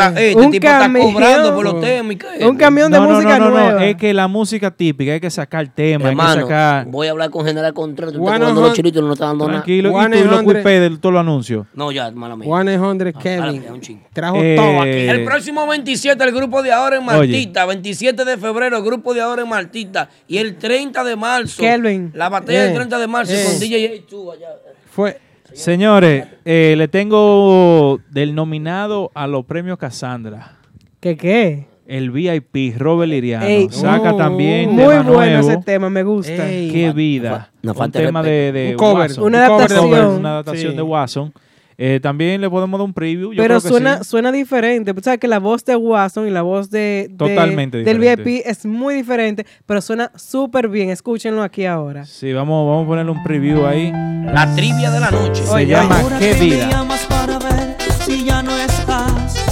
Speaker 4: camión. Un camión de
Speaker 3: Eh, No, no,
Speaker 4: música
Speaker 3: no, no, no,
Speaker 4: nueva.
Speaker 3: Es que la música típica, hay que sacar temas, hay que
Speaker 2: Hermano,
Speaker 3: sacar.
Speaker 2: voy a hablar con General Contreras. Tú
Speaker 5: One
Speaker 2: estás comando
Speaker 5: hun-
Speaker 2: los chilitos, no está dando nada.
Speaker 3: Tranquilo, y tú lo culpé de todo lo anuncio.
Speaker 2: No, ya, mala mía.
Speaker 5: 100 Kevin.
Speaker 2: Párate, un ching.
Speaker 5: Trajo
Speaker 3: Eh,
Speaker 5: todo aquí.
Speaker 3: Eh.
Speaker 2: El próximo 27, el grupo de ahora en
Speaker 3: Oye.
Speaker 2: Martita. 27 de febrero, el grupo de ahora en Martita. Y el 30 de marzo.
Speaker 4: Kelvin.
Speaker 2: La batalla
Speaker 3: Eh,
Speaker 2: del 30 de marzo
Speaker 3: eh.
Speaker 2: con DJ Chu allá.
Speaker 5: Fue.
Speaker 3: Señores, eh, le tengo del nominado a los premios Cassandra.
Speaker 4: ¿Qué qué?
Speaker 3: El VIP, Robert Liriano.
Speaker 4: Ey.
Speaker 3: Saca
Speaker 4: Oh.
Speaker 3: también
Speaker 4: Muy
Speaker 3: tema
Speaker 4: bueno
Speaker 3: nuevo.
Speaker 4: ese tema, me gusta.
Speaker 3: Qué vida.
Speaker 4: no
Speaker 3: un
Speaker 4: falta
Speaker 3: tema de,
Speaker 4: respeto.
Speaker 3: de
Speaker 4: Un cover,
Speaker 3: Watson.
Speaker 4: una Un cover de adaptación. Watson.
Speaker 3: Una adaptación
Speaker 4: Sí.
Speaker 3: de Watson. Eh, también le podemos dar un preview. Yo
Speaker 4: Pero
Speaker 3: creo que
Speaker 4: suena,
Speaker 3: sí.
Speaker 4: suena diferente. O sea, que la voz de Watson y la voz de, de-
Speaker 3: Totalmente
Speaker 4: del
Speaker 3: diferente.
Speaker 4: VIP es muy diferente, pero suena súper bien. Escúchenlo aquí ahora.
Speaker 3: Sí, vamos, vamos a ponerle un preview ahí.
Speaker 2: La trivia de la noche.
Speaker 3: Se
Speaker 4: Oye,
Speaker 3: llama
Speaker 4: ahora
Speaker 3: Qué
Speaker 4: que
Speaker 3: vida.
Speaker 9: llamas para ver si ya no estás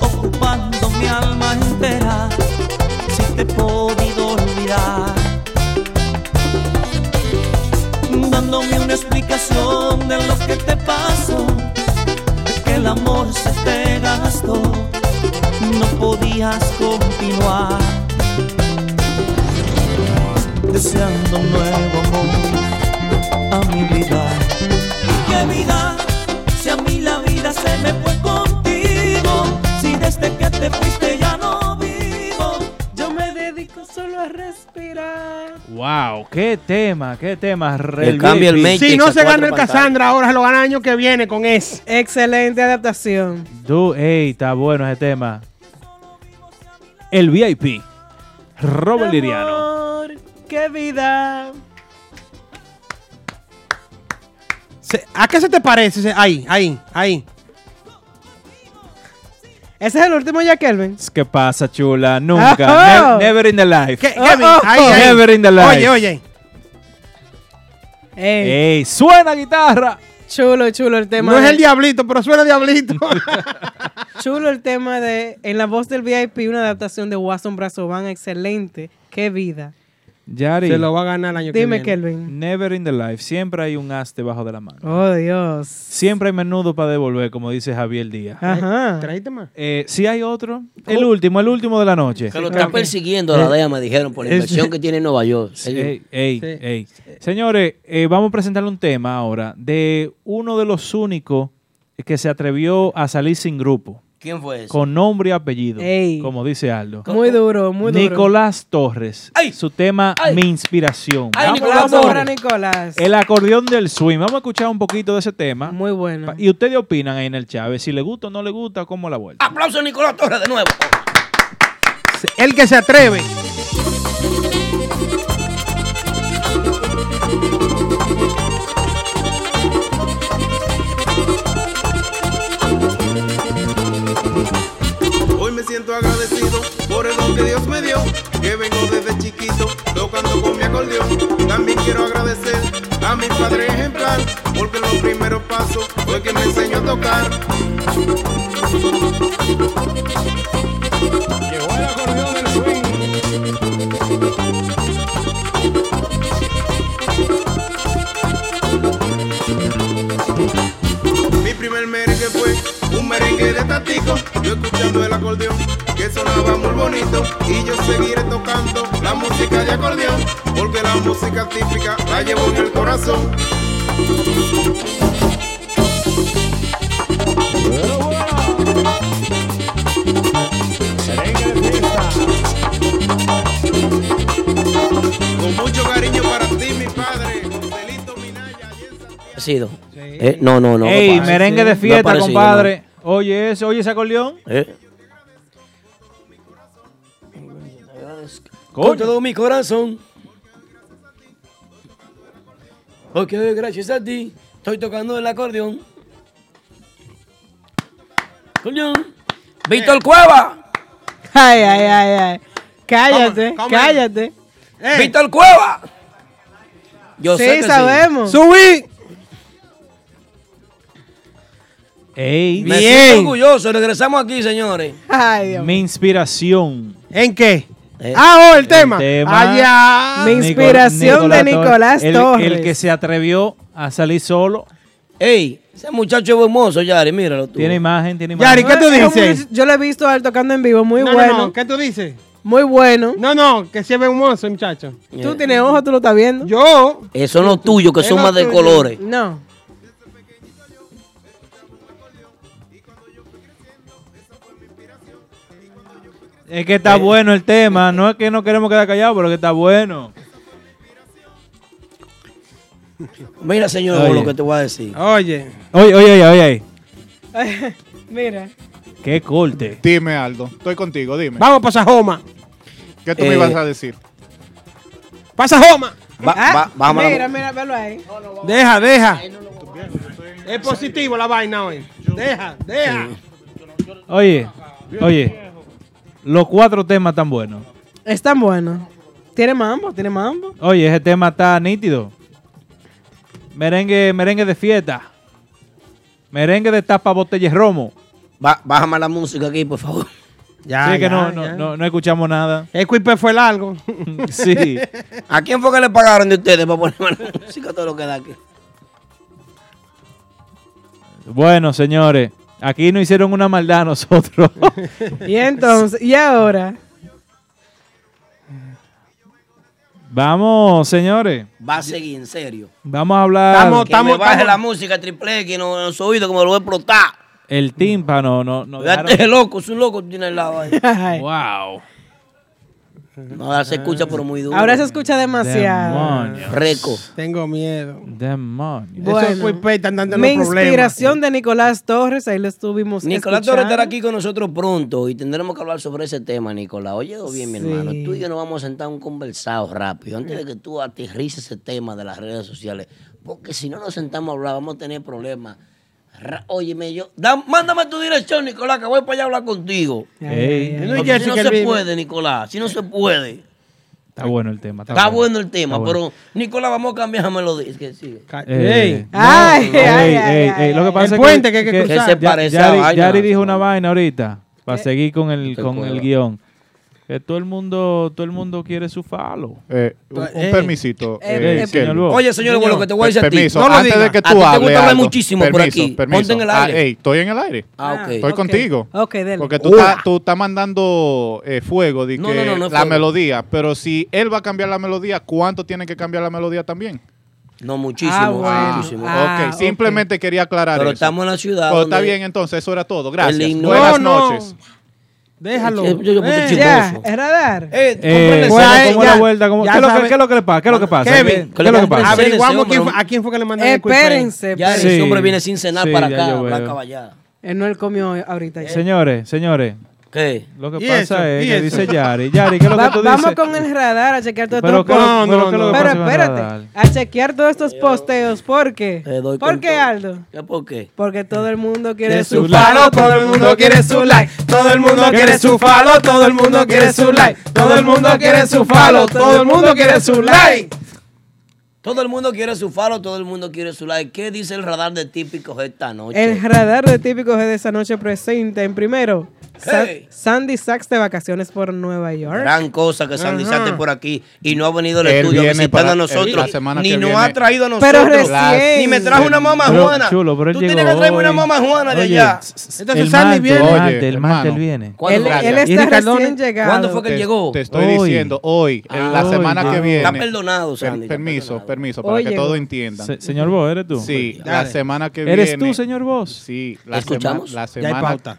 Speaker 9: ocupando mi alma entera, si te he podido olvidar, dándome una explicación de lo que te pasó, de que el amor se te gastó, no podías continuar. Deseando un nuevo amor a mi vida. ¡Qué vida! Si a mí la vida se me fue contigo, si desde que te fuiste ya no vivo, yo me dedico solo a respirar.
Speaker 3: Wow, qué tema, qué tema. El
Speaker 2: cambia el
Speaker 3: Matrix
Speaker 5: Si no
Speaker 3: a
Speaker 5: se gana
Speaker 3: cuatro
Speaker 5: el
Speaker 3: pantallas.
Speaker 5: Cassandra, ahora se lo gana el año que viene con ese.
Speaker 4: Excelente adaptación.
Speaker 3: Du, ey, está bueno ese tema. El VIP. Robert Liriano.
Speaker 4: Amor, ¡Qué vida!
Speaker 5: Se- ¿A qué se te parece? ese? Ahí, ahí, ahí.
Speaker 4: Ese es el último ya, Kelvin.
Speaker 3: ¿Qué pasa, chula? Nunca.
Speaker 4: Ajá.
Speaker 3: Ne- never in the life.
Speaker 4: ¿Qué- Kevin? Ahí, ahí.
Speaker 3: Never in the life.
Speaker 4: Oye, oye. oh. Ey.
Speaker 3: Ey, suena guitarra.
Speaker 4: Chulo, chulo el tema.
Speaker 5: No es
Speaker 4: de-
Speaker 5: el diablito, pero suena diablito.
Speaker 4: (laughs) Chulo el tema de En la voz del VIP, una adaptación de Watson Brazovan. Excelente. ¡Qué vida!
Speaker 3: Yari.
Speaker 5: Se lo va a ganar el año que
Speaker 4: Dime,
Speaker 5: viene.
Speaker 4: Kelvin.
Speaker 3: Never in the life. Siempre hay un as debajo de la mano.
Speaker 4: Oh, Dios.
Speaker 3: Siempre hay menudo para devolver, como dice Javier Díaz.
Speaker 4: Ajá.
Speaker 5: ¿Traíste más?
Speaker 3: Eh, si hay otro,
Speaker 4: Oh.
Speaker 3: el último, el último de la noche. Eh,
Speaker 2: Que lo está persiguiendo la DEA, me dijeron, por la
Speaker 3: Es-
Speaker 2: inversión que tiene en Nueva York.
Speaker 3: Ey, ey, ey. Señores, eh, vamos a presentarle un tema ahora de uno de los únicos que se atrevió a salir sin grupo.
Speaker 2: ¿Quién fue ese?
Speaker 3: Con nombre y apellido,
Speaker 2: Ey.
Speaker 3: como dice Aldo.
Speaker 4: Muy duro, muy duro.
Speaker 3: Nicolás Torres. Su tema, Mi Inspiración.
Speaker 4: Ay,
Speaker 3: Vamos,
Speaker 4: Nicolás,
Speaker 3: vamos.
Speaker 4: ahora, Nicolás.
Speaker 3: El acordeón del swing. Vamos a escuchar un poquito de ese tema.
Speaker 4: Muy bueno.
Speaker 3: Y ustedes opinan ahí en el Chávez, si le gusta o no le gusta, cómo la vuelta.
Speaker 2: Aplauso a Nicolás Torres de nuevo.
Speaker 5: El que se atreve.
Speaker 13: Hoy me siento agradecido por el don que Dios me dio, que vengo desde chiquito tocando con mi acordeón. También quiero agradecer a mi padre ejemplar, porque en los primeros pasos fue que me enseñó a tocar. Llegó el acordeón del Mi primer merengue fue un merengue de tatico, yo escuchando el acordeón que sonaba muy bonito y yo seguiré tocando la música de acordeón porque la música típica la llevo en el corazón. Con
Speaker 2: aparecido? Eh, no, no, no. no
Speaker 3: Ey,
Speaker 2: aparece.
Speaker 3: merengue de
Speaker 2: No
Speaker 3: fiesta,
Speaker 2: aparece, yo no.
Speaker 3: compadre. Oye, ese, oye ese acordeón.
Speaker 2: Eh.
Speaker 3: Coño.
Speaker 2: Con todo mi corazón. Porque hoy gracias a ti estoy tocando el acordeón. Acordeón. Víctor Cueva.
Speaker 4: Ay, ay, ay, ay. Cállate,
Speaker 2: Come, come.
Speaker 4: cállate.
Speaker 2: Víctor Cueva. Yo
Speaker 4: sí,
Speaker 2: sé que sí.
Speaker 4: sabemos.
Speaker 2: ¡Subí!
Speaker 3: Ey,
Speaker 2: Me siento orgulloso. Regresamos aquí, señores.
Speaker 4: Ay,
Speaker 3: Mi inspiración.
Speaker 5: ¿En qué?
Speaker 2: Eh,
Speaker 4: Ah, oh, el
Speaker 3: tema.
Speaker 5: Ah,
Speaker 4: Allá. Mi inspiración de Nicolás
Speaker 3: el-
Speaker 4: Torres.
Speaker 3: El, que se atrevió a salir solo.
Speaker 2: Ey, ese muchacho es hermoso, Yari, míralo tú.
Speaker 3: Tiene imagen, tiene imagen.
Speaker 4: Yari, Yo lo he visto a él tocando en vivo, muy
Speaker 5: No, no,
Speaker 4: bueno.
Speaker 5: no, ¿qué tú dices?
Speaker 4: Muy bueno.
Speaker 5: No, no, que se ve un monstruo, muchacho.
Speaker 4: Tú tienes ojos, tú lo estás viendo.
Speaker 5: Yo.
Speaker 2: Eso no es tuyo, que
Speaker 4: Es
Speaker 2: son
Speaker 4: lo
Speaker 2: más de
Speaker 4: tuyo.
Speaker 2: colores.
Speaker 4: No. (laughs)
Speaker 3: Es que
Speaker 2: Eh.
Speaker 3: está bueno el tema. No es que no queremos quedar callados, pero que está bueno.
Speaker 2: Mira, señor,
Speaker 3: Oye.
Speaker 2: lo que te voy a decir.
Speaker 5: Oye.
Speaker 3: Oye, oye, oye, oye.
Speaker 4: Mira.
Speaker 3: Qué corte.
Speaker 7: Dime, Aldo. Estoy contigo, dime.
Speaker 5: Vamos para Sajoma.
Speaker 7: ¿Qué tú me
Speaker 5: Eh,
Speaker 7: ibas a decir?
Speaker 5: ¡Pasa Joma!
Speaker 4: Ah, mira, mira, velo ahí.
Speaker 5: Deja, deja. Es positivo la vaina hoy. Deja, deja.
Speaker 3: Oye, oye. Los cuatro temas están buenos.
Speaker 4: Están buenos. Tiene mambo, tiene mambo.
Speaker 3: Oye, ese tema está nítido. Merengue, merengue de fiesta. Merengue de tapa botellas romo.
Speaker 2: bájame la música aquí, por favor.
Speaker 5: Ya,
Speaker 3: (laughs) sí, es que
Speaker 5: ya,
Speaker 3: no, no-
Speaker 5: ya.
Speaker 3: no- no escuchamos nada.
Speaker 5: El cuipe fue largo.
Speaker 3: (laughs) Sí.
Speaker 2: ¿A quién fue que le pagaron de ustedes para ponerme (laughs) la música todo lo que da aquí?
Speaker 3: Bueno, señores, aquí nos hicieron una maldad a nosotros. (laughs)
Speaker 4: Y entonces, y ahora.
Speaker 3: Vamos, señores.
Speaker 2: Va a seguir, en serio.
Speaker 3: Vamos a hablar.
Speaker 2: que me baje la música triple que no, no su oído, que me lo voy a explotar.
Speaker 3: El tímpano, no, no.
Speaker 2: Date
Speaker 3: dejaron-
Speaker 2: loco, es un loco que tiene al lado ahí. (laughs)
Speaker 3: wow.
Speaker 2: No, ahora se escucha, pero muy duro.
Speaker 4: Ahora se escucha demasiado.
Speaker 3: Demonios.
Speaker 2: Reco.
Speaker 5: Tengo miedo.
Speaker 3: Demonios.
Speaker 5: Eso es cuipe, están dando
Speaker 4: mi
Speaker 5: los problemas.
Speaker 4: inspiración de Nicolás Torres, ahí lo estuvimos
Speaker 2: Nicolás
Speaker 4: escuchando.
Speaker 2: Torres estará aquí con nosotros pronto y tendremos que hablar sobre ese tema, Nicolás. Oye, bien, mi hermano. Tú y yo nos vamos a sentar un conversado rápido antes de que tú aterrices ese tema de las redes sociales. Porque si no nos sentamos a hablar, vamos a tener problemas. Ra- Óyeme, yo. da- mándame tu dirección, Nicolás, que voy para allá a hablar contigo.
Speaker 3: Ey,
Speaker 2: Porque si no se puede, Nicolás, si no se puede.
Speaker 3: Está bueno el tema. Está,
Speaker 2: Está bueno el tema,
Speaker 3: Está
Speaker 2: pero
Speaker 3: bueno.
Speaker 2: Nicolás, vamos a cambiar la melodía. Es que sigue.
Speaker 3: Eh, no,
Speaker 2: Ay, ay,
Speaker 3: no, ey,
Speaker 2: ay,
Speaker 3: ey,
Speaker 2: ay,
Speaker 3: ey, Lo que
Speaker 2: ay.
Speaker 3: pasa
Speaker 2: El
Speaker 3: es
Speaker 2: puente que hay que cruzar. Que se
Speaker 3: Ya-
Speaker 2: parece
Speaker 3: Yari,
Speaker 2: a vaina.
Speaker 3: Yari dijo una vaina ahorita
Speaker 2: Eh,
Speaker 3: para seguir con el con el guión. Que todo el mundo todo el mundo quiere su falo.
Speaker 7: Eh, un, un
Speaker 3: Eh,
Speaker 7: permisito.
Speaker 3: eh,
Speaker 7: eh,
Speaker 3: señor
Speaker 7: Kelly.
Speaker 3: Lugo.
Speaker 2: Oye, señor Lugo, lo que te voy a decir a ti.
Speaker 7: Permiso,
Speaker 2: No lo
Speaker 7: antes
Speaker 2: digas.
Speaker 7: de que
Speaker 2: A
Speaker 7: tú
Speaker 2: ti te
Speaker 7: hables.
Speaker 2: gusta hablar
Speaker 7: Aldo,
Speaker 2: muchísimo por
Speaker 7: permiso,
Speaker 2: aquí.
Speaker 7: permiso.
Speaker 2: Ponte en el
Speaker 7: Ah,
Speaker 2: aire.
Speaker 7: ey, estoy en el aire.
Speaker 2: Ah, ok.
Speaker 7: Estoy
Speaker 2: Ok. ah,
Speaker 7: contigo.
Speaker 4: Ok, dele.
Speaker 7: Porque tú,
Speaker 4: Ua.
Speaker 7: estás, tú estás mandando eh, fuego de
Speaker 2: No,
Speaker 7: que
Speaker 2: no, no, no es
Speaker 7: la
Speaker 2: fuego.
Speaker 7: melodía. Pero si él va a cambiar la melodía, ¿cuánto tiene que cambiar la melodía también?
Speaker 2: No, muchísimo.
Speaker 7: Ah, bueno.
Speaker 2: muchísimo.
Speaker 7: Ah, ok, simplemente quería aclarar
Speaker 2: Pero
Speaker 7: eso.
Speaker 2: estamos en la ciudad.
Speaker 7: Pero
Speaker 2: donde-
Speaker 7: está bien, entonces, eso era todo. Gracias.
Speaker 2: El himno-
Speaker 7: Buenas
Speaker 2: No, no.
Speaker 7: noches.
Speaker 5: Déjalo.
Speaker 2: Yo- yo- yo me
Speaker 5: Eh,
Speaker 2: estoy
Speaker 4: Ya,
Speaker 2: chismoso.
Speaker 4: es radar.
Speaker 3: Eh,
Speaker 5: Pues,
Speaker 3: ¿cómo-
Speaker 5: eh,
Speaker 3: cómo
Speaker 5: ya,
Speaker 3: la vuelta? ¿Cómo-
Speaker 5: ya
Speaker 3: ¿Qué es lo que-
Speaker 5: sabe.
Speaker 3: qué es lo que le pasa? ¿Qué es lo que pasa?
Speaker 5: Kevin,
Speaker 3: ¿Qué es lo que pasa?
Speaker 5: Averiguamos quién fue- a quién fue que le mandaron el cuipe.
Speaker 4: Espérense.
Speaker 2: Ya,
Speaker 3: Sí.
Speaker 2: ese hombre viene sin cenar
Speaker 3: Sí,
Speaker 2: para
Speaker 3: ya
Speaker 2: acá,
Speaker 3: yo veo.
Speaker 2: Blanca Vallada.
Speaker 4: Él no él comió ahorita. ya.
Speaker 3: Eh. Señores, señores.
Speaker 2: ¿Qué?
Speaker 3: Lo que
Speaker 4: ¿Y
Speaker 3: pasa
Speaker 4: eso?
Speaker 3: es
Speaker 4: ¿Y
Speaker 3: que
Speaker 4: eso?
Speaker 3: dice Yari. Yari, ¿qué es lo
Speaker 4: Va-
Speaker 3: que tú dices?
Speaker 4: Vamos con el radar a chequear todos
Speaker 3: Pero
Speaker 4: estos
Speaker 3: ¿qué es lo-
Speaker 4: posteos.
Speaker 3: pero ¿qué es lo que
Speaker 4: Pero
Speaker 3: pasa con el radar?
Speaker 4: espérate, a chequear todos estos posteos. ¿Por qué?
Speaker 2: doy
Speaker 4: ¿Por
Speaker 2: con
Speaker 4: qué,
Speaker 2: todo.
Speaker 4: Aldo?
Speaker 2: ¿Qué por qué?
Speaker 4: Porque todo el mundo quiere
Speaker 2: Quiere
Speaker 4: su
Speaker 2: su like.
Speaker 4: palo,
Speaker 2: todo el mundo quiere su like,
Speaker 5: todo el mundo quiere su falo, todo el mundo quiere su like, todo el mundo quiere su falo, todo el mundo quiere su like.
Speaker 2: Todo el mundo quiere su faro, todo el mundo quiere su like. ¿Qué dice el radar de típicos esta noche?
Speaker 4: El radar de típicos de esa noche presenta en primero Sa-
Speaker 2: Hey.
Speaker 4: Sandy Sachs de vacaciones por Nueva York.
Speaker 2: Gran cosa que Sandy
Speaker 4: Ajá.
Speaker 2: Sachs esté por aquí y no ha venido al
Speaker 7: Él
Speaker 2: estudio a
Speaker 7: viene
Speaker 2: visitar
Speaker 7: para-
Speaker 2: a
Speaker 7: él la
Speaker 2: nosotros.
Speaker 7: semana
Speaker 2: Ni
Speaker 7: que
Speaker 2: nos
Speaker 7: viene.
Speaker 2: ha traído a
Speaker 7: Pero
Speaker 2: nosotros.
Speaker 7: recién.
Speaker 2: Ni me trajo una mamá
Speaker 3: Pero,
Speaker 2: juana.
Speaker 3: chulo, pero él
Speaker 2: Tú tienes
Speaker 3: llegó
Speaker 2: que traerme una
Speaker 3: hoy.
Speaker 2: mamá juana de
Speaker 3: Oye,
Speaker 2: allá.
Speaker 3: s- el martes, El martes, el martes él viene.
Speaker 2: ¿Cuándo
Speaker 4: Él-
Speaker 2: fue que
Speaker 4: él
Speaker 2: llegó?
Speaker 4: está Irene Cardone. recién llegado.
Speaker 2: ¿Cuándo fue que él
Speaker 7: Te-
Speaker 2: llegó?
Speaker 7: Te estoy
Speaker 3: Hoy.
Speaker 7: diciendo hoy, en
Speaker 3: Ah,
Speaker 7: la semana
Speaker 3: hoy.
Speaker 7: que viene.
Speaker 2: Está perdonado,
Speaker 7: Per-
Speaker 2: Sandy, está
Speaker 7: permiso, permiso, para
Speaker 3: Hoy
Speaker 7: que
Speaker 3: llegó.
Speaker 7: todos entiendan.
Speaker 3: Se- señor Bo, ¿eres tú?
Speaker 7: Sí, la
Speaker 3: Dale.
Speaker 7: semana que viene.
Speaker 3: ¿Eres tú, señor Bo?
Speaker 7: Sí, la,
Speaker 3: ¿Escuchamos?
Speaker 7: sema- la
Speaker 3: Ya hay
Speaker 7: semana.
Speaker 3: pauta.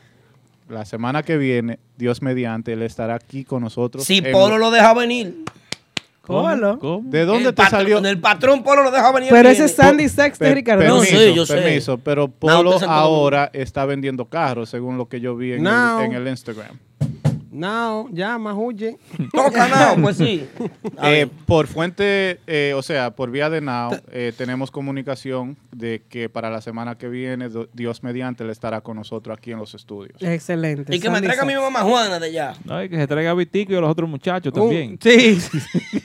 Speaker 7: La semana que viene, Dios mediante, él estará aquí con nosotros.
Speaker 2: Si
Speaker 7: en-
Speaker 2: Polo lo deja venir.
Speaker 4: Polo.
Speaker 7: ¿De dónde te salió?
Speaker 2: El patrón Polo lo deja venir.
Speaker 4: Pero ese
Speaker 2: viene.
Speaker 4: es Sandy Sexton,
Speaker 7: Per-
Speaker 4: Ricardo.
Speaker 7: Permiso,
Speaker 2: No, sí, yo sé.
Speaker 7: permiso, pero
Speaker 2: No,
Speaker 7: Polo
Speaker 2: ustedes son
Speaker 7: ahora está vendiendo carros, según lo que yo vi en,
Speaker 5: No.
Speaker 7: el, en el Instagram.
Speaker 5: No, llama, huye.
Speaker 2: Toca, no, pues
Speaker 5: (laughs)
Speaker 2: sí.
Speaker 7: Eh, por fuente, eh, o sea, por vía de Now, eh, tenemos comunicación de que para la semana que viene, do- Dios mediante, él estará con nosotros aquí en los estudios.
Speaker 4: Excelente.
Speaker 2: Y que me
Speaker 4: Sandy
Speaker 2: traiga mi
Speaker 4: Sexton.
Speaker 2: mamá Juana de allá.
Speaker 3: No, y que se traiga a Vitico y a los otros muchachos también.
Speaker 5: Sí.
Speaker 3: (laughs)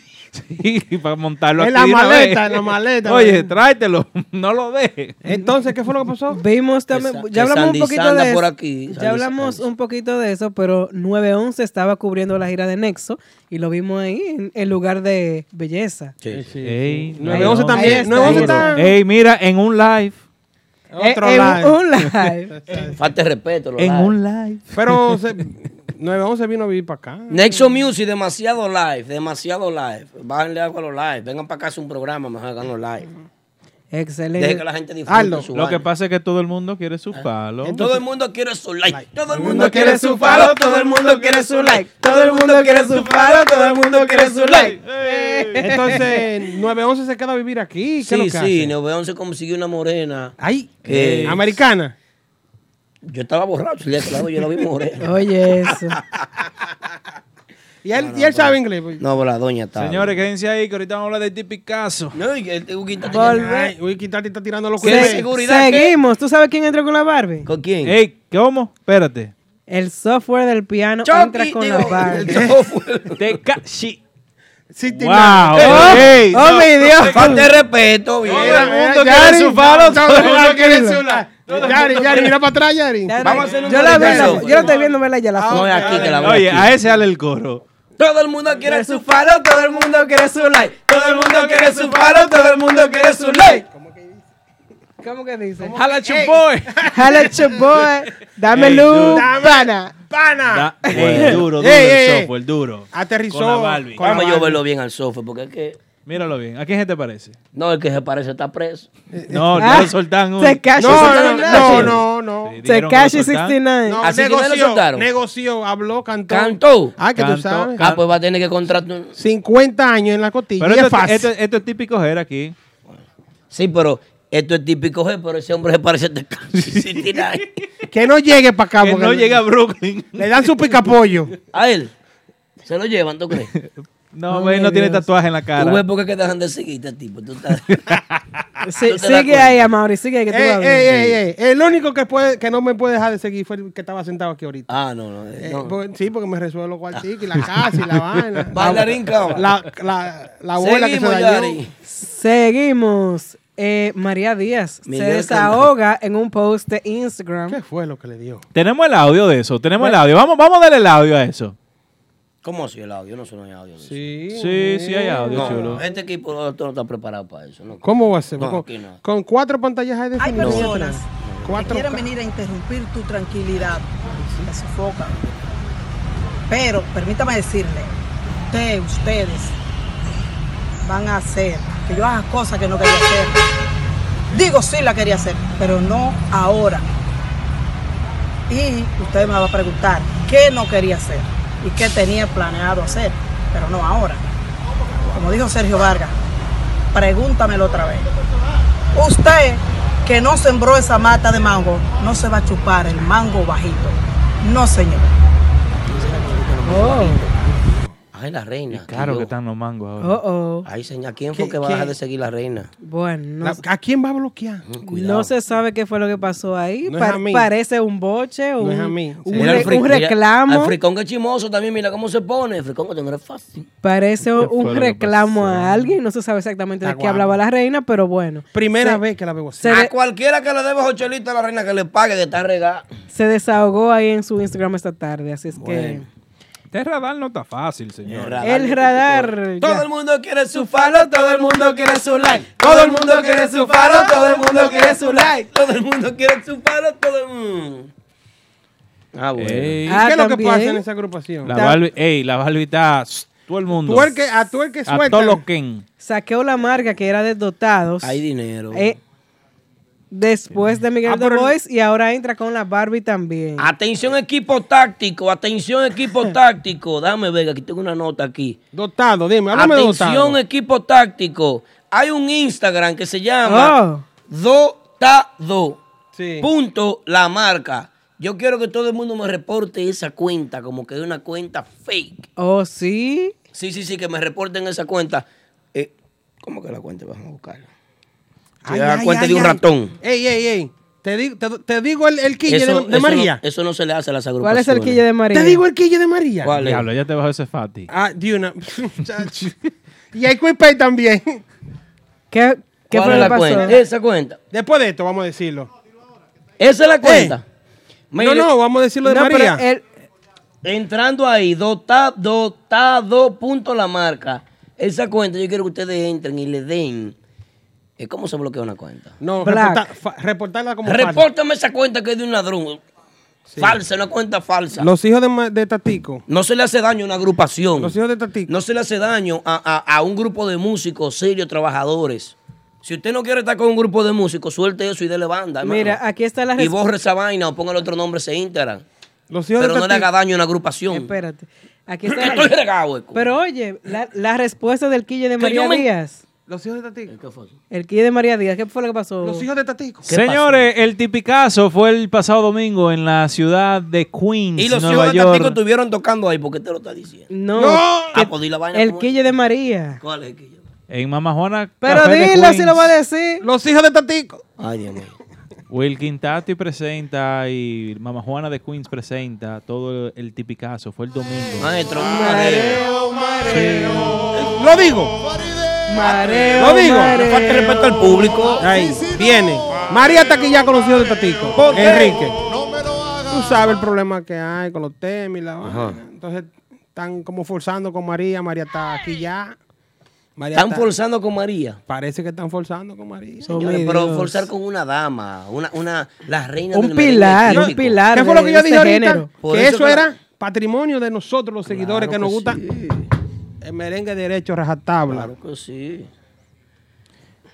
Speaker 3: sí, para montarlo aquí.
Speaker 5: En la
Speaker 3: de una vez.
Speaker 5: maleta, en la maleta.
Speaker 3: Oye, tráetelo, (laughs) no lo dejes.
Speaker 5: Entonces, ¿qué fue lo que pasó?
Speaker 4: Vimos también,
Speaker 5: Esa-
Speaker 4: ya
Speaker 5: que
Speaker 4: hablamos
Speaker 5: Sandy
Speaker 4: un poquito
Speaker 5: Sanda
Speaker 4: de
Speaker 5: por
Speaker 4: eso.
Speaker 5: aquí, Sandy
Speaker 4: ya hablamos un poquito de eso, pero 911 estaba cubriendo la gira de Nexo y lo vimos ahí en el lugar de belleza.
Speaker 2: Sí,
Speaker 3: sí. Ey,
Speaker 4: Nueve once también,
Speaker 3: Ahí está,
Speaker 4: nueve once
Speaker 3: ahí está.
Speaker 4: está-
Speaker 3: Ey, mira, en un live.
Speaker 5: Otro
Speaker 4: Eh, eh,
Speaker 5: live.
Speaker 4: un live.
Speaker 2: Falta de respeto. los
Speaker 3: En
Speaker 2: live.
Speaker 3: un live.
Speaker 5: Pero
Speaker 3: (laughs)
Speaker 5: se- 911 vino a vivir para acá.
Speaker 2: Nexo Music, demasiado live, demasiado live. Bájenle algo a los live. Vengan para acá a hacer un programa, mejor hagan los live.
Speaker 5: Mm.
Speaker 4: Excelente.
Speaker 2: Deje que la gente disfrute Hazlo. su
Speaker 3: Lo que
Speaker 2: vaina. Ah.
Speaker 3: pasa es que todo el mundo quiere su palo.
Speaker 2: Todo el mundo quiere su like. Todo el
Speaker 4: mundo quiere su palo, todo el mundo quiere su like. Todo el mundo quiere su palo, todo el mundo quiere su like. Eh.
Speaker 5: Entonces, 911 se queda a vivir aquí. ¿Qué es lo
Speaker 2: Sí,
Speaker 5: que
Speaker 2: sí,
Speaker 5: hace?
Speaker 2: Neobeón se consiguió una morena. Ah,
Speaker 5: Ay,
Speaker 2: que-
Speaker 5: eh, americana.
Speaker 2: Yo estaba borracho, ya claro, yo la
Speaker 4: (laughs)
Speaker 2: vi
Speaker 3: (laughs)
Speaker 2: morena.
Speaker 4: Oye, eso.
Speaker 5: Y él, y él sabe inglés. pues.
Speaker 2: No, la doña
Speaker 5: (laughs)
Speaker 2: estaba.
Speaker 3: Señores, quédense ahí que ahorita vamos a hablar de tipicazo.
Speaker 2: No, y el tipicazo.
Speaker 5: Ay, uy, quítate, está tirando los
Speaker 4: Se-
Speaker 5: cuernos.
Speaker 4: Seguimos. ¿Tú sabes quién entró con la Barbie?
Speaker 2: ¿Con quién?
Speaker 3: Ey, ¿cómo? Espérate.
Speaker 4: El software del piano entra
Speaker 2: (laughs)
Speaker 4: con la Barbie.
Speaker 3: Tekashi.
Speaker 5: Sí,
Speaker 3: Wow. Ey, no, no te-
Speaker 2: Falta de respeto, bien.
Speaker 3: Todo el mundo quiere su palo, todo el mundo quiere su like.
Speaker 5: Yari, Yari, mira para atrás, Yari.
Speaker 2: Vamos a hacer un
Speaker 4: Yo la vi,
Speaker 2: comentario.
Speaker 4: la- yo la estoy viendo, ¿verdad? Ya la
Speaker 2: No, es aquí que la veo
Speaker 3: Oye,
Speaker 2: aquí.
Speaker 3: a ese dale el coro.
Speaker 2: Todo el mundo quiere su
Speaker 4: palo, todo el mundo quiere su like. Todo el mundo quiere su palo, todo el mundo quiere su like. ¿Cómo que dice?
Speaker 3: Holla at your boy.
Speaker 4: Holla at your boy. Dame
Speaker 3: Ey,
Speaker 4: luz,
Speaker 3: dude. Dame-
Speaker 4: pana.
Speaker 2: Ah,
Speaker 5: Pana.
Speaker 3: Da- Ey, duro, duro
Speaker 5: Ey, ey,
Speaker 3: el
Speaker 5: ey.
Speaker 3: software, duro.
Speaker 5: Aterrizó
Speaker 3: Con la Barbie.
Speaker 5: con la
Speaker 2: Vamos a yo
Speaker 5: Barbie.
Speaker 2: verlo bien al software, porque es que.
Speaker 3: Míralo bien. ¿A quién se te parece?
Speaker 2: No, el que se parece está preso.
Speaker 5: Eh,
Speaker 3: No,
Speaker 2: Ah,
Speaker 3: no lo soltan. uno.
Speaker 4: Se calla
Speaker 5: No, no,
Speaker 4: 69.
Speaker 5: no, no, no.
Speaker 3: Sí, dijeron que lo
Speaker 4: Tekashi
Speaker 3: soltaron.
Speaker 4: 69.
Speaker 5: No,
Speaker 2: Así que no lo
Speaker 5: negoció,
Speaker 2: soltaron.
Speaker 5: negoció, habló, cantó.
Speaker 2: Cantó.
Speaker 5: Ah, que tú
Speaker 3: Cantó,
Speaker 5: sabes.
Speaker 2: Ah, pues va a tener que contratar.
Speaker 5: 50 años en la cotilla.
Speaker 3: Pero
Speaker 5: y
Speaker 3: esto,
Speaker 5: es fácil.
Speaker 3: esto- esto es típico era aquí.
Speaker 2: Sí, pero esto es típico, G, pero ese hombre se parece a este Tekashi (laughs)
Speaker 3: (laughs)
Speaker 2: 69.
Speaker 5: que no llegue para acá.
Speaker 3: Que
Speaker 5: porque
Speaker 3: no llega a Brooklyn.
Speaker 5: Le dan su picapollo.
Speaker 2: A él. Se lo llevan, ¿tú crees? Tú
Speaker 3: No,
Speaker 4: Ay,
Speaker 3: él no tiene
Speaker 4: Dios.
Speaker 3: tatuaje en la
Speaker 2: ves
Speaker 3: cara.
Speaker 2: por qué que dejan de seguirte este tipo. Tú
Speaker 3: (laughs)
Speaker 2: estás-
Speaker 4: Sí,
Speaker 5: Ah,
Speaker 2: ¿Tú te das
Speaker 4: sigue
Speaker 2: cuenta?
Speaker 4: ahí, Amaury, sigue ahí que tú
Speaker 5: Ey,
Speaker 4: vas a ver.
Speaker 5: ey, ey, ey. eh, El único que, puede, que no me puede dejar de seguir fue el que estaba sentado aquí ahorita.
Speaker 2: Ah, no, no. eh,
Speaker 5: Eh,
Speaker 2: no.
Speaker 5: porque- sí, porque me resuelve los cuarticos y la casa
Speaker 2: (laughs)
Speaker 5: y la vaina.
Speaker 4: (laughs)
Speaker 2: Bailarín, cabrón.
Speaker 5: La, la, la abuela
Speaker 2: Seguimos,
Speaker 5: que se dañó.
Speaker 2: Yari.
Speaker 4: Seguimos. Eh, María Díaz
Speaker 2: Miguel
Speaker 4: se
Speaker 2: Candel.
Speaker 4: desahoga en un post de Instagram.
Speaker 5: ¿Qué fue lo que le dio?
Speaker 3: Tenemos el audio de eso. Tenemos el audio. Vamos, vamos a darle el audio a eso.
Speaker 2: ¿Cómo así el audio? No suena el audio. de eso.
Speaker 3: Sí, sí hay audio,
Speaker 2: No,
Speaker 3: chulo.
Speaker 2: no, este equipo no, tú no está preparado para eso. No.
Speaker 5: ¿Cómo va a ser?
Speaker 2: No,
Speaker 5: con,
Speaker 2: aquí no.
Speaker 5: con cuatro pantallas de
Speaker 18: Hay
Speaker 5: definido.
Speaker 18: personas que
Speaker 5: Cuatro
Speaker 18: quieren
Speaker 5: ca-
Speaker 18: venir a interrumpir tu tranquilidad, te sofocan. Pero permítame decirle, usted, ustedes van a hacer que yo haga cosas que no quería hacer. Digo, sí la quería hacer, pero no ahora. Y usted me va a preguntar qué no quería hacer y qué tenía planeado hacer, pero no ahora. Como dijo Sergio Vargas, pregúntamelo otra vez. Usted que no sembró esa mata de mango, no se va a chupar el mango bajito. No, señor.
Speaker 5: Oh.
Speaker 2: Ay, la reina. que
Speaker 3: Claro que
Speaker 2: yo-
Speaker 3: están los mangos ahora.
Speaker 4: Oh, oh.
Speaker 2: Ay, señor, ¿quién
Speaker 5: ¿Qué-
Speaker 2: fue que va a dejar
Speaker 5: qué?
Speaker 2: de seguir la reina?
Speaker 4: Bueno, no,
Speaker 5: la- ¿A quién va a bloquear?
Speaker 2: Mm, Cuidado.
Speaker 4: no se sabe qué fue lo que pasó ahí.
Speaker 5: No es
Speaker 4: Pa-
Speaker 5: a mí.
Speaker 4: parece un boche,
Speaker 5: No
Speaker 4: un,
Speaker 5: es a mí.
Speaker 4: un
Speaker 2: Mira
Speaker 4: re-
Speaker 2: el fri-
Speaker 4: un
Speaker 2: mira,
Speaker 4: reclamo.
Speaker 2: al fricón que es chimoso también, mira cómo se pone. El fricón que no es fácil.
Speaker 4: Parece
Speaker 3: fue lo
Speaker 4: un
Speaker 3: que
Speaker 4: reclamo
Speaker 3: pasó?
Speaker 4: a alguien. No se sabe exactamente de
Speaker 5: Está
Speaker 4: qué
Speaker 5: guapo.
Speaker 4: hablaba la reina, pero bueno.
Speaker 5: Primera
Speaker 4: Se-
Speaker 5: vez que la veo así.
Speaker 4: se
Speaker 2: A
Speaker 4: de-
Speaker 2: cualquiera que le debe ocho chelitos a la reina que le pague, que está regada.
Speaker 4: se desahogó ahí en su Instagram esta tarde. Así es que.
Speaker 2: Bueno.
Speaker 3: Este radar no está fácil, señor.
Speaker 4: El radar.
Speaker 2: Todo
Speaker 4: ya.
Speaker 2: el mundo quiere su falo, todo el mundo quiere su like. Todo el mundo quiere su falo, todo el mundo quiere su like. Todo el mundo quiere su falo, todo el mundo. Ah, bueno.
Speaker 3: Ey,
Speaker 4: Ah,
Speaker 5: ¿Qué es lo que
Speaker 4: también.
Speaker 5: pasa en esa agrupación?
Speaker 3: la Barbie, ey, la Barbie está... shh, Todo el mundo.
Speaker 5: Tú el que- a tú el que
Speaker 3: A todos
Speaker 5: suelta.
Speaker 3: los Ken.
Speaker 4: Saqueó la marca que era de dotados.
Speaker 2: Hay dinero.
Speaker 4: Eh, Después de Miguel
Speaker 2: Ah,
Speaker 4: de
Speaker 2: pero-
Speaker 4: Bois y ahora entra con la Barbie también.
Speaker 2: Ah, Atención equipo táctico, atención
Speaker 4: (laughs)
Speaker 2: equipo táctico. Dame, Vega, aquí tengo una nota aquí.
Speaker 5: Dotado, dime, Pues háblame de
Speaker 2: Atención
Speaker 5: dotado.
Speaker 2: equipo táctico. Hay un Instagram que se
Speaker 5: Ah.
Speaker 2: llama Dotado. Punto la marca. Yo quiero que todo el mundo me reporte esa cuenta, como que es una cuenta fake.
Speaker 4: Oh, sí.
Speaker 2: Sí, sí, sí, que me reporten esa cuenta. Eh, ¿Cómo que la cuenta? Vamos a buscarla. Se
Speaker 5: Ay,
Speaker 2: da
Speaker 5: ay,
Speaker 2: cuenta
Speaker 5: ay,
Speaker 2: de un
Speaker 5: ay.
Speaker 2: ratón.
Speaker 5: Ey, ey, ey. Te digo, te, te digo el, el quille de, de
Speaker 2: no-
Speaker 5: María.
Speaker 2: eso no se le hace a las
Speaker 4: ¿Cuál
Speaker 2: agrupaciones.
Speaker 4: es el quille de María?
Speaker 5: Te digo el quille de María.
Speaker 2: ¿Cuál es?
Speaker 3: Diablo, ya te bajó ese Fati.
Speaker 5: Ah, de una. (laughs) Chacho. y hay Quipay también.
Speaker 4: ¿Qué,
Speaker 2: ¿Qué ¿Cuál fue es lo que la pasó? cuenta? Esa cuenta.
Speaker 5: Después de esto, vamos a decirlo.
Speaker 2: Esa es la cuenta.
Speaker 5: No, no, vamos a decirlo de María.
Speaker 2: Entrando ahí, dota- dotado punto la marca. Esa cuenta, yo quiero que ustedes entren y le den. eh, ¿Cómo se bloquea una cuenta?
Speaker 5: No, reporta- fa- reportarla como falsa.
Speaker 2: Repórtame esa cuenta que es de un ladrón. Falsa, una cuenta falsa.
Speaker 5: Los hijos de, Ma- de Tatico.
Speaker 2: No se le hace daño a una agrupación. No se le hace daño a, a- a un grupo de músicos serios, trabajadores. Si usted no quiere estar con un grupo de músicos, suelte eso y dele banda. hermano.
Speaker 4: Mira, aquí está la
Speaker 2: Y
Speaker 4: respuesta.
Speaker 2: borre esa vaina o ponga el otro nombre se Instagram.
Speaker 5: Los
Speaker 4: hijos
Speaker 2: Pero
Speaker 4: de
Speaker 2: no le
Speaker 4: Tati-
Speaker 2: haga daño a una agrupación.
Speaker 4: Espérate. Aquí
Speaker 2: Que (coughs)
Speaker 4: está
Speaker 2: (laughs) estoy regado, eh, eco.
Speaker 4: Pero oye, la, la respuesta del quille de
Speaker 2: Que
Speaker 4: María
Speaker 2: yo me-
Speaker 4: Díaz.
Speaker 5: Los hijos de Tatico.
Speaker 4: El quille de María Díaz, ¿qué fue lo que pasó? Los
Speaker 5: hijos de Tatico.
Speaker 3: Señores, el tipicazo fue el pasado domingo en la ciudad de Queens,
Speaker 2: Y los hijos
Speaker 3: Nueva
Speaker 2: de Tatico
Speaker 3: York.
Speaker 2: estuvieron tocando ahí porque te lo está diciendo.
Speaker 4: No.
Speaker 2: Ah, pues di la vaina.
Speaker 4: El
Speaker 2: como-
Speaker 4: quille de María.
Speaker 2: ¿Cuál es?
Speaker 3: En Mama Juana.
Speaker 4: Pero
Speaker 3: Café de
Speaker 4: dilo si
Speaker 3: Queens.
Speaker 4: lo va a decir.
Speaker 5: Los hijos de Tatico.
Speaker 2: Ay, Dios mío.
Speaker 3: Wilkin Tati presenta y Mama Juana de Queens presenta todo el tipicazo. Fue el domingo.
Speaker 2: Maestro,
Speaker 5: Lo digo.
Speaker 4: Mareo,
Speaker 5: Lo digo.
Speaker 4: mareo.
Speaker 5: Le falta respeto al público. Ahí, viene. María está aquí ya con los hijos de Tatico.
Speaker 4: qué?
Speaker 5: Enrique. Tú sabes el problema que hay con los temas y la vaina. Entonces, están como forzando con María. María está aquí ya. María
Speaker 2: ¿Están
Speaker 5: está-
Speaker 2: forzando con María?
Speaker 5: Parece que están forzando con María.
Speaker 2: Señores, pero forzar con una dama, una, una, la reina
Speaker 5: Un
Speaker 2: del merengue
Speaker 5: pilar,
Speaker 2: típico.
Speaker 5: un pilar ¿Qué fue lo de que yo este dije ahorita? género.
Speaker 2: Por
Speaker 5: que eso
Speaker 2: que-
Speaker 5: era patrimonio de nosotros los seguidores
Speaker 2: Claro
Speaker 5: que nos
Speaker 2: que
Speaker 5: gusta el merengue derecho rajatabla.
Speaker 2: Claro que sí.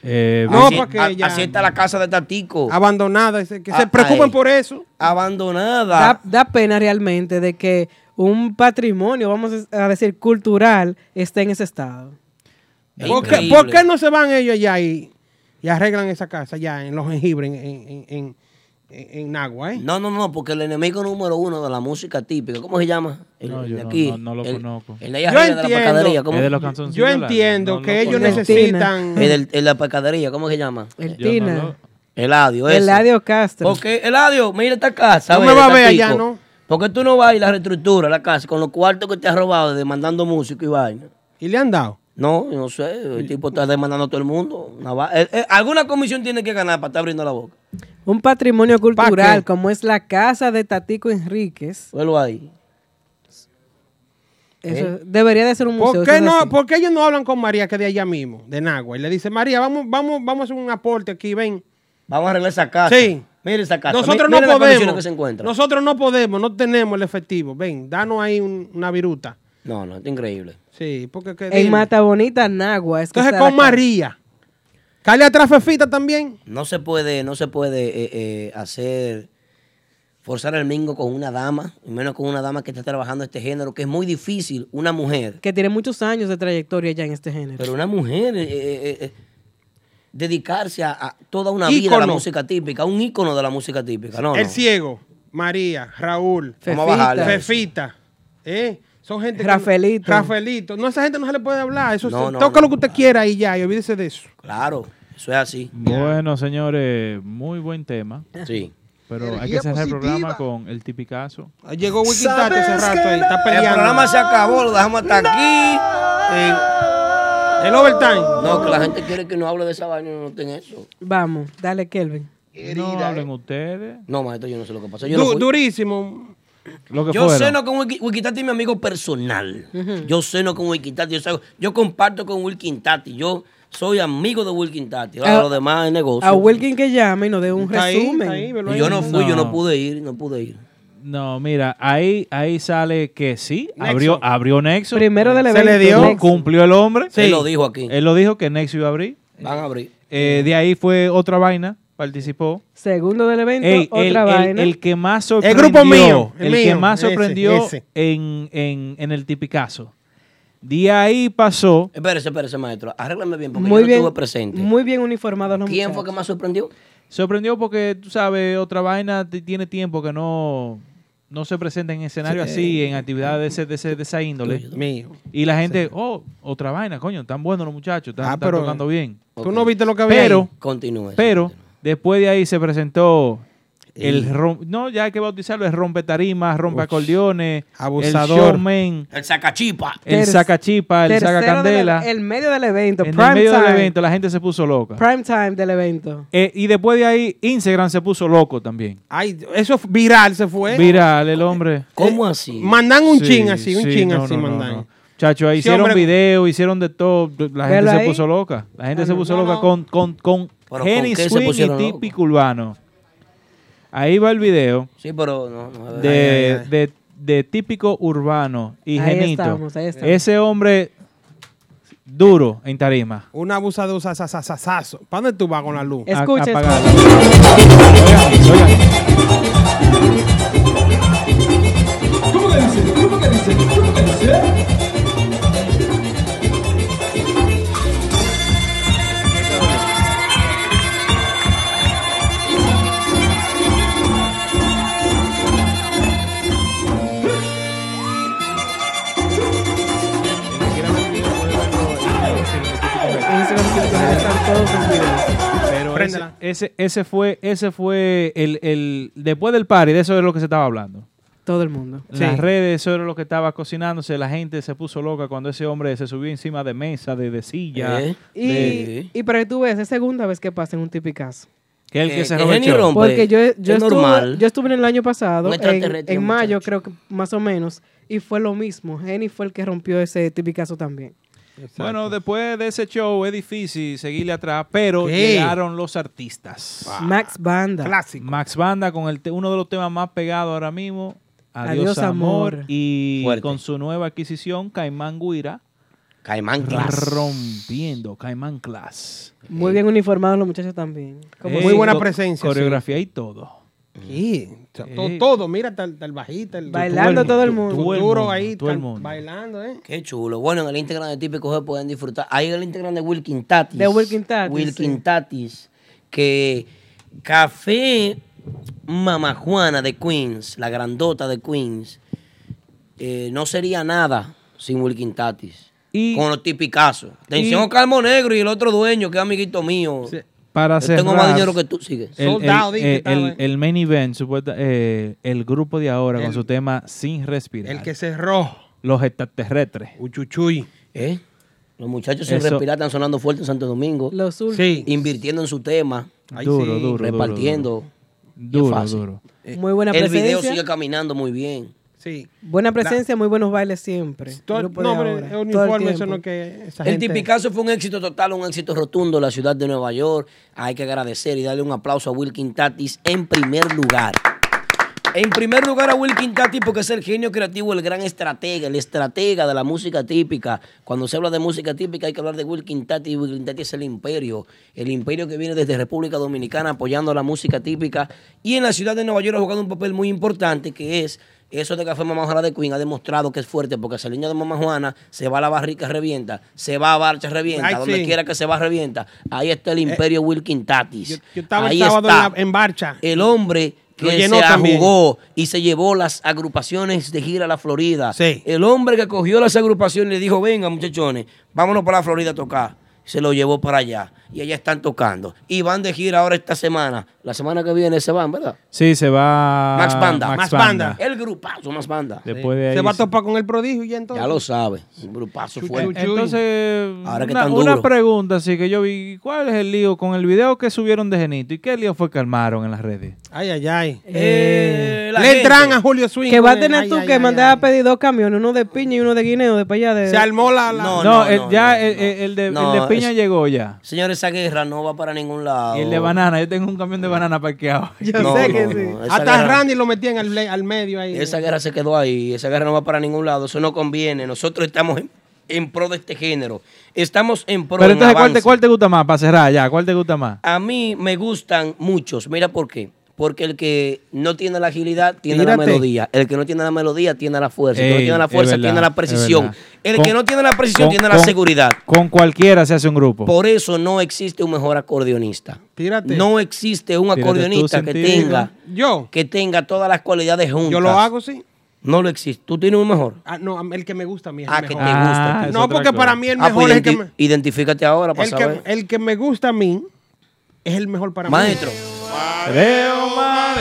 Speaker 3: Eh,
Speaker 5: No,
Speaker 2: así,
Speaker 5: porque
Speaker 2: a-
Speaker 5: ya-
Speaker 2: Ah, así está la casa de Tatico.
Speaker 5: Abandonada, ese- que se
Speaker 2: Ah,
Speaker 5: preocupen
Speaker 2: ahí.
Speaker 5: por eso.
Speaker 2: Abandonada.
Speaker 4: Da, da pena realmente de que un patrimonio, vamos a decir, cultural, esté en ese estado.
Speaker 5: ¿Por qué, por qué no se van ellos allá y, y arreglan esa casa ya en los jengibres, en, en, en, en- en Nagua? ¿eh?
Speaker 2: No, no, no, porque el enemigo número uno de la música típica, ¿cómo se llama? El,
Speaker 3: No,
Speaker 2: el
Speaker 3: yo
Speaker 2: de
Speaker 3: no-
Speaker 2: aquí.
Speaker 3: no- no lo
Speaker 2: el-
Speaker 3: conozco.
Speaker 2: El de allá
Speaker 5: Yo
Speaker 2: arriba de la
Speaker 5: entiendo-
Speaker 2: pescadería. ¿cómo?
Speaker 3: Es de los canzoncillos,
Speaker 5: Yo entiendo que ellos
Speaker 2: conozco.
Speaker 5: necesitan...
Speaker 2: El, del- el de la pescadería, ¿cómo se llama?
Speaker 4: El Yo no Tina. lo-
Speaker 2: Eladio, ese.
Speaker 4: Eladio Castro.
Speaker 2: Porque, Eladio, mira esta casa.
Speaker 5: No
Speaker 2: ve,
Speaker 5: me va a ver
Speaker 2: Tatico.
Speaker 5: allá, ¿no?
Speaker 2: Porque tú no vas y la reestructura, la casa, con los cuartos que te has robado demandando músico y vaina.
Speaker 5: ¿Y le han dado?
Speaker 2: No, yo no sé. El tipo está demandando a todo el mundo. Una va- eh, eh, alguna comisión tiene que ganar para estar abriendo la boca.
Speaker 4: Un patrimonio cultural
Speaker 2: qué?
Speaker 4: como es la casa de Tatico Enríquez.
Speaker 2: Vuelvo ahí.
Speaker 4: Eso
Speaker 5: ¿Eh?
Speaker 4: debería de ser un museo.
Speaker 5: ¿Por qué,
Speaker 4: eso es
Speaker 5: no,
Speaker 4: así.
Speaker 5: por qué ellos no hablan con María, que de allá mismo, de Nagua? Y le dice, María, vamos, vamos, vamos a hacer un aporte aquí, ven.
Speaker 2: Vamos a arreglar esa casa.
Speaker 5: Sí.
Speaker 2: Mire esa casa.
Speaker 5: Nosotros
Speaker 2: Mi- mire
Speaker 5: no
Speaker 2: las condiciones
Speaker 5: podemos.
Speaker 2: que se encuentra.
Speaker 5: Nosotros no podemos, no tenemos el efectivo. Ven, danos ahí un- una viruta.
Speaker 2: No, no, está increíble.
Speaker 5: Sí, porque que
Speaker 4: En
Speaker 5: Pues, dime.
Speaker 4: Mata Bonita, Nagua. Es que
Speaker 5: Entonces
Speaker 4: está la
Speaker 5: con
Speaker 4: casa.
Speaker 5: María. Cale atrás Fefita también.
Speaker 2: No se puede, no se puede eh, eh, hacer, forzar el mingo con una dama, y menos con una dama que está trabajando este género, que es muy difícil, una mujer.
Speaker 4: Que tiene muchos años de trayectoria ya en este género.
Speaker 2: Pero una mujer, eh, eh, eh, dedicarse a, a toda una vida a la
Speaker 5: Ícono.
Speaker 2: música típica, un ícono de la música típica. No,
Speaker 5: el
Speaker 2: no.
Speaker 5: ciego, María, Raúl,
Speaker 2: Vamos a bajarle a eso.
Speaker 5: Fefita. ¿eh? Son gente que-
Speaker 4: Rafaelito.
Speaker 5: Rafaelito. No, esa gente no se le puede hablar. Eso
Speaker 2: No,
Speaker 5: se-
Speaker 2: no,
Speaker 5: toca
Speaker 2: no.
Speaker 5: lo que usted quiera y ya, y olvídese de eso.
Speaker 2: Claro, eso es así.
Speaker 3: Bueno, señores, muy buen tema.
Speaker 2: Sí.
Speaker 3: Pero hay
Speaker 5: Energía
Speaker 3: que cerrar el programa
Speaker 5: positiva.
Speaker 3: con el tipicazo.
Speaker 5: Llegó Wikitata hace rato ahí, está
Speaker 2: El
Speaker 5: peleando.
Speaker 2: programa se acabó, lo dejamos hasta aquí.
Speaker 5: El overtime.
Speaker 2: No, que la gente quiere que no hable de esa vaina y no noten eso.
Speaker 4: Vamos, dale, Kelvin.
Speaker 3: No
Speaker 4: eh.
Speaker 3: hablen ustedes.
Speaker 2: No, maestro, yo no sé lo que pasó. Yo,
Speaker 5: Du-
Speaker 2: no fui.
Speaker 5: durísimo.
Speaker 3: Lo que
Speaker 2: yo
Speaker 3: fuera.
Speaker 2: ceno con Wiki- Wikitati, mi amigo personal. Yo ceno con Wikitati. Yo, salgo- yo comparto con Wilkin Tati. Yo soy amigo de Wilkin Tati. Ahora
Speaker 4: A-
Speaker 2: lo demás es negocio.
Speaker 4: A Wilkin que llame y nos dé un resumen.
Speaker 2: Y yo no fui, yo no
Speaker 3: No.
Speaker 2: pude ir, no pude ir.
Speaker 3: No, mira, ahí, ahí sale que sí,
Speaker 2: Nexo.
Speaker 3: abrió, abrió Nexo.
Speaker 4: Primero del
Speaker 3: Se
Speaker 4: evento,
Speaker 3: le dio,
Speaker 4: Nexo.
Speaker 3: cumplió el hombre.
Speaker 2: Él lo dijo aquí.
Speaker 3: Él lo dijo que Nexo iba a abrir.
Speaker 2: Van a abrir.
Speaker 3: Eh, de ahí fue otra vaina participó.
Speaker 4: Segundo del evento,
Speaker 3: Ey,
Speaker 4: otra
Speaker 3: el, el-
Speaker 4: vaina.
Speaker 3: el que más
Speaker 4: El
Speaker 3: sorprendió,
Speaker 4: grupo mío, el
Speaker 3: el que
Speaker 4: mío,
Speaker 3: más
Speaker 4: ese,
Speaker 3: sorprendió
Speaker 4: ese.
Speaker 3: En, en- en el tipicazo. De ahí pasó
Speaker 2: Espérese, espérese, maestro. Arréglame bien, Eh, porque
Speaker 3: Muy
Speaker 2: yo no
Speaker 3: bien.
Speaker 2: estuve presente.
Speaker 4: Muy bien uniformados los
Speaker 2: ¿Quién
Speaker 4: muchachos.
Speaker 2: fue que más sorprendió?
Speaker 3: Sorprendió porque, tú sabes, otra vaina t- tiene tiempo que no, no se presenta en escenario
Speaker 5: Sí.
Speaker 3: así, en actividades de, ese- de ese- de esa índole.
Speaker 5: Mío.
Speaker 3: Y la gente, oh, otra vaina, coño, están buenos los muchachos, están,
Speaker 5: Ah,
Speaker 3: están
Speaker 5: pero-
Speaker 3: tocando bien.
Speaker 5: ¿Tú no viste lo que había
Speaker 3: Pero,
Speaker 5: ahí? Continúe,
Speaker 3: Pero, después de ahí se presentó el
Speaker 5: Y-
Speaker 3: rom- no, ya hay que bautizarlo, es rompe tarimas, rompe acordeones,
Speaker 5: abusador.
Speaker 3: el showman,
Speaker 2: El sacachipa.
Speaker 3: el sacachipa, el
Speaker 4: Tercero
Speaker 3: sacacandela.
Speaker 4: del- e- el medio del evento,
Speaker 3: En
Speaker 4: prime
Speaker 3: el medio
Speaker 4: time.
Speaker 3: del evento la gente se puso loca.
Speaker 4: Prime time del evento.
Speaker 3: Eh, y después de ahí, Instagram se puso loco también.
Speaker 5: Ay, eso fue viral se fue.
Speaker 3: Viral el hombre.
Speaker 2: ¿Cómo así?
Speaker 5: Eh, mandan un chin así, un chin así mandan.
Speaker 3: Chacho, ahí
Speaker 5: Sí,
Speaker 3: hicieron
Speaker 5: hombre.
Speaker 3: video, hicieron de todo. La gente
Speaker 5: Velo
Speaker 3: se
Speaker 5: ahí.
Speaker 3: puso loca. La gente
Speaker 5: Ah,
Speaker 3: se
Speaker 5: no,
Speaker 3: puso
Speaker 5: no,
Speaker 3: loca
Speaker 5: no.
Speaker 3: con, con, con
Speaker 2: Pero, ¿con
Speaker 3: Henny
Speaker 2: qué se
Speaker 3: Swing y
Speaker 2: pusieron locos?
Speaker 3: Típico Urbano. Ahí va el video
Speaker 2: Sí, pero no. no
Speaker 3: de, de- de Típico Urbano y
Speaker 5: Ahí
Speaker 3: Genito.
Speaker 5: estamos, ahí estamos.
Speaker 3: Ese hombre duro en tarima.
Speaker 5: Un abusador sasasasazo. ¿Para dónde tú vas con la luz?
Speaker 3: A- Escucha, apagada.
Speaker 17: ¿Cómo que dice? ¿Cómo que dice? ¿Cómo que dice?
Speaker 3: Pero ese, ese, ese fue, ese fue el, el- después del party, de eso es lo que se estaba hablando.
Speaker 4: Todo el mundo.
Speaker 3: En Las redes, eso era lo que estaba cocinándose. La gente se puso loca cuando ese hombre se subió encima de mesa, de, de silla.
Speaker 4: Eh. Y,
Speaker 3: de-
Speaker 4: y pero tú ves, es segunda vez que pasa en un tipicazo.
Speaker 3: Que el que se roba el show.
Speaker 4: Porque yo, yo,
Speaker 3: Es
Speaker 4: estuve,
Speaker 3: normal.
Speaker 4: yo estuve en el año pasado,
Speaker 2: Un
Speaker 4: en,
Speaker 2: extraterrestre,
Speaker 4: en mayo creo que más o menos, y fue lo mismo. Henny fue el que rompió ese tipicazo también.
Speaker 3: Bueno, después de ese show es difícil seguirle atrás, pero
Speaker 4: ¿Qué?
Speaker 3: llegaron los artistas.
Speaker 4: Max Banda.
Speaker 3: Max Banda con el te- uno de los temas más pegados ahora mismo. Adiós,
Speaker 4: Adiós,
Speaker 3: amor.
Speaker 4: amor.
Speaker 3: Y
Speaker 2: Fuerte.
Speaker 3: con su nueva adquisición, Caimán Guira.
Speaker 2: Caimán
Speaker 4: Class.
Speaker 3: Rompiendo, Caimán Class.
Speaker 4: Muy bien uniformados los muchachos también. Como
Speaker 3: Ey,
Speaker 4: si-
Speaker 3: co- Coreografía y todo.
Speaker 5: Sí. O sea, to-
Speaker 3: Sí.
Speaker 5: Todo, mira, tal el bajita, el
Speaker 4: Bailando todo el mundo.
Speaker 5: Todo
Speaker 4: Todo el
Speaker 5: Duro
Speaker 4: mundo,
Speaker 5: ahí,
Speaker 4: todo el
Speaker 5: tal-
Speaker 4: mundo.
Speaker 5: bailando, ¿eh?
Speaker 2: Qué chulo. Bueno, en el Instagram de Típico G pueden disfrutar. Ahí en el Instagram de Wilkin Tatis.
Speaker 4: De Wilkin Tatis,
Speaker 2: Wilkin Tatis. Que Café Mama Juana de Queens, la grandota de Queens, eh, no sería nada sin Wilkin Tatis. con los tipicazos. Atención,
Speaker 3: y-
Speaker 2: Calmo Negro y el otro dueño, que es amiguito mío.
Speaker 3: Para
Speaker 2: Yo tengo más
Speaker 3: cerrar,
Speaker 2: dinero que tú, sigue.
Speaker 3: El, el- eh, el- el main event, supuesta- eh, el grupo de ahora con
Speaker 5: El-
Speaker 3: su tema Sin Respirar.
Speaker 5: El que cerró.
Speaker 3: Los extraterrestres.
Speaker 5: Uchuchuy.
Speaker 2: ¿Eh? Los muchachos sin
Speaker 3: Eso-
Speaker 2: respirar están sonando fuerte en Santo Domingo.
Speaker 4: Los
Speaker 5: Sí.
Speaker 2: Invirtiendo en su tema.
Speaker 3: Ay, Duro, sí. duro, duro,
Speaker 2: Repartiendo.
Speaker 3: duro.
Speaker 2: Y es
Speaker 3: Duro,
Speaker 2: fácil.
Speaker 3: duro.
Speaker 2: Eh,
Speaker 4: Muy buena
Speaker 2: el video
Speaker 4: presencia.
Speaker 2: sigue caminando muy bien.
Speaker 5: Sí.
Speaker 4: Buena presencia, muy buenos bailes siempre.
Speaker 5: Todo-
Speaker 4: Grupo de
Speaker 5: no, pero
Speaker 4: ahora,
Speaker 5: es
Speaker 4: todo el
Speaker 5: uniforme, eso
Speaker 4: tiempo.
Speaker 5: no que esa
Speaker 2: el
Speaker 5: gente-
Speaker 2: tipicazo fue un éxito total, un éxito rotundo en la ciudad de Nueva York. Hay que agradecer y darle un aplauso a Wilkin Tatis en primer lugar. En primer lugar a Wilkin Tatis porque es el genio creativo, el gran estratega, el estratega de la música típica. Cuando se habla de música típica hay que hablar de Wilkin Tatis. Wilkin Tatis es el imperio, el imperio que viene desde República Dominicana apoyando la música típica y en la ciudad de Nueva York ha jugado un papel muy importante que es eso de Café Mamá Juana de Queen ha demostrado que es fuerte porque si el niño de Mamá Juana se va a la barrica, revienta, se va a Barcha, revienta,
Speaker 5: Ay,
Speaker 2: donde
Speaker 5: sí. Eh,
Speaker 2: quiera que se va, revienta. Ahí está el imperio Wilkin Tatis.
Speaker 5: Yo estaba
Speaker 2: Ahí
Speaker 5: el sábado en,
Speaker 2: está
Speaker 5: la- en Barcha.
Speaker 2: el hombre
Speaker 5: Lo
Speaker 2: que
Speaker 5: llenó
Speaker 2: se
Speaker 5: también.
Speaker 2: jugó y se llevó las agrupaciones de gira a la Florida. El hombre que cogió las agrupaciones le dijo, venga muchachones, vámonos para la Florida a tocar. Se lo llevó para allá y allá están tocando. Y van de gira ahora esta semana. La semana que viene se van, ¿verdad?
Speaker 3: Sí, se va.
Speaker 2: Max Banda.
Speaker 3: Ah, Max Banda.
Speaker 2: El grupazo, Max Banda.
Speaker 3: Después de ahí
Speaker 5: Se va a
Speaker 3: se-
Speaker 5: topar con el prodigio y entonces.
Speaker 2: Ya lo sabe. Un grupazo fuerte.
Speaker 3: Entonces,
Speaker 2: ahora que
Speaker 3: una,
Speaker 2: están
Speaker 3: una
Speaker 2: duros.
Speaker 3: pregunta así que yo vi, ¿cuál es el lío con el video que subieron de Genito? ¿Y qué lío fue que armaron en las redes?
Speaker 5: Ay, ay, ay.
Speaker 4: Eh,
Speaker 5: Le
Speaker 4: la gente.
Speaker 5: entran a Julio Swing.
Speaker 4: Que va a
Speaker 5: con el-
Speaker 4: tener
Speaker 5: ay,
Speaker 4: tú
Speaker 5: ay,
Speaker 4: que
Speaker 5: ay,
Speaker 4: mandar a pedir dos camiones, uno de piña y uno de guineo, de para allá de...
Speaker 5: Se armó la- la-
Speaker 3: No,
Speaker 5: No,
Speaker 2: no, eh,
Speaker 3: el-
Speaker 2: no,
Speaker 3: ya el, el- el de,
Speaker 2: No,
Speaker 3: el de Piña
Speaker 2: es-
Speaker 3: llegó ya.
Speaker 2: Señores, esa guerra no va para ningún lado.
Speaker 3: Y el de banana, yo tengo un camión de banana parqueado.
Speaker 5: (laughs) Yo
Speaker 2: Ah, oh. No,
Speaker 5: sé
Speaker 2: no,
Speaker 5: que
Speaker 2: no,
Speaker 5: sí.
Speaker 2: esa
Speaker 5: Hasta
Speaker 2: guerra-
Speaker 5: Randy lo metían al, al medio ahí.
Speaker 2: Esa guerra se quedó ahí, esa guerra no va para ningún lado, eso no conviene. Nosotros estamos en, en pro de este género. Estamos en pro
Speaker 3: Pero
Speaker 2: de
Speaker 3: entonces, ¿cuál te, cuál te gusta más? Para cerrar ya, ¿cuál te gusta más?
Speaker 2: A mí me gustan muchos. Mira por qué. Porque el que no tiene la agilidad tiene la
Speaker 3: Mírate.
Speaker 2: melodía. El que no tiene la melodía tiene la fuerza. el que no
Speaker 3: Ey,
Speaker 2: tiene la
Speaker 3: es
Speaker 2: fuerza
Speaker 3: verdad,
Speaker 2: tiene la
Speaker 3: es
Speaker 2: precisión.
Speaker 3: verdad.
Speaker 2: El
Speaker 3: Con-
Speaker 2: que no tiene la precisión
Speaker 3: con-
Speaker 2: tiene la
Speaker 3: con-
Speaker 2: seguridad.
Speaker 3: Con cualquiera se hace un grupo.
Speaker 2: Por eso no existe un mejor acordeonista. No existe un
Speaker 3: Tírate tú,
Speaker 2: acordeonista que
Speaker 3: sentido.
Speaker 2: tenga que tenga todas las cualidades juntas.
Speaker 5: Yo lo hago, sí.
Speaker 2: No lo existe. ¿Tú tienes un mejor?
Speaker 5: Ah, no, el que me gusta a mí es el
Speaker 2: Ah, que te
Speaker 5: mejor.
Speaker 2: gusta.
Speaker 5: no, porque para mí el
Speaker 2: Ah,
Speaker 5: mejor
Speaker 2: pues
Speaker 5: es el que
Speaker 2: identi-
Speaker 5: me...
Speaker 2: Identifícate ahora para
Speaker 5: El
Speaker 2: saber.
Speaker 5: que, el que me gusta a mí es el mejor para
Speaker 2: Maestro.
Speaker 5: mí.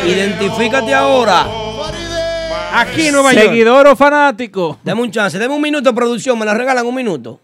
Speaker 2: Identifícate ahora.
Speaker 5: Aquí en
Speaker 3: Nueva York.
Speaker 2: Seguidor o fanático. Deme un chance, deme un minuto, producción. Me la regalan un minuto.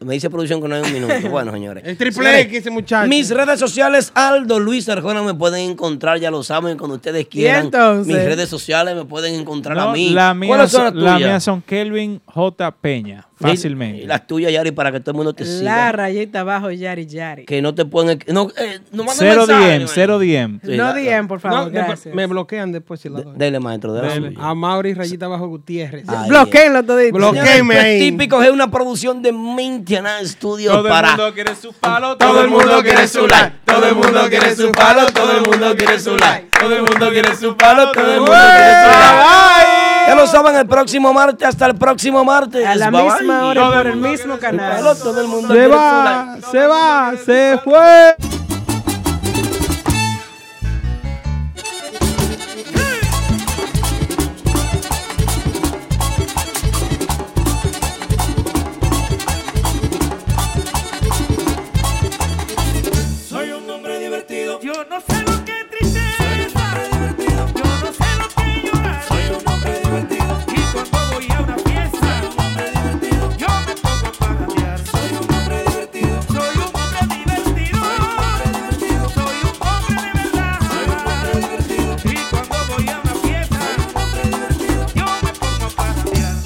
Speaker 2: Me dice producción que no hay un
Speaker 5: (laughs)
Speaker 2: minuto. Bueno, señores.
Speaker 5: El triple
Speaker 2: Señores,
Speaker 5: X, ese muchacho.
Speaker 2: Mis redes sociales, Aldo Luis Arjona, me pueden encontrar, ya lo saben, cuando ustedes quieran.
Speaker 3: entonces?
Speaker 2: Mis redes sociales me pueden encontrar
Speaker 3: No,
Speaker 2: a mí.
Speaker 3: la mía
Speaker 2: ¿Cuáles son las
Speaker 3: son- la
Speaker 2: tuyas?
Speaker 3: mía son Kelvin J. Peña. Fácilmente.
Speaker 2: Y las tuyas, Yari, para que todo el mundo te siga.
Speaker 4: La rayita abajo, Yari Yari.
Speaker 2: Que no te pueden. No, eh, no manden
Speaker 3: Cero
Speaker 2: mensaje,
Speaker 3: DM,
Speaker 2: man.
Speaker 3: cero DM.
Speaker 2: Sí,
Speaker 4: no
Speaker 2: la-
Speaker 4: DM, por favor,
Speaker 5: No, después-
Speaker 4: gracias.
Speaker 5: me bloquean después si la doy.
Speaker 2: Dele, maestro, dele.
Speaker 5: Dele. A Mauri Rayita Bajo Gutiérrez.
Speaker 2: Ahí
Speaker 4: Bloqueenlo todito.
Speaker 5: Bloqueenme ahí.
Speaker 2: Típico es una producción de Maintenance Studio
Speaker 5: Todo el
Speaker 2: para.
Speaker 5: mundo
Speaker 3: quiere su palo,
Speaker 5: todo el mundo quiere
Speaker 2: su like. Todo el mundo quiere su palo, todo el mundo quiere su like. Todo el mundo quiere su palo, todo el mundo quiere su like. Ya lo saben, el próximo martes, hasta el próximo martes.
Speaker 4: A la
Speaker 2: Bye,
Speaker 4: misma
Speaker 2: bye.
Speaker 4: hora por el mismo canal.
Speaker 2: Palo, todo el mundo
Speaker 4: Se
Speaker 2: quiere su
Speaker 4: va.
Speaker 2: like.
Speaker 5: se va, se fue.
Speaker 17: Soy un hombre divertido. Yo no sé lo que es tristeza. Yo no sé lo que es llorar. Soy un hombre divertido. Y cuando voy a una fiesta, soy un hombre divertido. Yo me pongo a pagatear. Soy un hombre divertido. Soy un hombre divertido. Soy un hombre de verdad. Soy un hombre divertido. Y cuando voy a una fiesta, soy un hombre divertido. Yo me pongo a pagatear.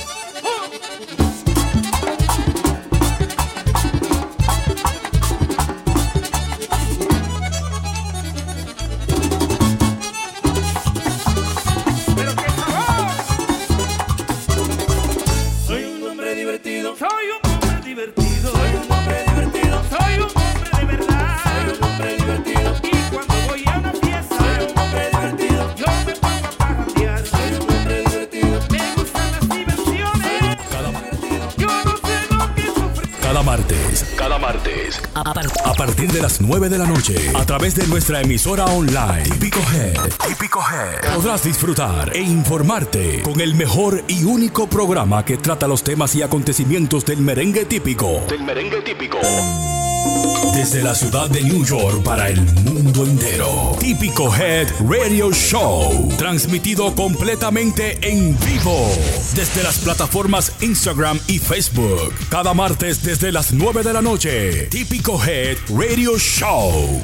Speaker 17: Soy un hombre divertido. Soy un hombre divertido. Soy un hombre divertido. Soy un hombre de verdad. Soy un hombre divertido. Y cuando voy a una fiesta, soy un hombre divertido. Yo me pongo a parrandear. Soy un hombre divertido. Me gustan las diversiones. Yo no sé lo que sufrí.
Speaker 1: Cada martes, cada martes, a partir de las 9 de la noche, a través de nuestra emisora online, Típico Head, Típico Head, podrás disfrutar e informarte con el mejor y único programa que trata los temas y acontecimientos del merengue típico.
Speaker 12: Del merengue típico.
Speaker 1: Desde la ciudad de New York para el mundo entero. Típico Head Radio Show. Transmitido completamente en vivo. Desde las plataformas Instagram y Facebook. Cada martes desde las 9 de la noche. Típico Head Radio Show.